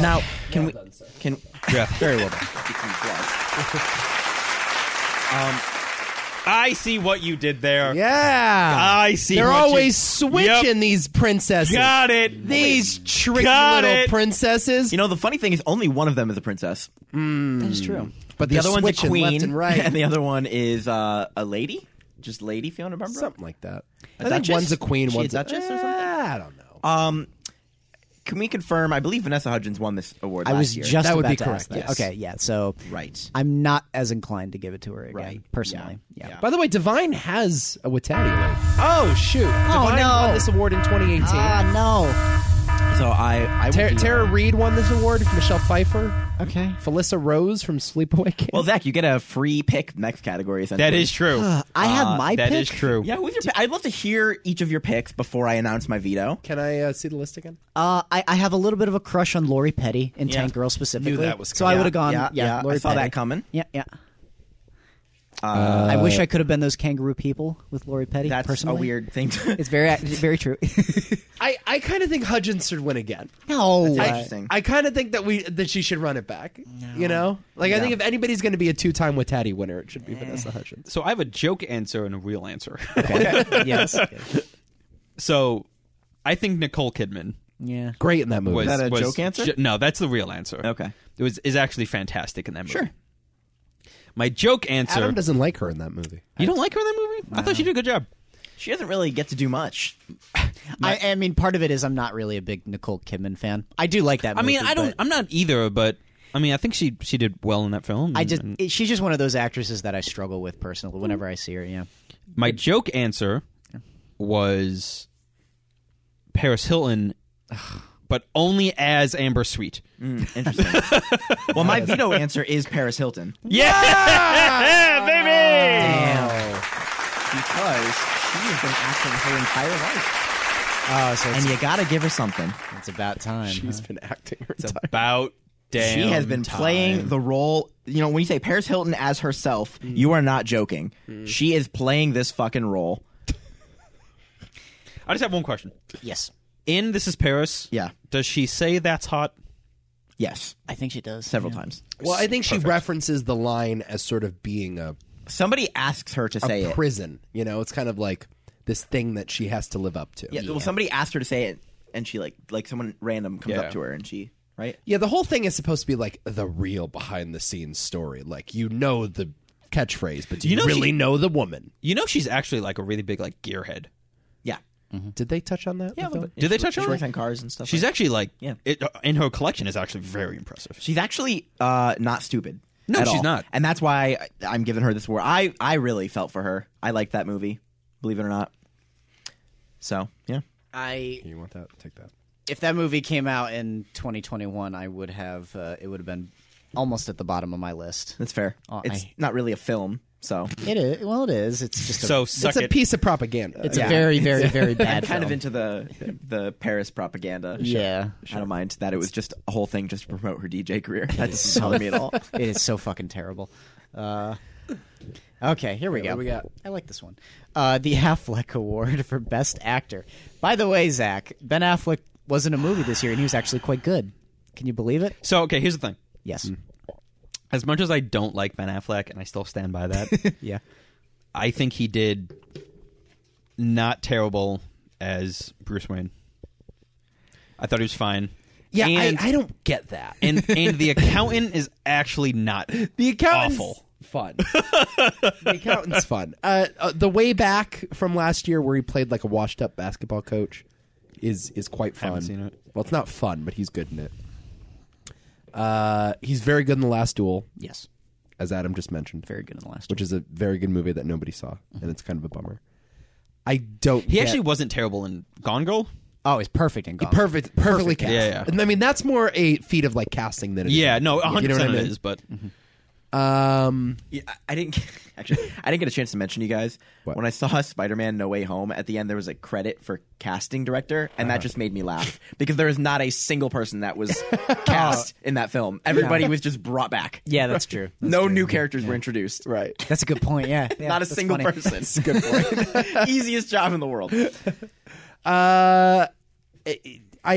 Speaker 3: now, can we? Can
Speaker 5: Yeah.
Speaker 3: very well
Speaker 1: [laughs]
Speaker 3: done. Um,
Speaker 5: I see what you did there.
Speaker 1: Yeah.
Speaker 5: I see
Speaker 1: They're
Speaker 5: what you-
Speaker 1: always switching
Speaker 5: Yep.
Speaker 1: these princesses.
Speaker 5: Got it.
Speaker 1: These tricky
Speaker 5: Got
Speaker 1: little
Speaker 5: it.
Speaker 1: princesses.
Speaker 3: You know, the funny thing is, only one of them is a princess.
Speaker 2: That is true.
Speaker 1: but
Speaker 3: The
Speaker 1: they're
Speaker 3: other one's a
Speaker 1: switching
Speaker 3: queen,
Speaker 1: left and right.
Speaker 3: [laughs] and the other one is uh, a lady, just lady Fiona
Speaker 1: [laughs]
Speaker 3: Pembroke.
Speaker 1: Something like that. I think
Speaker 3: duchess?
Speaker 1: one's a queen,
Speaker 3: She a
Speaker 1: one's
Speaker 3: duchess or something?
Speaker 1: I don't know.
Speaker 3: Um, can we confirm? I believe Vanessa Hudgens won this award.
Speaker 2: I
Speaker 3: last
Speaker 2: was
Speaker 3: year.
Speaker 2: just
Speaker 1: That would
Speaker 2: about
Speaker 1: be
Speaker 2: to
Speaker 1: correct,
Speaker 2: ask that.
Speaker 1: yes.
Speaker 2: Okay, yeah. So
Speaker 3: right.
Speaker 2: I'm not as inclined to give it to her again,
Speaker 3: Right.
Speaker 2: personally. Yeah.
Speaker 1: By the way, Divine has a Watati award. Oh shoot! Divine
Speaker 2: no.
Speaker 1: won this award in 2018.
Speaker 2: Ah
Speaker 3: So I, I will
Speaker 1: Tara,
Speaker 3: do
Speaker 1: Tara
Speaker 3: that.
Speaker 1: Reid won this award. Michelle Pfeiffer,
Speaker 2: no. Okay.
Speaker 1: Felissa Rose from Sleepaway Camp.
Speaker 3: Well, Zach, you get a free pick next category.
Speaker 5: That
Speaker 3: essentially.
Speaker 5: is true.
Speaker 2: I have
Speaker 3: Uh,
Speaker 2: my
Speaker 5: That
Speaker 2: pick.
Speaker 5: is true.
Speaker 3: Yeah, who's your? Pick? I'd love to hear each of your picks before I announce my veto.
Speaker 1: Can I uh, see the list again?
Speaker 2: Uh, I, I have a little bit of a crush on Lori Petty in Tank Girl specifically.
Speaker 1: that was
Speaker 2: so I
Speaker 1: coming.
Speaker 2: would have gone.
Speaker 3: yeah,
Speaker 2: Yeah,
Speaker 3: yeah,
Speaker 2: Lori
Speaker 3: I saw
Speaker 2: Petty.
Speaker 3: that coming. Uh,
Speaker 2: Yeah, yeah. I wish I could have been those kangaroo people with Lori Petty.
Speaker 3: That's
Speaker 2: Uh, personally.
Speaker 3: a weird thing. To,
Speaker 2: It's
Speaker 3: [laughs]
Speaker 2: very, it's very true.
Speaker 1: I, I kind of think Hudgens should win again.
Speaker 2: no,
Speaker 3: That's
Speaker 1: I-
Speaker 3: interesting.
Speaker 1: I, kind of think that we that she should run it back. You know, like I think if anybody's going to be a two-time Watati winner, it should be
Speaker 3: Eh.
Speaker 1: Vanessa Hudgens.
Speaker 5: So I have a joke answer and a real [laughs] answer.
Speaker 2: Okay. [laughs] yes.
Speaker 5: So I think Nicole Kidman
Speaker 2: Yeah.
Speaker 1: Great in that movie.
Speaker 5: Was,
Speaker 3: that a
Speaker 5: was
Speaker 3: joke answer?
Speaker 5: ju- no, that's the real answer.
Speaker 3: Okay.
Speaker 5: It was is actually fantastic in that movie. Sure. My joke answer.
Speaker 1: Adam doesn't like her in that movie.
Speaker 5: you don't like her in that movie? I thought she did a good job.
Speaker 3: She doesn't really get to do much.
Speaker 2: I, I mean, part of it is I'm not really a big Nicole Kidman fan. I do like that.
Speaker 5: I
Speaker 2: Movie,
Speaker 5: mean, I don't.
Speaker 2: but
Speaker 5: I'm not either, but I mean, I think she she did well in that film.
Speaker 2: I
Speaker 5: and-
Speaker 2: just
Speaker 5: and
Speaker 2: it- she's just one of those actresses that I struggle with personally. Whenever I see her, yeah.
Speaker 5: my joke answer was Paris Hilton, but only as Amber Sweet.
Speaker 3: Interesting. well, my veto answer is Paris Hilton
Speaker 5: Yeah, [laughs] baby.
Speaker 3: because she has been acting her entire life,
Speaker 2: Oh, so
Speaker 3: and you gotta give her something.
Speaker 2: it's about time.
Speaker 1: She's been acting her entire
Speaker 5: About damn.
Speaker 3: She has been
Speaker 5: time.
Speaker 3: playing the role. You know, when you say Paris Hilton as herself,
Speaker 2: Hmm.
Speaker 3: you are not joking. She is playing this fucking role.
Speaker 5: I just have one question.
Speaker 2: Yes,
Speaker 5: In This Is Paris,
Speaker 3: Yeah.
Speaker 5: does she say that's hot?
Speaker 3: Yes,
Speaker 2: I think she does
Speaker 3: several times.
Speaker 1: Well, I think she references the line as sort of being a,
Speaker 3: Somebody asks her to say
Speaker 1: a
Speaker 3: it.
Speaker 1: prison. You know, it's kind of like this thing that she has to live up to.
Speaker 3: Yeah, Well, somebody asked her to say it, and she like like someone random comes
Speaker 5: Yeah.
Speaker 3: up to her, and she right.
Speaker 1: Yeah, the whole thing is supposed to be like the real behind the scenes story. Like you know the catchphrase, but do you,
Speaker 5: You know
Speaker 1: really
Speaker 5: she-
Speaker 1: know the woman?
Speaker 5: You know, she's actually like a really big like gearhead.
Speaker 3: Yeah.
Speaker 1: Did they touch on that? in the film?
Speaker 5: Did they touch
Speaker 3: she
Speaker 5: on
Speaker 3: works
Speaker 5: it?
Speaker 3: on cars and stuff?
Speaker 5: She's
Speaker 3: like
Speaker 5: actually like
Speaker 3: Yeah.
Speaker 5: It, uh, in her collection is actually very impressive.
Speaker 3: that. she's actually uh, not stupid.
Speaker 5: No,
Speaker 3: at
Speaker 5: she's
Speaker 3: all.
Speaker 5: not.
Speaker 3: and that's why I- I'm giving her this award. I I really felt for her. I liked that movie, believe it or not. So yeah,
Speaker 2: I
Speaker 1: You want that? Take that.
Speaker 2: if that movie came out in 2021, I would have uh, it would have been almost at the bottom of my list.
Speaker 3: that's fair.
Speaker 2: Oh,
Speaker 3: it's
Speaker 2: I-
Speaker 3: not really a film,
Speaker 2: [laughs]
Speaker 3: so
Speaker 2: It is well, it is. It's just a,
Speaker 5: so suck
Speaker 1: it's a
Speaker 5: it.
Speaker 1: piece of propaganda.
Speaker 2: it's
Speaker 3: yeah.
Speaker 2: a very [laughs] very very bad.
Speaker 3: kind of
Speaker 2: film.
Speaker 3: into the the Paris propaganda.
Speaker 2: yeah.
Speaker 3: I don't mind that it was just a whole thing just to promote her DJ career. [laughs] That doesn't bother me at all.
Speaker 2: [laughs] it is so fucking terrible. Uh, okay, here we go.
Speaker 1: we got?
Speaker 2: I like this one. Uh, the Affleck Award for Best Actor. By the way, Zach, Ben Affleck was in a movie this year, and he was actually quite good. Can you believe it?
Speaker 5: so okay, here's the thing.
Speaker 2: Yes.
Speaker 5: As much as I don't like Ben Affleck, and I still stand
Speaker 1: [laughs]
Speaker 5: by that,
Speaker 2: Yeah.
Speaker 5: I think he did not terrible as Bruce Wayne. I thought he was fine.
Speaker 1: Yeah,
Speaker 5: and,
Speaker 1: I, I don't get that.
Speaker 5: [laughs] and and the accountant is
Speaker 1: [laughs]
Speaker 5: actually not
Speaker 1: The accountant's
Speaker 5: awful.
Speaker 1: fun. [laughs] the accountant's fun. Uh, uh, the way back from last year, where he played like a washed-up basketball coach, is is quite fun.
Speaker 5: Haven't seen it.
Speaker 1: Well, it's not fun, but he's good in it. Uh, he's very good in the Last Duel,
Speaker 2: Yes.
Speaker 1: as Adam just mentioned,
Speaker 2: Very good in the last
Speaker 1: which is a very good movie that nobody saw, and it's kind of a bummer. I don't.
Speaker 5: He
Speaker 1: get-
Speaker 5: actually wasn't terrible in Gone Girl.
Speaker 2: Oh, he's perfect in Gone.
Speaker 1: perfect, perfectly cast.
Speaker 5: Yeah, yeah.
Speaker 1: And I mean, that's more a feat of like casting than it is.
Speaker 5: Yeah, no, 100
Speaker 1: You know what I
Speaker 5: percent it
Speaker 1: mean? Mm-hmm.
Speaker 5: is. But
Speaker 1: Um,
Speaker 3: Yeah, I- I didn't [laughs] actually. I didn't get a chance to mention you guys
Speaker 1: What?
Speaker 3: when I saw Spider-Man: No Way Home. At the end, there was a credit for casting director, and that just made me laugh [laughs] because there is not a single person that was cast in that film. Everybody was just brought back.
Speaker 2: Yeah, that's true. [laughs]
Speaker 3: [laughs]
Speaker 2: That's
Speaker 3: no
Speaker 2: true.
Speaker 3: new characters were introduced. Right.
Speaker 2: That's a good point. Yeah. Yeah,
Speaker 3: not a
Speaker 2: that's
Speaker 3: single
Speaker 2: funny.
Speaker 3: person. That's a good point. [laughs] Easiest job in the world.
Speaker 1: Uh, I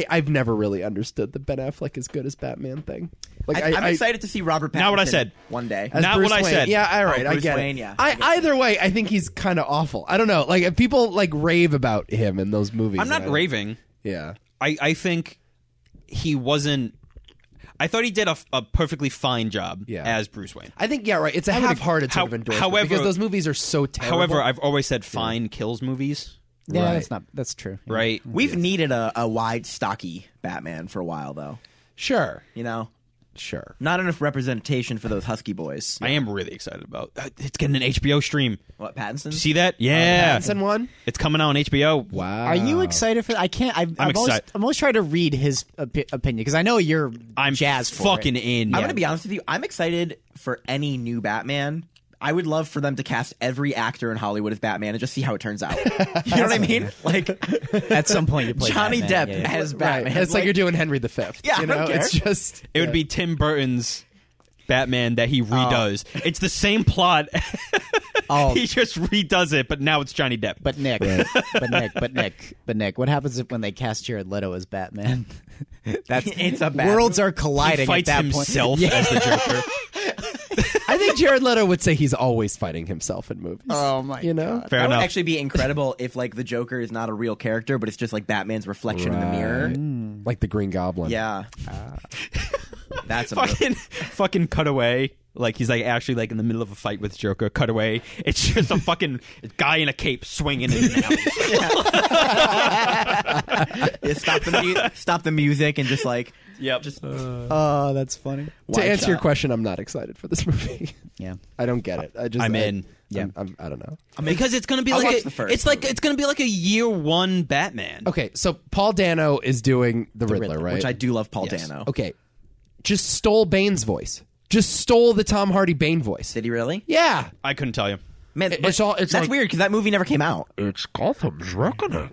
Speaker 1: I've never really understood the Ben Affleck is good as Batman thing. Like
Speaker 3: I,
Speaker 1: I,
Speaker 3: am
Speaker 1: I-
Speaker 3: excited to see Robert Pattinson.
Speaker 5: Not what I said.
Speaker 3: One day.
Speaker 1: as
Speaker 5: Not
Speaker 1: Bruce
Speaker 5: what I
Speaker 1: Wayne.
Speaker 5: said.
Speaker 1: Yeah, all right, I
Speaker 3: Bruce
Speaker 1: get
Speaker 3: Wayne,
Speaker 1: it.
Speaker 3: yeah.
Speaker 1: I, either way, I think he's kind of awful. I don't know. Like if people like rave about him in those movies.
Speaker 5: I'm not
Speaker 1: and I-
Speaker 5: raving.
Speaker 1: Yeah.
Speaker 5: I, I think he wasn't. I thought he did a, f- a perfectly fine job
Speaker 1: Yeah.
Speaker 5: as Bruce Wayne.
Speaker 1: I think yeah, right. It's a half-hearted
Speaker 5: how-
Speaker 1: sort of endorsement
Speaker 5: however-
Speaker 1: because those movies are so terrible.
Speaker 5: However, I've always said fine kills movies,
Speaker 2: Yeah,
Speaker 1: Right.
Speaker 2: that's not. That's true.
Speaker 5: right?
Speaker 3: We've needed a, a wide, stocky Batman for a while, though.
Speaker 1: sure,
Speaker 3: You know,
Speaker 1: sure.
Speaker 3: not enough representation for those husky boys.
Speaker 5: I am really excited about. uh, It's getting an HBO stream.
Speaker 3: What Pattinson?
Speaker 5: You see that? Yeah,
Speaker 1: Pattinson one.
Speaker 5: it's coming out on HBO.
Speaker 1: Wow.
Speaker 2: Are you excited for? I can't. I've, I'm,
Speaker 5: I'm
Speaker 2: have always,
Speaker 5: excited.
Speaker 2: I'm always trying to read his opi- opinion because I know you're
Speaker 5: I'm
Speaker 2: jazzed. for it.
Speaker 5: fucking in.
Speaker 3: I'm gonna be honest with you. I'm excited for any new Batman. I would love for them to cast every actor in Hollywood as Batman and just see how it turns out. you know what I mean? Like
Speaker 2: [laughs] At some point, you play
Speaker 3: Johnny
Speaker 2: Batman,
Speaker 3: Depp
Speaker 2: yeah, yeah.
Speaker 3: as
Speaker 1: Right.
Speaker 3: Batman.
Speaker 1: It's like, you're doing Henry V.
Speaker 3: Yeah,
Speaker 1: you
Speaker 3: I
Speaker 1: know,
Speaker 3: don't care.
Speaker 1: it's just
Speaker 5: It would be Tim Burton's Batman that he redoes. It's the same plot.
Speaker 2: Oh.
Speaker 5: he just redoes it, but now it's Johnny Depp.
Speaker 2: But Nick, but Nick, but Nick, but Nick. What happens if when they cast Jared Leto as Batman? [laughs] That's
Speaker 3: It's a Batman.
Speaker 2: worlds are colliding
Speaker 5: he fights
Speaker 2: at that
Speaker 5: himself
Speaker 2: point. Yeah.
Speaker 5: as the Joker.
Speaker 1: I think Jared Leto would say he's always fighting himself in movies.
Speaker 2: Oh my
Speaker 1: You know?
Speaker 5: Fair
Speaker 3: that would
Speaker 5: enough.
Speaker 3: actually be incredible if like the Joker is not a real character, but it's just like Batman's reflection in the mirror.
Speaker 1: like the Green Goblin.
Speaker 3: Yeah. [laughs] That's a
Speaker 5: fucking [laughs] fucking cutaway. Like he's like actually like in the middle of a fight with Joker. Cutaway. It's just
Speaker 3: [laughs]
Speaker 5: a fucking guy in a cape swinging. In an alley.
Speaker 3: Yeah, stop the mu- stop the music and just like
Speaker 5: yep. Just
Speaker 2: Oh, that's funny.
Speaker 1: To answer your question, I'm not excited for this [laughs] movie.
Speaker 2: Yeah.
Speaker 1: I don't get it. I just
Speaker 5: I'm
Speaker 1: I,
Speaker 5: in.
Speaker 1: Yeah, I'm, I'm, I do not know.
Speaker 5: because it's gonna be
Speaker 3: I'll
Speaker 5: like
Speaker 3: watch
Speaker 5: a,
Speaker 3: the first
Speaker 5: it's like it's gonna be like a year one Batman.
Speaker 1: Okay, so Paul Dano is doing the, Riddler,
Speaker 2: Riddler,
Speaker 1: right?
Speaker 3: which I do love Paul Dano.
Speaker 1: Okay, just stole Bane's voice. Just stole the Tom Hardy Bane voice.
Speaker 3: Did he really?
Speaker 1: Yeah,
Speaker 5: I couldn't tell you.
Speaker 3: Man,
Speaker 1: It-
Speaker 3: but
Speaker 1: it's all- it's
Speaker 3: that's
Speaker 1: like-
Speaker 3: weird because that movie never came out. [laughs]
Speaker 8: It's Gotham's reckoning.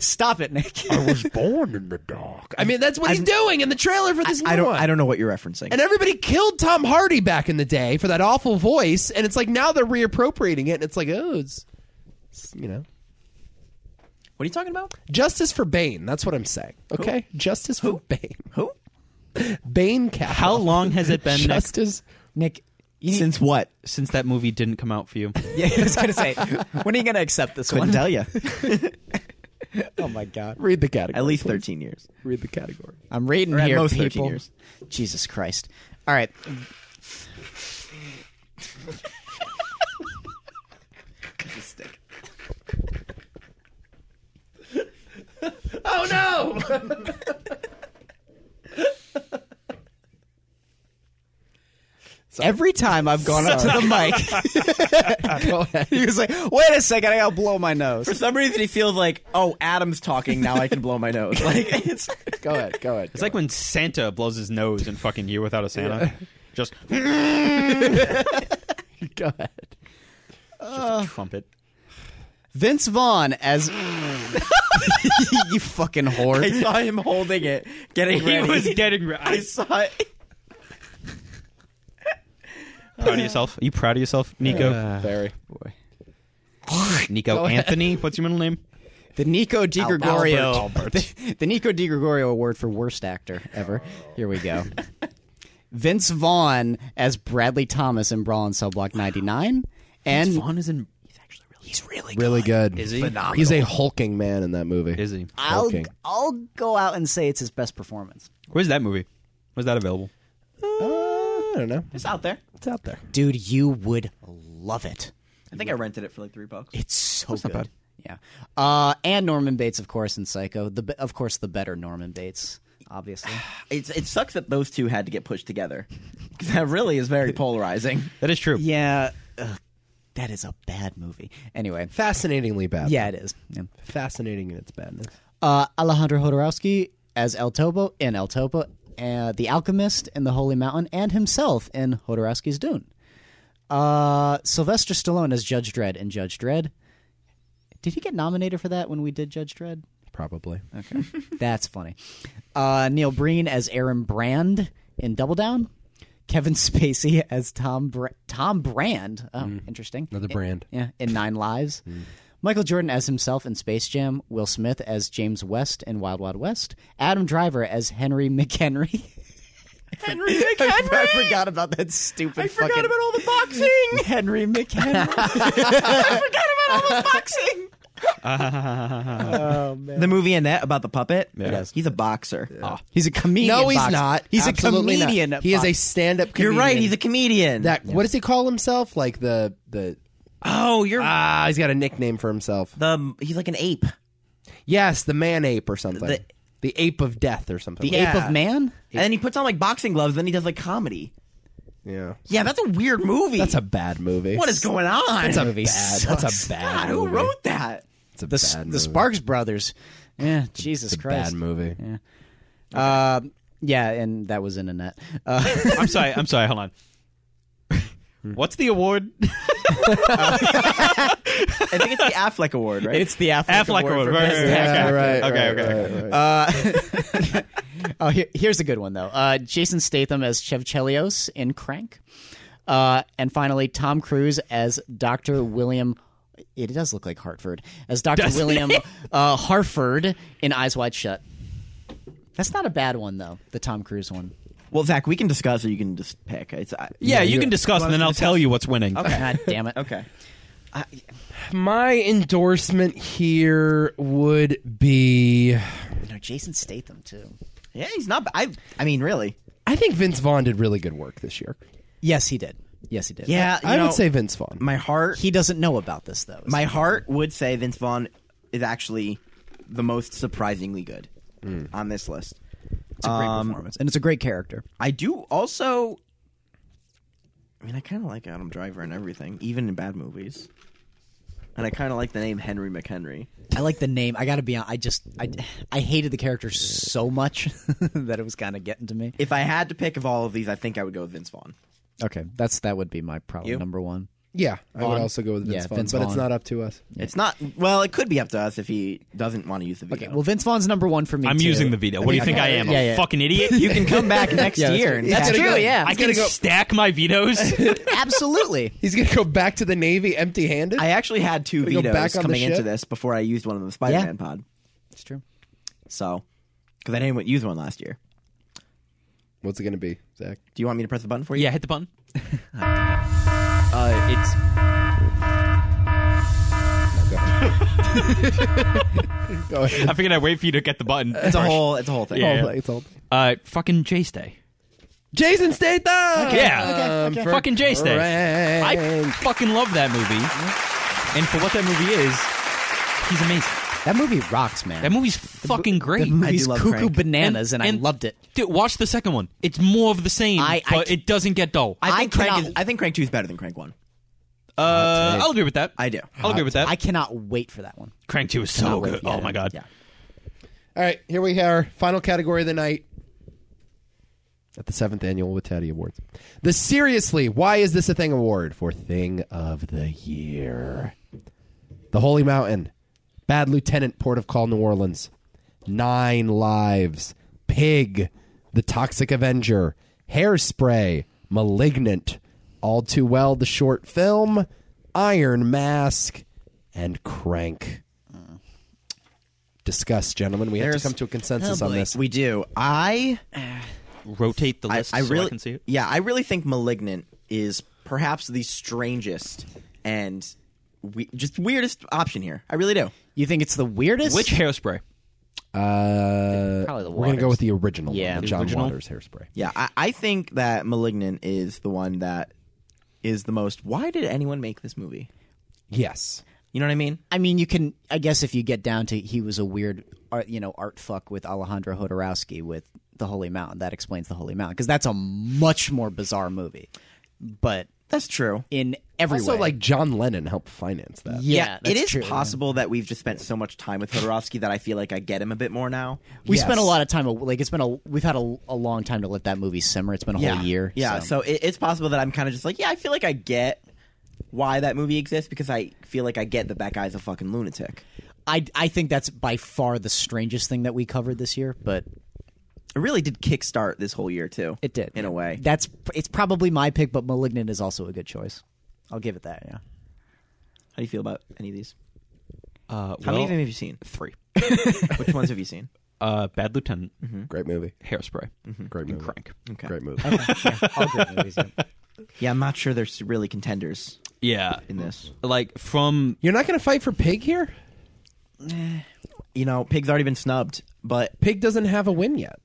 Speaker 2: Stop it, Nick.
Speaker 8: I was born in the dark.
Speaker 1: I mean that's what he's doing in the trailer for this new
Speaker 3: I don't
Speaker 1: one.
Speaker 3: I don't know what you're referencing.
Speaker 1: And everybody killed Tom Hardy back in the day for that awful voice, and it's like now they're reappropriating it, and it's like oh, it's, it's, you know
Speaker 3: what are you talking about?
Speaker 1: justice for Bane. That's what I'm saying. Okay, justice for Bane.
Speaker 3: Who?
Speaker 1: [laughs] Bane capital.
Speaker 5: How long has it been Nick,
Speaker 1: Justice.
Speaker 2: Nick, you need,
Speaker 3: Since what?
Speaker 5: since that movie didn't come
Speaker 3: [laughs]
Speaker 5: out for you?
Speaker 2: yeah, I was gonna say, when are you gonna accept this
Speaker 3: Couldn't
Speaker 2: one?
Speaker 3: tell you.
Speaker 2: Oh my god,
Speaker 1: Read the category.
Speaker 3: At least
Speaker 1: please.
Speaker 3: 13 [laughs] years.
Speaker 1: Read the category.
Speaker 2: I'm reading
Speaker 3: at
Speaker 2: here,
Speaker 3: most 13
Speaker 2: people.
Speaker 3: years.
Speaker 2: Jesus Christ! All right, every time I've gone up to the mic,
Speaker 1: [laughs] Go ahead.
Speaker 2: he was like, "Wait a second, I gotta blow my nose."
Speaker 3: For some reason, he feels like, oh, Adam's talking. Now I can blow my nose. [laughs] Like it's
Speaker 1: Go ahead. Go ahead.
Speaker 5: It's like when Santa blows his nose in fucking Year Without a Santa. [laughs] Just
Speaker 1: go ahead.
Speaker 5: trumpet.
Speaker 2: [laughs] Vince Vaughn as [laughs] you fucking
Speaker 3: I
Speaker 2: whore.
Speaker 3: saw him holding it, getting
Speaker 5: He
Speaker 3: ready.
Speaker 5: was [laughs] getting re-
Speaker 3: I saw it.
Speaker 5: proud of yourself. Are you proud of yourself, Nico?
Speaker 1: Very.
Speaker 2: Oh
Speaker 5: Nico Anthony. What's your middle name?
Speaker 2: The Nico DiGregorio,
Speaker 5: [laughs] Albert.
Speaker 2: [laughs] The, the Nico DiGregorio Award for worst actor ever. Here we go. Vince Vaughn as Bradley Thomas in Brawl on Cell Block 99, and
Speaker 5: is in.
Speaker 2: he's really
Speaker 1: Really good.
Speaker 5: Is he?
Speaker 1: He's a hulking man in that movie.
Speaker 5: Is he?
Speaker 2: I'll
Speaker 1: hulking.
Speaker 2: I'll go out and say it's his best performance.
Speaker 5: Where's that movie? Where's that available?
Speaker 1: Uh, I don't know.
Speaker 3: It's out there.
Speaker 1: It's out there.
Speaker 2: Dude, you would love it.
Speaker 3: I think I rented it for like three bucks.
Speaker 2: It's so good. Yeah, uh, and Norman Bates, of course, in Psycho. The be- of course the better Norman Bates, obviously.
Speaker 3: It's, it sucks that those two had to get pushed together. 'Cause that really is very polarizing.
Speaker 5: That is true.
Speaker 2: yeah, ugh, that is a bad movie. Anyway,
Speaker 1: Fascinatingly bad.
Speaker 2: yeah, it is. Yeah.
Speaker 1: Fascinating in its badness.
Speaker 2: Uh, Alejandro Hodorowski as El Tobo in El Tobo, uh, the Alchemist in the Holy Mountain, and himself in Hodorowski's Dune. Uh, Sylvester Stallone as Judge Dredd in Judge Dredd. Did he get nominated for that when we did Judge Dredd?
Speaker 1: Probably.
Speaker 2: [laughs] That's funny. Uh, Neil Breen as Aaron Brand in Double Down. Kevin [laughs] Spacey as Tom Br- Tom Brand. Oh, interesting.
Speaker 1: Mm-hmm. Another brand.
Speaker 2: Yeah, in Nine Lives. Michael Jordan as himself in Space Jam. Will Smith as James West in Wild Wild West. Adam Driver as Henry McHenry. Henry McHenry. I, forgot about that stupid. I forgot about all the boxing. Henry McHenry.
Speaker 3: The movie Annette about the puppet. Oh, Yes. He's a boxer.
Speaker 1: Ah,
Speaker 3: Oh,
Speaker 2: [laughs] He's a comedian.
Speaker 1: No, he's
Speaker 2: boxer.
Speaker 1: not.
Speaker 2: He's
Speaker 1: Absolutely
Speaker 2: a
Speaker 1: not.
Speaker 2: comedian.
Speaker 1: He is a
Speaker 2: boxer.
Speaker 1: stand-up
Speaker 3: you're
Speaker 1: comedian.
Speaker 3: right. He's a comedian.
Speaker 1: that. What does he call himself? Like the the
Speaker 3: oh, you're
Speaker 1: ah, he's got a nickname for himself.
Speaker 3: the. He's like an ape.
Speaker 1: Yes, the man ape or something. The,
Speaker 3: The-
Speaker 1: ape of death or something.
Speaker 2: the
Speaker 1: like
Speaker 2: ape of man.
Speaker 3: And then he puts on like boxing gloves. Then he does like comedy.
Speaker 1: that. Yeah,
Speaker 3: Yeah, that's a weird movie.
Speaker 1: that's a bad movie.
Speaker 3: What is going on?
Speaker 1: That's a bad. That's a bad.
Speaker 3: God, who
Speaker 1: movie.
Speaker 3: wrote that?
Speaker 1: It's a
Speaker 2: the, s-
Speaker 1: bad
Speaker 2: the
Speaker 1: movie.
Speaker 2: Sparks brothers. Yeah, Jesus
Speaker 1: It's a
Speaker 2: Christ.
Speaker 1: bad movie.
Speaker 2: Uh, yeah, and that was in a net. Uh,
Speaker 5: I'm sorry. I'm sorry. Hold on. What's the award?
Speaker 3: I think it's the Affleck Award, right?
Speaker 2: it's the [laughs] Affleck,
Speaker 5: Affleck
Speaker 2: Award.
Speaker 5: Award.
Speaker 2: for
Speaker 5: Right,
Speaker 2: Best
Speaker 5: right,
Speaker 2: Actor.
Speaker 1: Yeah, right.
Speaker 5: Okay,
Speaker 1: right,
Speaker 5: okay,
Speaker 1: right, right.
Speaker 2: Oh, here, here's a good one though. Uh, Jason Statham as Chevchelios in Crank, uh, and finally Tom Cruise as Doctor William. It does look like Hartford as Doctor William [laughs] uh, Harford in Eyes Wide Shut. That's not a bad one though. The Tom Cruise one.
Speaker 3: well, Zach, we can discuss, or you can just pick. It's I,
Speaker 5: Yeah, you can discuss, and then I'll tell you what's winning.
Speaker 2: God damn it.
Speaker 3: [laughs] Okay.
Speaker 1: My endorsement here would be.
Speaker 2: You know, Jason Statham too.
Speaker 3: Yeah, he's not. b- I. I mean, really.
Speaker 1: I think Vince Vaughn did really good work this year.
Speaker 2: Yes, he did. Yes, he did.
Speaker 3: Yeah, you
Speaker 1: I
Speaker 3: know,
Speaker 1: would say Vince Vaughn.
Speaker 3: my heart.
Speaker 2: he doesn't know about this though.
Speaker 3: my heart would say Vince Vaughn is actually the most surprisingly good on this list.
Speaker 2: it's a great performance, and it's a great character.
Speaker 3: I do also. I mean, I kind of like Adam Driver and everything, even in bad movies. And I kind of like the name Henry McHenry.
Speaker 2: I like the name. I gotta be honest. I just I, I hated the character so much [laughs] that it was kind of getting to me.
Speaker 3: If I had to pick of all of these, I think I would go with Vince Vaughn.
Speaker 2: Okay, that's that would be my problem
Speaker 3: You?
Speaker 2: number one.
Speaker 1: yeah, I would
Speaker 3: Vaughn?
Speaker 1: also go with Vince
Speaker 2: Yeah,
Speaker 1: Vaughn,
Speaker 2: Vince
Speaker 1: but it's
Speaker 2: Vaughn.
Speaker 1: not up to us.
Speaker 3: It's not. Well, it could be up to us if he doesn't want to use the veto.
Speaker 2: Okay, well Vince Vaughn's number one for me.
Speaker 5: I'm
Speaker 2: too.
Speaker 5: using the veto. What do you think I am?
Speaker 2: Yeah,
Speaker 5: a
Speaker 2: yeah. [laughs]
Speaker 5: fucking idiot? You can
Speaker 3: come back next
Speaker 1: Yeah, that's
Speaker 3: year.
Speaker 1: good.
Speaker 3: And
Speaker 1: He's
Speaker 3: that's
Speaker 1: gonna
Speaker 2: true,
Speaker 1: go-
Speaker 2: yeah. [laughs]
Speaker 5: I
Speaker 1: he's
Speaker 5: can
Speaker 1: gonna go.
Speaker 5: stack my [laughs] vetoes.
Speaker 2: Absolutely.
Speaker 1: He's gonna go back to the Navy empty-handed.
Speaker 3: I actually had two
Speaker 1: We go
Speaker 3: vetoes
Speaker 1: back on the
Speaker 3: coming into
Speaker 1: ship?
Speaker 3: this before I used one of the Spider-Man pod.
Speaker 2: It's true.
Speaker 3: So, because I didn't use one last year.
Speaker 1: What's it gonna be, Zach?
Speaker 3: Do you want me to press the button for you?
Speaker 5: yeah, hit
Speaker 2: [laughs]
Speaker 5: the button.
Speaker 3: Uh, it's
Speaker 1: Go ahead.
Speaker 5: I figured I'd wait for you to get the button.
Speaker 3: it's a whole it's a whole thing.
Speaker 5: Yeah.
Speaker 1: All- it's all-
Speaker 5: Uh, fucking Jace Day.
Speaker 1: Jason Statham.
Speaker 5: yeah.
Speaker 1: Um, for
Speaker 5: Fucking Jace Day. I
Speaker 1: Crank.
Speaker 5: fucking love that movie.
Speaker 2: Mm-hmm.
Speaker 5: And for what that movie is, he's amazing.
Speaker 2: That movie rocks, man.
Speaker 5: That movie's fucking great.
Speaker 2: The movie's
Speaker 3: love
Speaker 2: cuckoo
Speaker 3: Crank.
Speaker 2: bananas, and,
Speaker 5: And- and-
Speaker 2: I loved it.
Speaker 5: Dude, watch the second one. It's more of the same,
Speaker 2: I- I
Speaker 5: but
Speaker 2: c-
Speaker 5: it doesn't get dull.
Speaker 3: I
Speaker 2: I
Speaker 3: think
Speaker 5: Oh.
Speaker 3: Crank
Speaker 2: cannot-
Speaker 3: is, I think Crank Two is better than Crank One.
Speaker 5: uh,
Speaker 2: take.
Speaker 5: I'll agree with that.
Speaker 3: I do.
Speaker 5: I'll agree with that.
Speaker 2: I cannot wait for that one.
Speaker 5: Crank 2 is so
Speaker 2: Cannot wait.
Speaker 5: good.
Speaker 2: Yeah.
Speaker 5: Oh my god.
Speaker 2: Yeah.
Speaker 1: All right, here we are. Final category of the night at the seventh annual Wittati Awards. The seriously, why is this a thing award for thing of the year? The Holy Mountain, Bad Lieutenant, Port of Call, New Orleans, Nine Lives, Pig, The Toxic Avenger, Hairspray, Malignant, All Too Well, the short film, Iron Mask, and Crank. Discuss, gentlemen. We have to
Speaker 3: There's-
Speaker 1: come to a consensus on this.
Speaker 3: We do. I
Speaker 5: Rotate the
Speaker 3: I,
Speaker 5: list
Speaker 3: I
Speaker 5: so
Speaker 3: really
Speaker 5: I can see it.
Speaker 3: yeah. I really think Malignant is perhaps the strangest and we, just weirdest option here. I really do.
Speaker 2: You think it's the weirdest?
Speaker 5: Which hairspray?
Speaker 1: Uh,
Speaker 2: Probably the
Speaker 1: we're gonna go
Speaker 2: Waters.
Speaker 1: with the original,
Speaker 2: Yeah,
Speaker 1: one, the
Speaker 2: the
Speaker 1: John
Speaker 5: original.
Speaker 1: Waters hairspray.
Speaker 3: Yeah, I, I think that Malignant is the one that is the most. Why did anyone make this movie?
Speaker 1: Yes,
Speaker 3: You know what I mean?
Speaker 2: I mean, you can. I guess if you get down to, he was a weird, art, you know, art fuck with Alejandro Hodorowski with the Holy Mountain. That explains the Holy Mountain because that's a much more bizarre movie. But
Speaker 3: That's true.
Speaker 2: in every
Speaker 1: also
Speaker 2: way,
Speaker 1: like John Lennon helped finance that.
Speaker 2: yeah,
Speaker 3: it
Speaker 2: that's
Speaker 3: is
Speaker 2: true, yeah.
Speaker 3: possible that we've just spent so much time with Hodorowski that I feel like I get him a bit more now.
Speaker 2: We
Speaker 1: Yes.
Speaker 2: spent a lot of time. Like it's been a. We've had a, a long time to let that movie simmer. It's been a whole year.
Speaker 3: Yeah, so, it, it's possible that I'm kind of just like, yeah, I feel like I get why that movie exists because I feel like I get that that guy's a fucking lunatic.
Speaker 2: I I think that's by far the strangest thing that we covered this year. But
Speaker 3: It really did kickstart this whole year too.
Speaker 2: It did
Speaker 3: in a way.
Speaker 2: That's it's probably my pick, but Malignant is also a good choice. I'll give it that. Yeah,
Speaker 3: How do you feel about any of these?
Speaker 5: Uh,
Speaker 3: How many
Speaker 5: well,
Speaker 3: of them have you seen?
Speaker 5: Three.
Speaker 3: [laughs] Which ones have you seen?
Speaker 5: Uh, Bad Lieutenant,
Speaker 2: Mm-hmm.
Speaker 1: Great movie,
Speaker 5: Hairspray,
Speaker 1: great
Speaker 5: and
Speaker 1: movie,
Speaker 5: Crank.
Speaker 3: Okay.
Speaker 1: great movie.
Speaker 2: all good movies. yeah.
Speaker 3: [laughs] Yeah, I'm not sure there's really contenders
Speaker 5: Yeah.
Speaker 3: in this.
Speaker 5: Like from
Speaker 1: You're not gonna fight for Pig here.
Speaker 3: You know, Pig's already been snubbed, but
Speaker 1: Pig doesn't have a win yet.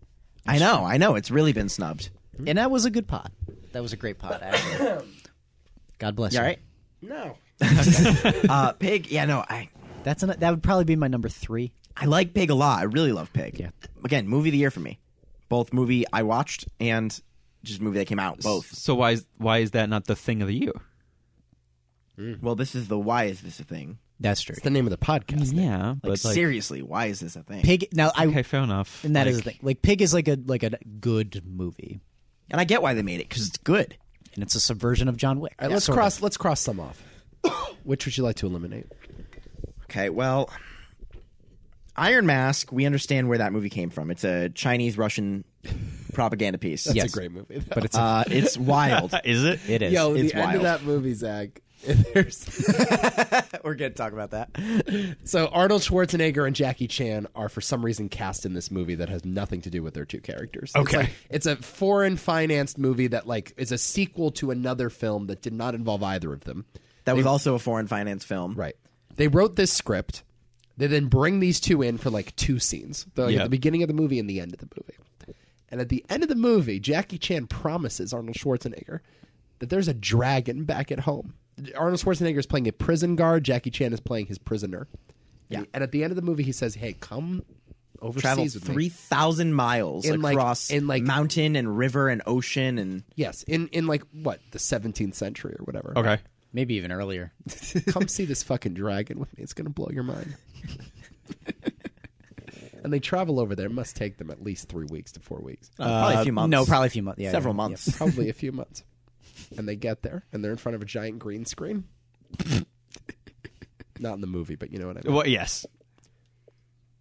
Speaker 3: I know, I know, it's really been snubbed.
Speaker 2: And that was a good pot. That was a great pot. Actually. [coughs] God bless
Speaker 3: You
Speaker 2: you.
Speaker 3: all right?
Speaker 1: No,
Speaker 3: Uh, Pig, yeah, no, I
Speaker 2: That's an, that would probably be my number three.
Speaker 3: I like Pig a lot. I really love Pig.
Speaker 2: Yeah.
Speaker 3: Again, movie of the year for me. Both movie I watched and just movie that came out. Both.
Speaker 5: so why is why is that not the thing of the year?
Speaker 3: Well, this is the why is this a thing?
Speaker 2: That's true.
Speaker 1: it's the name of the podcast.
Speaker 5: Yeah,
Speaker 3: Like,
Speaker 5: but like,
Speaker 3: seriously, why is this a thing?
Speaker 2: Pig. Now I
Speaker 5: okay, fair enough.
Speaker 2: and that is
Speaker 5: Like,
Speaker 2: the thing. Like Pig is like a like a good movie,
Speaker 3: And I get why they made it because it's good.
Speaker 2: and it's a subversion of John Wick.
Speaker 1: All right, let's cross. Let's cross some off. [coughs] Which would you like to eliminate?
Speaker 3: Okay, well, Iron Mask. We understand where that movie came from. It's a Chinese Russian propaganda piece.
Speaker 1: That's
Speaker 2: Yes.
Speaker 1: a great movie, but it's
Speaker 3: Uh, it's wild.
Speaker 5: Is it?
Speaker 2: It is.
Speaker 1: yo
Speaker 3: it's
Speaker 1: the end of
Speaker 3: wild.
Speaker 1: that movie, Zach. [laughs] There's
Speaker 2: we're gonna talk about that.
Speaker 1: so Arnold Schwarzenegger and Jackie Chan are for some reason cast in this movie that has nothing to do with their two characters.
Speaker 5: Okay.
Speaker 1: It's, like, it's a foreign financed movie that like is a sequel to another film that did not involve either of them.
Speaker 3: That was also a foreign finance film.
Speaker 1: Right. They wrote this script. They then bring these two in for like two scenes. They're like
Speaker 5: Yeah.
Speaker 1: at the beginning of the movie and the end of the movie. And at the end of the movie, Jackie Chan promises Arnold Schwarzenegger that there's a dragon back at home. Arnold Schwarzenegger is playing a prison guard. Jackie Chan is playing his prisoner. Yeah. And, at the end of the movie, he says, "Hey, come overseas
Speaker 3: Traveled
Speaker 1: with me."
Speaker 3: three thousand miles
Speaker 1: In, like-
Speaker 3: across
Speaker 1: in, like-
Speaker 3: mountain and river and ocean and
Speaker 1: Yes, in in like what the 17th century or whatever.
Speaker 5: Okay.
Speaker 2: Maybe even earlier.
Speaker 1: come see this fucking dragon with me. It's gonna blow your mind. [laughs] and they travel over there. It must take them at least three weeks to four weeks,
Speaker 3: probably a few months.
Speaker 2: Uh, No, probably a few months. Yeah,
Speaker 3: several
Speaker 2: yeah,
Speaker 3: months.
Speaker 1: probably a few months. And they get there, and they're in front of a giant green screen. Not in the movie, but you know what I mean.
Speaker 5: Well, yes.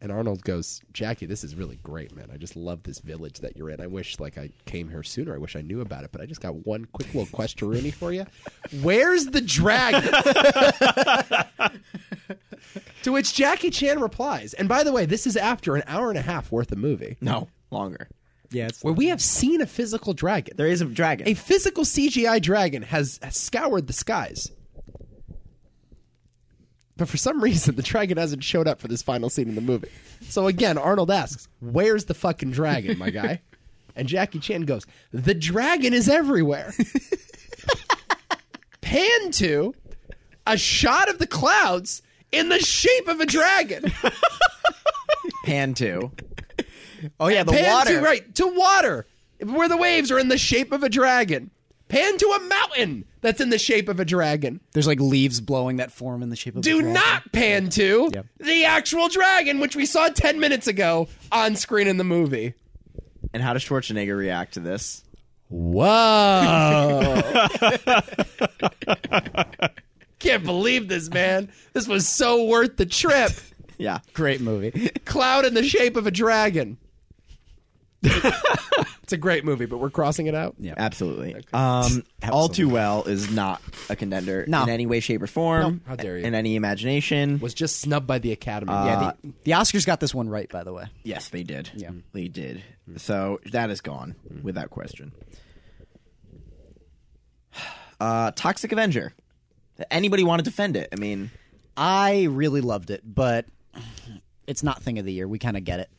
Speaker 1: And Arnold goes, Jackie, this is really great, man. I just love this village that you're in. I wish like I came here sooner. I wish I knew about it, but I just got one quick little question Rooney for you. Where's the dragon? [laughs] to which Jackie Chan replies, and by the way, this is after an hour and a half worth of movie.
Speaker 3: [laughs] No, longer.
Speaker 2: Yeah, it's
Speaker 1: Where we have seen a physical dragon.
Speaker 3: There is a dragon.
Speaker 1: a physical CGI dragon has, has scoured the skies. But for some [laughs] reason, the dragon hasn't showed up for this final scene in the movie. So again, Arnold asks, Where's the fucking dragon, my guy? and Jackie Chan goes, The dragon is everywhere. Pan to a shot of the clouds in the shape of a dragon.
Speaker 3: pan two.
Speaker 1: [laughs]
Speaker 2: oh yeah, the
Speaker 1: Pan
Speaker 2: water.
Speaker 1: to right to water, where the waves are in the shape of a dragon. Pan to a mountain that's in the shape of a dragon.
Speaker 2: There's like leaves blowing that form in the shape of. a
Speaker 1: Do
Speaker 2: dragon.
Speaker 1: not pan to
Speaker 2: Yep.
Speaker 1: the actual dragon, which we saw ten minutes ago on screen in the movie.
Speaker 3: And how does Schwarzenegger react to this?
Speaker 1: Whoa! [laughs] Can't believe this, man. This was so worth the trip.
Speaker 3: Yeah.
Speaker 2: Great movie.
Speaker 1: Cloud in the shape of a dragon. [laughs] it's a great movie, but we're crossing it out.
Speaker 2: Yeah.
Speaker 3: Absolutely. Um, All Too Well is not a contender
Speaker 2: No.
Speaker 3: in any way, shape, or form.
Speaker 1: No. How dare you.
Speaker 3: In any imagination.
Speaker 1: Was just snubbed by the Academy.
Speaker 3: Uh,
Speaker 2: yeah, the, the Oscars got this one right, by the way.
Speaker 3: yes, they did. Yeah. They did.
Speaker 1: Mm.
Speaker 3: So that is gone without question. [sighs] Uh, Toxic Avenger. Anybody want to defend it? I mean,
Speaker 2: I really loved it, but it's not thing of the year. We kind of get it.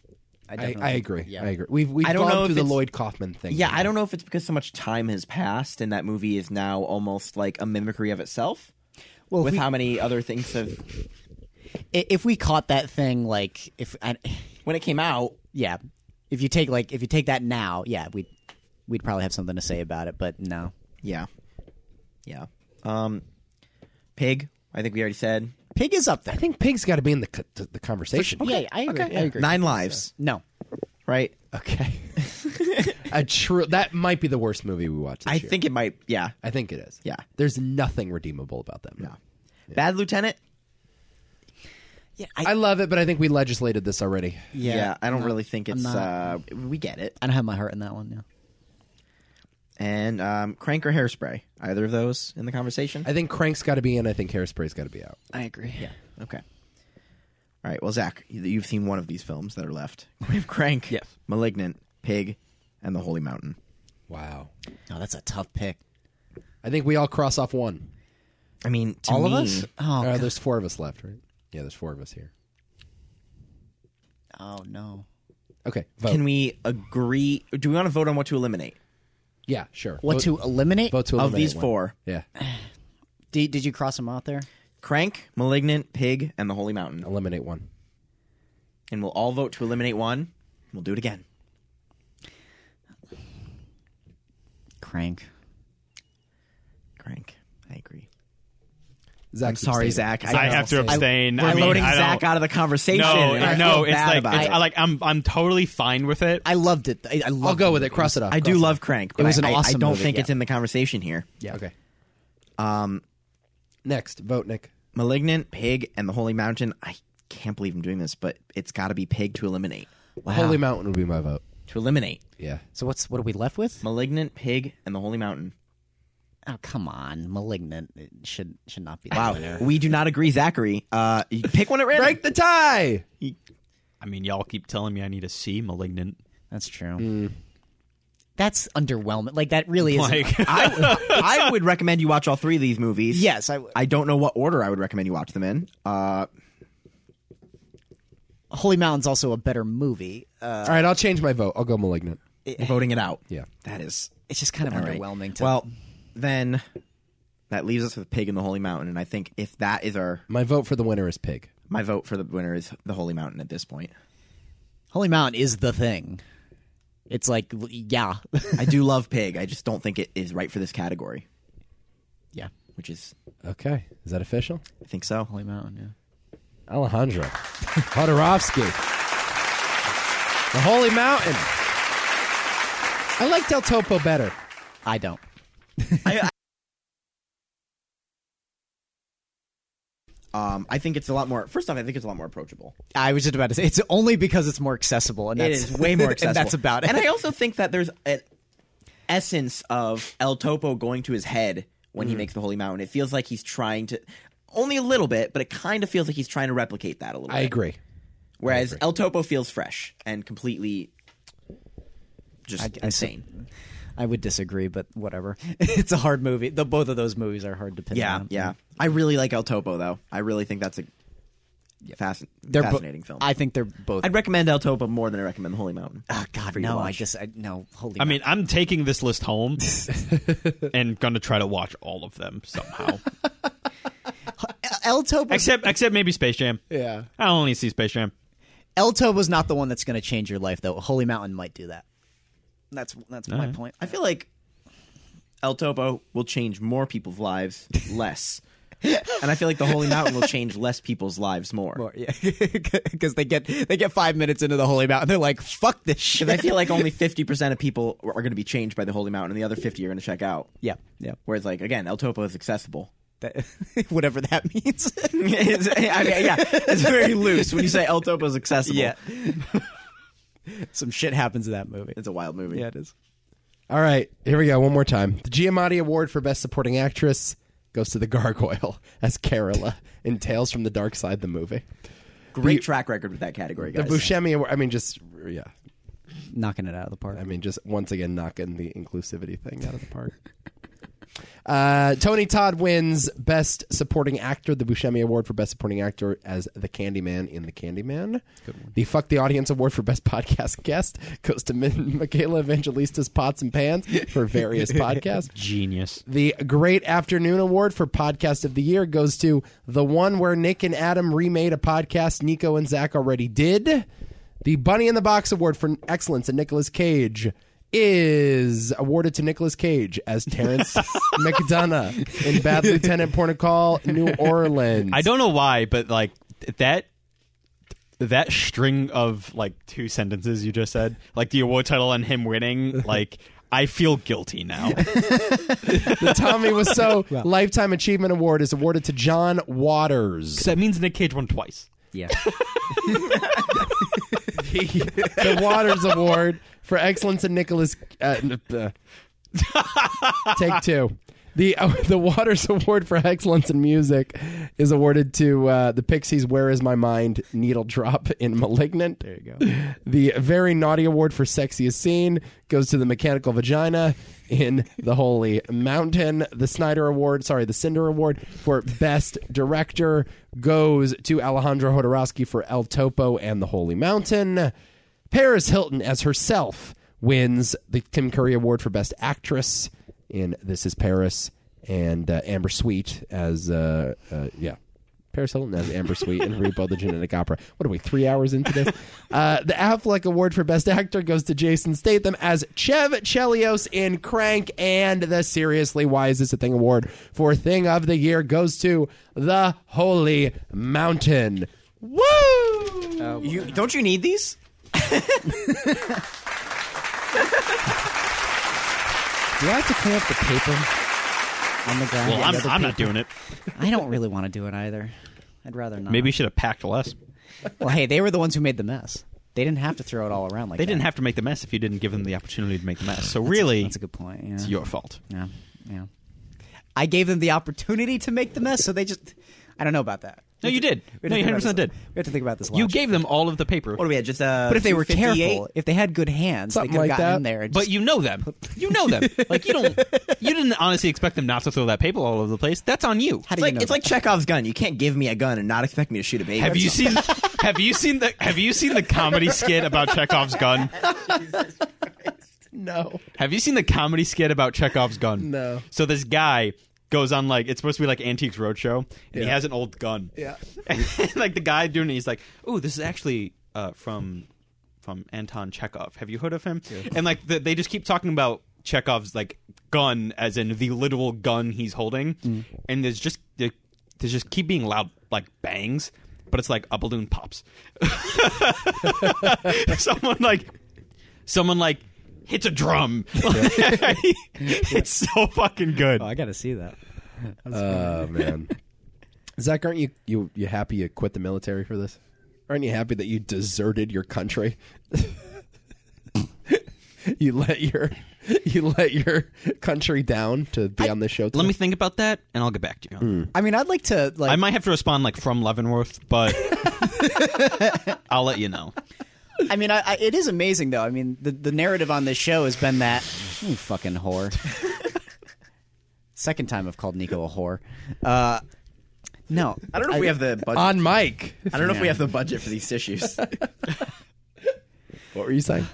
Speaker 1: I,
Speaker 2: definitely-
Speaker 1: I agree.
Speaker 2: Yeah.
Speaker 1: I agree. We've we've
Speaker 3: I don't
Speaker 1: gone
Speaker 3: know if
Speaker 1: through the
Speaker 3: it's-
Speaker 1: Lloyd Kaufman thing.
Speaker 3: yeah, I don't know if it's because so much time has passed and that movie is now almost like a mimicry of itself.
Speaker 2: Well, if
Speaker 3: with
Speaker 2: we,
Speaker 3: how many other things have
Speaker 2: i- if we caught that thing, like if I,
Speaker 3: when it came out.
Speaker 2: yeah, if you take like if you take that now, yeah, we would we'd probably have something to say about it, but no.
Speaker 3: Yeah, yeah. Um, Pig. I think we already said
Speaker 2: Pig is up there.
Speaker 1: I think Pig's got to be in the co- the, the conversation.
Speaker 2: Yeah, I agree. I agree.
Speaker 3: nine lives.
Speaker 2: No.
Speaker 3: Right.
Speaker 1: Okay.
Speaker 3: [laughs]
Speaker 1: a true. That might be the worst movie we watched. This
Speaker 3: I
Speaker 1: year.
Speaker 3: think it might. Yeah.
Speaker 1: I think it is.
Speaker 3: Yeah.
Speaker 1: There's nothing redeemable about that. Movie.
Speaker 3: Bad Lieutenant.
Speaker 2: Yeah,
Speaker 1: I love it, but I think we legislated this already.
Speaker 3: Yeah. I don't really think it's.
Speaker 2: not-
Speaker 3: Uh, we get it.
Speaker 2: I don't have my heart in that one. No.
Speaker 3: And um, Crank or Hairspray. Either of those in the conversation.
Speaker 1: I think Crank's got to be in. I think Hairspray's got to be out.
Speaker 2: I agree. Yeah.
Speaker 3: Okay. All right. Well, Zach, you- you've seen one of these films that are left. [laughs] We have Crank.
Speaker 5: Yes.
Speaker 3: Malignant. Pig. And The Holy Mountain.
Speaker 1: Wow.
Speaker 2: No, that's a tough pick.
Speaker 1: I think we all cross off one.
Speaker 3: I mean, to
Speaker 2: All of
Speaker 3: me-
Speaker 2: us? Oh,
Speaker 1: Uh,
Speaker 2: God.
Speaker 1: there's four of us left, right? Yeah, there's four of us here.
Speaker 2: oh no.
Speaker 1: Okay. Vote.
Speaker 3: Can we agree? Do we want to vote on what to eliminate
Speaker 1: Yeah, sure.
Speaker 2: What
Speaker 1: vote,
Speaker 2: to eliminate?
Speaker 1: vote to
Speaker 3: of
Speaker 1: eliminate
Speaker 3: these
Speaker 1: one.
Speaker 3: four?
Speaker 1: Yeah,
Speaker 2: Did, did you cross them out there?
Speaker 3: Crank, Malignant, Pig, and The Holy Mountain.
Speaker 1: eliminate one.
Speaker 3: And we'll all vote to eliminate one. We'll do it again.
Speaker 2: Crank.
Speaker 3: Crank. I agree.
Speaker 1: Zach,
Speaker 3: I'm sorry, Zach.
Speaker 5: I
Speaker 3: know.
Speaker 5: have to abstain.
Speaker 3: We're
Speaker 5: I mean,
Speaker 3: loading
Speaker 5: I
Speaker 3: Zach
Speaker 5: don't-
Speaker 3: out of the conversation.
Speaker 5: No,
Speaker 3: and I
Speaker 5: no,
Speaker 3: feel
Speaker 5: it's
Speaker 3: bad
Speaker 5: like
Speaker 3: about
Speaker 5: it's,
Speaker 3: it.
Speaker 5: I like I'm I'm totally fine with it.
Speaker 2: I loved it. I, I loved
Speaker 1: I'll go
Speaker 2: the
Speaker 1: with it.
Speaker 2: movie.
Speaker 1: Cross it off.
Speaker 3: I do
Speaker 1: Cross
Speaker 3: love Crank. But
Speaker 2: was an
Speaker 3: I- I- I
Speaker 2: awesome
Speaker 3: don't
Speaker 2: movie,
Speaker 3: think
Speaker 2: yeah.
Speaker 3: it's in the conversation here.
Speaker 1: it. Yeah. Okay.
Speaker 3: Um,
Speaker 1: Next, vote Nick.
Speaker 3: Malignant, Pig, and The Holy Mountain. I can't believe I'm doing this, but it's got to be Pig to eliminate.
Speaker 2: Wow.
Speaker 1: Holy Mountain would be my vote.
Speaker 3: To eliminate
Speaker 1: Yeah.
Speaker 2: So what's what are we left with?
Speaker 3: Malignant, Pig, and The Holy Mountain.
Speaker 2: Oh come on, malignant it should should not be.
Speaker 3: Wow,
Speaker 2: there.
Speaker 3: we do not agree, Zachary. Uh, you pick one at random.
Speaker 1: Break the tie.
Speaker 5: I mean, y'all keep telling me I need to see Malignant.
Speaker 2: Mm. that's true. that's underwhelming. Like that really is.
Speaker 5: [laughs] Like,
Speaker 3: I, [laughs] I would recommend you watch all three of these movies.
Speaker 2: Yes, I would.
Speaker 3: I don't know what order I would recommend you watch them in. Uh,
Speaker 2: Holy Mountain's also a better movie. Uh,
Speaker 1: All right, I'll change my vote. I'll go malignant.
Speaker 3: voting it out.
Speaker 1: Yeah.
Speaker 3: that is
Speaker 2: it's just kind of
Speaker 3: All right.
Speaker 2: underwhelming. To,
Speaker 3: Well, then that leaves us with Pig in the Holy Mountain, and I think if that is our
Speaker 1: My vote for the winner is pig.
Speaker 3: my vote for the winner is the Holy Mountain at this point.
Speaker 2: Holy Mountain is the thing. It's like yeah, [laughs]
Speaker 3: I do love Pig. I just don't think it is right for this category,
Speaker 2: yeah.
Speaker 3: which is
Speaker 1: Okay, is that official?
Speaker 3: I think so.
Speaker 2: Holy Mountain, yeah.
Speaker 1: [laughs] Alejandro Hodorovsky. The Holy Mountain. I like Del Topo better.
Speaker 2: I don't.
Speaker 3: Um, I think it's a lot more. First off, I think it's a lot more approachable.
Speaker 2: I was just about to say it's only because it's more accessible, and that's
Speaker 3: it
Speaker 2: [laughs]
Speaker 3: is way more accessible.
Speaker 2: and that's about it.
Speaker 3: And I also think that there's an essence of El Topo going to his head when
Speaker 2: Mm-hmm.
Speaker 3: he makes the Holy Mountain. It feels like he's trying to only a little bit, but it kind of feels like he's trying to replicate that a little.
Speaker 1: I
Speaker 3: bit.
Speaker 1: agree.
Speaker 3: Whereas El Topo feels fresh and completely just
Speaker 2: I see.
Speaker 3: insane.
Speaker 2: I would disagree, but whatever. [laughs] it's a hard movie. The both of those movies are hard to pin
Speaker 3: yeah,
Speaker 2: down.
Speaker 3: yeah. I really like El Topo though. I really think that's a fasc-
Speaker 2: They're bo-
Speaker 3: fascinating film. I-
Speaker 2: I think they're both.
Speaker 3: would recommend El Topo more than I recommend The
Speaker 2: [laughs]
Speaker 3: Holy Mountain.
Speaker 2: oh God,
Speaker 3: for you to
Speaker 2: no! I
Speaker 3: watch.
Speaker 2: just I, no. Holy,
Speaker 5: I mean, I'm taking this list home and gonna try to watch all of them somehow.
Speaker 2: Mountain. El Topo.
Speaker 5: except, except maybe Space Jam.
Speaker 1: Yeah.
Speaker 5: I only see Space Jam.
Speaker 2: El Topo's not the one that's going to change your life, though. Holy Mountain might do that. That's that's my point.
Speaker 3: I feel like El Topo will change more people's lives [laughs] less. and I feel like The Holy Mountain will change less people's lives more.
Speaker 2: Or- yeah, [laughs] because they get they get five minutes into the Holy Mountain, they're like, "Fuck this shit."
Speaker 3: Because I feel like only 50% of people are going to be changed by The Holy Mountain, and the other 50 are going to check out.
Speaker 2: [laughs] yeah, yeah,
Speaker 3: Whereas, like, again, El Topo is accessible.
Speaker 2: that, [laughs] whatever that [laughs] means.
Speaker 3: It's- I mean, yeah, it's very loose when you say El Topo is accessible.
Speaker 2: [laughs] yeah, some shit happens in that movie.
Speaker 3: It's a wild movie.
Speaker 2: yeah, it is.
Speaker 1: All right, here we go. One more time. The Giamatti Award for Best Supporting Actress goes to the Gargoyle [laughs] as Kerala in Tales from the Dark Side, the movie.
Speaker 3: Great track record with that category,
Speaker 1: The
Speaker 3: guys.
Speaker 1: Buscemi Award. I mean, just yeah.
Speaker 2: Knocking it out of the park.
Speaker 1: I mean, just once again knocking the inclusivity thing out of the park. [laughs] Uh, Tony Todd wins Best Supporting Actor, the Buscemi Award for Best Supporting Actor as The Candyman in The Candyman. Good one. The Fuck the Audience Award for Best Podcast Guest goes to Min- [laughs] Michaela Evangelista's Pots and Pans for [laughs] various podcasts.
Speaker 5: Genius.
Speaker 1: The Great Afternoon Award for Podcast of the Year goes to the one where Nick and Adam remade a podcast Nico and Zach already did. The Bunny in the Box Award for Excellence in Nicolas Cage is awarded to Nicolas Cage as
Speaker 5: [laughs]
Speaker 1: Terrence McDonough in Bad Lieutenant Pornical, New Orleans.
Speaker 5: [laughs] I don't know why, but like th- that that string of like two sentences you just said, like the award title and him winning, like I feel guilty now.
Speaker 1: The Tommy
Speaker 5: [laughs]
Speaker 1: Wiseau Lifetime Achievement Award is awarded to John Waters.
Speaker 5: that means Nick Cage won twice.
Speaker 2: yeah,
Speaker 1: the Waters Award for excellence in Nicholas. Uh, n- uh, take two. The uh, the Waters Award for excellence in music is awarded to uh, the Pixies. Where is my mind? Needle drop in Malignant. There you go. The very naughty award for sexiest scene goes to the mechanical vagina in the Holy Mountain. The Snyder Award, sorry, the Cinder Award for best director goes to Alejandro Hodorowski for El Topo and the Holy Mountain. Paris Hilton as herself wins the Tim Curry Award for Best Actress in This Is Paris, and uh, Amber Sweet as uh, uh, yeah. Paris Hilton as Amber Sweet in Repo the Genetic Opera. What are we, three hours into this? Uh, the Affleck Award for Best Actor goes to Jason Statham as Chev Chelios in Crank, and the Seriously Why Is This a Thing Award for Thing of the Year goes to The Holy Mountain. Woo!
Speaker 3: You, don't you need these?
Speaker 2: do I have to clean up the paper [laughs] on the ground?
Speaker 5: Well,
Speaker 2: Yeah,
Speaker 5: I'm,
Speaker 2: the
Speaker 5: I'm
Speaker 2: paper.
Speaker 5: not doing it.
Speaker 2: I don't really want to do it either. I'd rather not.
Speaker 5: Maybe you should have packed less.
Speaker 2: Well, hey, they were the ones who made the mess. They didn't have to throw it all around like
Speaker 5: They didn't
Speaker 2: that.
Speaker 5: have to make the mess if you didn't give them the opportunity to make the mess. So really,
Speaker 2: That's a good point. Yeah.
Speaker 5: it's your fault.
Speaker 2: Yeah. Yeah. I gave them the opportunity to make the mess, so they just. I don't know about that.
Speaker 5: No, you did.
Speaker 2: We have to
Speaker 5: No, you
Speaker 2: think about
Speaker 5: 100%
Speaker 2: this.
Speaker 5: did.
Speaker 2: We have to think about this.
Speaker 5: You
Speaker 2: logic.
Speaker 5: gave them all of the paper,
Speaker 9: What do we have? Just uh,
Speaker 2: but if they were
Speaker 9: 258?
Speaker 2: careful, if they had good hands,
Speaker 1: Something
Speaker 2: they could
Speaker 1: like
Speaker 2: have gotten
Speaker 1: that.
Speaker 2: in there. And
Speaker 5: but
Speaker 2: just-
Speaker 5: you know them. You
Speaker 2: [laughs]
Speaker 5: know them. like you don't. You didn't honestly expect them not to throw that paper all over the place. That's on you.
Speaker 2: how do
Speaker 9: It's
Speaker 2: you
Speaker 9: like
Speaker 2: know
Speaker 9: it's
Speaker 2: that?
Speaker 9: like Chekhov's gun. You can't give me a gun and not expect me to shoot a baby.
Speaker 5: Have you seen?
Speaker 2: [laughs]
Speaker 5: [laughs] Have you seen the? Have you seen the comedy skit about
Speaker 2: [laughs]
Speaker 5: Chekhov's gun?
Speaker 1: No.
Speaker 5: Have you seen the comedy skit about Chekhov's gun?
Speaker 1: No.
Speaker 5: So this guy goes on like it's supposed to be like Antiques Roadshow, and he has an old gun.
Speaker 1: Yeah.
Speaker 5: And, [laughs] like the guy doing it, he's like, "Ooh, this is actually uh, from from Anton Chekhov. Have you heard of him?" And like the, they just keep talking about Chekhov's like gun, as in the literal gun he's holding, and there's just there, there's just keep being loud like bangs, but it's like a balloon pops. [laughs] Someone like someone like hits a drum. [laughs] it's so fucking good.
Speaker 2: Oh, I gotta see that.
Speaker 1: Oh man. Zach, aren't you, you you happy you quit the military for this? Aren't you happy that you deserted your country? [laughs] you let your you let your country down to be on this show.
Speaker 5: Let me think about that, and I'll get back to you.
Speaker 2: I mean, I'd like to like.
Speaker 5: I might have to respond like from Leavenworth, [laughs] but I'll let you know.
Speaker 2: I mean, I, I, it is amazing though. I mean, the, the narrative on this show has been that you fucking
Speaker 5: [laughs]
Speaker 2: whore. Second time I've called Nico a whore. Uh, no,
Speaker 9: I don't know if we have the budget.
Speaker 1: on mic.
Speaker 9: I don't know if we have the budget for these issues.
Speaker 1: What were you saying?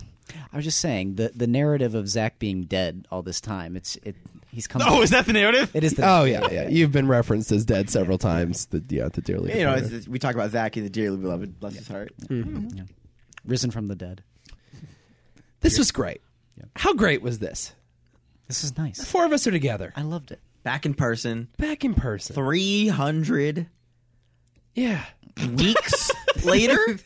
Speaker 2: I was just saying the the narrative of Zach being dead all this time. It's it. He's come.
Speaker 5: Oh, is that the narrative?
Speaker 2: It is the.
Speaker 1: Oh yeah, yeah. You've been referenced as dead several times. The yeah, the dearly.
Speaker 9: you know,
Speaker 1: departed.
Speaker 9: it's, it's- we talk about Zach and the dearly beloved, bless his heart.
Speaker 2: risen from the dead.
Speaker 1: this was great. How great was this?
Speaker 2: This is nice.
Speaker 1: Four of us are together,
Speaker 2: I loved it.
Speaker 9: Back in person,
Speaker 1: back in person.
Speaker 9: three hundred
Speaker 1: Yeah,
Speaker 9: weeks later,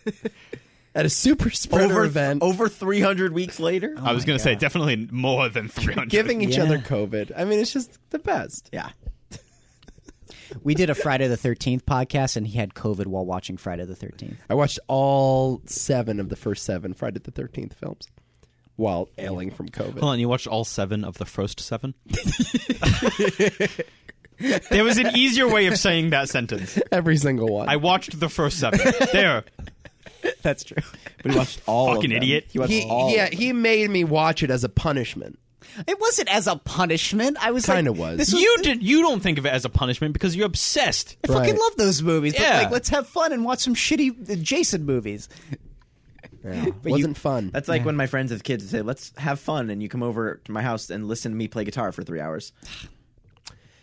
Speaker 1: at a super spreader
Speaker 9: over
Speaker 1: event,
Speaker 9: over three hundred weeks later.
Speaker 5: I
Speaker 1: oh
Speaker 5: was gonna say definitely more than three hundred.
Speaker 1: giving each
Speaker 2: Yeah.
Speaker 1: other COVID. I mean, it's just the best.
Speaker 9: yeah,
Speaker 2: [laughs] We did a Friday the Thirteenth podcast, and he had COVID while watching Friday the Thirteenth.
Speaker 1: I watched all seven of the first seven Friday the Thirteenth films while ailing from COVID.
Speaker 5: Hold on, you watched all seven of the first [laughs] seven. there was an easier way of saying that sentence.
Speaker 1: [laughs] Every single one.
Speaker 5: I watched the first seven. There,
Speaker 2: That's true.
Speaker 9: but he watched all. of
Speaker 5: Fucking
Speaker 9: them.
Speaker 5: idiot.
Speaker 9: He watched
Speaker 1: he,
Speaker 9: all.
Speaker 1: yeah, he made me watch it as a punishment.
Speaker 2: It wasn't as a punishment. I was like-
Speaker 1: Kinda was.
Speaker 2: This was
Speaker 5: you did. You don't think of it as a punishment because you're obsessed.
Speaker 2: I fucking
Speaker 1: Right.
Speaker 2: love those movies. But
Speaker 5: Yeah.
Speaker 2: like, let's have fun and watch some shitty Jason movies. [laughs]
Speaker 1: It wasn't fun.
Speaker 9: That's like when my friends have kids and say, "Let's have fun," and you come over to my house and listen to me play guitar for three hours.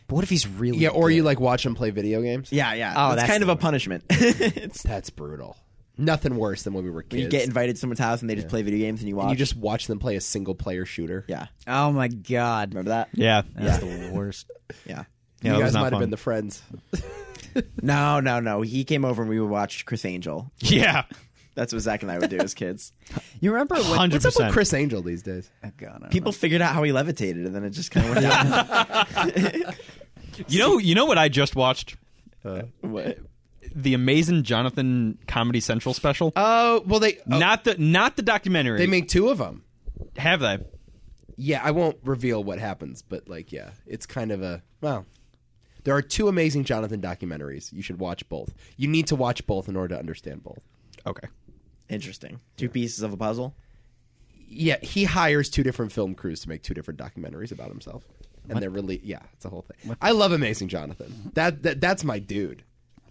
Speaker 2: But what if he's really?
Speaker 1: yeah, or you like watch him play video games.
Speaker 9: Yeah, yeah.
Speaker 2: Oh,
Speaker 9: that's,
Speaker 2: that's
Speaker 9: kind of
Speaker 2: the
Speaker 9: a punishment. it's,
Speaker 1: That's brutal. Nothing worse than when we were kids.
Speaker 9: [laughs] you get invited to someone's house and they just play video games and you watch.
Speaker 1: you just watch them play a single player shooter.
Speaker 9: yeah.
Speaker 2: Oh my god,
Speaker 9: Remember that?
Speaker 5: Yeah,
Speaker 2: that's the worst.
Speaker 9: Yeah.
Speaker 5: yeah.
Speaker 1: you guys might have been the friends.
Speaker 9: No, no, no. He came over and we would watch Chris Angel.
Speaker 5: yeah,
Speaker 9: That's what Zach and I would do as kids.
Speaker 2: You remember when?
Speaker 5: hundred
Speaker 1: Oh, What's up with
Speaker 5: percent.
Speaker 1: Chris Angel these days?
Speaker 2: Oh, God, I don't
Speaker 9: People figured out how he levitated, and then it just kind of went down.
Speaker 5: You know, you know what I just watched?
Speaker 9: What?
Speaker 5: The amazing Jonathan Comedy Central special.
Speaker 1: Oh well, they oh,
Speaker 5: Not the not the documentary.
Speaker 1: they make two of them.
Speaker 5: have they?
Speaker 1: Yeah, I won't reveal what happens, but like, yeah, it's kind of a well. There are two amazing Jonathan documentaries. You should watch both. You need to watch both in order to understand both.
Speaker 5: Okay.
Speaker 9: Interesting. Two pieces of a puzzle.
Speaker 1: Yeah, he hires two different film crews to make two different documentaries about himself, and they're really yeah, it's a whole thing. I love Amazing Jonathan. That, that that's my dude.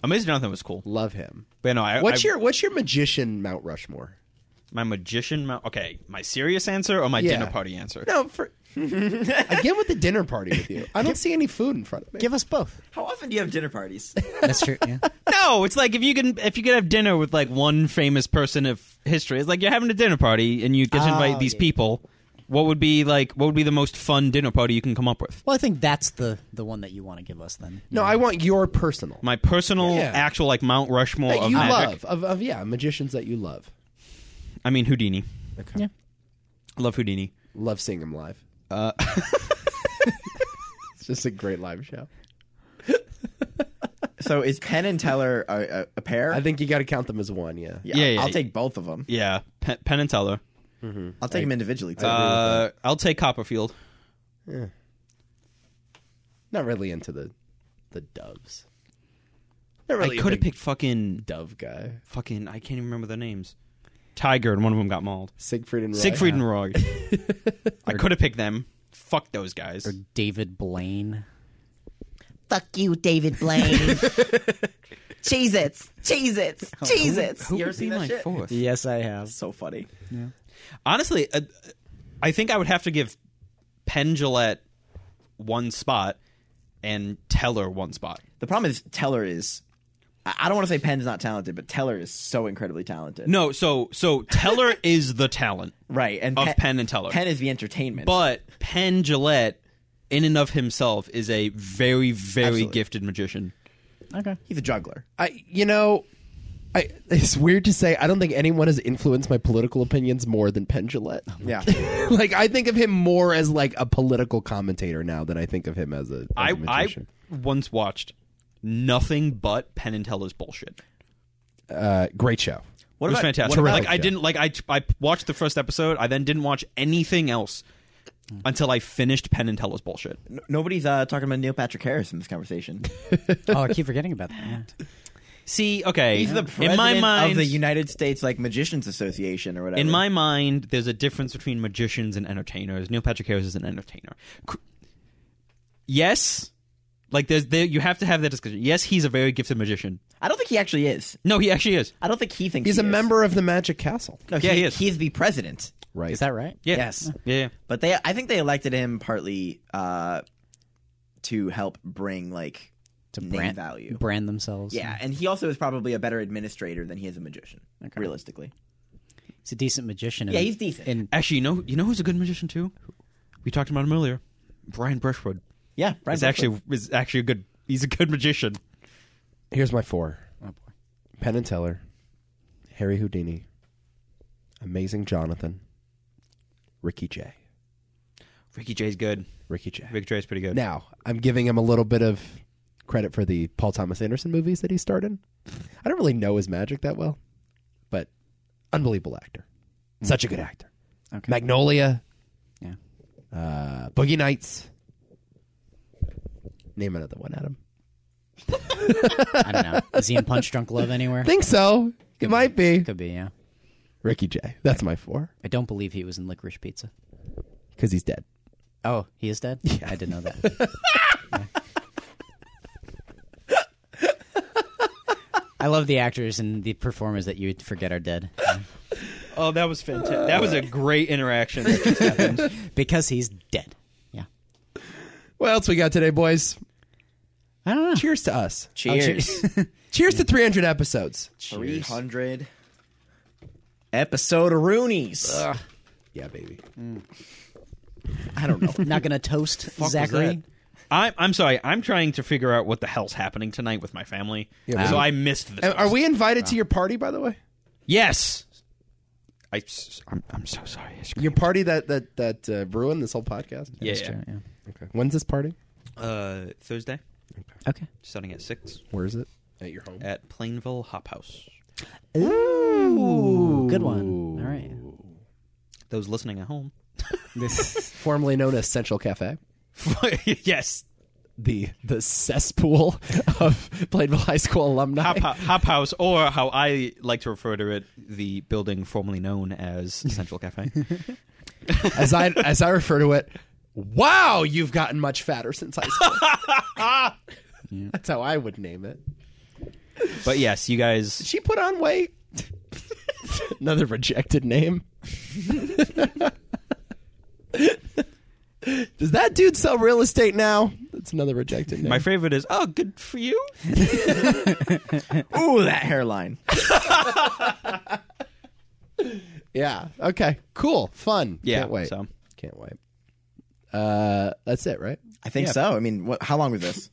Speaker 5: Amazing Jonathan was cool.
Speaker 1: Love him.
Speaker 5: But no, I,
Speaker 1: What's
Speaker 5: I-
Speaker 1: your what's your magician Mount Rushmore?
Speaker 5: my magician? mou- Okay, my serious answer or my
Speaker 1: Yeah.
Speaker 5: dinner party answer?
Speaker 1: No, for again with the dinner party with you. I don't see any food in front of me.
Speaker 2: Give us both.
Speaker 9: How often do you have
Speaker 3: [laughs]
Speaker 9: dinner parties?
Speaker 2: That's true. Yeah.
Speaker 5: [laughs] No, it's like if you can if you could have dinner with like one famous person of history. It's like you're having a dinner party and you get to invite
Speaker 1: Oh,
Speaker 5: these people. What would be like? What would be the most fun dinner party you can come up with?
Speaker 2: Well, I think that's the the one that you want to give us then.
Speaker 1: no, I want your personal
Speaker 5: My personal,
Speaker 1: Yeah.
Speaker 5: actual like Mount Rushmore
Speaker 1: that
Speaker 5: of
Speaker 1: you love
Speaker 5: magic.
Speaker 1: of, of yeah magicians that you love.
Speaker 5: I mean Houdini.
Speaker 1: Okay.
Speaker 2: Yeah.
Speaker 5: I love Houdini.
Speaker 1: Love seeing him live. Uh, [laughs] it's just a great live show.
Speaker 9: so is Penn and Teller a, a, a pair?
Speaker 1: I think you got to count them as one. Yeah.
Speaker 5: Er. Yeah, yeah,
Speaker 9: I'll
Speaker 5: yeah.
Speaker 9: take both of them.
Speaker 5: Yeah, Pen, Penn and Teller.
Speaker 9: I'll take them individually. Too.
Speaker 5: Uh, I'll take Copperfield.
Speaker 1: Not really into the the doves. really
Speaker 5: I
Speaker 1: a
Speaker 5: could have
Speaker 1: big
Speaker 5: picked fucking
Speaker 1: Dove guy.
Speaker 5: fucking I can't even remember their names. Tiger and one of them got mauled.
Speaker 1: Siegfried and Roy.
Speaker 5: Siegfried and [laughs] Roy. I could have picked them. Fuck those guys.
Speaker 2: David Blaine.
Speaker 9: Fuck you,
Speaker 3: [laughs]
Speaker 9: David Blaine. Cheez Its. Cheez Its. Cheez Its.
Speaker 5: Who would be my fourth?
Speaker 2: Yes, I have.
Speaker 3: So funny.
Speaker 5: Honestly, uh, I think I would have to give Penn Jillette one spot and Teller one spot.
Speaker 3: The problem is Teller is. I I don't want to say Penn's not talented, but Teller is so incredibly talented.
Speaker 5: No, so so Teller [laughs] is the talent,
Speaker 3: right? And
Speaker 5: Of
Speaker 3: Pe-
Speaker 5: Penn and Teller.
Speaker 3: Penn is the entertainment.
Speaker 5: but Penn Jillette, in and of himself, is a very very
Speaker 3: Absolutely.
Speaker 5: gifted magician.
Speaker 2: Okay.
Speaker 3: he's a juggler.
Speaker 1: I, you know, I, it's weird to say. I don't think anyone has influenced my political opinions more than Penn Jillette.
Speaker 5: Oh,
Speaker 3: Yeah.
Speaker 1: [laughs] like I think of him more as like a political commentator now than I think of him as a, as a
Speaker 5: I I
Speaker 1: magician.
Speaker 5: once watched nothing but Penn and Teller's bullshit.
Speaker 1: uh, great show.
Speaker 5: What it was
Speaker 3: about- what
Speaker 5: fantastic.
Speaker 3: about-
Speaker 5: like I didn't like I I watched the first episode. I then didn't watch anything else until I finished Penn and Teller's bullshit.
Speaker 3: N- nobody's uh, talking about Neil Patrick Harris in this
Speaker 5: [laughs]
Speaker 3: conversation.
Speaker 2: Oh, I keep forgetting about [laughs] that. Yeah.
Speaker 5: See, okay,
Speaker 3: He's the president
Speaker 5: in my mind
Speaker 3: of the United States like Magicians Association or whatever.
Speaker 5: in my mind, there's a difference between magicians and entertainers. Neil Patrick Harris is an entertainer. C- Yes, like there's there you have to have that discussion. Yes, he's a very gifted magician.
Speaker 3: I don't think he actually is.
Speaker 5: No, he actually is.
Speaker 3: I don't think he thinks
Speaker 1: He's
Speaker 3: he
Speaker 1: a
Speaker 3: is.
Speaker 1: member of the Magic Castle,
Speaker 3: No,
Speaker 5: Yeah, he is.
Speaker 3: He's the president.
Speaker 1: right?
Speaker 2: Is that right?
Speaker 5: Yeah.
Speaker 3: Yes.
Speaker 5: Yeah. yeah.
Speaker 3: But they, I think they elected him partly uh, to help bring like
Speaker 2: To
Speaker 3: name
Speaker 2: brand
Speaker 3: value.
Speaker 2: brand themselves.
Speaker 3: yeah, and he also is probably a better administrator than he is a magician, realistically.
Speaker 2: he's a decent magician.
Speaker 3: Yeah,
Speaker 2: and-
Speaker 3: he's decent.
Speaker 2: And
Speaker 5: Actually, you know, you know who's a good magician too. We talked about him earlier. Brian Brushwood
Speaker 3: Yeah, Brian
Speaker 5: is
Speaker 3: Bushwick.
Speaker 5: actually is actually a good. He's a good magician.
Speaker 1: Here's my four:
Speaker 2: Oh,
Speaker 1: Penn and Teller, Harry Houdini, Amazing Jonathan, Ricky Jay,
Speaker 5: Ricky Jay's good.
Speaker 1: Ricky Jay.
Speaker 5: Ricky Jay's pretty good.
Speaker 1: Now, I'm giving him a little bit of credit for the Paul Thomas Anderson movies that he starred in. I don't really know his magic that well, but unbelievable actor. Such a good actor.
Speaker 2: Mm. Okay.
Speaker 1: Magnolia.
Speaker 2: Yeah.
Speaker 1: Uh, Boogie Nights. Name another one, Adam.
Speaker 2: I don't know. Is he in Punch Drunk Love anywhere?
Speaker 1: Think so. It might be.
Speaker 2: Could be. Yeah.
Speaker 1: Ricky Jay. That's my four.
Speaker 2: I don't believe he was in Licorice Pizza.
Speaker 1: Because he's dead.
Speaker 2: Oh, he is dead. I didn't know that.
Speaker 3: [laughs]
Speaker 2: I love the actors and the performers that you would forget are
Speaker 3: [laughs]
Speaker 2: dead
Speaker 5: Oh, that was fantastic. that was a great
Speaker 3: [laughs]
Speaker 5: interaction. that just happened.
Speaker 2: because he's dead. Yeah.
Speaker 1: What else we got today, boys?
Speaker 2: I don't know.
Speaker 1: Cheers to us. Uh,
Speaker 2: Oh,
Speaker 3: cheers.
Speaker 1: Cheers to 300 episodes.
Speaker 3: Three hundred episode of Rooney's.
Speaker 1: Yeah, baby.
Speaker 3: [laughs] I don't know.
Speaker 2: Not gonna toast Zachary.
Speaker 5: I'm I'm sorry. I'm trying to figure out what the hell's happening tonight with my family.
Speaker 1: Yeah,
Speaker 5: so
Speaker 1: we-
Speaker 5: I missed this.
Speaker 1: And Are we invited to your party, by the way?
Speaker 5: Yes. I s- I'm, I'm so sorry. I screamed.
Speaker 1: Your party that that that uh, ruined this whole podcast.
Speaker 5: yeah.
Speaker 2: That's true, yeah.
Speaker 1: Okay. When's this party?
Speaker 5: Uh, Thursday,
Speaker 2: Okay.
Speaker 5: starting at six
Speaker 1: Where is it? At your home.
Speaker 5: at Plainville Hop House.
Speaker 2: Good one. All right.
Speaker 5: Those listening at home.
Speaker 1: [laughs] This formerly known as Central Cafe,
Speaker 5: [laughs] yes.
Speaker 1: the the cesspool [laughs] of Plainville High School alumni.
Speaker 5: Hop, Ho- Hop House, or how I like to refer to it, the building formerly known [laughs] as Central Cafe.
Speaker 1: As I as I refer to it, wow, you've gotten much fatter since high school. [laughs] That's how I would name it.
Speaker 5: but yes, you guys.
Speaker 1: She put on weight. [laughs] Another rejected name. [laughs] Does that dude sell real estate now? That's another rejected name.
Speaker 5: My favorite is oh, good for you.
Speaker 3: Ooh, that hairline.
Speaker 1: Yeah. Okay. Cool. Fun.
Speaker 5: Yeah.
Speaker 1: Can't wait.
Speaker 5: So
Speaker 1: Can't wait. Uh, that's it, right?
Speaker 3: I think so. I mean, what, how long was this?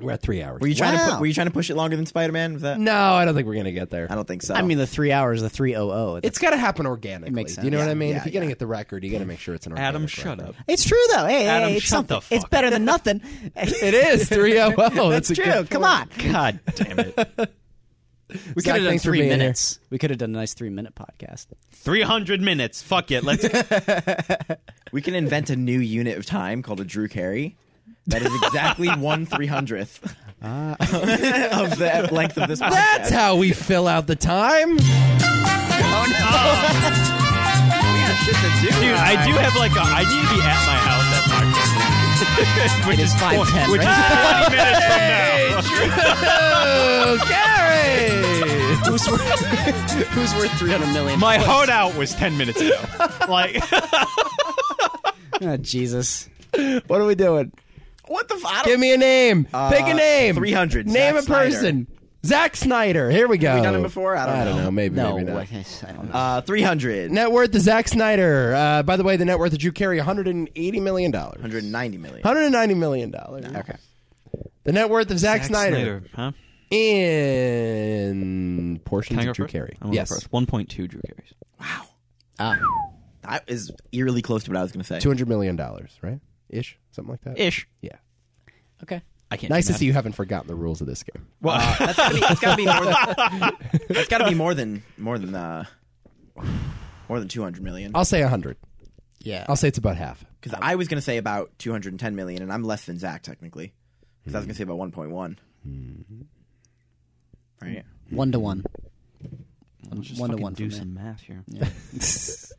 Speaker 1: We're at three hours.
Speaker 3: Were you trying to
Speaker 2: Wow.
Speaker 3: pu- Were you trying to push it longer than Spider Man? Was that?
Speaker 1: no, I don't think we're gonna get there.
Speaker 3: I don't think so.
Speaker 2: I mean, the three hours, the three oh oh.
Speaker 1: It's got to happen organically.
Speaker 2: makes
Speaker 1: You know
Speaker 2: sense.
Speaker 1: what I mean?
Speaker 3: Yeah,
Speaker 1: if you're gonna get the record, you got to make sure it's an. Organic
Speaker 5: Adam, shut
Speaker 1: record.
Speaker 5: up.
Speaker 2: It's true though. Hey,
Speaker 5: Adam,
Speaker 2: hey it's
Speaker 5: shut the
Speaker 2: something. It's
Speaker 5: fuck
Speaker 2: better than nothing.
Speaker 1: It
Speaker 2: [laughs]
Speaker 1: is three oh oh. That's
Speaker 2: That's
Speaker 1: a
Speaker 2: true.
Speaker 1: Good
Speaker 2: Come on.
Speaker 5: God [laughs] damn it.
Speaker 1: We
Speaker 2: could have done three minutes. We could have done a nice three minute podcast.
Speaker 5: Three hundred minutes. Fuck it. [laughs] Let's.
Speaker 3: we can invent a new unit of time called a Drew Carey. That is exactly one three hundredth. of the length of this podcast.
Speaker 1: That's how we fill out the time. [laughs]
Speaker 5: Dude, I do have like a. I need to be at my house at five thirty. [laughs] which is four-
Speaker 2: 5:10,
Speaker 5: Which is twenty minutes from now.
Speaker 1: Oh, Gary!
Speaker 2: who's worth, who's worth 300 million?
Speaker 5: My holdout was ten minutes ago. [laughs] Like,
Speaker 2: [laughs] Oh, Jesus.
Speaker 1: What are we doing?
Speaker 3: What the f- I don't-
Speaker 1: Give me a name. Pick a name.
Speaker 3: 300,
Speaker 1: Name
Speaker 3: Uh, Zack
Speaker 1: a person. Zack Snyder. Here we go.
Speaker 3: done him before? I don't know.
Speaker 1: Maybe,
Speaker 2: No,
Speaker 1: maybe not.
Speaker 2: I don't know.
Speaker 3: Uh, 300.
Speaker 1: Net worth is Zack Snyder. Uh, by the way, the net worth of Drew Carey, $180 million. $190
Speaker 3: 190 million.
Speaker 1: million. Okay. The net worth of Zack, Snyder,
Speaker 5: huh?
Speaker 1: in portions
Speaker 5: Can I go
Speaker 1: of Drew
Speaker 5: first?
Speaker 1: Carey.
Speaker 5: I'm going
Speaker 1: yes.
Speaker 5: first. One point two Drew Carey's.
Speaker 3: That is eerily close to what I was going to say.
Speaker 1: $200 million, right? Ish? Something like that?
Speaker 5: Ish.
Speaker 1: Yeah.
Speaker 2: okay.
Speaker 5: I can't.
Speaker 1: Nice
Speaker 5: do
Speaker 1: to see you haven't forgotten the rules of this game.
Speaker 3: That's gotta be, that's gotta be more than. That's gotta be more than more than uh, more than two hundred million.
Speaker 1: I'll say 100.
Speaker 2: Yeah.
Speaker 1: I'll say it's about half.
Speaker 3: Because I was gonna say about two hundred and ten million, and I'm less than Zach technically. Because I was gonna say about one point one. Right.
Speaker 2: One to one.
Speaker 5: Let's just
Speaker 2: One to
Speaker 5: fucking
Speaker 2: one for
Speaker 5: do
Speaker 2: me.
Speaker 5: some math here. if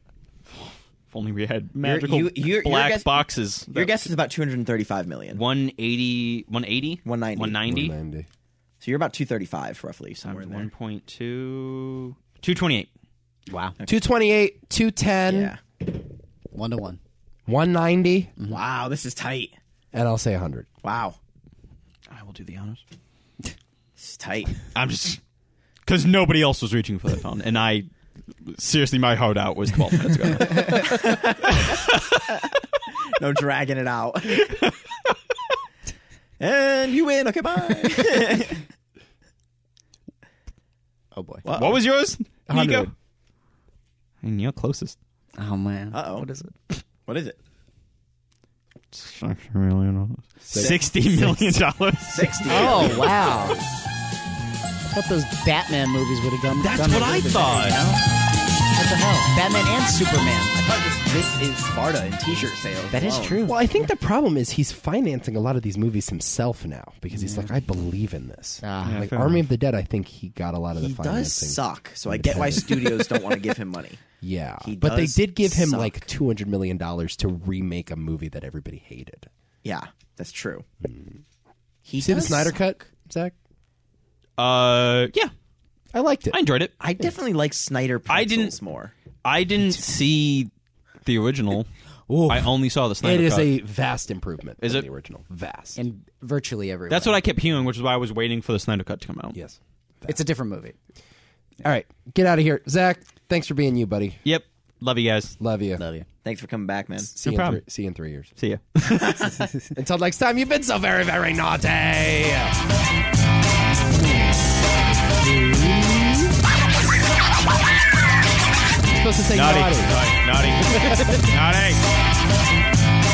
Speaker 5: only we had magical
Speaker 3: you- your- your
Speaker 5: black
Speaker 3: guess-
Speaker 5: boxes.
Speaker 3: Your guess is about two hundred and thirty-five million.
Speaker 5: 180, 180?
Speaker 3: 190.
Speaker 5: 190?
Speaker 1: 90.
Speaker 3: So you're about two thirty-five roughly somewhere
Speaker 5: Times
Speaker 3: in there.
Speaker 5: 1.2. 228.
Speaker 2: Wow.
Speaker 1: 228, 210,
Speaker 3: Yeah.
Speaker 2: One to one.
Speaker 1: 190,
Speaker 3: Wow, this is tight.
Speaker 1: and I'll say 100.
Speaker 3: Wow,
Speaker 5: I will do the honors.
Speaker 3: this is tight.
Speaker 5: I'm just. Because nobody else was reaching for that phone. And I. Seriously, my heart out was 12 minutes ago.
Speaker 3: No dragging it out. [laughs] and you win. Okay, bye.
Speaker 2: Oh, boy.
Speaker 5: what was yours? Nico?
Speaker 1: 100.
Speaker 5: And you're closest.
Speaker 2: Oh, man.
Speaker 3: Uh oh. What is it? What is it?
Speaker 5: $60 million. dollars.
Speaker 3: Sixty.
Speaker 2: Oh, wow. I thought those Batman movies would have done.
Speaker 5: That's
Speaker 2: done
Speaker 5: what
Speaker 2: it
Speaker 5: I
Speaker 2: with the
Speaker 5: thought.
Speaker 2: thing, you know? What the hell? Batman and
Speaker 3: I
Speaker 2: Superman.
Speaker 3: thought this, [laughs] this is Sparta in t-shirt sales.
Speaker 2: That is
Speaker 3: alone.
Speaker 2: true.
Speaker 1: Well, I think the problem is he's financing a lot of these movies himself now because he's like, I believe in this.
Speaker 2: Ah. Yeah,
Speaker 1: like
Speaker 5: fair
Speaker 1: Army of the Dead, I think he got a lot of
Speaker 3: He
Speaker 1: the
Speaker 3: does
Speaker 1: financing.
Speaker 3: suck, so I get why studios don't want to give him money.
Speaker 1: Yeah,
Speaker 3: He
Speaker 1: but they
Speaker 3: does
Speaker 1: did give him
Speaker 3: suck.
Speaker 1: like two hundred million dollars to remake a movie that everybody hated.
Speaker 3: Yeah, that's true. He
Speaker 1: You see the
Speaker 3: does
Speaker 1: Snyder
Speaker 3: suck.
Speaker 1: cut, Zach?
Speaker 5: Uh, yeah.
Speaker 1: I liked it.
Speaker 5: I enjoyed it.
Speaker 3: I definitely like Snyder.
Speaker 5: I
Speaker 3: pretzels
Speaker 5: didn't-
Speaker 3: more.
Speaker 5: I didn't see the original. I only saw the Snyder
Speaker 1: it is
Speaker 5: cut.
Speaker 1: a vast improvement.
Speaker 5: Is
Speaker 1: from
Speaker 5: it?
Speaker 1: the original? Vast.
Speaker 2: And virtually everyone.
Speaker 5: That's what I kept hearing, which is why I was waiting for the Snyder cut to come out.
Speaker 1: yes.
Speaker 2: It's a different movie.
Speaker 1: All right, get out of here, Zach. Thanks for being you, buddy.
Speaker 5: Yep. Love you guys.
Speaker 1: Love you.
Speaker 2: Love you.
Speaker 3: Thanks for coming back, man.
Speaker 1: See,
Speaker 5: No
Speaker 1: you in
Speaker 5: problem.
Speaker 1: three, see you in three years.
Speaker 5: See ya.
Speaker 1: Until next time, you've been so very, very naughty. supposed to say naughty.
Speaker 5: Naughty. Naughty. Naughty.